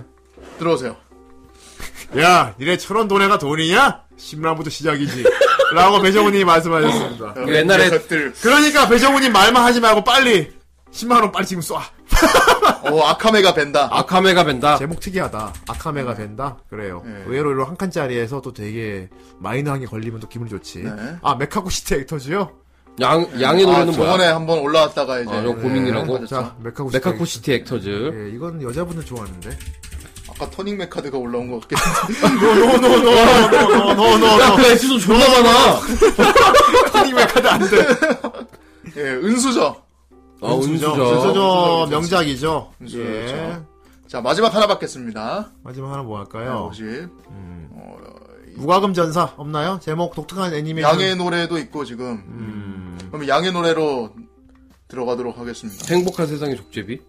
S2: 들어오세요.
S1: 야, 니네 철원 돈에가 돈이냐? 심란부터 시작이지. 라고 배정훈이 말씀하셨습니다.
S2: 어.
S3: 그 옛날에-
S2: 녀석들.
S1: 그러니까 배정훈님 말만 하지 말고 빨리 10만원 빨리 지금 쏴.
S2: 어 아카메가 벤다.
S3: 아카메가 벤다.
S1: 제목 특이하다. 아카메가 된다? 그래요.
S2: 네.
S1: 의외로 이런 한 칸짜리에서 또 되게 마이너한 게 걸리면 또 기분이 좋지.
S2: 네.
S1: 아, 메카코 시티 액터즈요?
S3: 양 양의 노래는
S2: 아,
S3: 뭐야?
S2: 저번에 한번 올라왔다가 이제 네,
S3: 아, 이거 고민이라고?
S1: 네. 자, 메카코 시티.
S3: 메카코 시티 액터즈.
S1: 액- 예, 이건 여자분들 좋아하는데.
S2: 아까 터닝 메카드가 올라온 것 같긴
S3: 야, 그 액터즈 존나
S1: 어,
S3: 많아.
S1: 터닝 메카드 안 돼.
S2: 한데. 예, 은수저.
S3: 아,
S1: 은수저.
S3: 은수저.
S1: 은수저 명작이죠.
S2: 은수저,
S1: 예.
S2: 그렇죠. 자, 마지막 하나 받겠습니다.
S1: 마지막 하나 뭐 할까요?
S2: 50.
S1: 무과금 전사 없나요? 제목 독특한 애니메이션.
S2: 양의 노래도 있고, 지금.
S1: 음.
S2: 그럼 양의 노래로 들어가도록 하겠습니다.
S3: 행복한 세상의 족제비.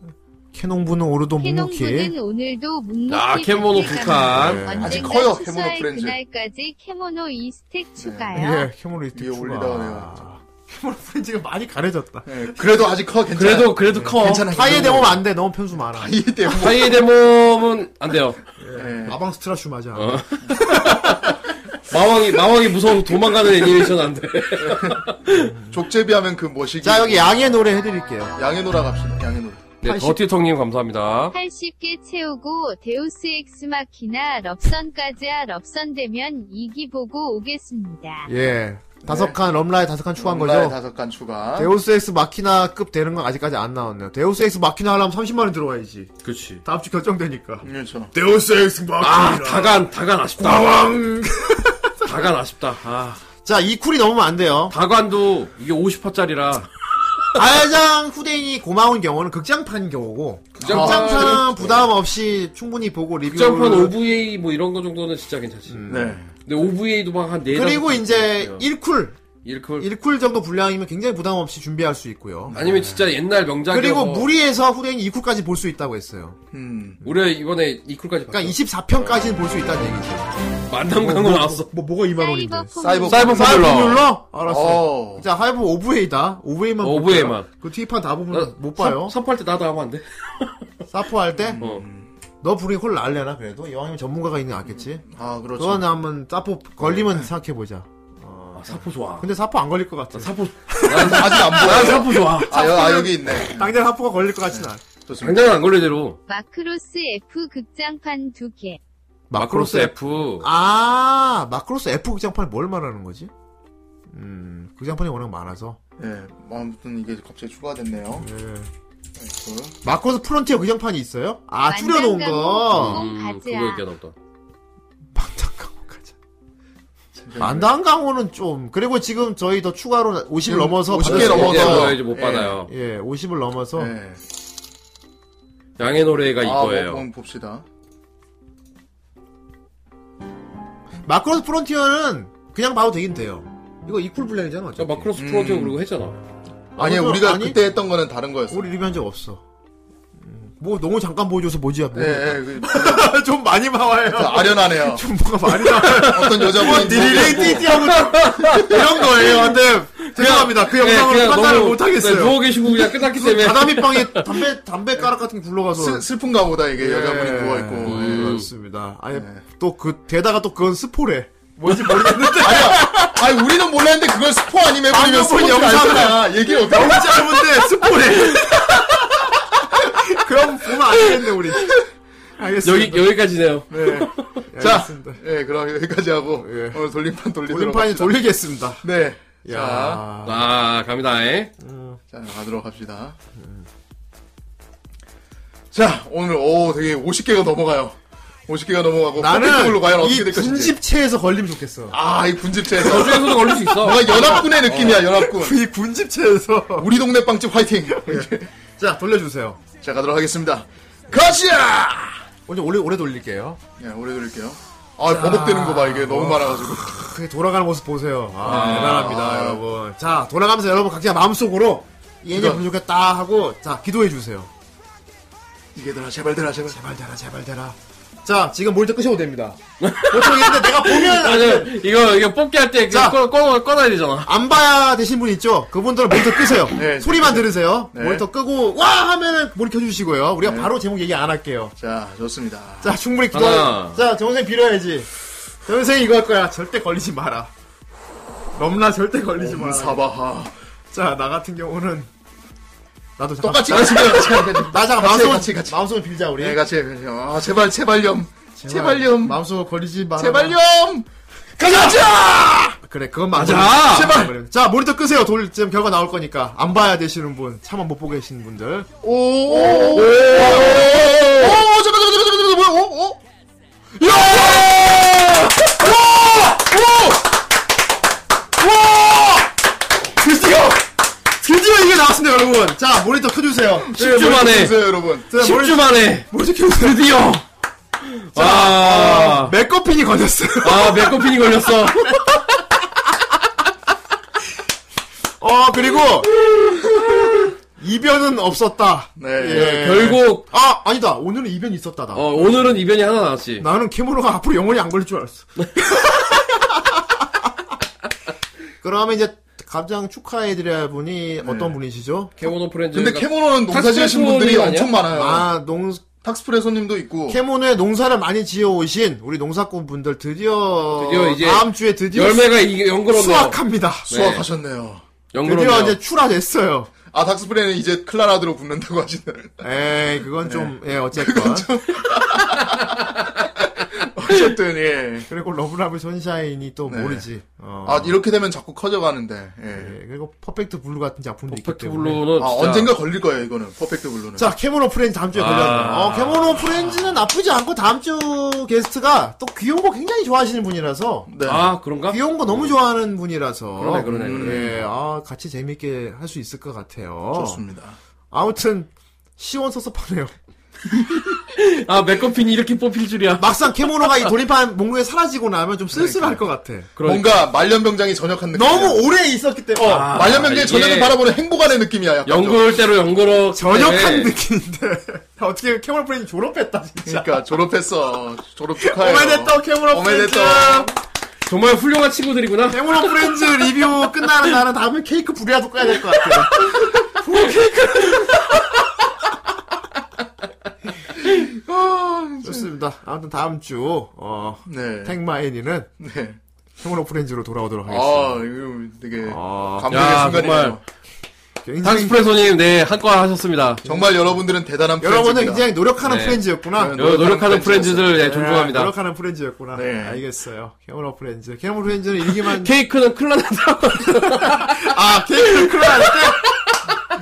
S1: 캐농부는 오르도
S6: 캐논부는
S1: 묵묵히.
S6: 오늘도 묵묵히
S3: 그 아, 캐모노 북한.
S2: 아직 커요, 캐모노
S6: 캐모노
S2: 프렌즈.
S6: 그날까지 캐모노 이 스택
S3: 네.
S6: 추가요.
S1: 예, 캐모노 이때
S2: 위에 올리다가 내가
S1: 캐모노 프렌즈가 많이 가려졌다.
S2: 예, 그래도 아직 커, 괜찮아.
S3: 그래도 그래도 커.
S2: 괜찮아.
S1: 타이에 어, 대면 안 돼. 너무 편수 많아.
S2: 이 때문에.
S3: 하이의 대몸은 안 돼요.
S2: 예.
S1: 아방 스트라슈 맞아.
S3: 어. 마왕이 마왕이 무서워서 도망가는 애니메이션 안 돼.
S2: 족제비 하면 그 뭐시기.
S1: 자, 여기 양의 노래 해드릴게요.
S2: 양의 노라 갑시다, 양의 노래.
S3: 네,
S1: 80.
S3: 더티텅님 감사합니다.
S6: 80개 채우고 데우스 엑스마키나 럽선까지야 럽선 되면 이기 보고 오겠습니다.
S1: 예. 다섯 칸, 럼라에 다섯 칸 추가한
S2: 럼라의
S1: 거죠?
S2: 다섯 간 추가.
S1: 데우스 엑스 마키나급 되는 건 아직까지 안 나왔네요. 데우스 엑스 마키나 하려면 30만원 들어와야지.
S3: 그렇지.
S1: 다음 주 결정되니까.
S2: 그렇죠.
S1: 데우스 엑스
S3: 아,
S1: 마키나.
S3: 다간 다간 아쉽다.
S1: 다왕.
S3: 다간 아쉽다. 아,
S1: 자, 이 쿨이 넘으면 안 돼요.
S3: 다간도 이게 50화짜리라.
S1: 가장 후대인이 고마운 경우는 극장판 경우고
S3: 극장판-
S1: 극장판은 부담 없이 충분히 보고 리뷰
S3: 극장판 OVA 뭐 이런 거 정도는 진짜 괜찮지.
S2: 네.
S3: 근데 OVA도 막한 네.
S1: 음. 그리고 이제 1쿨
S3: 일컬
S1: 1쿨 정도 분량이면 굉장히 부담 없이 준비할 수 있고요
S3: 아니면 진짜 옛날 명작이라서
S1: 그리고 무리해서 후대인이 2쿨까지 볼 수 있다고 했어요
S2: 음.
S3: 우리가 이번에 이쿨까지
S1: 그러니까 24편까지는 볼 수 있다는 얘기죠
S3: 만남강으로 나왔어.
S1: 뭐 뭐가 2만 원인데
S2: 사이버
S3: 사이버 파블러.
S1: 사이버뮬러? 알았어
S2: 어.
S1: 자 하이브 오브웨이다 오브웨이만 볼게요.
S3: 오브웨이만. 어.
S1: 그 티판 다 보면 못 봐요
S3: 섭할 때 나도 하면 안 돼?
S1: 사포 할때 너
S3: 어.
S1: 불이 홀 날래나 그래도 이왕이면 전문가가 있는 게 낫겠지
S2: 아, 그렇죠.
S1: 그건 한번 사포
S3: 네.
S1: 걸리면 생각해보자
S3: 아, 사포 좋아.
S1: 근데 사포 안 걸릴 것 같아.
S3: 사포
S2: 아직 안 보여.
S3: 사포 좋아.
S2: 아, 여, 아, 여기 있네.
S1: 당장 사포가 걸릴 것 같진 않아.
S2: 좋습니다.
S3: 당장 안 걸리대로.
S6: 마크로스 F 극장판 2개.
S3: 마크로스 F.
S1: 아, 마크로스 F 극장판이 뭘 말하는 거지? 음, 극장판이 워낙 많아서. 예.
S2: 예. 아무튼 이게 갑자기 추가됐네요. 그,
S1: 마크로스 프론티어 극장판이 있어요? 아, 줄여놓은 거.
S6: 음,
S3: 음,
S6: 가지야.
S3: 그거 얘기하나 보다.
S1: 어, 만당강호 가자.
S2: 네.
S1: 만당강호는 네. 좀, 그리고 지금 저희 더 추가로 50을 넘어서.
S2: 50개
S1: 받을 수-
S2: 넘어서.
S3: 이제 뭐 이제 못
S2: 예.
S3: 받아요.
S1: 예, 50을 넘어서.
S2: 예.
S3: 양의
S6: 아,
S3: 노래가 이거예요.
S2: 뭐, 한번 봅시다.
S1: 마크로스 프론티어는 그냥 봐도 되긴 돼요. 이거 이쿨 분량이잖아.
S3: 저
S1: 어차피.
S3: 마크로스
S2: 음.
S3: 프로듀어 그리고 했잖아.
S2: 아니,
S1: 아무튼
S2: 우리가
S1: 아니-
S2: 그때 했던 거는 다른 거였어.
S1: 우리 리뷰한 적 없어. 음, 뭐 너무 잠깐 보여줘서 뭐지?
S2: 예, 예. 그,
S1: 좀 많이
S2: 자,
S1: 나와요.
S2: 아련하네요.
S1: 네. 좀 뭐가 많이 나와요.
S2: 어떤 여자분이.
S1: 딜레이 띠띠하고 좀 이런 거예요. 근데 죄송합니다. 그 영상으로 판단을
S3: 네,
S1: 못하겠어요.
S3: 누워 계시고 그냥 끝났기
S1: 무슨
S3: 때문에.
S1: 다다미 방에 담배 담배 가락 같은 게 굴러가서
S2: 슬, 슬픈가 보다, 이게. 여자분이 누워있고. 예.
S1: 예. 어, 음. 그렇습니다. 아니
S2: 예.
S1: 또그 게다가 또 그건 스포래. 뭔지 모르겠는데
S2: 아니야. 아니, 우리는 몰랐는데 그걸 스포 아니면 해버리면
S1: 아니,
S2: 스포
S1: 영상을-
S2: 영상이야. 얘기 어떻게
S1: 너무 짧은데 스포래. 그럼 보면 안 되겠네 우리.
S3: 여기,
S1: 알겠습니다.
S3: 여기까지네요.
S1: 네.
S2: 자.
S1: 알겠습니다.
S2: 예, 그럼 여기까지 하고.
S1: 예.
S2: 오늘 돌림판 돌리도록.
S1: 올림판이
S2: 합시다.
S1: 돌리겠습니다.
S2: 네. 자.
S1: 야.
S3: 아, 갑니다. 에.
S2: 자, 가도록 합시다. 자, 오늘, 오, 되게 50개가 넘어가요. 50개가 넘어가고
S1: 나는
S2: 퍼펙트홀로 과연 어떻게
S1: 이
S2: 될 것인지.
S1: 군집체에서 걸리면 좋겠어.
S2: 아, 이 군집체에서
S3: 저쪽에서도 걸릴 수
S1: 뭐,
S3: 있어.
S2: 뭔가 연합군의
S1: 어.
S2: 느낌이야, 연합군.
S1: 이 군집체에서.
S2: 우리 동네 빵집 화이팅. 이렇게.
S1: 자, 돌려주세요.
S2: 자, 가도록 하겠습니다. 가시야!
S1: 오늘 오래, 오래 돌릴게요.
S2: 예, 오래 드릴게요. 아, 버벅대는 거 봐, 이게 너무 많아가지고.
S1: 그게 돌아가는 모습 보세요. 아, 대단합니다, 여러분. 자, 돌아가면서 여러분 각자 마음속으로 얘네
S2: 기도.
S1: 부족했다 하고, 자, 기도해주세요.
S2: 이게들아, 제발들아, 제발.
S1: 제발 되라, 제발 되라. 자, 지금 모니터 끄셔도 됩니다. 보통 이는데 내가 보면
S2: 네.
S3: 아,
S1: 안,
S3: 저, 이거, 이거 뽑기 할때 그
S1: 자.
S3: 꺼, 꺼, 꺼놔야 되잖아.
S1: 안 봐야 되신 분 있죠? 그분들은 모니터 끄세요.
S2: 네,
S1: 소리만 들으세요.
S2: 네.
S1: 모니터 끄고, 와! 하면은 모니터 켜주시고요. 우리가 바로 제목 얘기 안 할게요.
S2: 자, 좋습니다.
S1: 자, 충분히 기도.
S3: 하나.
S1: 자, 정선생 빌어야지. 정선생 이거 할 거야. 절대 걸리지 마라. 넘나 절대 걸리지 마라.
S2: 사바하.
S1: 자, 나 같은 경우는 나도 잠깐-
S2: 똑같이 같이 같이
S1: 나 잠깐
S2: 같이 해,
S1: 마음속을
S2: 같이 같이.
S1: 마음속을 빌자 우리.
S2: 네, 같이 해. 같이 해. 아, 제발, 제발렴. 제발렴.
S1: 마음속 걸리지 마.
S2: 제발렴. 가자!
S1: 그래, 그건 맞아.
S3: 맞아!
S1: 제발. 그래. 자, 모니터 끄세요. 돌 지금 결과 나올 거니까 안 봐야 되시는 분, 차마 못 보고 계시는 분들.
S2: 오, 오, 오, 오, 오, 잠깐, 잠깐, 잠깐, 잠깐, 잠깐, 뭐야,
S1: 어?
S2: 오, 오. 야!
S1: 와! 드디어 드디어 이게 나왔습니다, 여러분. 자, 모니터 켜주세요.
S3: 10주 만에,
S2: 보세요, 네, 여러분.
S1: 자, 모니-
S3: 10주 만에,
S1: 모니터 켜주세요.
S3: 드디어!
S2: 아.
S3: 와,
S1: 맥커핀이 걸렸어요.
S3: 아, 맥커핀이 걸렸어.
S1: 어, 그리고 이변은 없었다.
S2: 네.
S1: 예.
S3: 결국,
S1: 아, 아니다. 오늘은 이변이 있었다다.
S3: 어, 오늘은 이변이 하나 나왔지.
S1: 나는 캐모노가 앞으로 영원히 안 걸릴 줄 알았어. 그러면 이제 가장 축하해드려야 할 분이 어떤 분이시죠?
S3: 캐모노 프렌즈.
S2: 근데 캐모노는 농사 지으신 분들이
S3: 탁스프레소님
S2: 엄청 많아요.
S1: 아, 농,
S2: 탁스프레소님도 있고.
S1: 캐모노에 농사를 많이 지어오신 우리 농사꾼 분들 드디어,
S3: 드디어 이제
S1: 다음 주에 드디어
S3: 열매가 이게 연그럽네요.
S1: 수확합니다.
S2: 수확하셨네요.
S1: 드디어
S3: 연그럽네요.
S1: 이제 출하됐어요.
S2: 아, 닥스프레는 이제 클라라드로 붙는다고 하시는.
S1: 에이, 그건 좀, 예, 어쨌건.
S2: 어쨌든, 예.
S1: 그리고 러브라브 선샤인이 또 모르지. 어.
S2: 아, 이렇게 되면 자꾸 커져가는데, 예.
S1: 예, 그리고 퍼펙트 블루 같은 작품도 있기
S3: 퍼펙트
S1: 때문에.
S3: 블루는.
S2: 아,
S3: 진짜
S2: 언젠가 걸릴 거예요, 이거는. 퍼펙트 블루는.
S1: 자, 캐모노 프렌즈 다음 주에
S3: 아.
S1: 걸렸네요. 어, 캐모노 프렌즈는 나쁘지 않고 다음 주 게스트가 또 귀여운 거 굉장히 좋아하시는 분이라서
S2: 네.
S3: 아, 그런가?
S1: 귀여운 거 너무 좋아하는 분이라서
S3: 그러네, 그러네,
S1: 예, 아, 같이 재밌게 할 수 있을 것 같아요.
S2: 좋습니다.
S1: 아무튼 시원섭섭하네요.
S3: 아, 맥커핀이 이렇게 뽑힐 줄이야.
S1: 막상 캐모노가 이 돌림판 몽구에 사라지고 나면 좀 쓸쓸할 것 같아.
S3: 그러니까.
S2: 뭔가 말년병장이 전역한 예. 느낌.
S1: 너무 오래 있었기 때문에 어,
S3: 아,
S2: 말년병장이 전역을
S3: 이게
S2: 바라보는 행복한의 느낌이야, 약간. 좀.
S3: 연그럴 대로 네. 연그러.
S1: 전역한 느낌인데 어떻게 캐모노 프렌즈 졸업했다 진짜.
S2: 그러니까 졸업했어. 졸업 축하해.
S1: 오메데또 캐모노 프렌즈.
S2: 오메데또.
S3: 정말 훌륭한 친구들이구나.
S1: 캐모노 프렌즈 리뷰 끝나는 날은 다음에 케이크 부리라도 꺼야 될 것 같아요. 부 케이크. 좋습니다. 아무튼 다음 주 어,
S2: 네.
S1: 택마애니는
S2: 네.
S1: 캐모노 프렌즈로 돌아오도록
S2: 아,
S1: 하겠습니다.
S2: 이거 되게
S1: 아.
S2: 감동의
S3: 야,
S2: 순간이네요.
S3: 정말.
S2: 정말.
S1: 인생-
S3: 탕스프레소님, 네, 한과 하셨습니다.
S2: 여러분들은 대단한
S1: 여러분은
S2: 팬입니다.
S1: 굉장히 노력하는
S3: 네.
S1: 프렌즈였구나. 네,
S2: 네,
S3: 여- 노력하는
S2: 노력하는
S3: 프렌즈들, 예, 존중합니다.
S1: 노력하는 프렌즈였구나.
S2: 네.
S1: 알겠어요. 캐모노 프렌즈. 캐모노 프렌즈는 일기만
S3: 케이크는 클라나다.
S1: 아 케이크 클라한테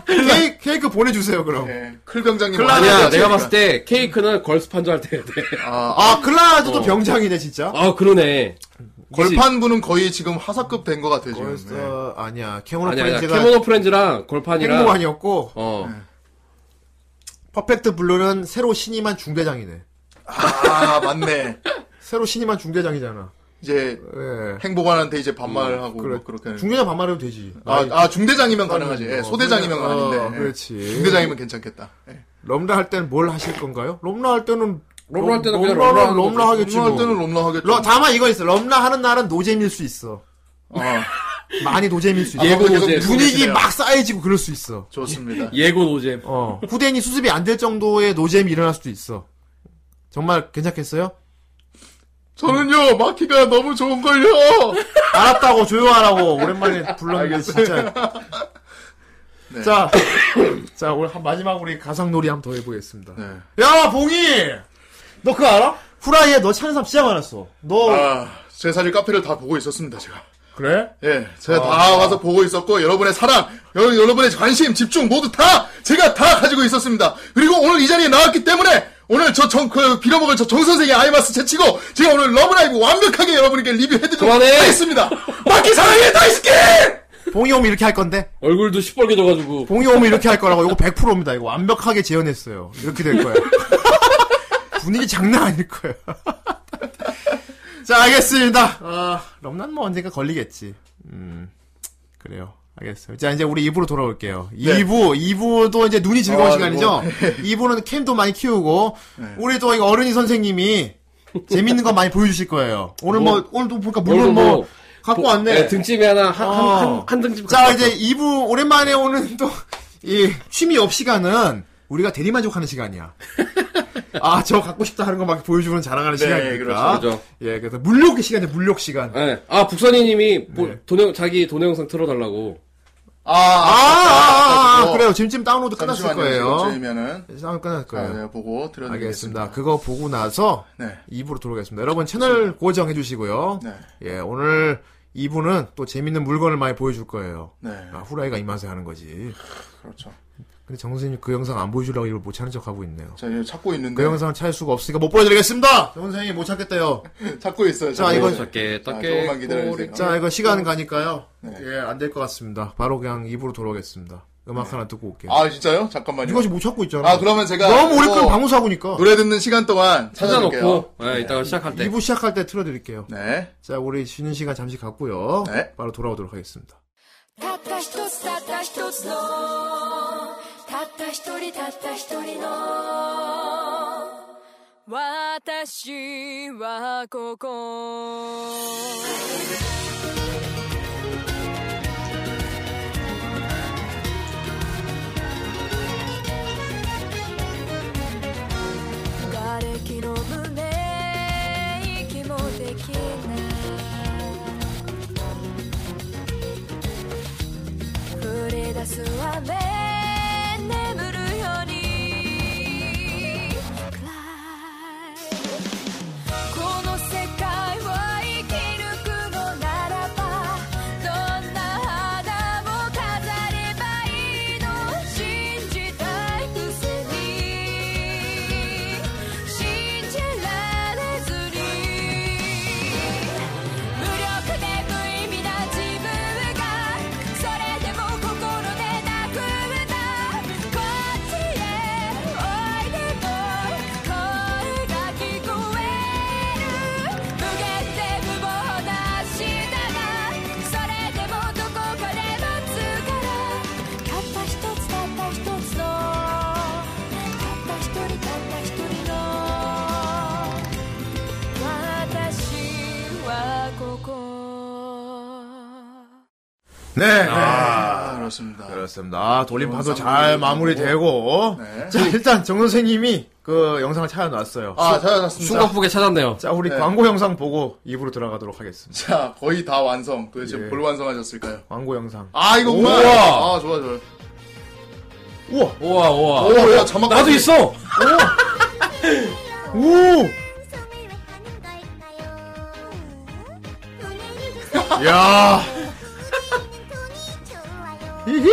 S1: 케이크, 케이크 보내주세요 그럼.
S2: 네. 클병장님
S1: 클라-
S2: 많이
S3: 아니야,
S2: 하시니까.
S3: 내가 봤을 때 케이크는 걸스판조 할 때 해야 돼.
S2: 아, 아,
S1: 아 클라도 또
S3: 어.
S1: 병장이네 진짜.
S3: 아, 그러네.
S2: 걸판부는 거의 지금 하사급 된 것 같아요, 지금. 네.
S1: 벌써 아니야 캐모노
S3: 아니, 아니,
S1: 프렌즈가
S3: 캐모노 프렌즈랑 걸판이랑.
S1: 행복한이었고 네.
S3: 어.
S1: 퍼펙트 블루는 새로 신임한 중대장이네.
S2: 아, 맞네.
S1: 새로 신임한 중대장이잖아.
S2: 이제
S1: 예.
S2: 행복한한테 이제 반말하고
S1: 그래.
S2: 막 그렇게 하는.
S1: 중대장 반말해도 되지.
S2: 네. 아,
S1: 나이-
S2: 아, 중대장이면 가능하지. 예,
S1: 어,
S2: 소대장이면
S1: 어,
S2: 가능한데. 예.
S1: 그렇지.
S2: 중대장이면 괜찮겠다. 예.
S1: 럼라 할 때는 뭘 하실 건가요? 럼라 할 때는
S3: 럼라 할 때는 그냥
S1: 럼라는
S3: 럼라 하는
S1: 럼라
S3: 거지.
S1: 하겠지.
S2: 할
S1: 뭐.
S2: 때는 롬라 하겠죠.
S1: 러- 다만 이거 있어. 럼라 하는 날은 노잼일 수 있어.
S2: 아,
S1: 많이 노잼일 수 있어.
S3: 예고
S2: 계속
S3: 노잼.
S2: 분위기
S1: 분위기
S2: 계시네요.
S1: 막 쌓여지고 그럴 수 있어.
S2: 좋습니다.
S3: 예고 노잼.
S1: 어. 후대인이 수습이 안 될 정도의 노잼이 일어날 수도 있어. 정말 괜찮겠어요?
S2: 저는요, 마키가 너무 좋은걸요!
S1: 알았다고 조용하라고 오랜만에 불렀는데 진짜.
S2: 네.
S1: 자, 자 오늘 한 마지막 우리 가상놀이 한 번 더 해보겠습니다.
S2: 네.
S1: 야 봉이, 너 그거 알아? 후라이에 너 찾는 사람 진짜 많았어. 너
S2: 아, 제 사실 카페를 다 보고 있었습니다, 제가.
S1: 그래?
S2: 예, 제가 다 와서 보고 있었고, 여러분의 사랑, 여, 러분의 관심, 집중 모두 다, 제가 다 가지고 있었습니다. 그리고 오늘 이 자리에 나왔기 때문에, 오늘 저 정, 그, 빌어먹을 저 정선생의 아이마스 제치고, 제가 오늘 러브라이브 완벽하게 여러분에게 리뷰해드리도록
S3: 그만해!
S2: 하겠습니다. 마키 사랑해, 다이스키!
S1: 봉이 오면 이렇게 할 건데
S3: 얼굴도 시뻘개져가지고
S1: 봉이 오면 이렇게 할 거라고 이거 100%입니다. 이거 완벽하게 재현했어요. 이렇게 될 거예요. 분위기 장난 아닐 거예요. 자, 알겠습니다. 아, 럼난 뭐 언젠가 걸리겠지. 음, 그래요. 알겠어요. 자, 이제 우리 2부로 돌아올게요. 2부, 2부도 이제 눈이 즐거운
S2: 아,
S1: 시간이죠? 2부는 캠도 많이 키우고, 우리 또 이거 어른이 선생님이 재밌는 거 많이 보여주실 거예요. 오늘 뭐, 오늘도 보니까 물론 뭐, 갖고 왔네.
S3: 네, 등짐이 하나 한, 한,
S1: 어.
S3: 한, 한 등짐
S1: 자, 이제 2부 오랜만에 오는 또, 이, 취미 업 시간은 우리가 대리만족하는 시간이야. 아, 저 갖고 싶다 하는 거 막 보여주면 자랑하는 시간이니까.
S3: 그렇죠, 그렇죠.
S1: 예, 그래서 물욕의 시간이야, 물욕 시간.
S3: 네. 아 북선이님이 뭐
S1: 네.
S3: 돈의- 자기 돈의 영상 틀어달라고
S2: 아,
S1: 아, 아, 아, 아,
S2: 그거.
S1: 그래요. 지금쯤 다운로드 끝났을
S2: 잠시만요.
S1: 거예요.
S2: 저희면은,
S1: 다운로드 끝났을
S2: 아,
S1: 거예요.
S2: 네, 보고 드려드리겠습니다.
S1: 알겠습니다. 그거 보고 나서
S2: 네.
S1: 2부로 돌아오겠습니다. 여러분 채널 고정해 주시고요.
S2: 네.
S1: 예, 오늘 2부는 또 재밌는 물건을 많이 보여줄 거예요.
S2: 네.
S1: 아, 후라이가 이 맛에 하는 거지.
S2: 그렇죠.
S1: 근데 정 선생님 그 영상 안 보여주려고 이걸 못 찾는 척 하고 있네요.
S2: 자, 이거 찾고 있는데.
S1: 그 영상 찾을 수가 없으니까 못 보여드리겠습니다. 정 선생님 못 찾겠대요.
S2: 찾고 있어요.
S1: 자, 이거-
S3: 작게
S2: 아,
S3: 딱게
S2: 조금만 기다려주세요.
S1: 자 이거 시간 가니까요.
S2: 네.
S1: 예, 안 될 것 같습니다. 바로 그냥 입으로 돌아오겠습니다. 음악 하나 듣고 올게요.
S2: 아, 진짜요? 잠깐만요.
S1: 이것이 못 찾고 네. 있잖아.
S2: 아, 그러면 제가.
S1: 너무 오래
S2: 이거
S1: 끌면 방구사고니까.
S2: 노래 듣는 시간 동안 찾아놓을게요.
S3: 찾아놓고 네, 이따가 시작할 때
S1: 2부 시작할 때 틀어드릴게요.
S2: 네.
S1: 자, 우리 쉬는 시간 잠시 갖고요.
S2: 네.
S1: 바로 돌아오도록 하겠습니다.
S5: たった一つたった一つのたった一人たった一人の私はここ瓦礫の胸息もできない降り出す雨眠るように暗いこの世界を生き抜くのならばどんな花も飾ればいいの信じたいくせに信じられずに無力で無意味な自分がそれでも心で泣く歌こっちへおいでと声が聞こえる無限で無謀な明日がそれでもどこかで待つからたった一つたった一つのたった一人たった一人の私はここ
S1: 네.
S2: 아, 그렇습니다.
S1: 그렇습니다. 아, 돌림판도 잘 마무리되고.
S2: 네.
S1: 자, 일단 정 선생님이 그 영상을 찾아놨어요.
S2: 아, 찾아놨습니다.
S3: 숨가쁘게 찾았네요
S1: 자, 우리
S2: 네.
S1: 광고 영상 보고 입으로 들어가도록 하겠습니다.
S2: 자, 거의 다 완성. 도대체
S1: 예.
S2: 뭘 완성하셨을까요?
S1: 광고 영상.
S2: 아, 이거구나.
S3: 우와.
S2: 아, 좋아, 좋아.
S1: 우와!
S3: 우와 우와
S2: 오, 야, 자막.
S3: 나도 있어
S1: 오! 야 이게!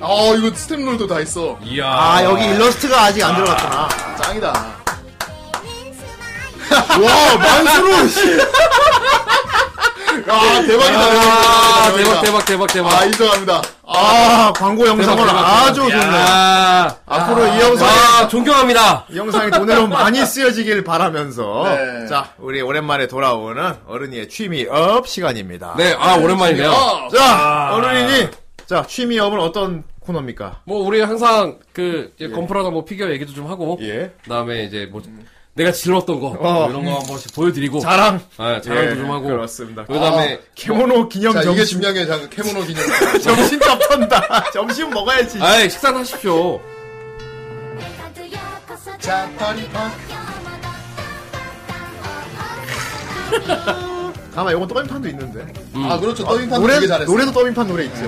S2: 아, 이거 스텝롤도 다 있어.
S3: 이야
S1: 아, 여기 일러스트가 아직 안 들어갔구나.
S2: 짱이다.
S1: 와, 만수로! 씨.
S2: 아, 대박이다.
S3: 아,
S2: 대박이다.
S3: 대박 대박 대박 대박
S2: 아, 인정합니다.
S1: 아, 광고 영상은
S3: 대박, 대박,
S1: 아주
S3: 대박.
S1: 좋네요.
S3: 야.
S1: 앞으로 이 영상이,
S3: 아 존경합니다
S1: 이 영상이 돈으로 많이 쓰여지길 바라면서.
S2: 네.
S1: 자, 우리 오랜만에 돌아오는 어른이의 취미업 시간입니다.
S3: 네아 오랜만이네요
S2: 아,
S1: 자, 어른이니, 자, 취미업은 어떤 코너입니까?
S3: 뭐 우리 항상 그 이제 건프라다 뭐 피규어 얘기도 좀 하고
S1: 예.
S3: 그다음에 이제 뭐 내가 질렀던 거
S1: 어.
S3: 뭐 이런 거 한 번씩 보여드리고
S1: 자랑.
S3: 아, 자랑도
S1: 예,
S3: 좀 하고
S1: 그렇습니다. 아.
S3: 그다음에
S1: 케모노 기념
S2: 자, 이게
S1: 점심.
S2: 중요한 게 잠깐 캐모노 기념.
S1: 점심 잡턴다. 점심 먹어야지.
S3: 아이 식사 하십시오
S2: 자, 파리 파.
S1: 가만, 요건 더빙판도 있는데.
S2: 아, 그렇죠. 더빙판
S1: 노래,
S2: 되게 잘했어.
S1: 노래도 더빙판 노래 있죠.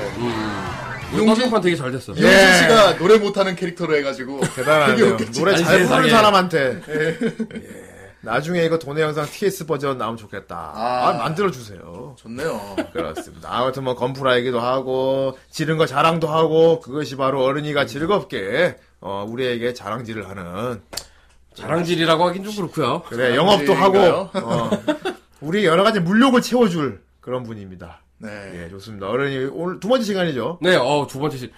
S3: 용진판 되게 잘 됐어
S1: 예.
S2: 이용진 씨가 노래 못하는 캐릭터로 해가지고.
S1: 대단하네요.
S2: 그게 웃기지.
S1: 노래
S3: 아니,
S1: 잘 부르는
S3: 세상에.
S1: 사람한테. 예. 나중에 이거 돈의 영상 TS 버전 나오면 좋겠다. 아,
S2: 아.
S1: 만들어주세요.
S2: 좋네요.
S1: 그렇습니다. 아무튼 뭐 건프라 얘기도 하고, 지른 거 자랑도 하고, 그것이 바로 어른이가 즐겁게 어, 우리에게 자랑질을 하는
S3: 자랑질이라고 하긴 좀 그렇고요.
S1: 그래 영업도 하고
S2: 자랑질인가요?
S1: 어, 우리 여러 가지 물욕을 채워줄 그런 분입니다.
S2: 네.
S1: 예, 좋습니다. 어른이 오늘 두 번째 시간이죠.
S3: 네, 어, 두 번째 시,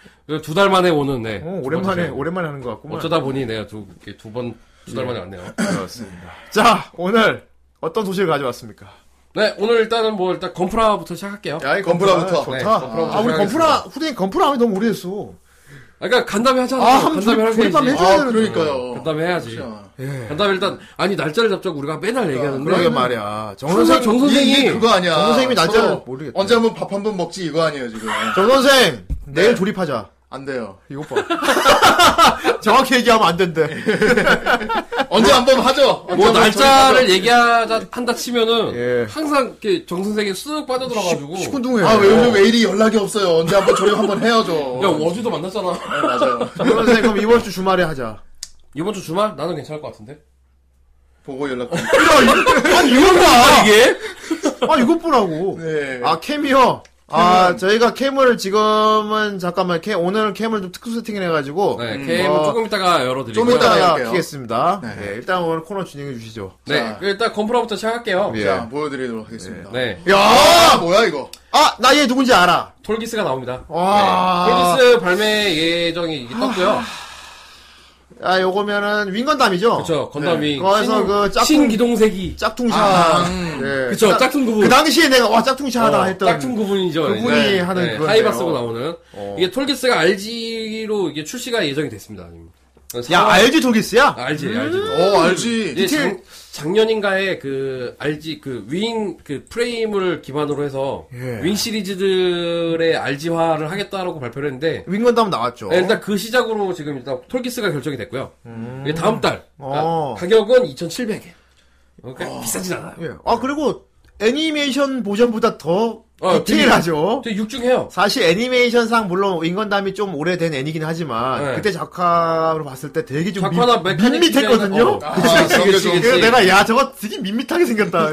S3: 두 달 만에 오는, 네.
S1: 어,
S3: 두 번째
S1: 오랜만에 예.
S3: 시간.
S1: 오랜만에 하는 것 같구만.
S3: 어쩌다 보니, 내가 두, 이렇게 두 번, 두 달 만에 왔네요.
S1: 그렇습니다. 자 오늘 어떤 소식을 가져왔습니까?
S3: 네, 오늘 일단은 뭐, 일단 건프라부터 시작할게요. 아,
S2: 야, 이 건프라부터.
S1: 좋다.
S3: 네,
S1: 아, 우리 건프라 후대인 건프라 하면 너무 오래됐어.
S3: 아, 그러니까 간담회 하잖아.
S1: 아, 한번
S3: 간담회 할
S1: 조립- 조립하면
S3: 거지.
S1: 해줘야
S2: 아,
S1: 되는데.
S2: 그러니까요.
S3: 간담회 해야지. 네.
S2: 진짜.
S3: 간담회 일단, 아니, 날짜를 잡자고 우리가 맨날 얘기하는데.
S1: 그러니까 그러게 말이야. 정
S3: 순서
S1: 선생
S3: 정 선생이.
S2: 이게 그거 아니야.
S1: 정 선생님이 날짜를
S2: 서로
S1: 모르겠다.
S2: 언제 한번 밥 한 번 먹지 이거 아니에요, 지금.
S1: 정 선생 내일
S2: 네.
S1: 조립하자.
S2: 안 돼요.
S1: 이거 봐. 정확히 얘기하면 안 된대.
S2: 언제 한 번 하죠. 언제
S3: 뭐
S2: 한번
S3: 날짜를 얘기하자 한다 치면은
S1: 예.
S3: 항상 이렇게 정 선생이 쓱 빠져들어가지고
S1: 시큰둥해.
S2: 아, 왜 요즘 왜 이리 연락이 없어요. 언제 한번 조용 한번 해야죠.
S3: 야 어제도 만났잖아
S2: 네, 맞아요.
S1: 정 선생 그럼 이번 주 주말에 하자.
S3: 이번 주 주말 나는 괜찮을 것 같은데
S2: 보고 연락.
S1: 아니 이건 봐.
S3: 이게
S1: 아 이것 보라고.
S2: 네.
S1: 아 캠이요. 아 저희가 캠을 지금은 잠깐만 캠 오늘 캠을 좀 특수 세팅을 해가지고
S3: 네 게임은
S1: 어,
S3: 조금 이따가 열어드리고요
S1: 좀 이따가
S2: 해볼게요.
S1: 키겠습니다.
S2: 네.
S1: 네, 일단 오늘 코너 진행해 주시죠.
S3: 네 일단 건프라부터 시작할게요
S1: 예.
S2: 자, 보여드리도록 하겠습니다.
S3: 네
S2: 야, 뭐야 이거?
S1: 아 나 얘 누군지 알아.
S3: 톨기스가 나옵니다
S1: 와.
S3: 톨기스 발매 예정이 이게 떴고요
S1: 아 요거면은 윙건담이죠.
S3: 그쵸 건담이
S1: 거기서
S3: 신,
S1: 그 짝퉁-
S3: 신기동세기
S1: 짝퉁샤.
S2: 아,
S1: 네.
S3: 음. 그쵸 짝퉁
S1: 그
S3: 구분
S1: 당시에 내가 와 짝퉁샤다
S3: 어,
S1: 했던.
S3: 짝퉁 구분이죠
S1: 그분이
S3: 네.
S1: 하는
S3: 네,
S1: 그건데요.
S3: 하이바 쓰고 나오는
S1: 어.
S3: 이게 톨기스가 RG로 이게 출시가 예정이 됐습니다
S1: 야
S3: 알
S1: 알지 음. 도기스야?
S3: 알지 알지
S2: 어, 알지.
S3: 이게 작, 작년인가에 그 RG 그윙 그 프레임을 기반으로 해서
S1: 예.
S3: 윙 시리즈들의 RG화를 하겠다라고 발표를 했는데
S1: 윙건담 나왔죠.
S3: 네, 일단 그 시작으로 지금 일단 톨키스가 결정이 됐고요. 이게 다음 달
S1: 어.
S3: 아, 가격은 2,700엔. 그러니까 비싸진 않아요.
S1: 예. 아 그리고 애니메이션 보전보다 더
S3: 아,
S1: 디테일하죠.
S3: 되게 육중해요.
S1: 사실 애니메이션상 물론 윙건담이 좀 오래된 애니긴 하지만
S3: 네.
S1: 그때 작화로 봤을 때 되게 좀
S3: 작화나
S1: 밋-
S3: 메카닉
S1: 밋밋했거든요.
S3: 디자인은- 어,
S2: 아,
S3: 그치, 그치,
S1: 그래서
S3: 그치.
S1: 내가 야 저거 되게 밋밋하게 생겼다.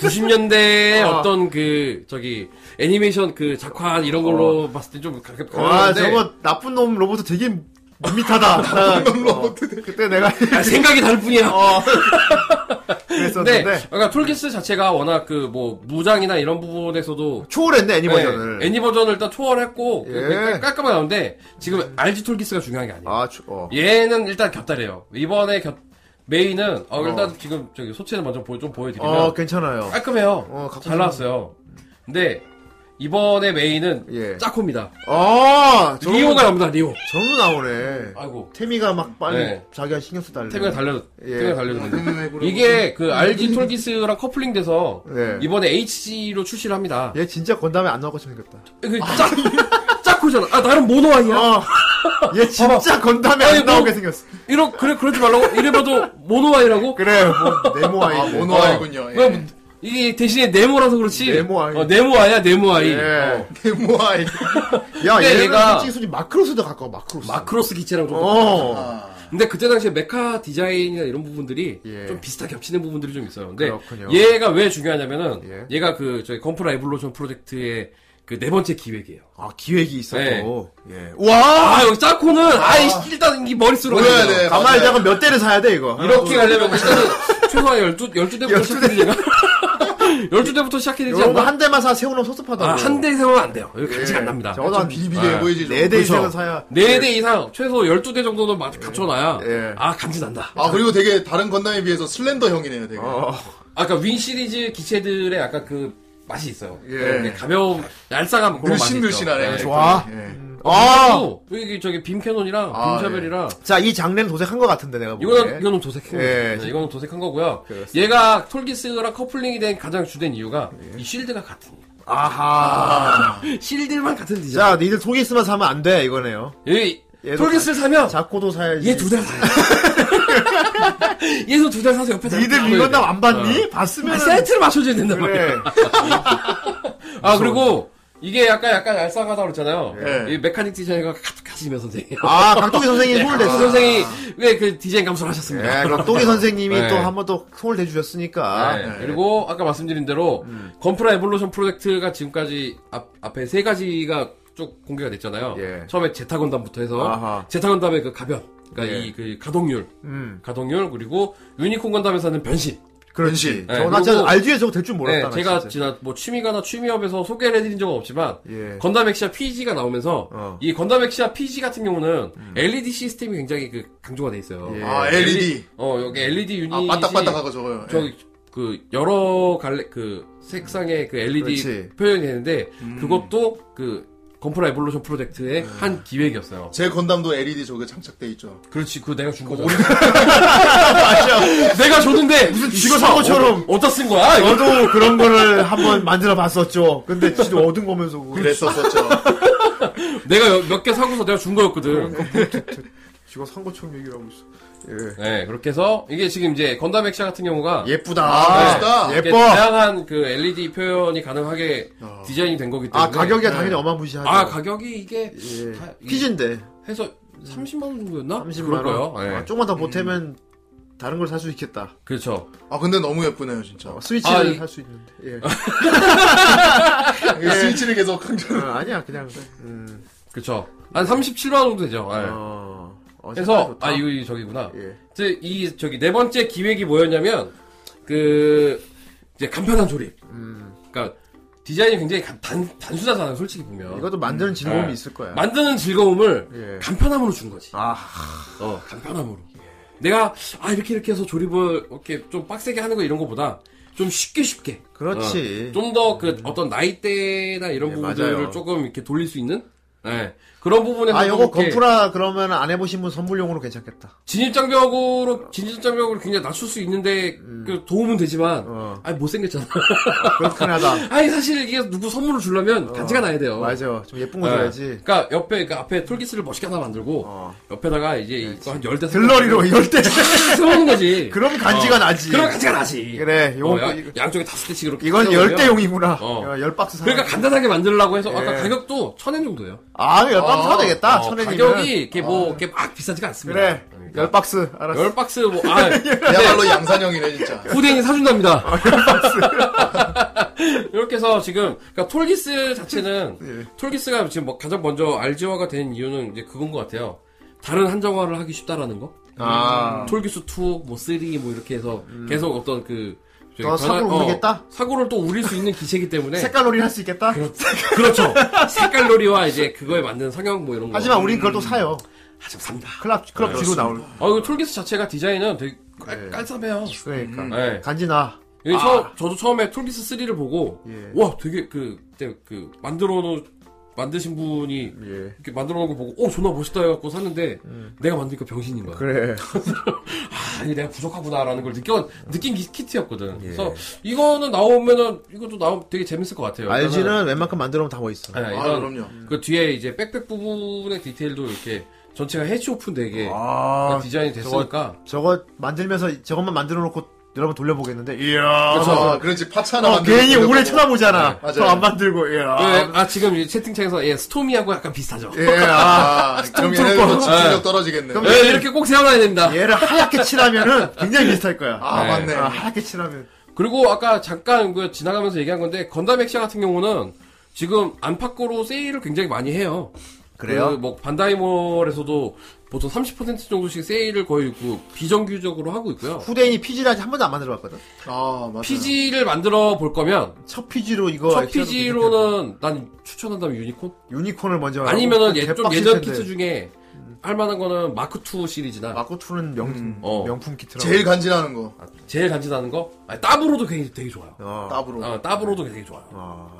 S3: 90년대
S1: 어.
S3: 어떤 그 저기 애니메이션 그 작화 이런 걸로 봤을 때 좀 그렇게
S1: 와
S3: 그런데
S1: 어. 아, 저거 나쁜 놈 로봇 되게 밋밋하다. 나쁜 놈 로봇. 그때 내가
S3: 아, 생각이 다를 뿐이야.
S1: 어.
S3: 네,
S1: 그랬었는데
S3: 그러니까 톨키스 자체가 워낙 그 뭐 무장이나 이런 부분에서도
S1: 초월했네
S3: 네,
S1: 애니버전을.
S3: 애니 버전을 일단 초월했고
S1: 예.
S3: 그 깔끔하게 나오는데 지금 RG 톨키스가 중요한 게 아니에요.
S1: 아, 초, 어.
S3: 얘는 일단 곁다래요. 이번에 곁 메인은 어, 일단 지금 저기 소체는 먼저 보, 좀 보여드리면
S1: 어, 괜찮아요.
S3: 깔끔해요.
S1: 어, 갖고
S3: 잘 나왔어요. 근데 이번에 메인은
S1: 예.
S3: 짜코입니다.
S1: 아, 저거-
S3: 리오가 나옵니다. 리오.
S1: 전부 나오네.
S3: 아이고
S1: 태미가 막 빨리
S3: 네.
S1: 자기가 신경 쓰 달래.
S3: 태그가 달려
S1: 예.
S3: 태그가
S2: 음,
S3: 달려졌는데 이게 그 RG 톨키스랑 커플링돼서
S1: 예.
S3: 이번에 HG로 출시를 합니다.
S1: 얘 진짜 건담에 안 나올 것처럼 생겼다.
S3: 그 짝, 짝코잖아. 아, 나름 모노아이야.
S1: 어. 얘 진짜 건담에
S3: 아니,
S1: 안
S3: 뭐-
S1: 나오게 생겼어.
S3: 이러, 그래, 그러지 말라고. 이래봐도 모노아이라고.
S1: 그래, 뭐, 네모 아이.
S2: 아, 모노아이군요.
S3: 왜
S2: 예.
S3: 뭐- 이게 대신에 네모라서 그렇지.
S1: 네모아이.
S3: 어, 네모아이야, 네모아이. 어,
S1: 예.
S2: 데모아이.
S1: 야,
S3: 근데
S1: 얘
S3: 얘가-
S1: 가 솔직히 솔직히 마크로스도 가까워, 마크로스.
S3: 마크로스 아. 기체랑 좀.
S1: 어.
S3: 근데 그때 당시에 메카 디자인이나 이런 부분들이
S1: 예.
S3: 좀 비슷하게 겹치는 부분들이 좀 있어요. 근데
S1: 그렇군요.
S3: 얘가 왜 중요하냐면은
S1: 예.
S3: 얘가 그 저희 건프라 에볼루션 프로젝트의 그 네 번째 기획이에요.
S1: 아, 기획이 있었고.
S3: 네.
S1: 예.
S3: 와! 아, 여기 짜코는 아이 일단 이 머릿수로
S2: 보여야
S3: 가잖아요. 네.
S2: 돼.
S1: 가만히 있다가 몇 대를 사야 돼, 이거.
S3: 아, 이렇게 가려면
S1: 아,
S3: 일단은 최소한 12, 12대부터
S1: 12
S3: 시작해야 되잖아. 12대부터 시작해야 되지
S1: 이런
S3: 않나?
S1: 거한 대만 사 세우면 섭섭하다고.
S3: 아, 한 대 이상은 안 돼요. 여기 같이 안 납니다.
S1: 저도 한
S2: 비리비리해
S3: 아,
S2: 보이지. 좀.
S1: 네 대
S3: 그렇죠.
S1: 이상은 사야.
S3: 네 대 이상, 최소 12대 정도는 마- 갖춰놔야,
S1: 예.
S3: 아, 감지난다.
S2: 아, 그리고 되게 다른 건담에 비해서 슬렌더 형이네요, 되게.
S1: 어.
S3: 아까 윈 시리즈 기체들의 약간 그 맛이 있어요.
S1: 예.
S3: 네, 가벼운, 얄쌍한 그런 맛이 있죠.
S2: 늘씬늘씬하네.
S3: 네.
S1: 좋아.
S2: 예.
S1: 아!
S3: 또 여기 저기 빔캐논이랑
S2: 아,
S3: 빔샤벨이랑
S1: 자, 이 장르는 도색한 것 같은데, 내가 보기에.
S3: 이거는 이거는 도색한
S1: 예.
S3: 거예요. 네, 이거는 도색한 거고요.
S1: 그렇습니다.
S3: 얘가 톨기스랑 커플링이 된 가장 주된 이유가
S1: 예.
S3: 이 쉴드가 같은
S1: 아하.
S3: 쉴드만 같은 디자인.
S1: 자, 니들 속이 있으면 사면 안 돼, 이거네요.
S3: 예,
S1: 얘도
S3: 톨기스를 사면
S1: 자코도 사야지.
S3: 얘 두 달 사요. 얘도 두 달 사서 옆에
S1: 니들
S3: 달고
S1: 이건
S3: 있어요.
S1: 나안 봤니? 봤으면.
S3: 아, 세트를 맞춰줘야 된단
S1: 그래.
S3: 말이야. 아 그리고 이게 약간 약간 알싸하다고 그랬잖아요.
S2: 예.
S3: 이 메카닉 디자인과 같- 같이 면 선생님.
S1: 아, 각도기 선생님이 소홀
S3: 아,
S1: 됐어.
S3: 선생이 왜 그 디자인 감소를 하셨습니다.
S1: 예, 아, 각도기 선생님이
S3: 네.
S1: 또 한 번 더 소홀 대주셨으니까.
S3: 네, 그리고 아까 말씀드린 대로
S1: 음.
S3: 건프라 에볼루션 프로젝트가 지금까지 앞, 앞에 세 가지가 쭉 공개가 됐잖아요.
S1: 예.
S3: 처음에 제타 건담부터 해서
S1: 아하.
S3: 제타 건담의 그 가변 그러니까
S1: 예.
S3: 이 그 가동률,
S1: 음.
S3: 가동률 그리고 유니콘 건담에서는 변신.
S1: 그렇지.
S3: 네,
S1: 저거 나 진짜
S3: 그리고-
S1: 알지에 저거 될 줄 몰랐다.
S3: 네,
S1: 나
S3: 제가
S1: 진짜.
S3: 지난 뭐 취미가나 취미업에서 소개를 해드린 적은 없지만
S1: 예.
S3: 건담 엑시아 PG가 나오면서
S1: 어.
S3: 이 건담 엑시아 PG 같은 경우는 LED 시스템이 굉장히 그 강조가 돼 있어요.
S1: 음. 예.
S2: 아, LED.
S3: 어 여기 LED 유닛이
S2: 아, 빠딱빠딱하고 저거요. 예.
S3: 저기 그 여러 갈래 그 색상의 그 LED
S1: 그렇지. 음.
S3: 표현이 되는데 그것도 그 건프라 에볼루션 프로젝트의 한 기획이었어요.
S2: 제 건담도 LED 저게 장착돼 있죠.
S3: 그렇지, 그거 내가 준 거잖아. 내가 줬는데 무슨
S1: 쥐가 사고처럼.
S3: 어디다 쓴 거야? 아, 이거?
S1: 저도 그런 거를 한번 만들어 봤었죠. 근데 지도 얻은 거면서 그거
S2: 그랬었었죠.
S1: 어?
S3: 내가 몇 개 사고서 내가 준 거였거든.
S1: 지가 산 것처럼 얘기를 하고 있어. 예.
S3: 네, 그렇게 해서 이게 지금 이제 건담 액션 같은 경우가
S1: 예쁘다.
S2: 아, 멋있다.
S1: 예.
S3: 이렇게
S1: 예뻐. 어.
S3: 다양한 그 LED 표현이 가능하게 디자인이 된 거기 때문에
S1: 아, 가격이 당연히 어마무시하죠.
S3: 아 가격이 이게
S1: 예.
S3: 다- 이-
S1: 피지인데.
S3: 해서 30만 원 정도였나?
S1: 30만
S3: 그럴 거예요.
S1: 원.
S3: 예.
S1: 아, 조금만 더 보태면 다른 걸 살 수 있겠다.
S3: 그렇죠.
S2: 아, 근데 너무 예쁘네요, 진짜.
S1: 어, 스위치를
S3: 아, 이-
S1: 살 수 있는데. 예.
S2: 이게 스위치를 계속 강조.
S1: 아, 아니야, 그냥.
S3: 네.
S1: 음.
S3: 그렇죠. 한 37만 원 정도 되죠. 예.
S1: 어. 어, 색깔
S3: 그래서
S1: 좋다.
S3: 아 이거 이거 저기구나.
S1: 예.
S3: 이제 이 저기 네 번째 기획이 뭐였냐면 그 이제 간편한 조립.
S1: 음.
S3: 그러니까 디자인이 굉장히 간- 단 단순하잖아요. 솔직히 보면
S1: 이것도 만드는 즐거움이
S3: 예.
S1: 있을 거야.
S3: 만드는 즐거움을
S1: 예.
S3: 간편함으로 준 거지.
S1: 아,
S3: 어, 간편함으로. 내가, 아, 이렇게 이렇게 해서 조립을, 이렇게 좀 빡세게 하는 거 이런 거보다, 좀 쉽게 쉽게.
S1: 그렇지.
S3: 좀 더 그 어떤 나이대나 이런
S1: 예,
S3: 부분들을
S1: 맞아요.
S3: 조금 이렇게 돌릴 수 있는? 네. 그런 부분에서.
S1: 아, 요거
S3: 이렇게
S1: 건프라 그러면 안 해보신 분 선물용으로 괜찮겠다.
S3: 진입장벽으로, 진입장벽으로 굉장히 낮출 수 있는데, 그 도움은 되지만,
S1: 음. 어.
S3: 아, 못생겼잖아.
S1: 그렇긴 하다.
S3: 아니, 사실 이게 누구 선물을 주려면 간지가 나야 돼요.
S1: 어. 맞아. 좀 예쁜 거
S3: 네.
S1: 줘야지.
S3: 그러니까 옆에 그 앞에 툴기스를 멋있게 하나 만들고
S1: 어.
S3: 옆에다가 이제 이거 한 열대
S1: 들러리로 이럴 때.
S3: 세우는 거지.
S1: 그럼 간지가 나지.
S3: 어. 그럼 간지가 나지.
S1: 그래,
S3: 어,
S1: 요거,
S3: 야,
S1: 이거-
S3: 양쪽에 다섯 개씩 이렇게.
S1: 이건
S3: 세우면.
S1: 열대용이구나.
S3: 어.
S1: 어, 열 박스 사.
S3: 그러니까 간단하게 만들려고 해서 아까
S1: 예.
S3: 가격도 천 엔 정도예요.
S1: 아, 열 박스 사도 되겠다.
S3: 어,
S1: 천엔이면. 아.
S3: 가격이 이렇게 뭐 이렇게 막 비싸지가 않습니다.
S1: 그래,
S3: 그러니까
S1: 열 박스. 알았어.
S3: 열 박스 뭐 아,
S2: 그야말로 양산형이네, 진짜.
S3: 후대인이
S1: 아,
S3: 사준답니다. 이렇게 해서 지금 그러니까 톨기스 자체는
S1: 예.
S3: 톨기스가 지금 뭐 가장 먼저 RG화가 된 이유는 이제 그건 것 같아요. 다른 한정화를 하기 쉽다라는 거.
S1: 아. 음.
S3: 톨기스 2, 뭐 3, 뭐 이렇게 해서 계속 어떤 그 저기
S1: 더 사고를
S3: 변화- 어,
S1: 우리겠다?
S3: 사고를 또 우릴 수 있는 기체이기 때문에
S1: 색깔 놀이를 할 수 있겠다?
S3: 그렇죠. 색깔놀이와 이제 그거에 맞는 성형 뭐 이런 거. 음.
S1: 하지만 우린 그걸 또 사요.
S3: 하지만 삽니다.
S1: 클럽, 클럽 뒤로 나올.
S3: 아, 이거 톨기스 자체가 디자인은 되게 깔,
S1: 네.
S3: 깔쌈해요.
S1: 그러니까.
S3: 네.
S1: 간지나.
S3: 여기 처, 저도 처음에 톨기스 3를 보고
S1: 예.
S3: 와 되게 그 그때 그 만들어 놓 만드신 분이
S1: 예.
S3: 이렇게 만들어 놓은 거 보고 오 존나 멋있다 해갖고 샀는데 내가 만드니까 병신인 거야.
S1: 음. 그래.
S3: 아, 이게 내가 부족하구나라는 걸 느껴 느낀 기- 키트였거든.
S1: 예.
S3: 그래서 이거는 나오면은 이것도 나오 되게 재밌을 것 같아요. 일단은,
S1: 알지는 웬만큼 만들어면 다 멋있어.
S3: 네,
S2: 아,
S3: 이런
S2: 그럼요.
S3: 그 뒤에 이제 백백 부분의 디테일도 이렇게 전체가 해치 오픈되게
S1: 아,
S3: 디자인이 됐으니까
S1: 저거 만들면서 저것만 만들어 놓고 여러분 돌려보겠는데, 이야.
S3: 그렇죠.
S2: 아, 그렇지, 파츠 하나
S1: 어,
S2: 만들고
S1: 괜히
S2: 보려고.
S1: 오래 쳐다보잖아.
S2: 맞아요.
S1: 저안 만들고, 이야.
S3: 예, 아 지금 이 채팅창에서 예 스톰이하고 약간 비슷하죠. 예,
S1: 예, 아.
S2: 아, 그럼
S1: 뚫고.
S2: 얘네도
S3: 네.
S2: 집중력 떨어지겠네.
S1: 그럼-
S3: 이렇게 꼭 세워놔야 됩니다.
S1: 얘를 하얗게 칠하면은 굉장히 비슷할 거야.
S2: 아,
S3: 네.
S2: 맞네.
S1: 아, 하얗게 칠하면.
S3: 그리고 아까 잠깐 그 지나가면서 얘기한 건데 건담 액션 같은 경우는 지금 안팎으로 세일을 굉장히 많이 해요. 그 뭐 반다이몰에서도 보통 30% 정도씩 세일을 거의 그 비정규적으로 하고 있고요.
S1: 후대인이 피지를 아직 한 번도 안 만들어봤거든.
S2: 아, 맞아.
S3: PG를 만들어 볼 거면
S1: 첫 피지로 이거.
S3: 첫
S1: 어, 액션으로
S3: PG로는 난 추천한다면 유니콘?
S1: 유니콘을 먼저. 하고
S3: 아니면은 예, 좀
S1: 대박칠
S3: 예전
S1: 어, 그 텐데. 음. 아.
S3: 키트 중에 할 만한 거는 마크 2 시리즈나
S1: 마코투는 명,
S3: 어.
S1: 명품 키트라고.
S2: 제일 간지나는 거.
S3: 아, 제일 간지나는 거 아니, 따브로도 되게 되게 좋아요.
S1: 어.
S2: 따브로.
S3: 어, 따브로도 되게 좋아요.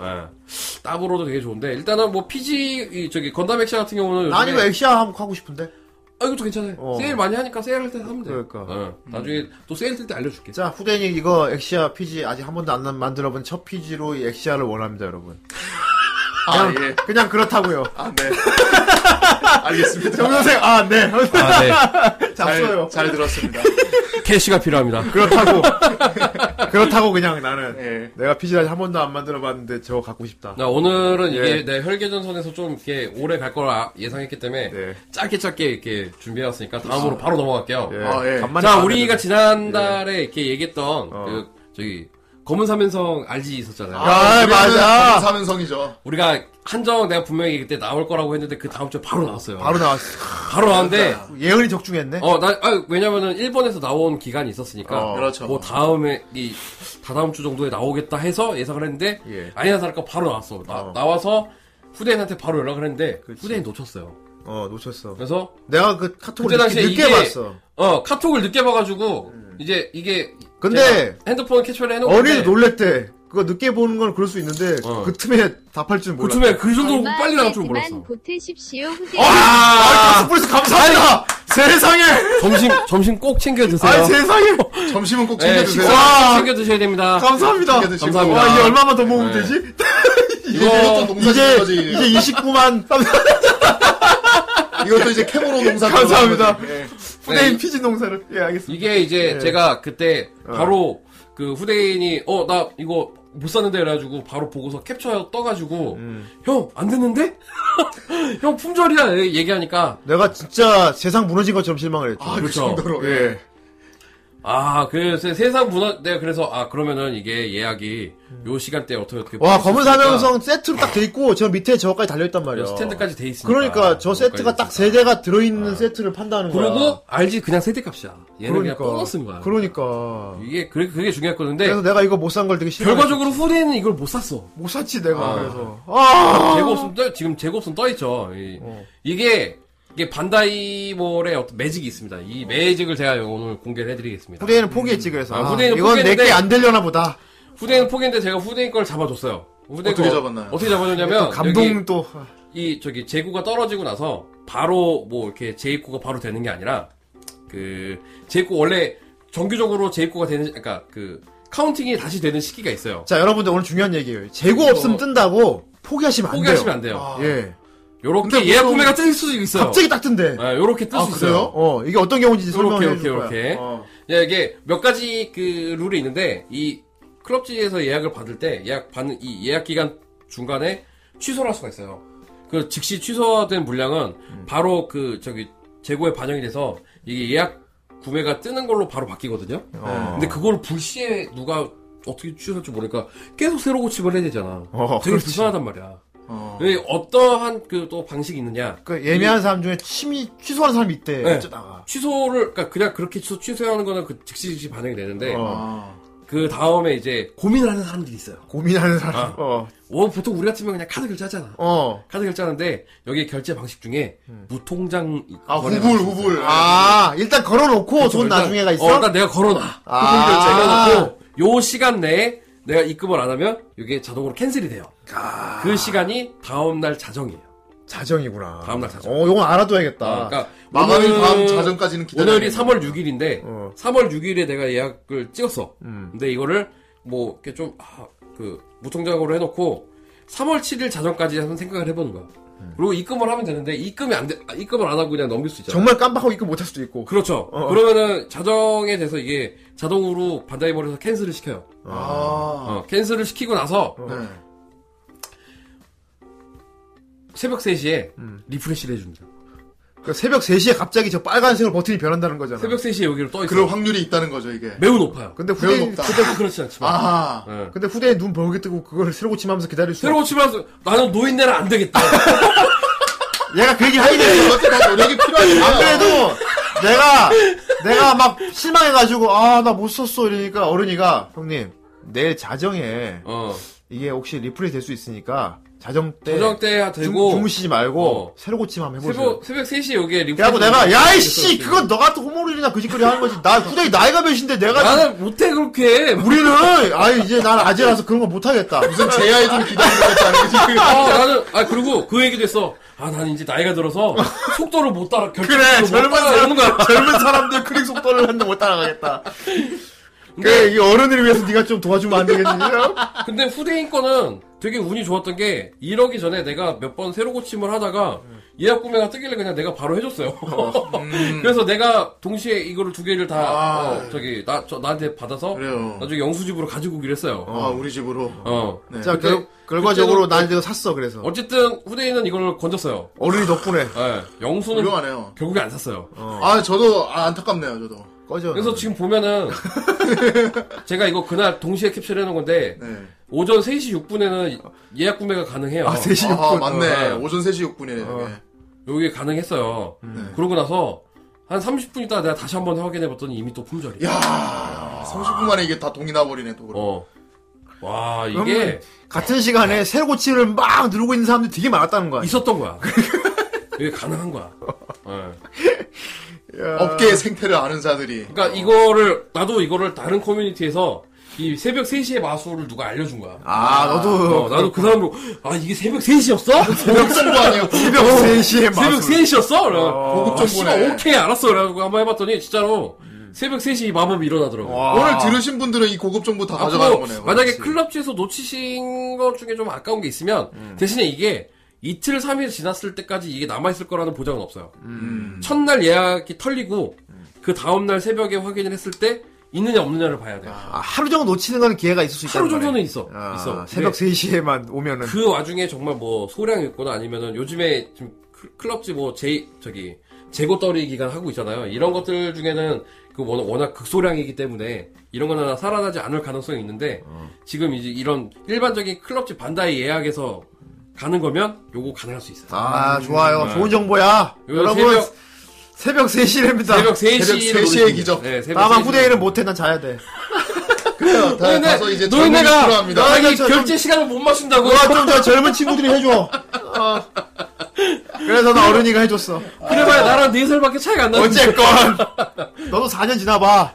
S3: 예. 따브로도 되게 좋은데 일단은 뭐 PG 이 저기 건담 액션 같은 경우는
S1: 나 이거
S3: 요즘에-
S1: 액시아 한번 하고 싶은데.
S3: 아 이것도 괜찮아요.
S1: 어.
S3: 세일 많이 하니까 세일할 때 하면 돼.
S1: 그러니까.
S3: 나중에 또 세일 뜰 때 알려줄게.
S1: 자, 후대인이 이거 액시아 피지 아직 한 번도 안 만들어본 첫 피지로 이 액시아를 원합니다, 여러분.
S2: 아, 예.
S1: 그냥 그렇다고요.
S2: 아, 네. 알겠습니다.
S1: 정선생, 아, 네. 잡숴요.
S2: 잘, 잘 들었습니다.
S3: 캐시가 필요합니다.
S1: 그렇다고. 그렇다고 그냥 나는.
S2: 예.
S1: 내가 피지 아직 한 번도 안 만들어봤는데 저거 갖고 싶다.
S3: 나 오늘은
S1: 예.
S3: 이게 내 혈계전선에서 좀 이렇게 오래 갈 거라 예상했기 때문에
S1: 네. 아.
S3: 짧게 짧게 이렇게 준비해왔으니까 다음으로 바로 넘어갈게요.
S1: 예.
S2: 아, 예.
S1: 간만에
S3: 자,
S1: 만드는-
S3: 우리가 지난달에 이렇게 얘기했던
S1: 어.
S3: 그 저기 검은 사면성 알지 있었잖아요.
S2: 아,
S1: 아, 맞아.
S2: 사면성이죠.
S3: 우리가 한정 내가 분명히 그때 나올 거라고 했는데 그 다음 주에 바로 나왔어요.
S1: 바로 나왔어.
S3: 바로 나왔는데
S1: 예언이 적중했네.
S3: 네. 어, 나, 아, 왜냐면은 일본에서 나온 기간이 있었으니까.
S1: 어,
S2: 그렇죠.
S3: 그 다음에, 이, 다다음 주 정도에 나오겠다 해서 예상을 했는데,
S1: 예.
S3: 아니나 다를까 바로 나왔어. 나,
S1: 어.
S3: 나와서 후대인한테 바로 연락을 했는데, 후대인 놓쳤어요.
S1: 어, 놓쳤어.
S3: 그래서,
S1: 내가 그 카톡을
S3: 그때
S1: 늦게,
S3: 당시에
S1: 늦게
S3: 이게-
S1: 봤어.
S3: 어, 카톡을 늦게 봐가지고, 이제 이게.
S1: 음. 근데-
S3: 제가 핸드폰 캐처를 해놓고.
S1: 어린이 놀랬대. 그거 늦게 보는 건 그럴 수 있는데
S3: 어.
S1: 그 틈에 답할 줄 몰랐어.
S3: 그쯤에 그 정도로
S6: 얼마
S3: 빨리 나올 줄
S6: 후에지만 그
S3: 몰랐어.
S6: 보태십시오 후대.
S1: 아, 가스프레스 감사합니다. 세상에.
S3: 점심, 점심 꼭 챙겨 드세요.
S1: 아, 세상에.
S2: 점심은 꼭
S3: 예,
S2: 챙겨주세요.
S3: 식사 챙겨 드셔야 됩니다.
S1: 감사합니다.
S2: 챙겨드시고. 아,
S3: 감사합니다.
S1: 와, 이게 얼마만 더 먹으면
S3: 네.
S1: 되지?
S2: 이거 이것도
S1: 이제
S2: 농사짓는 거지.
S1: 이제 29만
S3: 네.
S2: 이것도 이제 캐모로 농사.
S1: 예, 감사합니다. 예. 후대인
S3: 네.
S1: 피지 농사를 예 알겠습니다.
S3: 이게 이제
S1: 예. 어.
S3: 제가 그때 바로 그 후대인이 어 나 이거 못 샀는데 그래가지고 바로 보고서 캡처 떠가지고
S1: 음.
S3: 형 안 됐는데 형 품절이야 얘기하니까
S1: 내가 진짜 세상 무너진 것처럼 실망을 했죠.
S2: 아, 그
S3: 그렇죠.
S2: 정도로.
S1: 예.
S2: 예.
S3: 아 그 세상 문화 내가 그래서 아 그러면은 이게 예약이 요 시간대 어떻게 어떻게
S1: 와
S3: 풀수
S1: 검은
S3: 있으니까
S1: 사명성 세트로 딱 돼 있고 저 밑에 저거까지 달려 있단 말이야.
S3: 요 스탠드까지 돼 있으니까
S1: 그러니까 저 세트가 딱 세 대가 들어 있는 세트를 판다는 거야.
S3: 그리고 알지 그냥 세대값이야 얘는 그냥 보너스인 거야
S1: 그러니까.
S3: 이게 그게, 그게 중요할 건데
S1: 그래서 내가 이거 못 산 걸 되게 싫어.
S3: 결과적으로 후대인은 이걸 못 샀어
S1: 못 샀지 내가
S3: 아.
S1: 그래서. 아.
S3: 재고 없음 떠, 지금 재고 없음 떠 있죠. 이, 게 이게 반다이몰의 어떤 매직이 있습니다. 이 매직을 제가 오늘 공개를 해드리겠습니다.
S1: 후대인은 포기했지 그래서.
S3: 아,
S1: 아,
S3: 후대인은
S1: 이건
S3: 포기했는데-
S1: 내게안 되려나 보다.
S3: 후대... 는 포기인데 제가 후대인 걸 잡아줬어요. 후대인
S2: 어떻게
S3: 거
S2: 잡았나요?
S3: 어떻게 잡아줬냐면
S1: 감동
S3: 여기
S1: 또.
S3: 이 저기 재고가 떨어지고 나서 바로 뭐 이렇게 재입고가 바로 되는 게 아니라 그 재입고 원래 정규적으로 재입고가 되는 그러니까 그 카운팅이 다시 되는 시기가 있어요.
S1: 자 여러분들 오늘 중요한 얘기예요. 재고
S3: 이거-
S1: 없음 뜬다고 포기하시면 안 돼요.
S3: 그렇죠. 포기하시면 안 돼요. 그렇죠.
S2: 아,
S1: 예.
S3: 요렇게 예약 구매가 뜰 수도 있어요.
S1: 갑자기 딱 뜬대.
S3: 예, 요렇게 뜰 수
S2: 아,
S3: 있어요.
S2: 그래요?
S1: 어 이게 어떤 경우인지
S3: 요렇게
S1: 설명해
S3: 요렇게
S1: 줄 거야.
S3: 요렇게
S2: 어.
S3: 예, 이게 몇 가지 그 룰이 있는데 이 클럽지에서 예약을 받을 때 예약 받는 이 예약 기간 중간에 취소를 할 수가 있어요. 그 즉시 취소된 물량은
S1: 음.
S3: 바로 그 저기 재고에 반영이 돼서 이게 예약 구매가 뜨는 걸로 바로 바뀌거든요.
S1: 네.
S2: 어.
S1: 어.
S3: 근데 그걸 불시에 누가 어떻게 취소할지 모르니까 계속 새로 고침을 해야 되잖아.
S1: 어,
S3: 되게
S1: 그렇지.
S3: 불편하단 말이야.
S2: 어.
S3: 왜 어떠한 그 또 방식이 있느냐?
S1: 그 예매한 사람 중에 취미 취소하는 사람이 있대.
S3: 네.
S1: 어쩌다가.
S3: 취소를 그러니까 그냥 그렇게 취소 취소하는 거는 그 즉시 즉시 반영이 되는데
S1: 어.
S2: 아.
S3: 그 다음에 이제 고민을 하는 사람들이 있어요.
S1: 고민하는 사람.
S3: 아.
S1: 어.
S3: 어, 보통 우리 같으면 그냥 카드 결제하잖아.
S1: 어.
S3: 카드 결제하는데 여기 결제 방식 중에 무통장
S2: 아,
S3: 거래
S2: 후불,
S3: 방식이 있어요.
S2: 후불.
S1: 아 일단 걸어놓고 돈
S3: 일단-
S1: 나중에가 있어.
S3: 어, 일단 내가 걸어놔.
S1: 아.
S3: 무통결제 걸어놓고 요 시간 내에 내가 입금을 안 하면 이게 자동으로 캔슬이 돼요.
S2: 아.
S3: 그 시간이 다음 날 자정이에요.
S1: 자정이구나.
S3: 다음 날 자정.
S1: 어, 이건 알아둬야겠다.
S3: 아, 그러니까
S2: 마감이
S3: 오늘-
S2: 다음 자정까지는 기다려.
S3: 오늘이 3월 6일인데
S1: 어.
S3: 3월 6일에 내가 예약을 찍었어.
S1: 음.
S3: 근데 이거를 뭐 이렇게 좀그 무통장으로 해놓고 3월 7일 자정까지 한번 생각을 해보는 거야.
S1: 음.
S3: 그리고 입금을 하면 되는데 입금이 안 돼, 아, 입금을 안 하고 그냥 넘길 수 있잖아.
S1: 정말 깜빡하고 입금 못할 수도 있고.
S3: 그렇죠.
S1: 어.
S3: 그러면은 자정에 돼서 이게 자동으로 반다이몰에서 캔슬을 시켜요.
S2: 아.
S3: 어, 캔슬을 시키고 나서
S2: 네.
S3: 새벽 3시에
S1: 음.
S3: 리프레시를 해줍니다.
S1: 그러니까 새벽 3시에 갑자기 저 빨간색으로 버튼이 변한다는 거잖아.
S3: 새벽 3시에 여기로 떠 있어.
S2: 그럴
S3: 요
S2: 확률이 있다는 거죠,
S1: 네.
S2: 이게.
S3: 매우 높아요.
S1: 근데
S2: 배운
S1: 후대인,
S2: 없다.
S3: 그때 그렇지 않지만.
S2: 아.
S3: 예.
S1: 근데 후대인 눈 벌게 뜨고 그걸 새로 고침하면서 기다릴 수
S3: 새로 고치면서 나는 노인네는 안 되겠다.
S1: 아. 얘가 그 얘기 하긴 했어.
S2: 이것도 다 노력이
S1: 네. 안
S2: 필요하니까.
S1: 그래도 내가, 내가 막 실망해가지고, 아, 나 못 썼어. 이러니까 어른이가, 형님, 내일 자정에,
S3: 어.
S1: 이게 혹시 리플레이 될 수 있으니까, 자정 때,
S3: 저녁 때
S1: 주,
S3: 되고
S1: 주무시지 말고,
S3: 어.
S1: 새로 고침 한번 해보세요.
S3: 새벽 새벽 3시에 여기에 리프레시.
S1: 그래갖고 내가, 야이씨! 그건 너 같은 호모를이나 그 짓거리 하는 거지. 나, 후대인 나이가 몇인데 내가
S3: 나는 못해 그렇게.
S1: 우리는 아 이제 난 아재라서 그런 거 못하겠다.
S2: 무슨 제야의 좀 기다리는 것도 아니고
S3: 아,
S2: 지금.
S3: 나는 아 그리고 그 얘기도 했어. 아 나는 이제 나이가 들어서 속도를 못 따라 결
S1: 그래 젊은
S3: 이러는
S1: 사람
S3: 거야.
S1: 젊은 사람들 클릭 속도를 하는데 못 따라가겠다. 그래 이 어른을 위해서 네가 좀 도와주면 안 되겠니?
S3: 근데 후대인 거는 되게 운이 좋았던 게 이러기 전에 내가 몇 번 새로 고침을 하다가
S1: 음.
S3: 예약 구매가 뜨길래 그냥 내가 바로 해줬어요. 그래서 내가 동시에 이거를 두 개를 다
S2: 아.
S3: 어, 저기 나 저 나한테 받아서
S2: 그래요.
S3: 나중에 영수집으로 가지고 오기로 했어요.
S2: 아, 우리 집으로.
S3: 어.
S2: 네.
S1: 자
S3: 근데
S1: 결, 결과적으로 난 이거 샀어 그래서
S3: 어쨌든 후대인은 이걸 건졌어요.
S1: 어른이 덕분에
S3: 예. 영수는
S2: 훌륭하네요.
S3: 결국에 안 샀어요.
S2: 아, 저도 아, 안타깝네요, 저도.
S1: 꺼져.
S3: 그래서 지금 보면은 제가 이거 그날 동시에 캡처해놓은 건데
S2: 네.
S3: 오전 3시 6분에는 예약 구매가 가능해요.
S1: 아, 3시 6분.
S2: 아, 맞네.
S3: 어.
S2: 오전 3시 6분이네.
S1: 어.
S3: 요게 가능했어요.
S1: 음.
S3: 그러고 나서 한 30분 있다가 내가 다시 한번 확인해 봤더니 이미 또 품절이.
S2: 야 30분 만에 이게 다 동이 나버리네, 또. 그럼.
S3: 어. 와, 이게
S1: 그러면 같은 시간에 새고치를 막 누르고 있는 사람들이 되게 많았다는 거야.
S3: 있었던 거야. 이게 가능한 거야. 예.
S2: 업계의 생태를 아는 자들이.
S3: 그러니까 이거를 나도 이거를 다른 커뮤니티에서 이 새벽 3시의 마술을 누가 알려준 거야.
S1: 아, 너도
S3: 어, 나도 그 사람으로 아 이게 새벽 3시였어?
S2: 고급정보 아니에요?
S1: 새벽 3시에
S3: 새벽
S1: 마술.
S3: 3시였어?
S2: 어,
S3: 그래고 아, 씨발,
S2: 보네.
S3: 오케이, 알았어. 그래가지고 한번 해봤더니, 진짜로, 새벽 3시 이 마법이 일어나더라고.
S1: 와.
S2: 오늘 들으신 분들은 이 고급정보 다
S3: 앞으로
S2: 가져가는 거네요.
S3: 아, 만약에
S2: 그렇지.
S3: 클럽지에서 놓치신 것 중에 좀 아까운 게 있으면, 대신에 이게, 이틀, 3일 지났을 때까지 이게 남아있을 거라는 보장은 없어요.
S2: 음.
S3: 첫날 예약이 털리고, 그 다음날 새벽에 확인을 했을 때, 있느냐 없느냐를 봐야 돼요.
S1: 아, 하루 정도 놓치는 건 기회가 있을 수 있다.
S3: 하루 정도는 있어.
S1: 아,
S3: 있어.
S1: 새벽
S3: 근데
S1: 3시에만 오면은.
S3: 그 와중에 정말 뭐, 소량 있거나 아니면은, 요즘에 지금 클- 클럽지 뭐, 제, 저기, 재고 떨이 기간 하고 있잖아요. 이런 것들 중에는 그 워- 워낙 극소량이기 때문에 이런 건 하나 살아나지 않을 가능성이 있는데 지금 이제 이런 일반적인 클럽집 반다이 예약에서 가는 거면 요거 가능할 수 있어요.
S1: 아,
S3: 음,
S1: 좋아요. 좋은 정보야.
S3: 이거
S1: 여러분, 새벽, 3시랍니다.
S3: 그 새벽 3시
S2: 새벽 3시의 기적.
S3: 네, 새벽
S1: 나만
S3: 3시.
S1: 후대인은 못해. 난 자야 돼.
S2: 그래요. 다,
S3: 노인네,
S2: 가서 이제 젊은이
S3: 노인네가
S2: 싫어합니다.
S3: 자기
S1: 저-
S3: 결제 시간을 못 맞춘다고.
S1: 와, 좀더 젊은 친구들이 해줘. 어. 그래서 나 어른이가 해줬어.
S3: 그래봐야 나랑 4살밖에 차이가 안 나는데.
S1: 어쨌건 너도 4년 지나봐.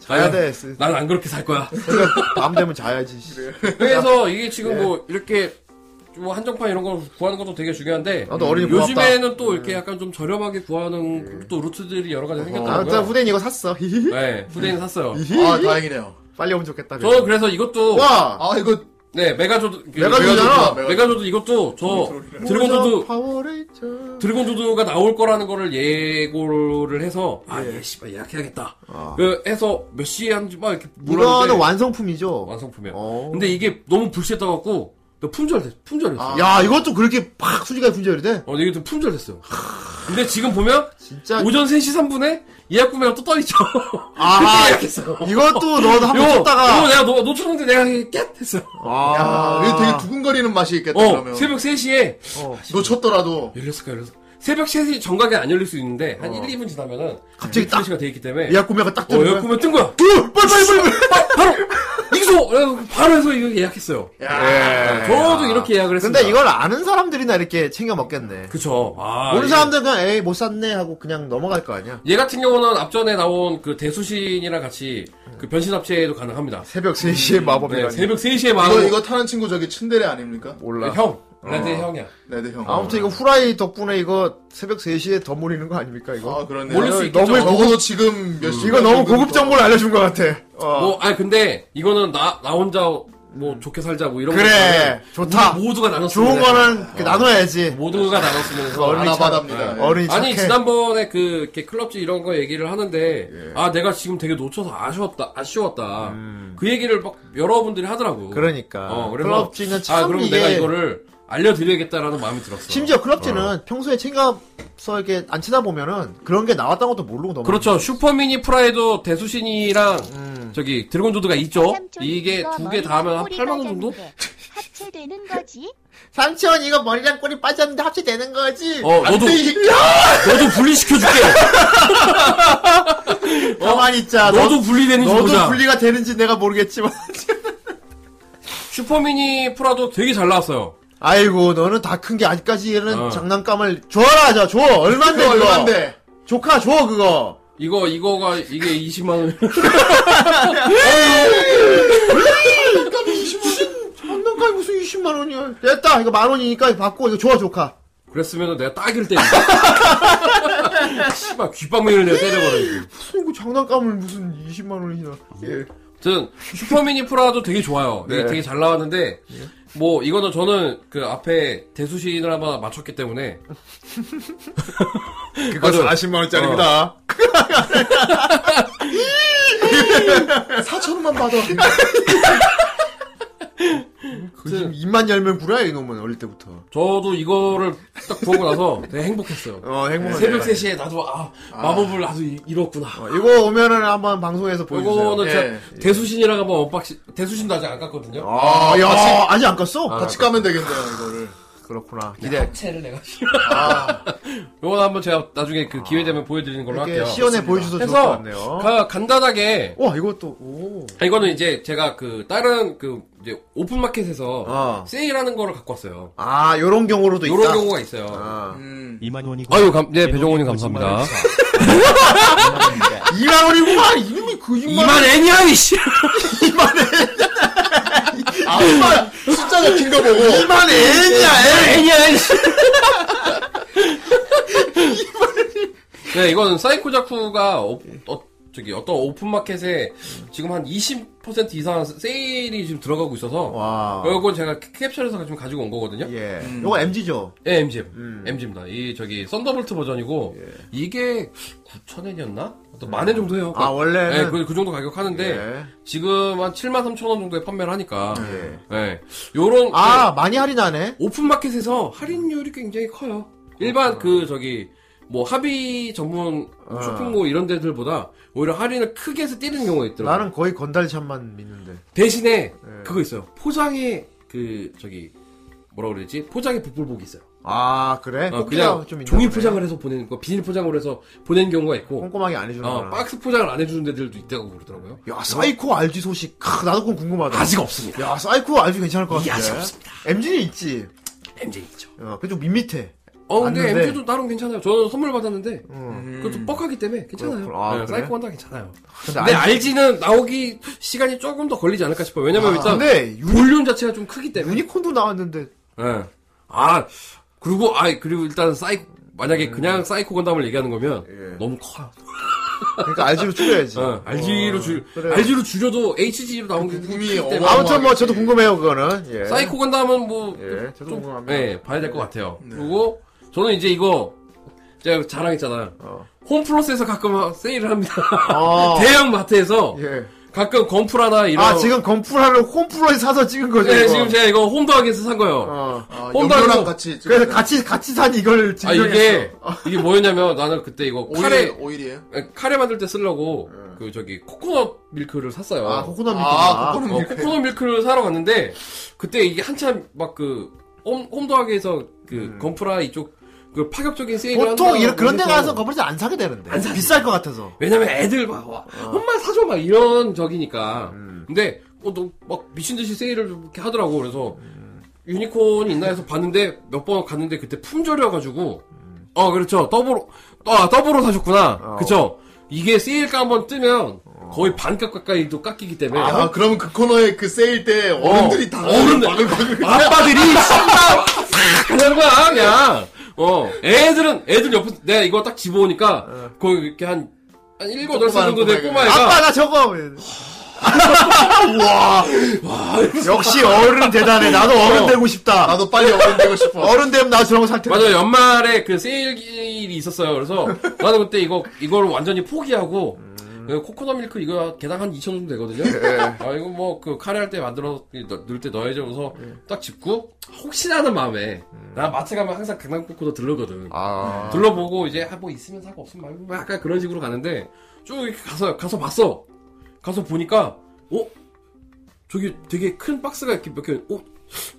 S1: 자야 돼.
S3: 난안 그렇게 살 거야.
S1: 새벽 밤 되면 자야지.
S3: 그래서 이게 지금 뭐 이렇게 뭐 한정판 이런 걸 구하는 것도 되게 중요한데
S1: 나도 어린이 고맙다.
S3: 요즘에는 또 이렇게 약간 좀 저렴하게 구하는 또 루트들이 여러 가지 생겼더라고요.
S1: 아무튼 후대인 이거 샀어. 히히히.
S3: 네, 후대인 샀어요.
S2: 아, 다행이네요.
S1: 빨리 오면 좋겠다.
S3: 저 그래서 이것도
S1: 와,
S2: 아, 이거
S3: 네 메가조드 그-
S2: 메가조드잖아.
S3: 메가조드, 메가조드 이것도 저
S1: 뭐
S3: 드래곤조드
S1: 파워레인저.
S3: 드래곤조드가 나올 거라는 거를 예고를 해서 아예 씨발 예약해야겠다. 그 해서 몇 시에 하는지 막 이렇게 물었는데
S1: 이거는 완성품이죠.
S3: 완성품이야.
S1: 어.
S3: 근데 이게 너무 불시했다 갖고 품절됐 품절됐어.
S2: 아.
S1: 야, 이것도 그렇게 팍 수지가 분절이 돼?
S3: 어, 이게 또 품절됐어요. 근데 지금 보면
S1: 진짜.
S3: 오전 3시 3분에 예약 구매가 또 떠있죠.
S1: 아하.
S3: 그때 예약했어.
S1: 이것도 너도 한번
S3: 이거
S1: 쳤다가.
S3: 내가 놓- 놓쳤는데 내가 이렇게 깻 했어.
S1: 아,
S2: 야, 이거 되게 두근거리는 맛이 있겠다,
S1: 네,
S3: 어,
S2: 그러면.
S3: 새벽 3시에
S2: 놓쳤더라도.
S3: 열렸을까 열렸어. 새벽 3시 정각에 안 열릴 수 있는데 한 1, 2분 지나면은
S1: 어. 갑자기 딱
S3: 시가 돼 있기 때문에
S1: 예약 구매가 딱
S3: 어,
S1: 되는
S3: 예약
S1: 거야.
S3: 구매 뜬 거야.
S1: 으, 빨리 빨리 빨리.
S3: 바, 바로 이기소 그래서 바로 해서 이거 예약했어요.
S1: 예.
S3: 저도 이렇게 예약을 했습니다.
S1: 근데 이걸 아는 사람들이나 이렇게 챙겨 먹겠네.
S3: 그쵸. 아,
S1: 모르는
S3: 이게-
S1: 사람들은 그냥 에이 못 샀네 하고 그냥 넘어갈 거 아니야.
S3: 얘 같은 경우는 앞전에 나온 그 대수신이랑 같이 그 변신 합체도 가능합니다.
S1: 새벽 3시에 마법이라니.
S3: 네, 새벽 3시에
S2: 이거,
S3: 마음.
S2: 이거 타는 친구 저기 침대레 아닙니까?
S1: 몰라. 어.
S3: 형. 레드 의 형이야.
S2: 레드 형.
S1: 아무튼 이거 후라이 덕분에 이거 새벽 3시에 덤무리는거 아닙니까 이거?
S2: 아, 그러네요.
S3: 몰릴 수 있겠죠.
S1: 너무
S3: 너무
S2: 적어도 지금 몇 시.
S1: 이거 너무 고급 정보를 알려준 것 같아. 어.
S3: 뭐, 아니 근데 이거는 나, 나 혼자 뭐 좋게 살자 뭐 이런
S1: 그래 좋다.
S3: 거 모두가 나눴으면
S1: 좋은 거는 그 나눠야지.
S3: 모두가 나눴으면서
S1: 어른이 참-
S2: 아나바답니다.
S1: 어, 어른이
S3: 뭐, 네.
S1: 착해.
S3: 아니 지난번에 그 이렇게 클럽지 이런 거 얘기를 하는데
S1: 예.
S3: 아 내가 지금 되게 놓쳐서 아쉬웠다 아쉬웠다 그 얘기를 막 여러분들이 하더라고
S1: 음. 그러니까
S3: 어, 그래서
S1: 클럽지는
S3: 아
S1: 참
S3: 그럼
S1: 이게
S3: 내가 이거를 알려드려야겠다라는 마음이 들었어
S1: 심지어 클럽지는 평소에 챙겨서 이렇게 안 치다 보면은 그런 게 나왔다는 것도 모르고 넘어.
S3: 그렇죠 슈퍼미니 프라이도 대수신이랑
S1: 음.
S3: 저기 드래곤조드가 있죠
S5: 삼촌,
S3: 어? 이게
S5: 이거
S3: 두 개
S5: 머리
S3: 다 하면 한
S5: 꼬리가
S3: 8만원 정도?
S5: 작은데 합체되는 거지?
S1: 삼촌 이거 머리랑 꼬리 빠졌는데 합체되는 거지.
S3: 어 너도 너도 분리시켜줄게
S1: 가만히 있자.
S3: 어? 너도 분리되는지
S1: 아, 너도
S3: 보자.
S1: 분리가 되는지 내가 모르겠지만.
S3: 슈퍼미니 프라도 되게 잘 나왔어요.
S1: 아이고 너는 다 큰 게 아직까지는
S3: 어.
S1: 장난감을 줘라 저 줘. 얼만데
S2: 얼
S1: 그거.
S2: 마데
S1: 조카 줘 그거.
S3: 이거 이거가 이게 20만 원.
S1: 장난감이 무슨 20만 원이야. 됐다 이거 만 원이니까 받고 이거 줘 조카.
S3: 그랬으면 내가 따길 때리고. 씨발 귓방망이를 내가 때려버려.
S1: 무슨 이거 장난감을 무슨 20만 원이나. 예.
S3: 아무튼 슈퍼미니 프라도 되게 좋아요.
S1: 네.
S3: 이게 되게 잘 나왔는데 뭐 이거는 저는 그 앞에 대수신을 한번 맞췄기 때문에
S1: 그거 40만
S3: 원짜리입니다.
S2: 어. 4천원만 받아.
S1: 그 지금 입만 열면 구라 이놈은 어릴 때부터.
S3: 저도 이거를 딱 보고 나서 되게 행복했어요.
S1: 어 행복한.
S3: 새벽
S1: 네.
S3: 3시에 나도 아 마법을 나도 이- 이뤘구나.
S1: 어, 이거 오면은 한번 방송에서 보여주세요.
S3: 이거는
S2: 예.
S3: 제가 대수신이랑 한번 언박싱 대수신도 아직 안 깠거든요.
S1: 아, 야, 아, 아직 안 깠어?
S2: 같이 까면 되겠네요 이거를.
S1: 그렇구나. 기대.
S3: 채를 내가 싫어. 요거 한번 제가 나중에 그 기회 되면 보여드리는 걸로
S1: 아. 이렇게
S3: 할게요.
S1: 시연해 보여주셔서 좋을 것
S3: 해서
S1: 같네요.
S3: 가- 간단하게 아,
S1: 와, 이것도, 오.
S3: 이거는 이제 제가 그 다른 그 이제 오픈 마켓에서
S1: 어.
S3: 세일하는 거를 갖고 왔어요.
S1: 아, 요런 경우로도
S3: 요런
S1: 있다.
S3: 경우가 있어요.
S1: 아.
S2: 음.
S7: 2만 원이고.
S3: 아유, 감- 네, 배종원님 감사합니다.
S1: 2만 원이구만! 이놈이 그 2만 원!
S3: 애니야 이씨.
S2: 아 정말 숫자 적힌 거 보고
S1: 2만 엔이야, 엔!
S3: 애니야 이씨. 네, 이거는 사이코자쿠가 어, 어, 저기 어떤 오픈 마켓에 지금 한 20% 이상 세일이 지금 들어가고 있어서
S1: 와.
S3: 이건 제가 캡- 캡처해서 지금 가지고 온 거거든요.
S1: 예. 요거 MG죠?
S3: 예, MGM.
S1: 음.
S3: MG입니다. 이, 저기, 썬더볼트 버전이고, 이게 9,000엔이었나? 또 만엔 정도 해요.
S1: 예. 아, 원래는?
S3: 예, 그, 그 정도 가격 하는데,
S1: 예.
S3: 지금 한 73,000원 정도에 판매를 하니까,
S1: 예.
S3: 예. 요런,
S1: 아, 많이 할인하네?
S3: 그 오픈마켓에서 할인율이 굉장히 커요. 일반 그, 저기, 뭐, 합의 전문
S1: 아.
S3: 쇼핑몰 이런 데들보다 오히려 할인을 크게 해서 때리는 경우가 있더라고요.
S1: 나는 네. 거의 건달참만 믿는데. 예.
S3: 대신에, 그거 있어요. 포장에, 그, 저기, 뭐라 그러지? 포장에 북불복이 있어요.
S1: 아, 그래?
S3: 어,
S1: 뽑기가
S3: 그냥
S1: 좀 있나
S3: 종이
S1: 보네.
S3: 포장을 해서 보내는 거, 비닐 포장으로 해서 보내는 경우가 있고,
S1: 꼼꼼하게 안 해주는
S3: 어,
S1: 거야.
S3: 박스 포장을 안 해주는 데들도 있다고 그러더라고요.
S1: 야, 사이코 RG 소식. 크, 나도 그건 궁금하다.
S3: 아직 없습니다.
S1: 야, 사이코 RG 괜찮을 것 같은데.
S3: 아직 없습니다.
S1: MG는 있지.
S3: MJ 있죠.
S1: 어, 그좀 밋밋해.
S3: 어, 근데
S1: 맞는데.
S3: MJ도 나름 괜찮아요. 저는 선물 받았는데,
S1: 음.
S3: 그것도 뻑하기 때문에 괜찮아요.
S1: 그렇구나. 아,
S3: 네,
S1: 그래?
S3: 사이코 한다 괜찮아요.
S1: 근데
S3: 근데
S1: 알-
S3: RG는 나오기 시간이 조금 더 걸리지 않을까 싶어요. 왜냐면 일단
S1: 아, 근데 유니,
S3: 볼륨 자체가 좀 크기 때문에.
S1: 유니콘도 나왔는데.
S3: 예. 아, 그리고, 아, 그리고 일단 사이코,
S1: 음.
S3: 만약에 그냥 사이코 건담을 얘기하는 거면
S1: 예.
S3: 너무 커요.
S1: 그러니까 RG로 줄여야지.
S3: 어, RG로 줄,
S1: 그래.
S3: RG로 줄여도 HG로 나온 게
S2: 부품이
S3: 크기 때문에.
S2: 어마어마-
S1: 아무튼 뭐 저도 궁금해요 그거는. 예.
S3: 사이코 건담은 뭐,
S1: 예, 저도
S3: 좀,
S1: 궁금합니다. 네.
S3: 예, 봐야 될 것 같아요. 그리고, 저는 이제 이거, 제가 자랑했잖아요. 홈플러스에서 가끔 세일을 합니다.
S1: 어.
S3: 대형 마트에서
S1: 예.
S3: 가끔 건프라나 이런.
S1: 아 지금 건프라를 홈프로에 사서 찍은 거죠.
S3: 네,
S1: 이거?
S3: 지금 제가 이거 홈더하기에서 산 거예요.
S1: 어.
S2: 아,
S3: 혼자
S2: 연료랑
S3: 해서-
S2: 같이
S1: 그래서
S2: 찍었네.
S1: 같이 같이 산 이걸
S3: 아,
S1: 증명했어.
S3: 이게, 이게 뭐였냐면 나는 그때 이거 카레,
S2: 오일 오일이에요.
S3: 카레 만들 때 쓰려고 그 저기 코코넛 밀크를
S1: 네.
S3: 샀어요.
S1: 아 코코넛 밀크.
S2: 아, 그거는
S3: 어, 코코넛 밀크를 사러 갔는데 그때 이게 한참 막 그 홈도하게에서 그 건프라 이쪽 그 파격적인 세일을
S1: 음. 보통
S3: 한다고
S1: 이런 그런 데
S3: 해서
S1: 가서 건프라안 사게 되는데. 비쌀 것 같아서.
S3: 왜냐면 애들 막 와,
S1: 어.
S3: 엄마 사줘 막 이런 적이니까
S1: 음.
S3: 근데 어너막 미친 듯이 세일을 좀 이렇게 하더라고 그래서 유니콘 이 있나 해서 봤는데 몇 번 갔는데 그때 품절이어가지고 어 그렇죠 더블로 아 더블로 사셨구나 그쵸 이게 세일가 한번 뜨면 거의 반값 가까이도 깎이기 때문에
S2: 아, 그러면 그 코너에 그 세일 때 어른들이 다
S3: 어른들.
S2: 바글바글.
S3: 아빠들이 신나 그러는 거야 그냥 어 애들은 애들 옆에 내가 이거 딱 집어오니까 거의 이렇게 한한 일곱 여덟 살 정도 된
S2: 꼬마애가.
S3: 꼬마애가
S1: 아빠 나 저거. 와. 역시 어른 대단해. 나도 어른 되고 싶다.
S2: 나도 빨리 어른 되고 싶어.
S1: 어른 되면 나 저런 거 살 텐데.
S3: 맞아요 연말에 그 세일이 있었어요 그래서 나는 그때 이거 이걸 완전히 포기하고 그 코코넛 밀크 이거 개당 한 2천 정도 되거든요. 아 이거 뭐 그 카레 할 때 만들어 넣- 넣을 때 넣어야죠. 그래서 딱 집고 혹시나 하는 마음에 나 마트 가면 항상 강남 코코넛 들르거든.
S1: 아.
S3: 둘러보고 이제 아, 뭐 있으면 사고 없으면 말고 뭐 약간 그런 식으로 가는데 쭉 이렇게 가서 가서 봤어. 가서 보니까 어 저기 되게 큰 박스가 이렇게 몇 개. 어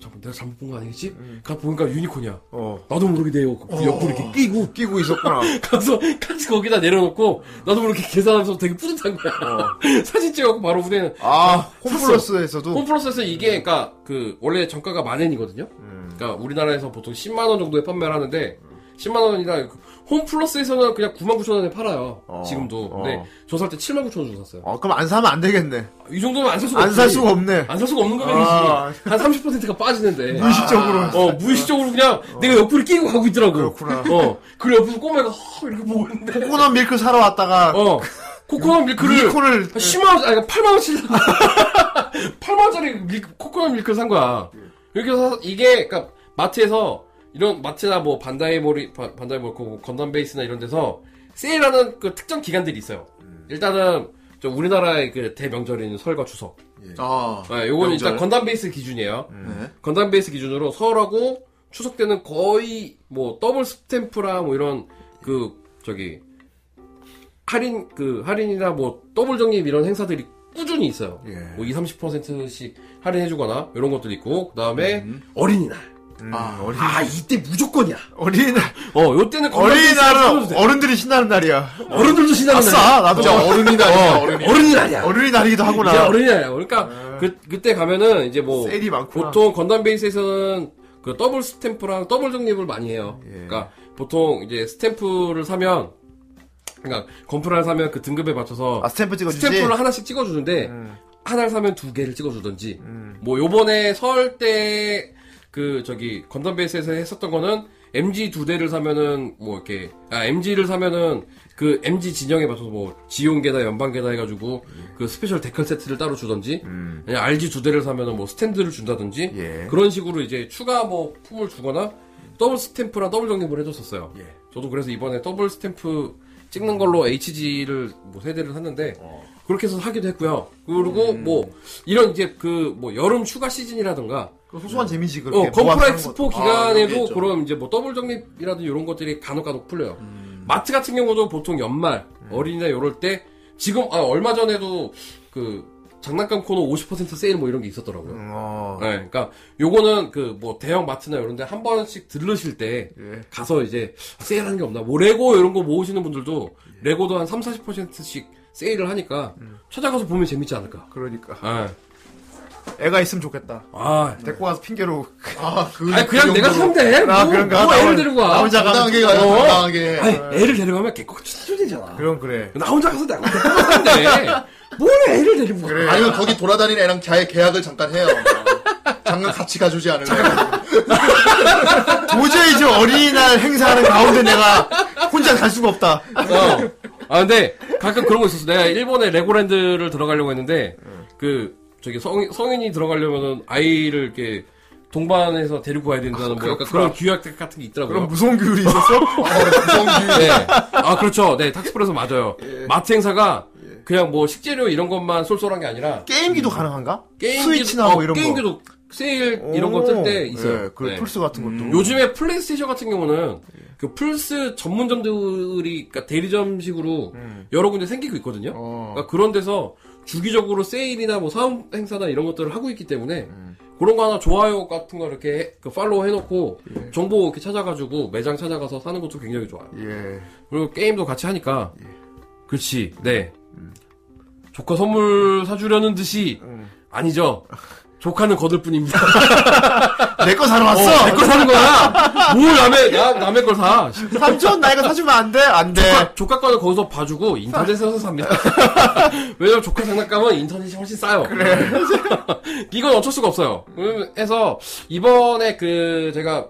S3: 잠깐 내가 잘못 본 거 아니겠지? 가 보니까 유니콘이야.
S1: 어.
S3: 나도 모르게 내 옆- 옆구리 이렇게 끼고
S1: 끼고 있었구나.
S3: 가서 같이 거기다 내려놓고 나도 모르게 계산하면서 되게 뿌듯한 거야. 사진 찍어갖고 바로 보내는.
S1: 아, 홈플러스에서도
S3: 홈플러스에서 이게 그러니까 그 원래 정가가 만 엔이거든요. 그러니까 우리나라에서 보통 10만 원 정도에 판매를 하는데 10만 원이라 홈플러스에서는 그냥 9만 9천 원에 팔아요.
S1: 어,
S3: 지금도.
S1: 어.
S3: 근데 저 살 때 7만 9천 원 주고 샀어요.
S1: 어, 그럼 안 사면 안 되겠네.
S3: 이 정도면 안 살 수가
S1: 안
S3: 없지.
S1: 살 수가 없네.
S3: 안 살 수가 없는 거면이지.
S1: 아.
S3: 한 30%가 빠지는데.
S1: 무의식적으로.
S3: 어, 무의식적으로 그냥 내가 옆구리 끼고 가고 있더라고.
S1: 어. 그렇구나.
S3: 어. 그리고 옆에서 꼬마가 허, 이렇게 보고 있는데.
S1: 코코넛 밀크 사러 왔다가
S3: 어. 코코넛 밀크를
S1: 유니콘을
S3: 10만원, 아니, 그러니까 8만원 치려 8만원짜리 코코넛 밀크를 산 거야. 이렇게 사서, 이게, 그니까, 마트에서, 이런, 마트나 뭐, 반다이모리, 바- 반다이모리, 그 건담 베이스나 이런 데서,
S1: 음.
S3: 세일하는 그 특정 기간들이 있어요. 일단은, 저 우리나라의 그 대명절인 설과 추석.
S2: 아,
S3: 네, 요건 음. 일단
S2: 명절.
S3: 건담 베이스 기준이에요.
S2: 네.
S3: 건담 베이스 기준으로 설하고 추석 때는 거의 뭐 더블 스탬프랑 뭐 이런 그 저기 할인 그 할인이나 뭐 더블 적립 이런 행사들이 꾸준히 있어요.
S1: 예.
S3: 뭐 2, 30%씩 할인해 주거나 이런 것들 있고 그다음에 어린이날.
S2: 아,
S1: 음, 어린
S3: 아, 이때 무조건이야.
S1: 어린
S3: 어, 요때는 건담 베이스 하셔도
S1: 어린이날은
S3: 돼.
S1: 어른들이 신나는 날이야.
S3: 어른들도 신나는
S1: 아싸 나도
S2: 진짜 어른이다,
S1: 어,
S2: 어른이.
S3: 어른이날이야.
S1: 어린이날이기도
S3: 이제
S1: 하구나.
S3: 어른이날이야. 그러니까 그 그때 가면은 이제 뭐
S1: 셀이 많구나.
S3: 보통 건담 베이스에서는 그 더블 스탬프랑 더블 적립을 많이 해요.
S1: 예.
S3: 그러니까 보통 이제 스탬프를 사면 그러니까 건프라를 사면 그 등급에 맞춰서
S1: 아 스탬프 찍어주지. 음.
S3: 스탬프를 하나씩 찍어주는데 하나를 사면 두 개를 찍어주던지 뭐 요번에 설 때 그 저기 건담 베이스에서 했었던 거는 MG 두 대를 사면은 뭐 이렇게 아 MG를 사면은 그 MG 진영에 맞춰서 뭐 지용계다 연방계다 해가지고 그 스페셜 데칼 세트를 따로 주던지
S1: 음.
S3: 아니면 RG 두 대를 사면은 뭐 스탠드를 준다든지
S1: 예.
S3: 그런 식으로 이제 추가 뭐 품을 주거나 더블 스탬프랑 더블 정립을 해줬었어요.
S1: 예.
S3: 저도 그래서 이번에 더블 스탬프 찍는 걸로 HG를 뭐 세대를 샀는데
S1: 어.
S3: 그렇게 해서 하기도 했고요. 그리고
S1: 음.
S3: 뭐 이런 이제 그 뭐 여름 추가 시즌이라든가
S1: 그 소소한 재미지 그렇게.
S3: 어, 건프라
S1: 모아서
S3: 엑스포
S2: 것도. 아, 여기
S3: 기간에도
S2: 있죠.
S3: 그런 이제 뭐 더블 적립이라든지 이런 것들이 간혹간혹 풀려요.
S1: 음.
S3: 마트 같은 경우도 보통 연말 어린이날 요럴 때 지금 아 얼마 전에도 그 장난감 코너 50% 세일 뭐 이런 게 있었더라고요.
S1: 하는 거. 어.
S3: 네, 그러니까 요거는 그 뭐 대형 마트나 이런 데 한 번씩 들르실 때
S1: 예.
S3: 가서 이제 세일하는 게 없나 뭐 레고 이런 거 모으시는 분들도
S1: 예.
S3: 레고도 한 3, 40%씩 세일을 하니까
S1: 음.
S3: 찾아가서 보면 재밌지 않을까.
S1: 그러니까
S3: 아,
S1: 애가 있으면 좋겠다.
S3: 아,
S1: 데리고 가서 핑계로
S2: 아, 그,
S3: 아니, 그냥 내가
S2: 정도로
S3: 상대. 뭐,
S1: 아, 그런가?
S3: 뭐
S1: 나
S3: 애를
S1: 혼자-
S3: 데리고 와.
S1: 나 혼자 가면
S2: 당당하게 가요,
S3: 어?
S2: 당당하게.
S3: 아니, 애를 데리고 가면 개코 추되잖아
S1: 그럼 그래.
S3: 나 혼자 가서 내가 데리고 뭘 애를 데리고 가.
S1: 그래.
S2: 예. 아니면 거기 돌아다니는 애랑 계- 계약을 잠깐 해요. 잠깐 같이 가주지 않을래?
S1: 도저히 저 어린이날 행사하는 가운데 내가 혼자 갈 수가 없다.
S3: 어. 아 근데 가끔 그런 거 있었어. 내가 일본의 레고랜드를 들어가려고 했는데 그 저기 성, 성인이 들어가려면은 아이를 이렇게 동반해서 데리고 가야 된다는 뭐 약간 그런 규약 같은 게
S1: 그러니까 그럼
S3: 있더라고요.
S1: 무서운 규율이 있었어?
S3: 네. 아 그렇죠. 네 탁스프에서 맞아요.
S1: 예.
S3: 마트 행사가 그냥 뭐 식재료 이런 것만 쏠쏠한 게 아니라
S1: 게임기도 가능한가?
S3: 게임기도-
S1: 스위치나 뭐
S3: 어,
S1: 이런 거.
S3: 게임기도 세일 이런 거 뜰 때 있어요.
S1: 예,
S2: 그렇죠.
S1: 그
S3: 네.
S1: 플스 같은
S2: 음.
S1: 것도.
S3: 요즘에 플레이스테이션 같은 경우는 그 플스 전문점들이 그러니까 대리점식으로 여러 군데 생기고 있거든요. 그러니까 그런 데서 주기적으로 세일이나 뭐 사업 행사나 이런 것들을 하고 있기 때문에 그런 거 하나 좋아요 같은 거 이렇게 해- 그 팔로우 해놓고 정보 이렇게 찾아가지고 매장 찾아가서 사는 것도 굉장히 좋아요.
S1: 예.
S3: 그리고 게임도 같이 하니까 그렇지 네 조카 선물 사주려는 듯이 아니죠. 조카는 거들 뿐입니다.
S1: 내 거 사러 왔어.
S3: 어, 내걸 사는 거야. 뭘 남의 나- 남의 걸 사.
S1: 삼촌 나이가 사주면 안 돼? 안 돼.
S3: 조카, 조카 거는 거기서 봐주고 인터넷에서 삽니다. 왜냐면 조카 장난감은 인터넷이 훨씬 싸요. 이건 어쩔 수가 없어요. 그래서 이번에 그 제가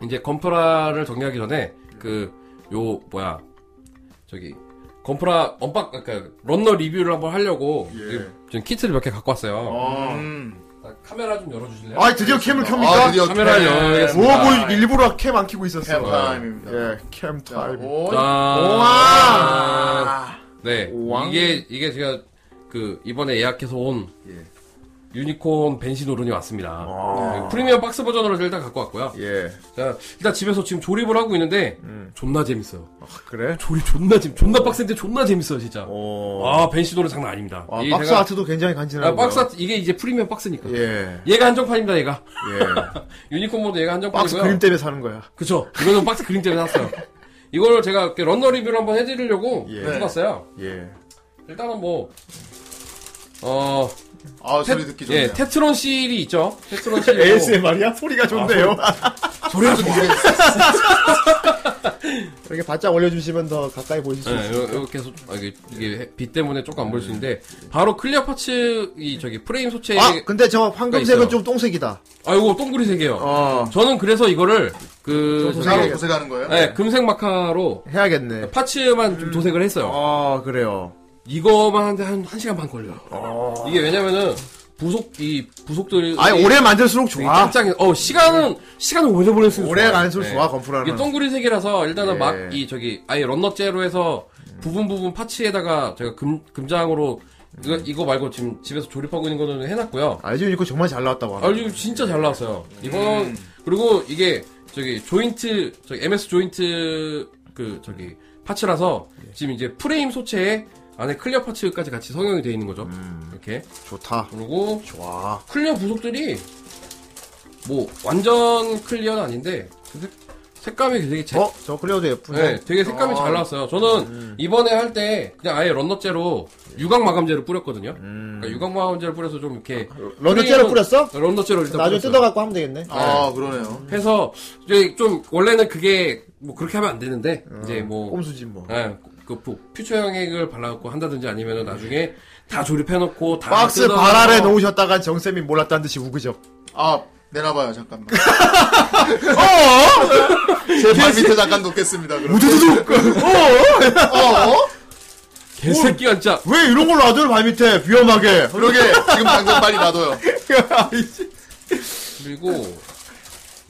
S3: 이제 건프라를 정리하기 전에 그 요 뭐야 저기 건프라 언박 그러니까 런너 리뷰를 한번 하려고 지금 키트를 몇 개 갖고 왔어요.
S2: 음.
S3: 자, 카메라 좀 열어주실래요?
S1: 아, 드디어 캠을
S2: 아,
S1: 켭니까?
S2: 드디어
S3: 카메라
S2: 캠.
S3: 열겠습니다.
S1: 뭐, 뭐, 일부러 캠 안 키고 있었어.
S2: 캠 타임입니다.
S1: 예, 캠
S2: 자,
S1: 타임. 아.
S2: 오,
S3: 짠.
S1: 와!
S3: 네.
S1: 오왕.
S3: 이게 이게 제가 그 이번에 예약해서 온
S1: 예.
S3: 유니콘 벤시 노른이 왔습니다.
S1: 아.
S3: 네, 프리미엄 박스 버전으로 일단 갖고 왔고요.
S1: 예. 음.
S3: 자, 일단 집에서 지금 조립을 하고 있는데 존나 재밌어요.
S1: 그래?
S3: 조립 존나 재밌. 존나 빡센데 존나 재밌어요, 진짜.
S1: 오.
S3: 아, 벤시 노른 장난 아닙니다.
S1: 아,
S3: 이
S1: 박스
S3: 제가-
S1: 아트도 굉장히 간지나고.
S3: 아, 박스 아트 이게 이제 프리미엄 박스니까.
S1: 예. 예.
S3: 얘가 한정판입니다, 얘가. 유니콘 모드 얘가
S1: 박스
S3: 한정판이고요.
S1: 그림 때문에 사는 거야.
S3: 그쵸. 이거는 박스 그림 때문에 샀어요. 이걸 제가 이렇게 런너 리뷰를 한번 해드리려고
S1: 예.
S3: 해봤어요.
S1: 예.
S3: 일단은 뭐, 어,
S2: 아,
S3: 테,
S2: 소리 듣기 좋네요.
S3: 예, 테트론 실이 있죠. 테트론 실.
S1: ASMR이야? 아, 소리가 좋네요.
S3: 소리가 좋아.
S1: 이렇게 바짝 올려주시면 더 가까이 보실 수
S3: 네,
S1: 있어요.
S3: 요- 이렇게 해서, 아, 이게, 이게 해- 빛 때문에 조금 안 보일 수 있는데, 바로 클리어 파츠, 이, 저기, 프레임 소체,
S1: 아, 근데 저
S3: 있어요.
S1: 황금색은 좀 똥색이다.
S3: 아, 요거 동그리 색이에요.
S1: 어.
S3: 저는 그래서 이거를, 그,
S2: 고생하고
S3: 저기,
S2: 고생하는 거예요?
S3: 네, 금색 마카로
S1: 해야겠네. 음.
S3: 파츠만 좀 도색을 했어요.
S1: 아, 그래요.
S3: 이거만 하는데 한, 한 시간 반 걸려요.
S1: 어.
S3: 이게 왜냐면은, 부속, 이, 부속들이.
S1: 아, 아니, 오래 만들수록
S3: 되게
S1: 좋아.
S3: 짱짱해. 어, 시간은, 시간을 오래 보냈으면
S1: 오래
S3: 좋아요.
S1: 갈수록
S3: 네.
S1: 좋아,
S3: 이게
S1: 건프라는.
S3: 동그리 색이라서 일단은
S1: 예.
S3: 막 이 저기 아예 런너째로 해서 부분 부분 파츠에다가 제가 금 금장으로 이거, 이거 말고 지금 집에서 조립하고 있는 거는 해놨고요.
S1: 알지 유니콘 정말 잘 나왔다고
S3: 아,
S1: 하네.
S3: 이거 진짜 잘 나왔어요. 이거, 그리고 이게, 저기, 조인트, 저기, MS 조인트, 그, 저기, 파츠라서, 지금 이제 프레임 소체에 안에 클리어 파츠까지 같이 성형이 되어 있는 거죠. 이렇게.
S1: 좋다.
S3: 그리고,
S1: 좋아.
S3: 클리어 부속들이, 뭐, 완전 클리어는 아닌데, 근데 색감이 되게 제,
S1: 어? 저 클리어도 예쁘네.
S3: 네, 되게 색감이
S9: 아.
S3: 잘 나왔어요. 저는
S9: 음.
S3: 이번에 할 때 그냥 아예 런너제로 유광 마감제를 뿌렸거든요.
S9: 음.
S1: 음.
S3: 그러니까 유광 마감제를 뿌려서 좀 이렇게
S9: 런너째로 뿌렸어?
S3: 런너제로 일단
S9: 나중에
S3: 뿌렸어요.
S9: 뜯어갖고 하면 되겠네.
S2: 아, 그러네요.
S3: 해서 이제 좀 원래는 그게 뭐 그렇게 하면 안 되는데
S9: 음.
S3: 이제 뭐
S1: 꼼수지 뭐.
S3: 예, 그 부- 퓨처 영액을 발라갖고 한다든지 아니면은 나중에 다 조립해놓고 다
S1: 박스
S3: 뜯어서
S1: 발 아래 놓으셨다가 정쌤이 몰랐다는 듯이 우그적.
S2: 아, 내놔봐요, 잠깐만. 어? 제발 밑에 잠깐 놓겠습니다, 그럼.
S1: 우두두둑!
S2: 어?
S3: 개새끼가 진짜
S1: 왜 이런 걸 놔둬요, 발 밑에? 위험하게.
S2: 그러게, 지금 당장 빨리 놔둬요.
S3: 그리고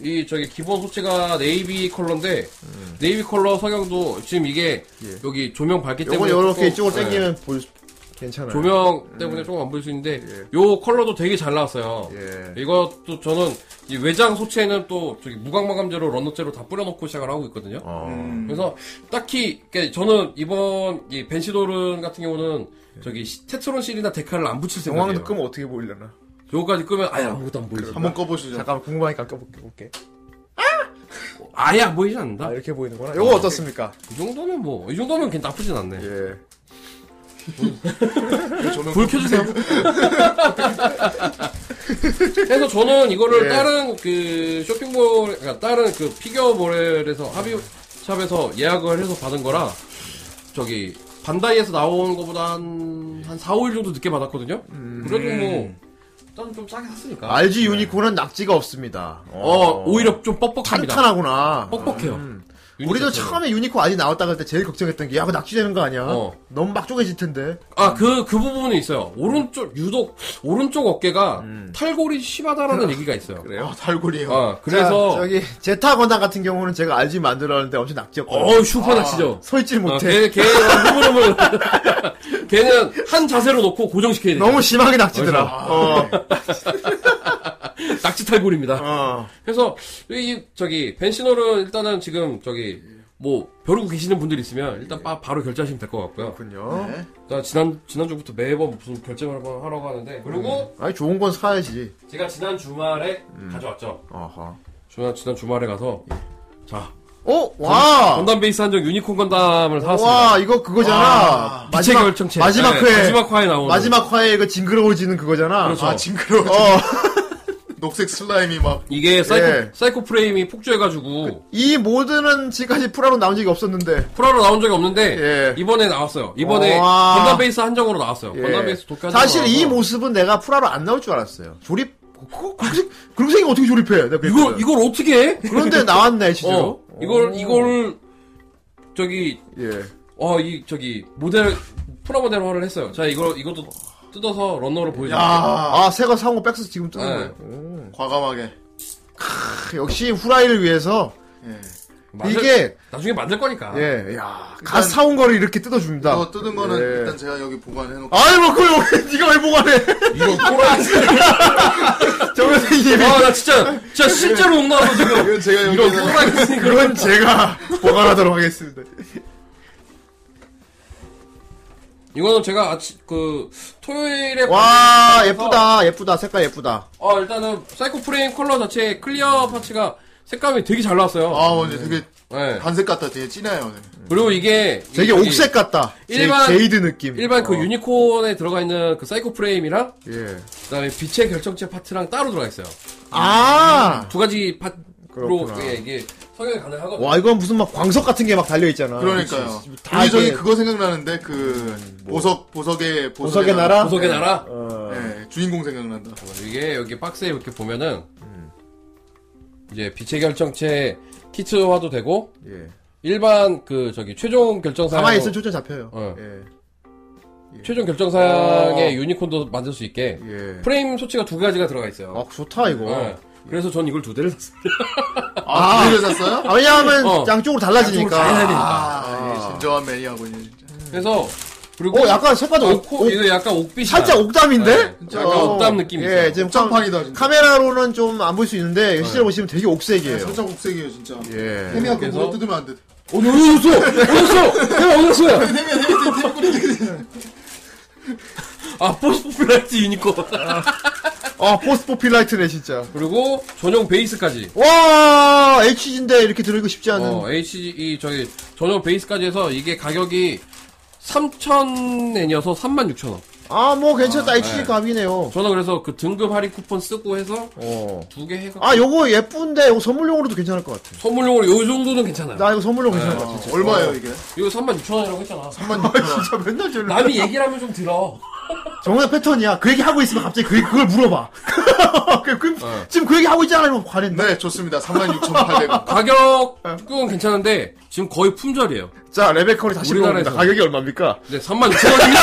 S3: 이 저기 기본 소치가 네이비 컬러인데
S9: 음.
S3: 네이비 컬러 성형도 지금 이게 여기 조명 밝기
S9: 예. 요거
S3: 때문에
S9: 요렇게
S3: 조금-
S9: 이쪽으로
S3: 예.
S9: 당기면 볼 수-
S1: 네.
S9: 괜찮아요.
S3: 조명 때문에 조금 안 보일 수 있는데 요 컬러도 되게 잘 나왔어요.
S1: 예.
S3: 이것도 저는 이 외장 소체는 또 저기 무광 마감제로 런너제로 다 뿌려놓고 시작을 하고 있거든요.
S1: 어.
S3: 그래서 딱히 그러니까 저는 이번 이 벤시도른 같은 경우는 저기 시- 테트론 실이나 데칼을 안 붙일 생각이에요.
S1: 정황도 끄면 어떻게 보이려나?
S3: 요거까지 끄면 아예 아무것도 안 보이죠.
S2: 한번 꺼보시죠.
S1: 잠깐만 궁금하니까 껴볼게.
S3: 아예 안 보이지 않는다.
S1: 아, 이렇게 보이는구나. 요거 어떻습니까?
S3: 이 정도면 뭐 이 정도면 그냥 나쁘진 않네.
S1: 예.
S3: 불 켜주세요. 그래서 저는 이거를
S1: 예.
S3: 다른 그 쇼핑몰, 그러니까 다른 그 피규어몰에서 합의샵에서 예약을 해서 받은 거라 저기 반다이에서 나온 거보다 한, 한 4, 5일 정도 늦게 받았거든요.
S1: 음.
S3: 그래도 뭐 일단 좀 싸게 샀으니까.
S1: 알지 유니콘은 낙지가 없습니다.
S3: 아, 어, 오히려 좀 뻑뻑합니다. 어,
S1: 탄탄하구나.
S3: 뻑뻑해요. 유닛
S1: 음. 우리도
S3: 자체가.
S1: 처음에 유니콘 아직 나왔다 그럴 때 제일 걱정했던 게, 야, 그 낙지되는 거 아니야?
S3: 어.
S1: 너무 막 쪼개질 텐데.
S3: 아, 그, 그 부분이 있어요. 오른쪽, 유독, 오른쪽 어깨가 탈골이 심하다라는 얘기가 있어요.
S1: 음. 아, 그래요?
S2: 달고리요.
S3: 아, 그래서,
S1: 자, 저기, 제타 건담 같은 경우는 제가 알지 만들었는데 엄청 낙지였거든요.
S3: 어우, 슈퍼낚시죠.
S1: 서있질
S3: 어,
S1: 못해.
S3: 걔, 걔, 흐물흐물. 걔는 한 자세로 놓고 고정시켜야 돼.
S1: 너무 심하게 낙지더라. 어.
S3: 낙지 탈골입니다.
S1: 어.
S3: 그래서, 이, 저기, 벤시노는 일단은 지금, 저기, 뭐, 벼르고 계시는 분들 있으면 일단 바, 로 결제하시면 될 것 같고요.
S1: 그렇군요.
S2: 네.
S3: 나 지난, 지난주부터 매번 무슨 결제를 한번 하라고 하는데, 그리고
S1: 아니, 좋은 건 사야지.
S3: 제가 지난 주말에
S1: 음.
S3: 가져왔죠.
S1: 어허.
S3: 지난, 지난 주말에 가서,
S1: 예.
S3: 자,
S1: 오, 어? 와!
S3: 건담 베이스 한정 유니콘 건담을 사왔습니다.
S1: 와, 이거 그거잖아.
S3: 빛의
S1: 마지막,
S3: 결정체.
S1: 마지막
S3: 네,
S1: 회에, 마지막,
S3: 마지막 화에 나오는.
S1: 화에 그 징그러워지는 그거잖아.
S3: 그렇죠.
S1: 아,
S2: 징그러워.
S1: 어.
S2: 녹색 슬라임이 막.
S3: 이게 사이코,
S1: 예.
S3: 사이코 프레임이 폭주해가지고,
S1: 이 모드는 지금까지 프라로 나온 적이 없었는데.
S3: 프라로 나온 적이 없는데,
S1: 그 예.
S3: 이번에 나왔어요. 이번에
S1: 와.
S3: 건담 베이스 한정으로 나왔어요.
S1: 예.
S3: 건담 베이스 도쿄 한정으로
S1: 사실 이
S3: 나와서
S1: 모습은 내가 프라로 안 나올 줄 알았어요. 조립, 그- 그렇게, 그렇게 생긴 어떻게 조립해? 내가
S3: 이걸
S1: 그랬거든.
S3: 이걸 어떻게 해?
S1: 그런데 나왔네, 진짜.
S3: 어, 이걸 이걸 저기
S1: 예.
S3: 어 이 저기 모델 프라 모델화를 했어요. 자 이거 이것도 뜯어서 런너로 보여줄게요.
S2: 야
S1: 아, 새거 사온 거 백스 지금 뜨는
S3: 네.
S1: 거예요.
S2: 과감하게.
S1: 크, 역시 후라이를 위해서
S2: 예.
S3: 만들-
S1: 이게
S3: 나중에 만들 거니까.
S1: 예, 야, 갓 사온 거를 이렇게 뜯어줍니다.
S2: 저 뜯은 거는
S1: 예.
S2: 일단 제가 여기 보관해놓고.
S1: 아이고, 그걸 왜, 니가 왜 보관해?
S3: 이거
S1: 아,
S3: 꼬라.
S1: 정선생님.
S3: 아나 진짜 진짜 실제로 옥나서 지금
S2: 아, 이건 제가
S3: 이거
S2: 여기.
S3: 꼬라 있으니까.
S1: 그건 제가 보관하도록 하겠습니다.
S3: 이거는 제가 아침 그 토요일에
S1: 와, 예쁘다, 예쁘다, 색깔 예쁘다.
S3: 어 일단은 사이코 프레임 컬러 자체 클리어 파츠가 색감이 되게 잘 나왔어요.
S2: 아, 먼저 되게
S3: 네.
S2: 단색 같다. 되게 진해요. 네.
S3: 그리고 이게
S1: 되게
S3: 저기
S1: 옥색 같다.
S3: 일반-
S1: 제, 이드 느낌.
S3: 일반 그
S1: 어,
S3: 유니콘에 들어가 있는 그 사이코 프레임이랑
S1: 예.
S3: 그다음에 빛의 결정체 파트랑 따로 들어가 있어요.
S1: 아!
S3: 두 가지 파트로
S1: 그렇구나.
S3: 예, 이게 성형이 가능하거든요.
S1: 와, 이건 무슨 막 광석 같은 게 막 달려있잖아.
S2: 그러니까요.
S1: 다
S2: 우리 저기
S1: 이게-
S2: 그거 생각나는데, 그, 보석, 보석의,
S9: 보석의 나라?
S3: 보석의 나라.
S1: 어.
S2: 예, 네. 주인공 생각난다.
S3: 이게 여기 박스에 이렇게 보면은
S1: 음.
S3: 이제 빛의 결정체 키트화도 되고
S1: 예.
S3: 일반 그 저기 최종 결정상
S1: 가만히 있으면 초점 잡혀요.
S3: 어.
S1: 예.
S3: 최종 결정상의
S1: 어.
S3: 유니콘도 만들 수 있게
S1: 예.
S3: 프레임 소치가 두 가지가 들어가 있어요.
S1: 아, 좋다, 이거.
S3: 예. 그래서 전 이걸 두 대를 샀어요.
S2: 아, 그걸 샀어요?
S1: 아, 왜냐하면
S3: 어.
S1: 양쪽으로
S3: 양쪽으로 다 해야
S1: 달라지니까.
S3: 되니까.
S2: 아, 예, 진정한 매니아군요, 진짜.
S3: 그래서 그리고
S1: 어, 약간 색깔도
S3: 옥, 이거 약간 옥빛이
S1: 살짝 옥담인데?
S3: 네, 예. 약간 옥담 느낌이
S1: 예,
S3: 있어요.
S1: 지금
S2: 옥장판이다, 진짜.
S1: 카메라로는 좀 안 볼 수 있는데 실제로 보시면 되게 옥색이에요.
S2: 아, 살짝 옥색이에요 진짜.
S1: 예.
S2: 태미야 예. 그거
S3: 그래서-
S2: 물어 뜯으면 안 돼.
S3: 어디 어디 어 어디 어 어디 있어?
S1: 네,
S3: 아 포스포플라이트 유니콘.
S1: 아, 포스포필라이트네 진짜.
S3: 그리고 전용 베이스까지.
S1: 와, HG인데 이렇게 들어있고 쉽지 않은.
S3: 어, HG, 이, 저기, 전용 베이스까지 해서 이게 가격이 3,000엔이어서 36,000원.
S1: 아, 뭐 괜찮다. HG
S3: 네.
S1: 값이네요.
S3: 저는 그래서 그 등급 할인 쿠폰 쓰고 해서
S1: 어.
S3: 두 개 해가
S1: 아, 요거 예쁜데 요거 선물용으로도 괜찮을 것 같아.
S3: 선물용으로 요 정도는 괜찮아요.
S1: 나 이거 선물용 괜찮을 것 같아. 진짜.
S2: 얼마예요 이게?
S3: 이거 36,000원이라고 했잖아.
S1: 진짜 맨날 저래.
S3: 남이 얘기를 하면 좀 들어.
S1: 정말 패턴이야. 그 얘기 하고 있으면 갑자기 그, 그걸 물어봐. 그- 그- 지금 그 얘기 하고 있잖아. 이러면 화낸다.
S2: 네 좋습니다. 36,800원.
S1: 어.
S3: 가격은 괜찮은데 지금 거의 품절이에요.
S1: 자, 레벨컬이 다시
S3: 우리나라에서.
S1: 물어봅니다. 가격이 얼마입니까?
S3: 네, 36,000원입니다!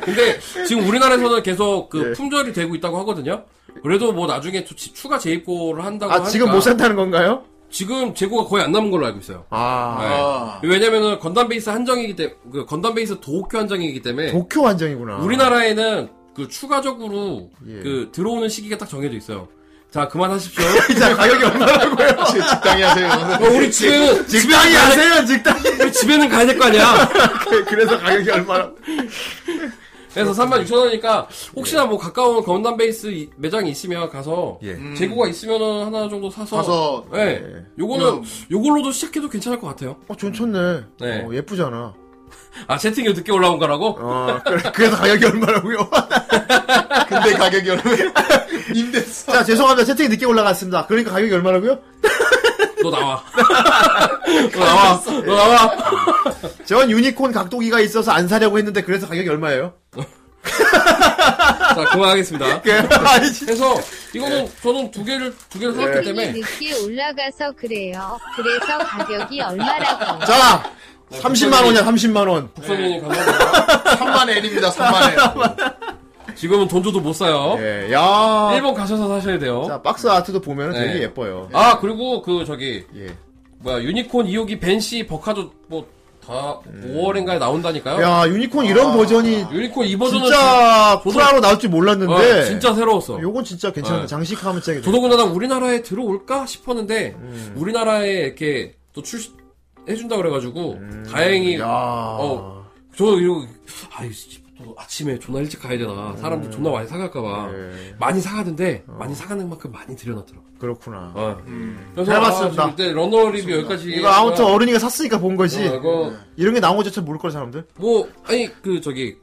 S3: 근데 지금 우리나라에서는 계속 그
S1: 예.
S3: 품절이 되고 있다고 하거든요. 그래도 뭐 나중에 추- 추가 재입고를 한다고
S1: 아,
S3: 하니까
S1: 지금 못 산다는 건가요?
S3: 지금 재고가 거의 안 남은 걸로 알고 있어요.
S1: 아,
S2: 아.
S3: 네. 왜냐면은 건담 베이스 한정이기 때문에 그 건담 베이스 도쿄 한정이기 때문에
S1: 도쿄 한정이구나.
S3: 우리나라에는 그 추가적으로
S1: 예.
S3: 그 들어오는 시기가 딱 정해져 있어요. 자 그만하십시오.
S1: 진짜 가격이 얼마라고요?
S2: 적당히 네. 하세요.
S3: 어, 우리 집에는
S1: 직당이 하세요, 직당이.
S3: 우리 그 집에는 가야 될 거 아니야.
S1: 그래서 가격이 얼마라고.
S3: 그래서 36,000원이니까 혹시나 뭐 가까운 건담 베이스 이- 매장이 있으면 가서
S1: 예.
S3: 재고가 있으면은 하나 정도 사서
S2: 음, 가서
S3: 네. 요거는
S2: 음.
S3: 요걸로도 시작해도 괜찮을 것 같아요.
S1: 어, 괜찮네.
S3: 네.
S1: 어, 예쁘잖아.
S3: 아 채팅이 늦게 올라온 거라고?
S1: 어, 그래, 그래서 가격이 얼마라고요?
S2: 근데 가격이 얼마예요? 임대차.
S1: 자, 죄송합니다. 채팅이 늦게 올라갔습니다. 그러니까 가격이 얼마라고요?
S3: 너 나와. 너 나와.
S1: 아,
S3: 너
S1: 예.
S3: 나와.
S1: 전 유니콘 각도기가 있어서 안 사려고 했는데 그래서 가격이 얼마예요?
S3: 자 그만하겠습니다.
S1: 아니, 진짜.
S3: 그래서
S1: 예.
S3: 이거는 저는 두 개를 두 개를 사왔기
S6: 이
S3: 때문에
S6: 늦게 올라가서 그래요. 그래서 가격이
S1: 아.
S6: 얼마라고.
S1: 자, 30만 원이야, 30만 원.
S3: 북선연이 감사합니다.
S2: 3만 엔입니다. 3만 엔.
S3: 지금은 돈 줘도 못 사요.
S1: 예, 야.
S3: 일본 가셔서 사셔야 돼요.
S1: 자, 박스 아트도 보면 은
S3: 네.
S1: 되게 예뻐요.
S3: 아 그리고 그 저기
S1: 예.
S3: 뭐야 유니콘 2호기 벤시 버카도 뭐 다 5월인가에 나온다니까요.
S1: 음. 야, 유니콘 이런
S3: 아.
S1: 버전이
S3: 유니콘 이 버전은
S1: 진짜 프라로 나올 줄
S3: 진- 어,
S1: 몰랐는데.
S3: 진짜 새로웠어.
S1: 요건 진짜 괜찮아.
S3: 네.
S1: 장식하면 진짜 괜찮아.
S3: 더더군다나 우리나라에 들어올까 싶었는데
S1: 음.
S3: 우리나라에 이렇게 또 출시 해준다 그래가지고 다행히
S1: 음. 야.
S3: 어, 저 이거 아이 씨, 또 아침에 존나 일찍 가야 되나 사람들 존나 많이 사갈까봐
S1: 음. 예.
S3: 많이 사가는데 많이 사가는 만큼 많이 들여놨더라고.
S1: 그렇구나.
S3: 어.
S1: 음. 잘 봤습니다.
S3: 그때 러너 리뷰 여기까지.
S1: 이거 아무튼 어른이가 샀으니까 본 거지.
S3: 어, 이거
S1: 이런 게 나온 거조차 모를 걸 사람들.
S3: 뭐 아니 그 저기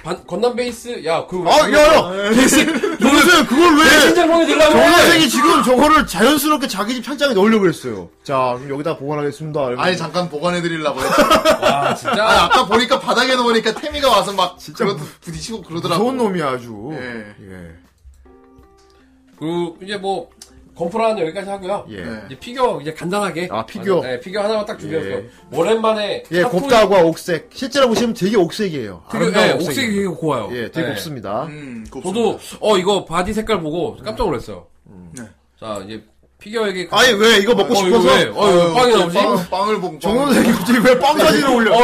S3: 반- 건담 베이스 야그
S1: 아, 야, 야. 요새 그걸 왜?
S3: 신장봉이 들라고
S1: 정선생이 지금 저거를 자연스럽게 자기 집 찬장에 넣으려고 그랬어요. 자, 그럼 여기다 보관하겠습니다. 이러면.
S2: 아니 잠깐 보관해드리려고 했
S3: 와
S2: 아,
S3: 진짜
S2: 아까 보니까 바닥에 놓으니까 태미가 와서 막 진짜 그것 부딪히고 그러더라고.
S1: 무서운 놈이야, 아주.
S2: 예.
S1: 예.
S3: 그 이제 뭐 건프라는 여기까지 하고요
S1: 예.
S2: 네.
S3: 이제 피규어 이제 간단하게
S1: 아, 피규어.
S3: 네, 피규어 하나만 딱 준비했어요
S1: 예.
S3: 오랜만에
S1: 예,
S3: 샤프이-
S1: 곱다과 옥색. 실제로 보시면 되게 옥색이에요.
S3: 그리고
S1: 아름다운
S3: 예, 옥색이 되게 고와요
S1: 예, 되게
S3: 네.
S1: 곱습니다.
S2: 음,
S3: 저도 어 이거 바디 색깔 보고 깜짝 놀랐어요
S2: 네.
S3: 자 이제 피규어 얘기
S1: 아니, 왜? 이거 먹고
S3: 어, 이거
S1: 싶어서?
S3: 왜? 어, 왜 빵이 나오지?
S2: 빵, 빵을 보고.
S1: 정선생이 갑자기 왜 빵 사진을 올려?
S3: 어,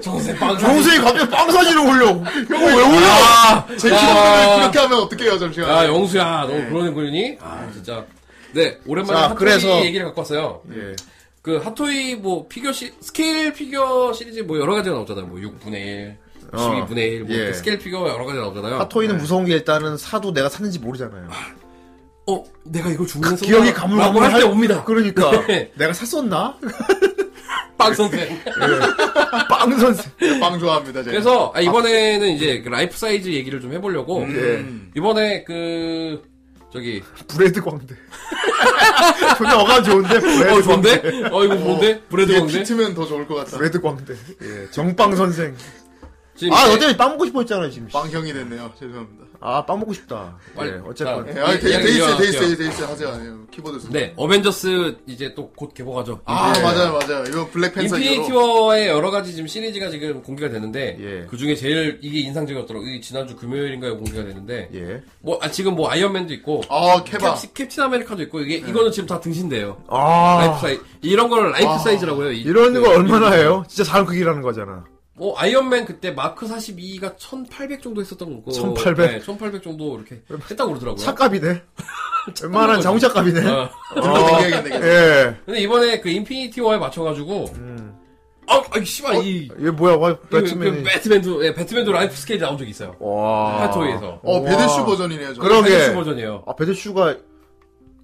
S3: 정세 빵.
S1: 정선생이 갑자기 빵 사진을 올려. 이거 왜 올려?
S3: 아,
S2: 제
S3: 야.
S2: 키로그램 그렇게 하면 어떡해요, 잠시만.
S3: 아, 영수야, 너 그러는 거니? 아, 진짜. 네, 오랜만에
S1: 네. 자,
S3: 핫토이
S1: 그래서-
S3: 얘기를 갖고 왔어요.
S1: 예.
S3: 그 핫토이 뭐 피규어 시 스케일 피규어 시리즈 뭐 여러 가지가 나오잖아요. 뭐 6분의 1,
S1: 어.
S3: 12분의 1, 뭐
S1: 예.
S3: 이렇게 스케일 피규어 여러 가지 나오잖아요.
S1: 핫토이는 무서운 게 일단은 사도 내가 샀는지 모르잖아요. 그
S3: 어, 내가 이거 죽는 순간
S1: 기억이 가물가물
S3: 할때 옵니다.
S1: 그러니까
S3: 네.
S1: 내가 샀었나?
S3: 빵 선생.
S1: 네. 빵 선생.
S2: 빵 좋아합니다, 제가.
S3: 그래서 아, 이번에는 이제 그 라이프 사이즈 얘기를 좀 해보려고
S1: 예.
S3: 예.
S2: 음.
S3: 이번에 그 저기
S1: 브레드 광대. 존나 어감 좋은데 브레드
S3: 어 좋은데? 어 이거 뭔데? 브레드
S2: 이게
S3: 건데?
S2: 비트면 더 좋을 것 같다.
S1: 광대. 브레드 광대. 예, 정빵 선생.
S3: 지금
S9: 아,
S3: 이제-
S9: 어차피 빵 먹고 싶어 했잖아, 지금.
S2: 빵형이 됐네요. 죄송합니다.
S9: 아, 빵 먹고 싶다.
S3: 빨리
S1: 예, 어쨌건.
S2: 예,
S3: 자,
S2: 아니,
S3: 이-
S2: 돼,
S3: 이야기
S2: 돼 있어요, 돼
S3: 이어갈게요.
S2: 있어요, 돼 있어요. 하세요. 예, 키보드 쓰고.
S3: 네, 어벤져스 이제 또 곧 개봉하죠. 네.
S2: 아,
S3: 이제
S2: 맞아요, 맞아요. 이거 블랙팬서
S3: 인피니티
S2: 이후로.
S3: 워의 여러 가지 지금 시리즈가 지금 공개가 되는데
S1: 예.
S3: 그 중에 제일 이게 인상적이었더라고. 이 지난주 금요일인가요 공개가 되는데
S1: 예.
S3: 뭐 아, 지금 뭐 아이언맨도 있고
S2: 아, 케바.
S3: 캡- 캡틴 아메리카도 있고 이게 이거는 지금 다 등신대요. 라이프
S1: 네. 아.
S3: 사이 이런 거를 라이프 사이즈라고요. 이-
S1: 이런
S3: 그-
S1: 거 얼마나 해요? 진짜 사람 크기라는 거잖아.
S3: 뭐 아이언맨 그때 마크 42가 1800 정도 했었던 거고
S1: 1800?
S3: 네, 1800 정도 이렇게 했다고 그러더라고요.
S1: 차값이네. 웬만한 자동차 값이네.
S3: 어.
S2: 좀더 얘기하겠네. 이게.
S1: 예.
S3: 근데 이번에 그 인피니티 워에 맞춰가지고 아, 아 씨발 이 그,
S1: 얘 뭐야, 와,
S3: 배트맨
S1: 음. 어? 그, 배트맨이.
S3: 배트맨도 예, 배트맨도 라이프 스케일 나온 적이 있어요.
S1: 와.
S3: 파토에서.
S2: 어,
S1: 우와.
S2: 베데슈 버전이네요. 저.
S1: 그러게.
S3: 베데슈 버전이에요.
S1: 아, 배드슈가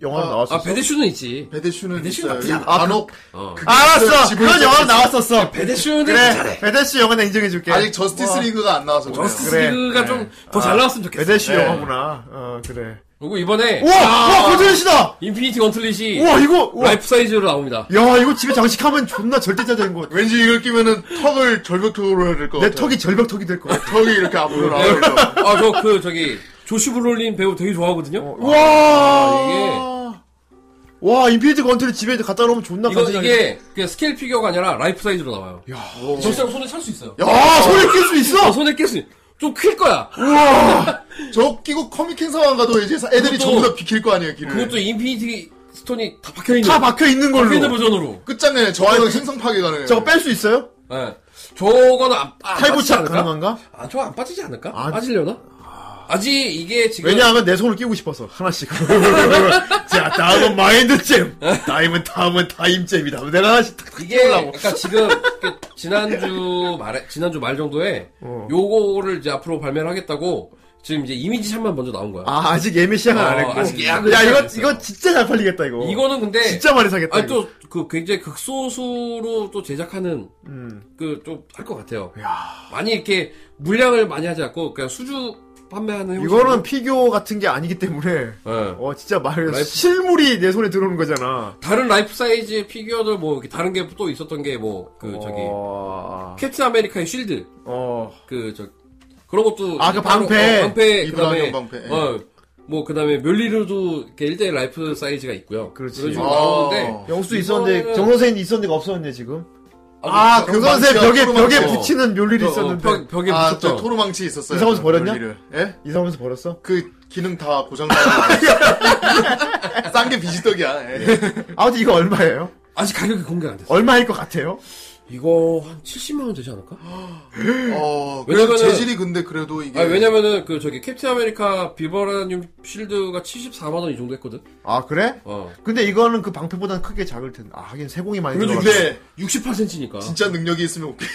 S1: 영화로
S2: 아,
S1: 나왔었어.
S3: 아 베데슈는 있지.
S2: 베데슈는
S3: 베데슈는
S2: 있어요.
S3: 나쁘지 않아.
S2: 간혹
S3: 어.
S2: 그게 있어요.
S1: 알았어!
S2: 지금
S1: 그런
S2: 있어요.
S1: 영화로 나왔었어.
S3: 베데슈는
S1: 그래. 배드슈 영화는 인정해줄게.
S2: 아직 저스티스 리그가 안 나와서 그래요.
S3: 저스티스
S1: 그래. 아,
S3: 리그가 좀 더 잘 나왔으면 좋겠어.
S1: 배드슈
S2: 네.
S1: 영화구나. 어, 그래.
S3: 그리고 이번에
S1: 우와! 와, 고전시다!
S3: 인피니티 건틀릿이
S1: 우와, 이거! 우와.
S3: 라이프 사이즈로 나옵니다.
S1: 야, 이거 집에 장식하면 존나 절대자 되는 것 같아.
S2: 왠지 이걸 끼면은 턱을 절벽턱으로 해야
S3: 네.
S2: 될 것
S1: 내
S2: 같아요.
S1: 턱이 절벽턱이 될 것 같아.
S2: 턱이 이렇게 앞으로 나와요.
S3: 아 저 그 저기 조시 브롤린 배우 되게 네. 좋아하거든요.
S1: 어, 와! 와, 인피니트 건트를 집에 갖다 놓으면 존나
S3: 이거
S1: 간지나게-
S3: 이게 그냥 스케일 피규어가 아니라 라이프 사이즈로 나와요. 진짜로 손에 찰 수 있어요.
S1: 야, 소리 낄수
S3: 어,
S1: 있어!
S3: 손에 낄 수. 좀클 거야.
S2: 저 끼고 커믹 행사만 가도 이제 사- 애들이
S3: 그것도-
S2: 전부 다 비킬 거 아니에요, 길을.
S3: 그것도 인피니티 스톤이 다 박혀 있는.
S1: 다 박혀 있는 걸로.
S3: 있는 버전으로.
S2: 끝장내. 저 아이는 행성 파괴 가능해요.
S1: 저거 뺄 수 있어요?
S3: 예. 저거는 안, 아, 안 빠지지
S1: 탈부착
S3: 않을까?
S1: 가능한가?
S3: 아, 저거 안 빠지지 않을까?
S1: 아.
S3: 빠지려나? 아직 이게 지금
S1: 왜냐하면 내 손을 끼고 싶어서 하나씩. 자, 다음은 마인드 잼.
S3: 어?
S1: 다음은 다음은 타임 잼이다. 내가 하나씩 탁
S3: 이게 그러니까 지금 그 지난주 말에 지난주 말 정도에
S1: 어.
S3: 요거를 이제 앞으로 발매를 하겠다고 지금 이제 이미지 샷만 먼저 나온 거야.
S1: 아, 아직 예매 시작은
S3: 어,
S1: 안 했고.
S3: 아직
S1: 야,
S3: 예약을 시작 안
S1: 이거
S3: 했어요.
S1: 이거 진짜 잘 팔리겠다 이거.
S3: 이거는 근데
S1: 진짜 많이 사겠다.
S3: 아니
S1: 이거.
S3: 또그 굉장히 극소수로 또 제작하는
S1: 음.
S3: 그 좀 할 것 같아요. 많이 이렇게 물량을 많이 하지 않고 그냥 수주 판매하는 형식으로.
S1: 이거는 피규어 같은 게 아니기 때문에
S3: 예.
S1: 어 진짜 말해서
S3: 라이프-
S1: 실물이 내 손에 들어오는 거잖아.
S3: 다른 라이프 사이즈 피규어들 뭐 이렇게 다른 게 또 있었던 게 뭐 그 저기
S1: 어.
S3: 캡틴 아메리카의 쉴드
S1: 어.
S3: 그 저 그런 것도
S1: 아, 그
S3: 따로-
S1: 방패.
S3: 어, 방패
S2: 이브
S3: 그다음에
S2: 라디언 방패, 예.
S3: 어뭐 그다음에 멸리르도 이렇게 1대1 라이프 사이즈가 있고요.
S1: 그렇지.
S3: 런 식으로
S2: 아.
S3: 나오는데
S1: 영수 있었는데 정 선생님 있었는데가 없었는데 지금.
S2: 아,
S1: 정 선생
S2: 망치가
S1: 벽에
S2: 토르망치.
S1: 벽에
S3: 어.
S1: 붙이는 묘일이
S3: 어, 어,
S1: 있었는데
S3: 벽, 벽에
S2: 아,
S3: 붙였죠.
S2: 저 토르망치 있었어요.
S1: 이상하면서 버렸냐?
S2: 논리를. 예?
S1: 이사하면서 버렸어?
S2: 그 기능 다 고장나요. 싼게 비지떡이야. 예.
S1: 아무튼 이거 얼마예요?
S3: 아직 가격이 공개가 안 됐어.
S1: 얼마일 것 같아요?
S3: 이거 한 70만 원 되지 않을까?
S2: 어,
S3: 왜냐면은-
S2: 그래도 재질이 근데 그래도 이게
S3: 아 왜냐면은 그 저기 캡틴 아메리카 비버라늄 쉴드가 74만 원 이 정도 했거든.
S1: 아 그래?
S3: 어.
S1: 근데 이거는 그 방패보다는 크게 작을 텐데. 아 하긴 세공이 많이
S3: 그래도
S1: 들어갔어.
S2: 근데
S3: 68cm니까.
S2: 네, 진짜 능력이 있으면 오케이.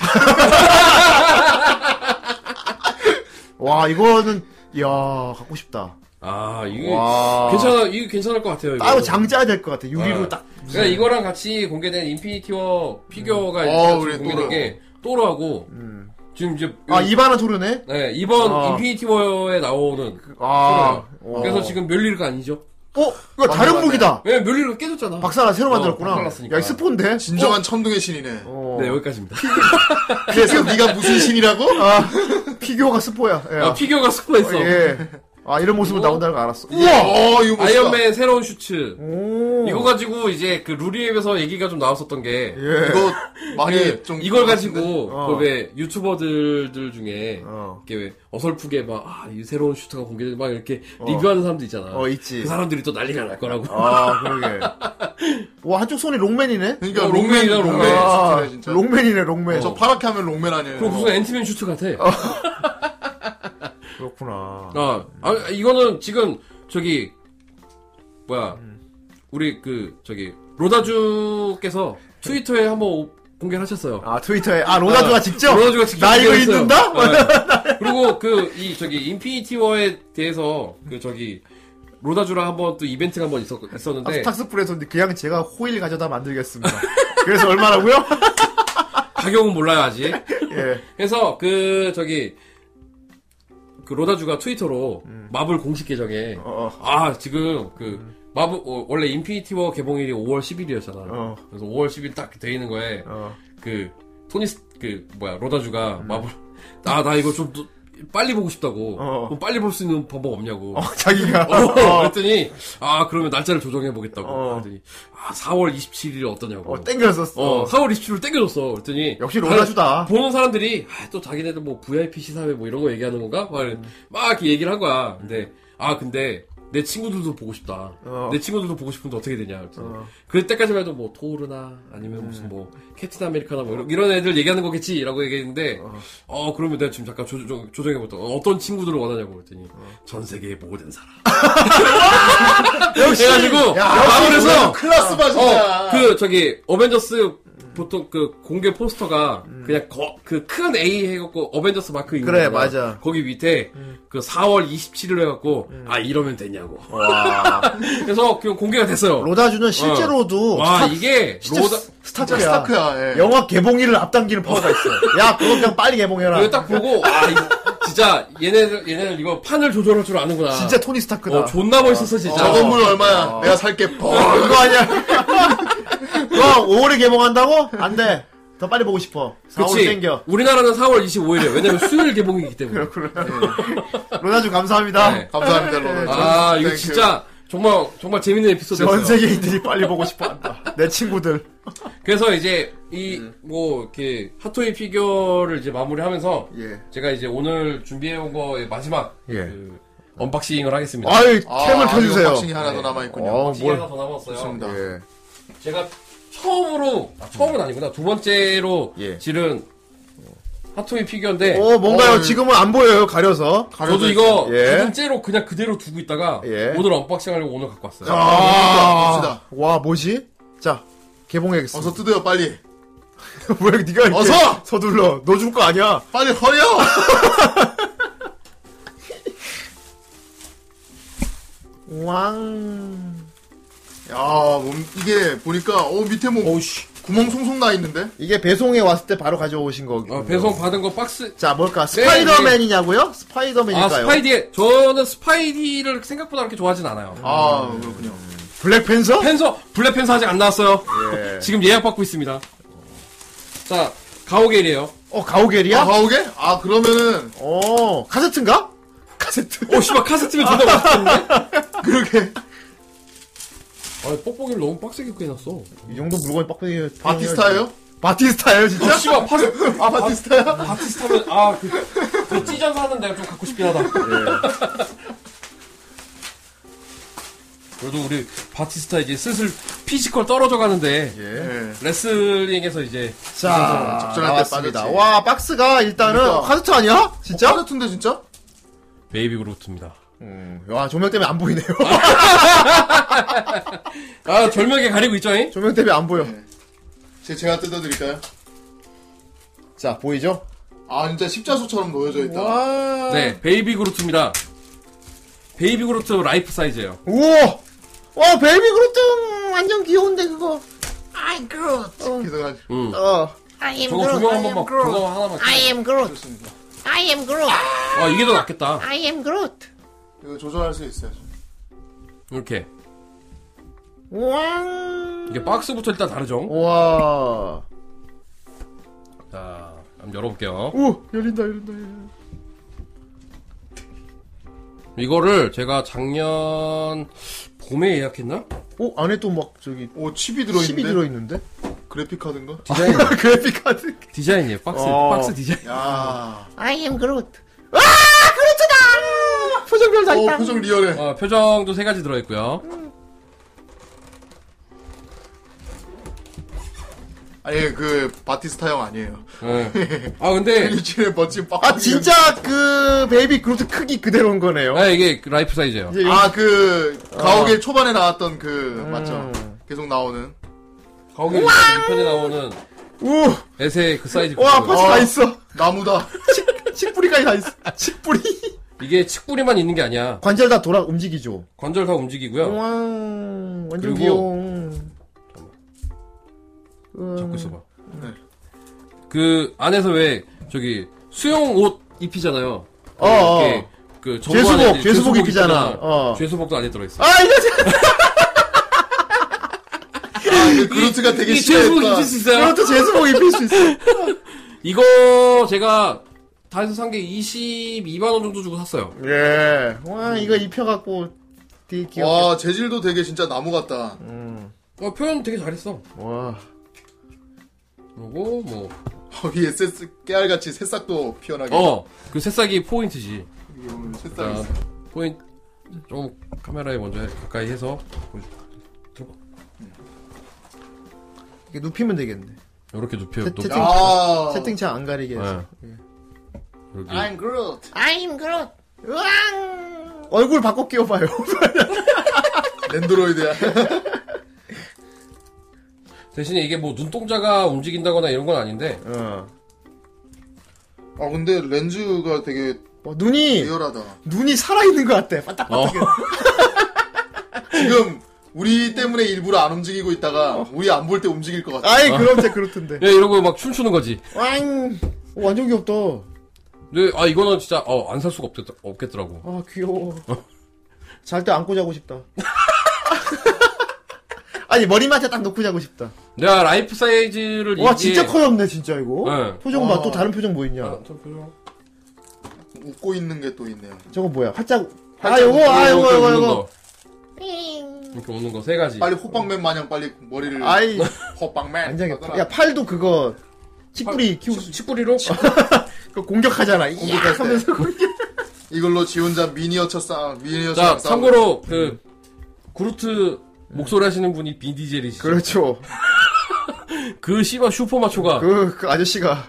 S1: 와 이거는 이야 갖고 싶다.
S3: 아 이게
S1: 와.
S3: 괜찮아 이게 괜찮을 것 같아요. 이거.
S1: 따로 장 짜야 될 것 같아. 유리로
S3: 아.
S1: 딱.
S3: 그러니까 이거랑 같이 공개된 인피니티 워 피규어가 이제
S2: 어,
S3: 같이
S2: 그래,
S3: 공개된
S2: 또르.
S3: 게 또르하고 지금 이제
S1: 아
S3: 요-
S1: 이바나 토르네.
S3: 네, 이번
S1: 아.
S3: 인피니티 워에 나오는
S1: 아.
S3: 또르예요. 어. 그래서 지금 멸리르가 아니죠.
S1: 어 이거 다른
S2: 맞네.
S1: 무기다.
S3: 왜냐면 멸리르가 깨졌잖아.
S1: 박사나 새로 만들었구나.
S3: 어, 박살났으니까.
S1: 야, 이 스폰데?
S2: 진정한 천둥의 신이네.
S1: 어.
S3: 네 여기까지입니다.
S2: 그래서 네가 무슨 신이라고?
S1: 아, 피규어가 스포야. 예.
S3: 아, 피규어가 예. 숨어있어.
S1: 어, 예. 아, 이런 모습으로
S3: 이거-
S1: 나온다는 걸 알았어.
S2: 우와, 어, 이거 멋있다.
S3: 아이언맨 새로운 슈츠.
S1: 오.
S3: 이거 가지고 이제 그 루리앱에서 얘기가 좀 나왔었던 게
S1: 예.
S2: 이거 많이
S3: 예,
S2: 좀
S3: 이걸 가지고
S1: 어.
S3: 그 왜 유튜버들들 중에
S1: 어.
S3: 이렇게 왜 어설프게 막 아, 이 새로운 슈트가 공개된 막 이렇게 리뷰하는 사람도 있잖아.
S1: 어, 있지.
S3: 그 사람들이 또 난리가 날 거라고.
S1: 아, 그러게. 와, 한쪽 손이 롱맨이네?
S2: 그러니까
S3: 어, 롱맨이다, 롱맨. 어,
S1: 아,
S2: 슈트네, 진짜.
S1: 롱맨이네, 롱맨.
S2: 저 파랗게 하면 롱맨 아니에요.
S1: 어.
S3: 그럼 무슨 앤티맨 슈트 같아.
S1: 그렇구나.
S3: 아, 아, 이거는 지금 저기 뭐야
S1: 음.
S3: 우리 그 저기 로다주께서 트위터에 한번 공개하셨어요. 를
S1: 아, 트위터에. 아, 로나주가 직접?
S3: 로다주가 직접
S1: 나 이거
S3: 공개했어요.
S1: 있는다?
S3: 네. 그리고 그 이 저기 인피니티 워에 대해서 그 저기 로다주랑 한번 또 이벤트가 한번 있었,
S1: 아,
S3: 있었는데
S1: 스탁스프레소 그냥 제가 호일 가져다 만들겠습니다. 그래서 얼마라고요?
S3: 가격은 몰라요 아직.
S1: 예.
S3: 그래서 그 저기 그 로다주가 트위터로 마블 공식 계정에
S1: 음. 어, 어.
S3: 아 지금 그
S10: 음.
S3: 마블 어, 원래 인피니티 워 개봉일이 5월 10일이었잖아.
S1: 어.
S3: 그래서 5월 10일 딱 돼 있는 거에
S1: 어.
S10: 음.
S3: 그 토니 스- 그 뭐야 로다주가 마블 아, 나 이거 좀 더- 빨리 보고 싶다고.
S10: 어.
S3: 그럼 빨리 볼 수 있는 방법 없냐고.
S10: 어, 자기가.
S3: 어,
S10: 어,
S3: 그랬더니, 아, 그러면 날짜를 조정해보겠다고.
S10: 어.
S3: 그랬더니, 아, 4월 27일이 어떠냐고.
S10: 어, 땡겨졌어.
S3: 어, 4월 27일 땡겨줬어. 그랬더니.
S10: 역시
S3: 다른-
S10: 로라주다.
S3: 보는 사람들이, 아, 또 자기네들 뭐 VIP 시사회 뭐 이런 거 얘기하는 건가? 막, 이렇게 막 이렇게 얘기를 한 거야. 근데, 아, 근데, 내 친구들도 보고 싶다.
S10: 어.
S3: 내 친구들도 보고 싶은데 어떻게 되냐. 그랬더니,
S10: 어.
S3: 그때까지만 해도 뭐, 토르나, 아니면 무슨 뭐, 캡틴 아메리카나 뭐, 이런, 이런 애들 얘기하는 거겠지. 라고 얘기했는데, 어, 그러면 내가 지금 잠깐 조정, 조정해보자. 어떤 친구들을 원하냐고. 그랬더니, 전 세계의 모든 사람. 역시! 해가지고, 아,
S2: 야,
S3: 마음을
S2: 그래서
S3: 해서,
S2: 클라스 봐 진짜.
S3: 어, 그 저기 어벤져스 보통 그 공개 포스터가
S1: 음.
S3: 그냥 그 큰 A 해갖고 어벤져스 마크 있는
S10: 그래,
S3: 거잖아.
S10: 맞아.
S3: 거기 밑에
S1: 음.
S3: 그 4월 27일 해갖고 아 이러면 되냐고 그래서 그 공개가 됐어요
S1: 로다주는 실제로도
S3: 와
S1: 스타,
S3: 이게
S1: 진짜
S3: 로다
S1: 스타크야. 네.
S2: 진짜 스타크야. 예.
S1: 영화 개봉일을 앞당기는 파워가 있어. 야, 그거 그냥 빨리 개봉해라.
S3: 이거 딱 보고 아 이- 진짜 얘네들 얘네들 이거 판을 조절할 줄 아는구나
S1: 진짜 토니 스타크다.
S3: 어, 존나 멋있었어 진짜
S2: 저건 물 얼마야?
S3: 아.
S2: 내가 살게. 어. 뻥.
S1: 그거 어, 아니야. 너 5월에 개봉한다고? 안 돼. 더 빨리 보고 싶어. 4월
S3: 그치
S1: 땡겨.
S3: 우리나라는 4월 25일이에요 왜냐면 수요일 개봉이기 때문에
S1: 로다주 감사합니다.
S3: 네.
S2: 감사합니다, 로나.
S3: 아 이거
S2: 땡큐.
S3: 진짜 정말 정말 재밌는 에피소드였어요
S1: 전 세계인들이 빨리 보고 싶어 한다. 내 친구들.
S3: 그래서 이제 이 뭐 이렇게 핫토이 피규어를 이제 마무리하면서
S2: 예.
S3: 제가 이제 오늘 준비해온 거의 마지막 그 언박싱을 하겠습니다.
S10: 예. 아유,
S2: 아,
S10: 캠을
S2: 아직
S10: 펴주세요.
S2: 박싱이 하나 더 남아 있군요.
S10: 어,
S3: 시계
S10: 뭘.
S3: 하나 더 남았어요. 네.
S2: 좋습니다.
S10: 예.
S3: 제가 처음으로 아, 처음은 아니구나 두 번째로
S10: 예.
S3: 지른 핫토이 피규어인데
S10: 어, 뭔가요?
S2: 어,
S10: 지금은 안 보여요, 가려서.
S3: 저도 이거
S10: 예.
S3: 진짜로 그냥 그대로 두고 있다가
S10: 예.
S3: 오늘 언박싱하려고 오늘 갖고 왔어요.
S2: 자, 봅시다.
S10: 와, 뭐지? 자, 개봉해야겠어.
S2: 어서 뜯어요, 빨리.
S10: 왜 네가 이렇게
S2: 어서!
S10: 서둘러. 너 줄 거 아니야.
S2: 빨리 허려!
S1: 왕.
S2: 야, 몸, 이게 보니까, 어, 밑에 뭐,
S10: 오씨.
S2: 구멍 송송 나 있는데?
S1: 이게 배송에 왔을 때 바로 가져오신 거고.
S3: 어, 배송 받은 거 박스
S1: 자, 뭘까?
S3: 네,
S1: 스파이더맨이냐고요?
S3: 아
S1: 스파이더맨일까요?
S3: 스파이디 저는 스파이디를 생각보다 그렇게 좋아하진 않아요.
S2: 아, 그렇군요.
S10: 블랙팬서?
S3: 펜서 블랙 펜서 아직 안 나왔어요. 지금 예약 받고 있습니다. 자 가오겔이에요.
S1: 어, 가오겔이야?
S2: 아, 가오게? 아, 그러면은,
S1: 어, 카세트인가?
S2: 카세트.
S3: 오 씨발 카세트면 존나 맛있겠는데?
S2: 그렇게,
S3: 아 뻑뻑이를 너무 빡세게 꺼놨어.
S1: 이 정도 물건이 빡빡이.
S2: 바티스타예요?
S10: 바티스타예요,
S3: 오
S10: 진짜?
S3: 씨발 파세
S2: 아, 바티스타야?
S3: 바티스타면 아그 그 찢어서 하는 내가 좀 갖고 싶긴 하다. 예. 그래도 우리 바티스타 이제 슬슬 피지컬 떨어져 가는데
S2: 예.
S3: 레슬링에서 이제
S1: 자,
S2: 적절한 때
S1: 나왔습니다.
S2: 빠졌지.
S1: 와, 박스가 일단은
S2: 그러니까.
S1: 카세트 아니야? 진짜?
S2: 어, 카세트인데, 진짜?
S3: 베이비 그루트입니다.
S1: 와, 조명 때문에 안 보이네요.
S3: 아 절묘하게 가리고 있죠잉?
S1: 조명 때문에 안
S2: 네.
S1: 보여.
S2: 제, 제가 뜯어드릴까요?
S1: 자, 보이죠?
S2: 아, 진짜 십자수처럼 놓여져 있다.
S3: 네 베이비 그루트입니다. 베이비 그루트 라이프 사이즈예요.
S1: 우와! 와, 베이비 그루트 완전 귀여운데, 그거.
S2: 그래서 가
S3: 음.
S1: 어.
S3: 저거 조명 한 번만 그거 하나만
S2: 좋습니다.
S3: 아 이게 더 낫겠다
S2: 이거 조절할 수 있어요.
S3: 이렇게
S1: 왕.
S3: 이게 박스부터 일단 다르죠
S1: 와.
S3: 자 한번 열어볼게요
S1: 오, 열린다, 열린다, 열린다.
S3: 이거를 제가 작년 봄에 예약했나?
S1: 오, 안에 또 막, 저기,
S2: 오, 칩이 들어있는데?
S1: 칩이 들어있는데?
S2: 그래픽카드인가?
S3: 디자인
S1: 그래픽카드.
S3: 디자인이에요 박스
S10: 어.
S3: 박스 디자인
S2: 야
S1: I am Groot. 와, 그루트다! 표정별 다
S2: 어,
S1: 있다.
S2: 표정 리얼해.
S3: 어, 표정도 세 가지 들어있고요
S2: 아니, 그, 바티스타 형 아니에요.
S3: 네. 아 근데
S2: 일주일에 멋진 빡빡이.
S1: 아, 진짜 그, 베이비 그루트 크기 그대로인 거네요.
S3: 아 이게 그 라이프 사이즈예요
S1: 이제
S2: 아, 그,
S1: 어.
S2: 가오게 초반에 나왔던 그,
S1: 음.
S2: 맞죠? 계속 나오는.
S3: 거기 편에 나오는
S1: 우!
S3: 에세 그 사이즈
S1: 와,
S3: 그거예요.
S1: 퍼즐
S2: 아.
S1: 다 있어.
S2: 나무다.
S1: 칡뿌리까지 다 있어. 칡뿌리.
S3: 이게 칡뿌리만 있는 게 아니야
S1: 관절 다 돌아 움직이죠.
S3: 관절 다 움직이고요
S1: 와, 완전
S3: 그리고-
S1: 귀여워.
S3: 잡고 음. 있어봐
S2: 네.
S3: 그 안에서 왜 저기 수영 옷 입히잖아요
S1: 어, 어.
S3: 이렇게 그 정부
S1: 죄수복,
S3: 안에 이제
S1: 죄수복 입히잖아. 어.
S3: 죄수복도 안에 들어있어.
S1: 아, 이거
S2: 아, 근데 그루트가 되게
S3: 이 죄수복
S2: 싫어했다.
S3: 입힐 수 있어요?
S1: 이것도 제수복 입힐 수 있어.
S3: 이거 제가 단에서 산 게 22만원 정도 주고 샀어요.
S11: 예.
S1: 와 이거 입혀갖고 되게 귀엽게
S2: 와 재질도 되게 진짜 나무 같다.
S3: 어, 표현 되게 잘했어.
S11: 와.
S3: 그리고 뭐,
S2: 거기에 새싹- 깨알같이 새싹도 피어나게.
S3: 어, 그 새싹이 포인트지.
S2: 이런 새싹이
S3: 자,
S2: 있어.
S3: 포인트, 조금 카메라에 먼저 가까이 해서,
S1: 이렇게 눕히면 되겠네.
S3: 요렇게 눕혀요.
S1: 태-
S3: 또.
S1: 태-
S2: 아.
S1: 세팅창 안 가리게 해서.
S3: 네.
S1: 예.
S3: 이렇게.
S2: I'm Groot.
S1: I'm Groot. 으앙! 얼굴 바꿔 끼워봐요.
S2: 랜드로이드야.
S3: 대신에 이게 뭐 눈동자가 움직인다거나 이런 건 아닌데,
S2: 아 근데 렌즈가 되게
S1: 어, 눈이
S2: 리얼하다.
S1: 눈이 살아있는 것 같아. 빠딱.
S3: 어,
S2: 지금 우리 때문에 일부러 안 움직이고 있다가
S1: 어.
S2: 우리 안 볼 때 움직일 것 같아.
S1: 아이
S3: 어.
S1: 그렇대 그렇던데.
S3: 야, 예, 이러고 막 춤추는 거지.
S1: 왕. 오, 완전 귀엽다.
S3: 근데, 아, 이거는 진짜, 어, 안 살 수가 없겠, 없겠더라고.
S1: 아 귀여워. 잘 때 안고 자고 싶다. 아니 머리맡에 딱 놓고 자고 싶다.
S3: 내가 라이프 사이즈를
S1: 와
S3: 이게-
S1: 진짜 커졌네 진짜 이거.
S3: 네.
S1: 표정 봐. 또 다른 표정 뭐 있냐.
S3: 아, 저 표정.
S2: 웃고 있는 게 또 있네요.
S1: 저거 뭐야? 활짝. 아
S2: 활짝
S1: 요거 아 요거
S3: 이렇게
S1: 요거
S3: 웃는
S1: 요거.
S3: 거. 이렇게 웃는 거 세 가지.
S2: 빨리 호빵맨 마냥 빨리 머리를
S1: 아이
S2: 호빵맨.
S1: 안장에 야, 팔도 그거, 치뿌리 키우,
S3: 치- 치뿌리로?
S1: 그 공격하잖아. 이악 하면서.
S2: 이걸로 지 혼자 미니어처 싸움 미니어처
S3: 자,
S2: 싸움.
S3: 참고로
S1: 음.
S3: 그 그루트 목소리 하시는 분이 빈디젤이시죠. 그,
S1: 그렇죠.
S3: 씨바 슈퍼마초가
S1: 그, 그 아저씨가.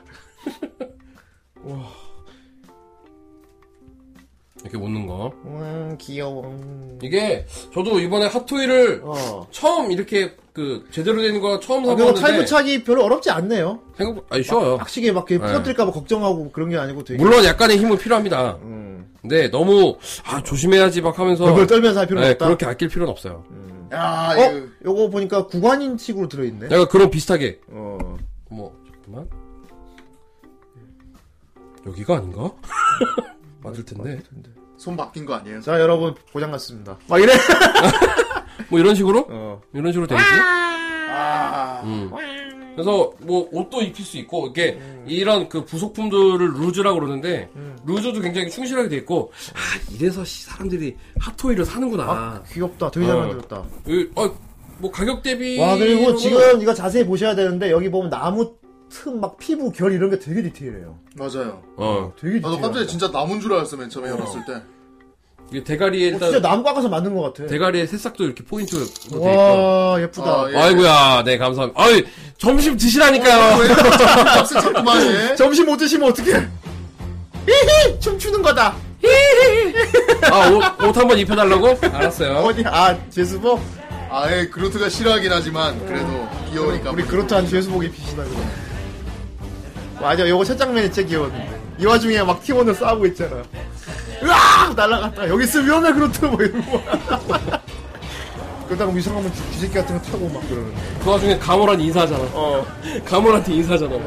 S3: 이렇게 웃는 거.
S1: 음, 귀여워.
S3: 이게 저도 이번에 핫토이를
S1: 어.
S3: 처음 이렇게 그 제대로 된 거 처음
S1: 아, 그리고
S3: 사봤는데
S1: 탈부착이 별로 어렵게 어렵지 않네요.
S3: 생각 아니 쉬워요.
S1: 확실히 막 이렇게
S3: 네.
S1: 부러뜨릴까봐 걱정하고 그런 게 아니고 되게.
S3: 물론 약간의 힘은 필요합니다.
S1: 음.
S3: 근데 너무 아 조심해야지 막 하면서
S1: 벌벌 떨면서 할 필요는
S3: 네,
S1: 없다.
S3: 그렇게 아낄 필요는 없어요.
S2: 야
S1: 어?
S2: 이거
S1: 요거 보니까 구관인식으로 들어있네.
S3: 내가 그런 비슷하게
S1: 어.
S3: 뭐 잠깐만 여기가 아닌가? 맞을 텐데
S2: 손 바뀐 거 아니에요?
S1: 자, 여러분, 고장 났습니다. 막 이래.
S3: 뭐 이런 식으로
S1: 어.
S3: 이런 식으로 되지.
S2: 아
S3: 음. 그래서 뭐 옷도 입힐 수 있고 이게 이런 그 부속품들을 루즈라고 그러는데 루즈도 굉장히 충실하게 돼 있고 아 이래서 씨, 사람들이 핫토이를 사는구나.
S1: 아, 귀엽다. 되게 잘
S3: 어.
S1: 만들었다.
S3: 이, 어, 뭐 가격 대비
S1: 와, 그리고 지금 이거 자세히 보셔야 되는데, 여기 보면 나무 틈, 막 피부 결 이런 게 되게 디테일해요.
S2: 맞아요.
S3: 어
S1: 되게 디테일.
S2: 나도 깜짝이야 진짜 나무인 줄 알았어 맨 처음에 열었을 때.
S3: 이게 대가리에
S1: 어,
S3: 일단
S1: 진짜 나무 깎아서 만든 것 같아.
S3: 대가리에 새싹도 이렇게 포인트로 돼 있고.
S1: 와, 예쁘다.
S2: 아, 예.
S3: 아이고야, 네 감사합니다. 아이 점심 드시라니까요.
S2: 값을 자꾸만 예. 해.
S1: 점심 못 드시면 어떡해. 히히! 춤추는 거다.
S3: 아옷 한번 입혀달라고? 알았어요.
S1: 어디, 아, 제수복?
S2: 아예 그루트가 싫어하긴 하지만 그래도 귀여우니까.
S1: 그러니까 우리 그렇다한 제수복 입히시다, 그럼. 맞아, 요거 첫 장면이 진짜 귀여웠는데. 이 와중에 막 팀원을 싸우고 있잖아. 으악! 날라갔다. 여기 있으면 위험해, 그렇다. 뭐 이러고. 그러다가 뭐 이상하면 쥐- 쥐새끼 같은 거 타고 막 그러는데.
S3: 그 와중에 가모란 인사하잖아.
S1: 어.
S3: 가모란테 인사하잖아.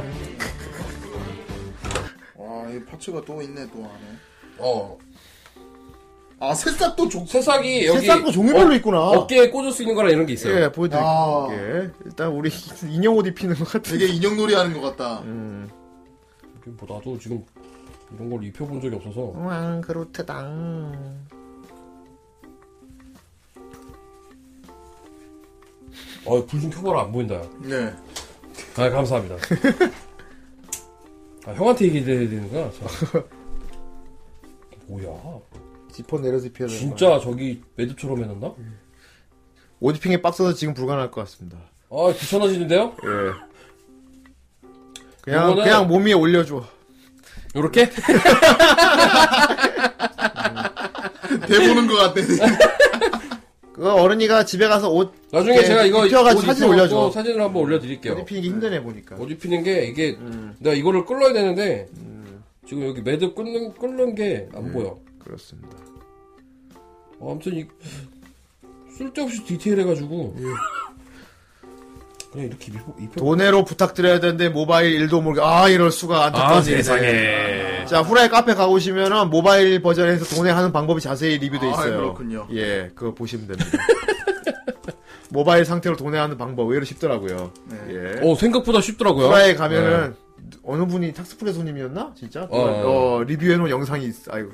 S2: 와이 파츠가 또 있네 또 안에.
S3: 어
S2: 아 새싹도 족.
S3: 새싹이 여기
S1: 새싹도 종류별로 있구나.
S3: 어깨에 꽂을 수 있는 거랑 이런 게 있어요.
S1: 예, 보여드릴게요.
S2: 아.
S1: 예. 일단 우리 인형 옷 입히는 것 같은데.
S2: 되게 인형놀이 하는 것 같다.
S3: 이게 뭐 나도 지금 이런 걸 입혀본 적이 없어서
S1: 왕, 그렇다당.
S3: 어, 아불 좀 켜봐라 안 보인다 야.
S2: 네.
S3: 아 감사합니다 아 형한테 얘기해야 되는 거야 자. 뭐야
S1: 지퍼 내려서 입혀야 되는 거야.
S3: 진짜 저기 매듭처럼 해놨나?
S1: 옷 입힌 게 빡세서 지금 불가능할 것 같습니다.
S3: 아 귀찮아지는데요?
S1: 그냥
S3: 요거는-
S1: 그냥 몸 위에 올려줘.
S3: 요렇게?
S2: 대보는 것 같네.
S1: 그 어른이가 집에 가서 옷
S3: 나중에
S1: 이렇게
S3: 제가 이거
S1: 입혀가지고
S3: 옷
S1: 사진
S3: 입혀갖고
S1: 올려줘.
S3: 사진을 한번 올려드릴게요
S1: 옷 입히는 게 힘드네 보니까.
S3: 옷 아, 입히는 게 이게
S1: 음.
S3: 내가 이거를 끌어야 되는데 지금 여기 매듭 끊는, 끊는 게 안
S1: 예.
S3: 보여
S1: 그렇습니다.
S3: 어, 아무튼 이 쓸데없이 디테일해가지고
S1: 예.
S3: 그냥 이렇게 입혀, 입혀.
S1: 돈으로 부탁드려야 되는데 모바일 일도 모르게 아 이럴 수가 안타까운 일이네. 아. 자 후라이 카페 가보시면은 모바일 버전에서 돈에 하는 방법이 자세히 리뷰돼
S2: 아,
S1: 있어요.
S2: 그렇군요.
S1: 예, 그거 보시면 됩니다. 모바일 상태로 돈에 하는 방법 의외로 쉽더라고요.
S2: 네.
S1: 예.
S3: 어 생각보다 쉽더라고요.
S1: 후라이 가면은 어느 분이 탁스프레소님이었나 진짜
S3: 어.
S1: 어, 리뷰해놓은 영상이 있, 아이고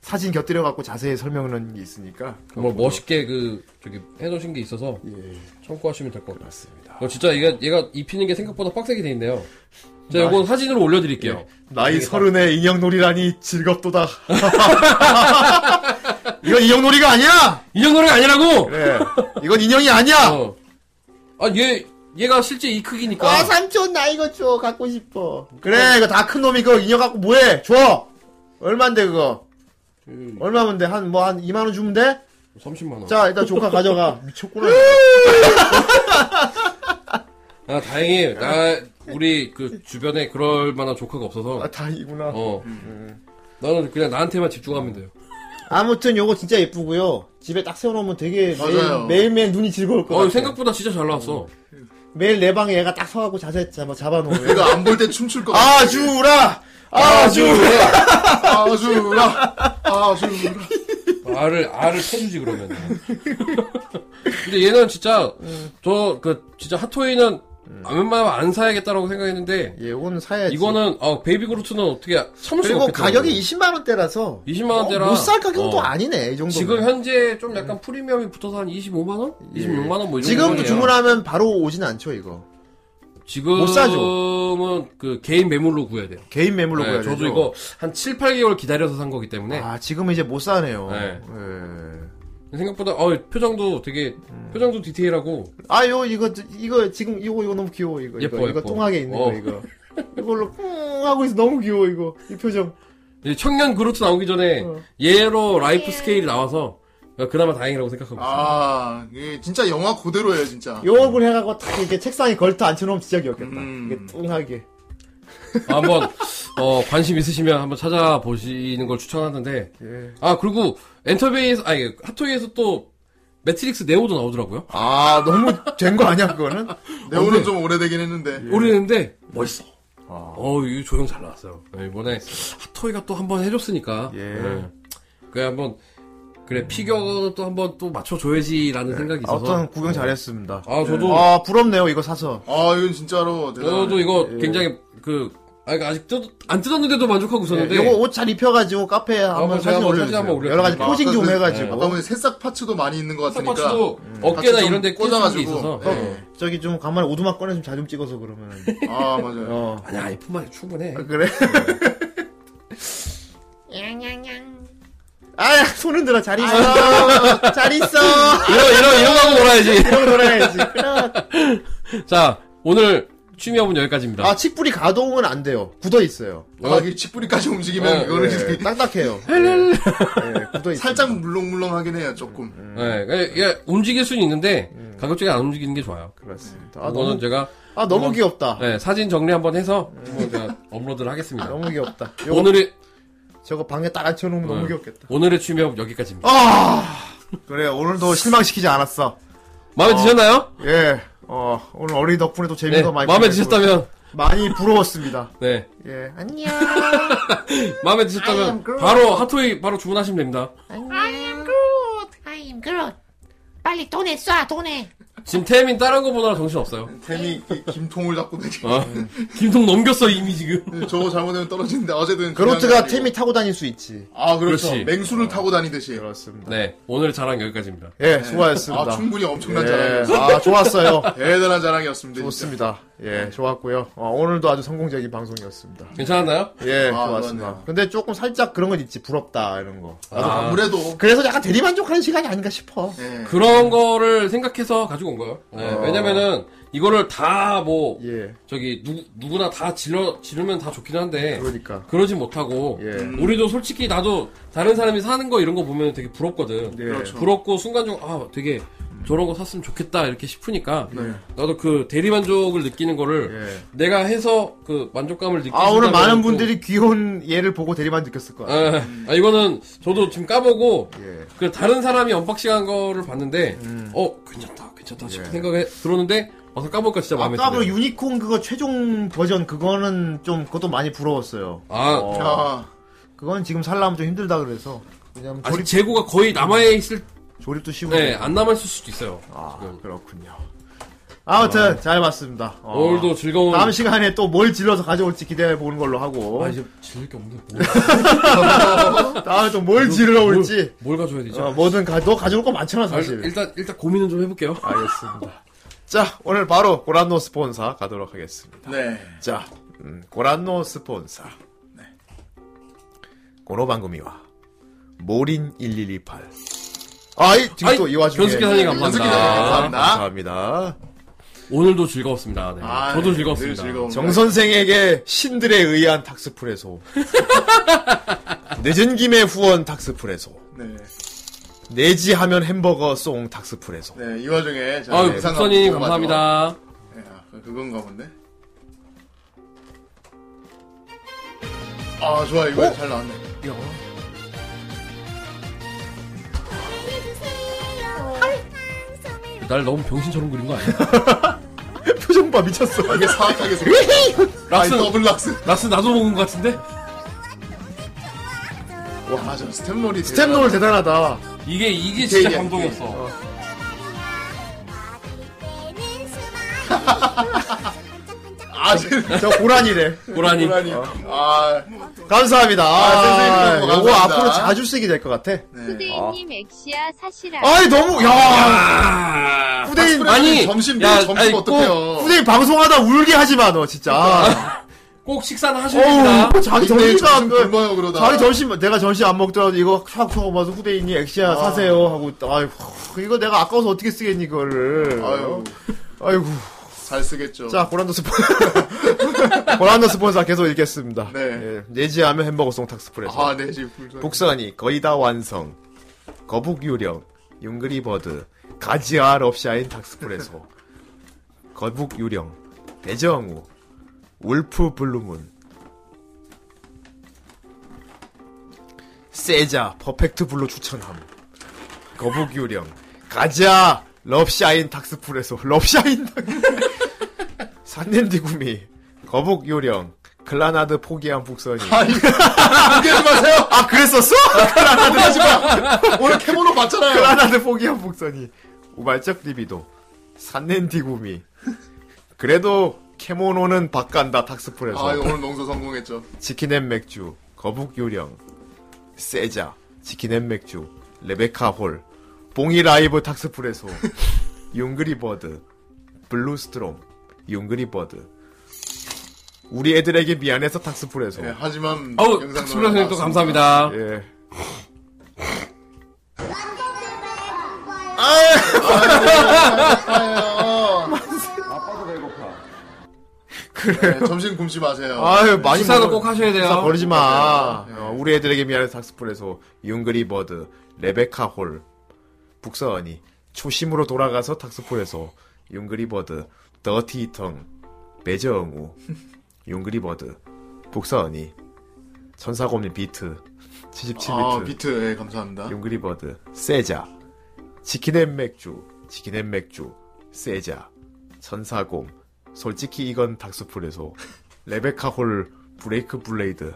S1: 사진 곁들여 갖고 자세히 설명하는 게 있으니까
S3: 정말 멋있게 그 저기 해놓으신 게 있어서
S1: 예
S3: 참고하시면 될 것 같아요.
S1: 맞습니다.
S3: 어, 진짜 얘가 얘가 입히는 게 생각보다 빡세게 돼 있네요. 제가 이건 사진으로 올려드릴게요.
S1: 나이 서른에 인형놀이라니 즐겁도다. 이건 인형놀이가 아니야.
S3: 인형 노래가 아니라고.
S1: 그래. 이건 인형이 아니야.
S3: 어. 아얘 얘가 실제 이 크기니까.
S1: 아 삼촌 나 이거 줘 갖고 싶어. 그래 이거 다 큰 놈이 그거 인형 갖고 뭐해? 줘. 얼마인데 그거?
S3: 그,
S1: 얼마면 돼? 한 뭐 한 2만 원 주면 돼?
S3: 30만 원.
S1: 자 일단 조카 가져가. 미쳤구나.
S3: 아 다행히 나 우리 그 주변에 그럴 만한 조카가 없어서.
S1: 아 음, 다이구나.
S3: 어. 나는 그냥 나한테만 집중하면 돼요.
S1: 음. 아무튼 요거 진짜 예쁘고요. 집에 딱 세워놓으면 되게
S2: 맞아요.
S1: 매일, 매일매일 눈이 즐거울 것
S3: 어
S1: 같아요.
S3: 생각보다 진짜 잘 나왔어.
S1: 매일 내 방에 얘가 딱 서갖고 자세 잡아 잡아놓으면
S2: 내가 안 볼 때 춤출 것 같아.
S1: 아주라 아주라
S2: 아주라. 아주라.
S3: 알을 알을 쳐주지 그러면. 근데 얘는 진짜 저 그 진짜 핫토이는 웬만하면 안 사야겠다라고 생각했는데
S1: 예, 이거는 음. 사야지.
S3: 이거는 어 베이비 그루트는 어떻게 참을 수가
S1: 그리고
S3: 없겠다.
S1: 가격이 20만 원대라서
S3: 20만 원대라
S1: 못 살 가격도
S3: 어.
S1: 아니네 이 정도.
S3: 지금 현재 좀 약간 프리미엄이 붙어서 한 25만 원, 26만 원뭐 이런
S1: 지금도
S3: 거예요.
S1: 주문하면 바로 오진 않죠 이거.
S3: 지금은
S1: 못 사죠.
S3: 그 개인 매물로 구해야 돼요.
S1: 개인 매물로
S3: 네,
S1: 구해야
S3: 저도
S1: 되죠.
S3: 이거 한 7, 8개월 기다려서 산 거기 때문에
S1: 아 지금은 이제 못 사네요.
S3: 네.
S1: 예.
S3: 생각보다 어, 표정도 되게
S1: 음.
S3: 표정도 디테일하고
S1: 아, 요 이거 이거 지금 이거 이거 너무 귀여워 이거.
S3: 예뻐,
S1: 이거,
S3: 예뻐.
S1: 이거 똥하게 있는
S3: 어.
S1: 거 이거. 이걸로 뿡 하고 있어 너무 귀여워 이거 이 표정.
S3: 이제 청년 그루트 나오기 전에
S1: 어.
S3: 얘로 라이프 스케일이 나와서 그나마 다행이라고 생각하고 있어요.
S2: 아, 예, 진짜 영화 그대로예요, 진짜.
S1: 요 얼굴 해가고 딱 이렇게 책상에 걸터 앉혀놓으면 진짜 귀엽겠다.
S2: 음.
S1: 이게 뚱하게.
S3: 아, 한번 어, 관심 있으시면 한번 찾아보시는 걸 추천하는데
S1: 예.
S3: 아 그리고 엔터베이에서 아니 핫토이에서 또 매트릭스 네오도 나오더라고요.
S1: 아 너무 된 거 아니야 그거는?
S2: 내 오늘 좀 오래되긴 했는데.
S3: 오래됐는데 멋있어. 어, 이 조형 잘 나왔어요. 네, 이번에 핫토이가 또 한번 해줬으니까. 네.
S1: 예.
S3: 그래 한번 그래 피규어는 또 한번 또 맞춰줘야지라는 생각이 있어서.
S1: 네. 어떤 구경 잘했습니다.
S3: 아 저도
S1: 아 부럽네요 이거 사서.
S2: 아, 이건 진짜로.
S3: 저도
S2: 대단하네.
S3: 이거 굉장히 그 아, 이거 아직 뜯, 안 뜯었는데도 만족하고 있었는데.
S1: 예,
S3: 아,
S1: 요거 옷 잘 입혀가지고 카페에 한번
S3: 한번
S1: 사진
S3: 사진
S1: 올려주세요.
S3: 한번 올려주세요.
S1: 여러 가지
S2: 아,
S1: 포징 좀
S2: 그-
S1: 해가지고.
S2: 아까 보니 새싹 파츠도 많이 있는 것 같으니까.
S3: 파츠도 어깨나
S2: 같이 좀
S3: 이런 데 꽂아가지고
S2: 꽂아가지고.
S3: 있어서.
S2: 네.
S3: 예.
S1: 저기 좀 가만히 오두막 꺼내 좀 자 좀 찍어서 그러면.
S2: 아, 맞아요.
S1: 어.
S3: 아니 아이폰만 충분해.
S1: 그래? 아, 손 흔들어. 잘 있어. 잘 있어.
S3: 이런 이런 이런 거 하고 놀아야지.
S1: 이러고 놀아야지. 그래.
S3: 자 오늘 취미 여분 여기까지입니다.
S1: 아, 칡뿌리 가동은 안 돼요. 굳어 있어요.
S2: 아, 이게 칡뿌리까지 움직이면
S3: 어,
S2: 이거는
S1: 예, 딱딱해요. 예. 예, 굳어 있어.
S2: 살짝 물렁물렁하긴 해요, 조금.
S1: 음.
S3: 네, 그러니까 이게 움직일 수는 있는데 가급적이 안 움직이는 게 좋아요.
S1: 그렇습니다. 아,
S3: 아,
S1: 너무,
S3: 이거는 제가
S1: 아, 너무
S3: 이건-
S1: 귀엽다.
S3: 네, 사진 정리 한번 해서 뭐 제가 업로드를 하겠습니다.
S1: 아, 너무 귀엽다. 요거,
S3: 오늘의
S1: 저거 방에 딱 앉혀놓으면 너무
S3: 네.
S1: 귀엽겠다.
S3: 오늘의 취미 업 여기까지입니다.
S1: 아, 그래, 오늘도 실망시키지 않았어.
S3: 마음에 드셨나요?
S1: 예. 어, 오늘 어린이 덕분에 또 재미가
S3: 네,
S1: 아, 많이
S3: 마음에
S1: 생겼고요.
S3: 드셨다면
S1: 많이 부러웠습니다.
S3: 네,
S1: 예. 안녕.
S3: 마음에
S5: I am
S3: 드셨다면
S5: Groot.
S3: 바로 핫토이 바로 주문하시면 됩니다.
S5: I am Groot. I am Groot. 빨리 돈에 쏴 돈에.
S3: 지금 태민 다른 거 보느라 정신 없어요.
S2: 템이 이 김통을 잡고 되게.
S3: 어,
S1: 음.
S3: 김통 넘겼어 이미 지금.
S2: 저거 잘못하면 떨어지는데 어제든.
S1: 그로트가 템이 타고 다닐 수 있지.
S2: 아, 그렇죠.
S3: 그렇지.
S2: 맹수를 타고 다니듯이.
S1: 그렇습니다.
S3: 네, 오늘 자랑 여기까지입니다.
S1: 예, 수고하셨습니다.
S2: 아, 충분히 엄청난
S1: 예.
S2: 자랑이었어요.
S1: 아, 좋았어요.
S2: 대단한 자랑이었습니다. 진짜.
S1: 좋습니다. 예, 좋았고요. 어, 오늘도 아주 성공적인 방송이었습니다.
S3: 괜찮았나요?
S1: 예,
S2: 아,
S1: 좋았습니다.
S2: 맞네요.
S1: 근데 조금 살짝 그런 건 있지. 부럽다, 이런 거.
S2: 나도
S3: 아.
S2: 아무래도.
S1: 그래서 약간 대리만족하는 시간이 아닌가 싶어.
S2: 예.
S3: 그런 거를 생각해서 가지고 온 거예요. 네, 왜냐면은 이거를 다 뭐
S1: 아. 예,
S3: 저기 누, 누구나 다 질러 지르면 다 좋긴 한데
S1: 그러니까.
S3: 그러지 못하고
S1: 예.
S3: 우리도 솔직히 나도 다른 사람이 사는 거 이런 거 보면 되게 부럽거든.
S1: 예.
S2: 그렇죠.
S3: 부럽고 순간적으로 아 되게 저런 거 샀으면 좋겠다 이렇게 싶으니까 나도 그 대리 만족을 느끼는 거를
S1: 네. 예.
S3: 내가 해서 그 만족감을 느끼는
S1: 아, 오늘
S3: 순간에는
S1: 많은
S3: 또-
S1: 분들이 귀여운 얘를 보고 대리만 느꼈을 거야.
S3: 아, 아, 이거는 저도 지금 까보고
S1: 예.
S3: 그 다른 사람이 언박싱한 거를 봤는데
S1: 음.
S3: 어 괜찮다 괜찮다 싶은 생각이 들었는데 와서 까보니까 진짜 마음에
S1: 예. 아까 그
S3: 드네요.
S1: 유니콘 그거 최종 버전 그거는 좀 그것도 많이 부러웠어요.
S3: 아
S2: 아,
S1: 그건 지금 살려면 좀 힘들다 그래서 왜냐면
S3: 아직 네,
S1: 조립
S3: 재고가 거의 남아 있을
S1: 조립도 쉬운데
S3: 네, 안 남았을 수도 있어요.
S1: 아
S3: 지금.
S1: 그렇군요.
S9: 아무튼 잘 봤습니다. 어.
S3: 오늘도 즐거운
S9: 다음 시간에 또 뭘 질러서 가져올지 기대해 보는 걸로 하고
S1: 뭐?
S3: 아 이제 즐길 게뭐 없네 뭘,
S9: 다음에 또 뭘 질러 올지
S3: 뭘 가져야 되지?
S9: 어, 뭐든 가, 너 가져올 거 많잖아
S3: 아,
S9: 사실.
S3: 일단 일단 고민은 좀 해볼게요.
S1: 알겠습니다. 자, 오늘 바로 고란노 스폰사 가도록 하겠습니다.
S2: 네.
S1: 자, 음, 고란노 스폰사. 고노방금이와 모린 1128.
S2: 아이, 지금
S3: 아이,
S2: 또 이 와중에.
S3: 변숙기 사장님 감사합니다.
S2: 변숙기 사장님 감사합니다.
S1: 네, 감사합니다.
S3: 오늘도 즐거웠습니다. 네.
S2: 아,
S3: 저도
S2: 네,
S3: 즐거웠습니다.
S2: 늘 즐거운
S1: 정 선생에게 신들에 의한 탁스프레소. 늦은 김에 후원 탁스프레소.
S2: 네.
S1: 내지하면 햄버거 송 탁스프레소.
S2: 네, 이 와중에. 제가 예상하고
S3: 아유
S2: 뽑아가지고.
S3: 국선님 감사합니다.
S2: 네, 아, 그건가 본데. 아, 좋아. 이거
S3: 어?
S2: 잘 나왔네.
S3: 날 너무 병신처럼 그린 거 아니야?
S9: 네,
S1: 표정 봐 미쳤어.
S2: 이게 사악하게 생겼 라이
S3: 락스
S2: 더블 락스.
S3: 락스 나도 먹은 것 같은데
S2: 와, 맞아. 스텝롤이.
S9: 스텝롤 대단하다.
S3: 이게 이게
S2: 디테일이야,
S3: 진짜 감동이었어.
S2: 디테일. 아, 지금.
S9: 저 고란이래.
S3: 고라니
S2: 고라니. 아,
S9: 감사합니다. 아,
S2: 선생님 그런 거
S9: 요거
S2: 감사합니다.
S9: 앞으로 자주 쓰게 될 것 같아.
S2: 네.
S6: 후대인님 엑시아 사시라.
S9: 아이 너무 야
S3: 아!
S9: 후대인
S3: 아니,
S2: 점심
S3: 야,
S2: 내 점심
S3: 아니,
S2: 어떡해요?
S9: 후대인 방송하다 울게 하지 마 너 진짜. 아,
S3: 꼭 식사는
S1: 아,
S3: 하십니다.
S9: 어우 자기
S2: 내
S9: 점심시간
S2: 아, 점심
S9: 그
S2: 굶어요 그러다.
S9: 자기 점심 내가 점심 안 먹더라도 이거 촥 먹어봐서 후대인이 엑시아 사세요 하고 아유 이거 내가 아까워서 어떻게 쓰겠니 그거를.
S2: 아유,
S9: 아이고.
S2: 잘 쓰겠죠.
S9: 자, 고란도 스폰서. 고란도 스폰서 계속 읽겠습니다.
S2: 네.
S1: 예, 내지하면 햄버거송 탁스프레소.
S2: 아, 네, 지금 불
S1: 북선이 거의 다 완성. 거북유령, 융그리버드, 가지아 럽샤인 닥스프레소, 거북유령, 대정우, 울프 블루문, 세자 퍼펙트 블루 추천함, 거북유령, 가지아 럽샤인 닥스프레소, 럽샤인 산넨디 구미, 거북유령, 글라나드 포기한 북선이.
S2: 포기하지 마세요!
S1: 아 그랬었어?
S2: 포기하지 마! 오늘 캐모노 봤잖아요!
S1: 클라나드 포기한 복선이 우발적 리비도 산넨디구미 그래도 캐모노는 바간다 탁스프레소
S2: 아, 이거 오늘 농사 성공했죠.
S1: 치킨앤 맥주 거북요령 세자 치킨앤 맥주 레베카 홀 봉이 라이브 탁스프레소 융그리버드 블루스트롬 융그리버드 우리 애들에게 미안해서 탁스프레소
S2: 네, 하지만,
S3: 어우
S2: 영상
S3: 탁수라님
S2: 나왔습니다.
S3: 또 감사합니다.
S1: 예.
S2: 네, 점심 굶지 마세요.
S1: 아유 많이
S3: 식사도
S1: 먹어.
S3: 꼭 하셔야 돼요.
S1: 식사 버리지 마.
S2: 네.
S1: 어, 우리 애들에게 미안해서 닥스풀에서 융그리버드, 레베카 홀, 북서언이 초심으로 돌아가서 닥스풀에서 융그리버드, 더티 이텅, 배정우, 융그리버드, 북서언이 천사고민 비트, 77비트,
S2: 아, 비트, 예, 감사합니다.
S1: 융그리버드, 세자, 치킨앤 맥주, 치킨앤 맥주, 세자, 천사곰, 솔직히 이건 닥스풀에서, 레베카 홀, 브레이크 블레이드,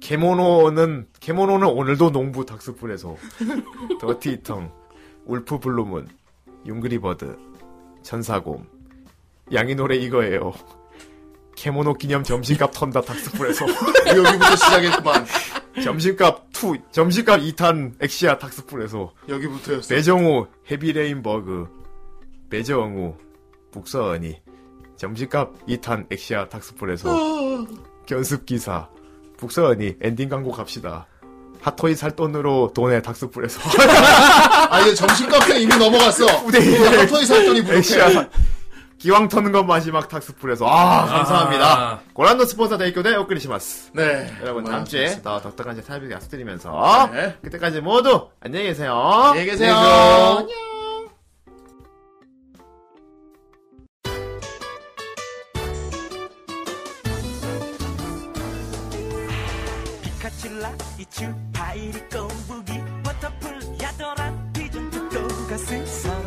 S1: 케모노는, 케모노는 오늘도 농부 닥스풀에서, 더티 이텅, 울프 블루문, 융그리버드, 천사곰, 양이 노래 이거예요. 케모노 기념 점심값 턴다 닥스풀에서.
S2: 여기부터 시작했구만.
S1: 점심값 투 점심값 2탄 엑시아 닥스풀에서 네.
S2: 여기부터였어.
S1: 배정우 헤비레인버그 배정우 북서언이 점심값 2탄 엑시아 닥스풀에서 견습기사 북서언이 엔딩 광고 갑시다 핫토이 살 돈으로 돈에 닥스풀에서
S2: 아, 이제 점심값은 이미 넘어갔어.
S1: 후대인
S2: 터이 살돈이 부족해.
S1: 네. 엑시아 사- 기왕 터는 건 마지막 닥스풀에서 아 감사합니다
S3: 아.
S1: 고란노 스폰서 대이교대 오크리시마스
S2: 네.
S1: 여러분
S2: 정말
S1: 다음 주에
S2: 좋습니다.
S1: 더 독특한 제 타이밍 약속드리면서
S2: 네.
S1: 그때까지 모두 안녕히 계세요
S2: 안녕히 계세요.
S12: 피카츄라 이츄 파이리 꼬부기 워터풀 야도란 피존 두꺼가 세상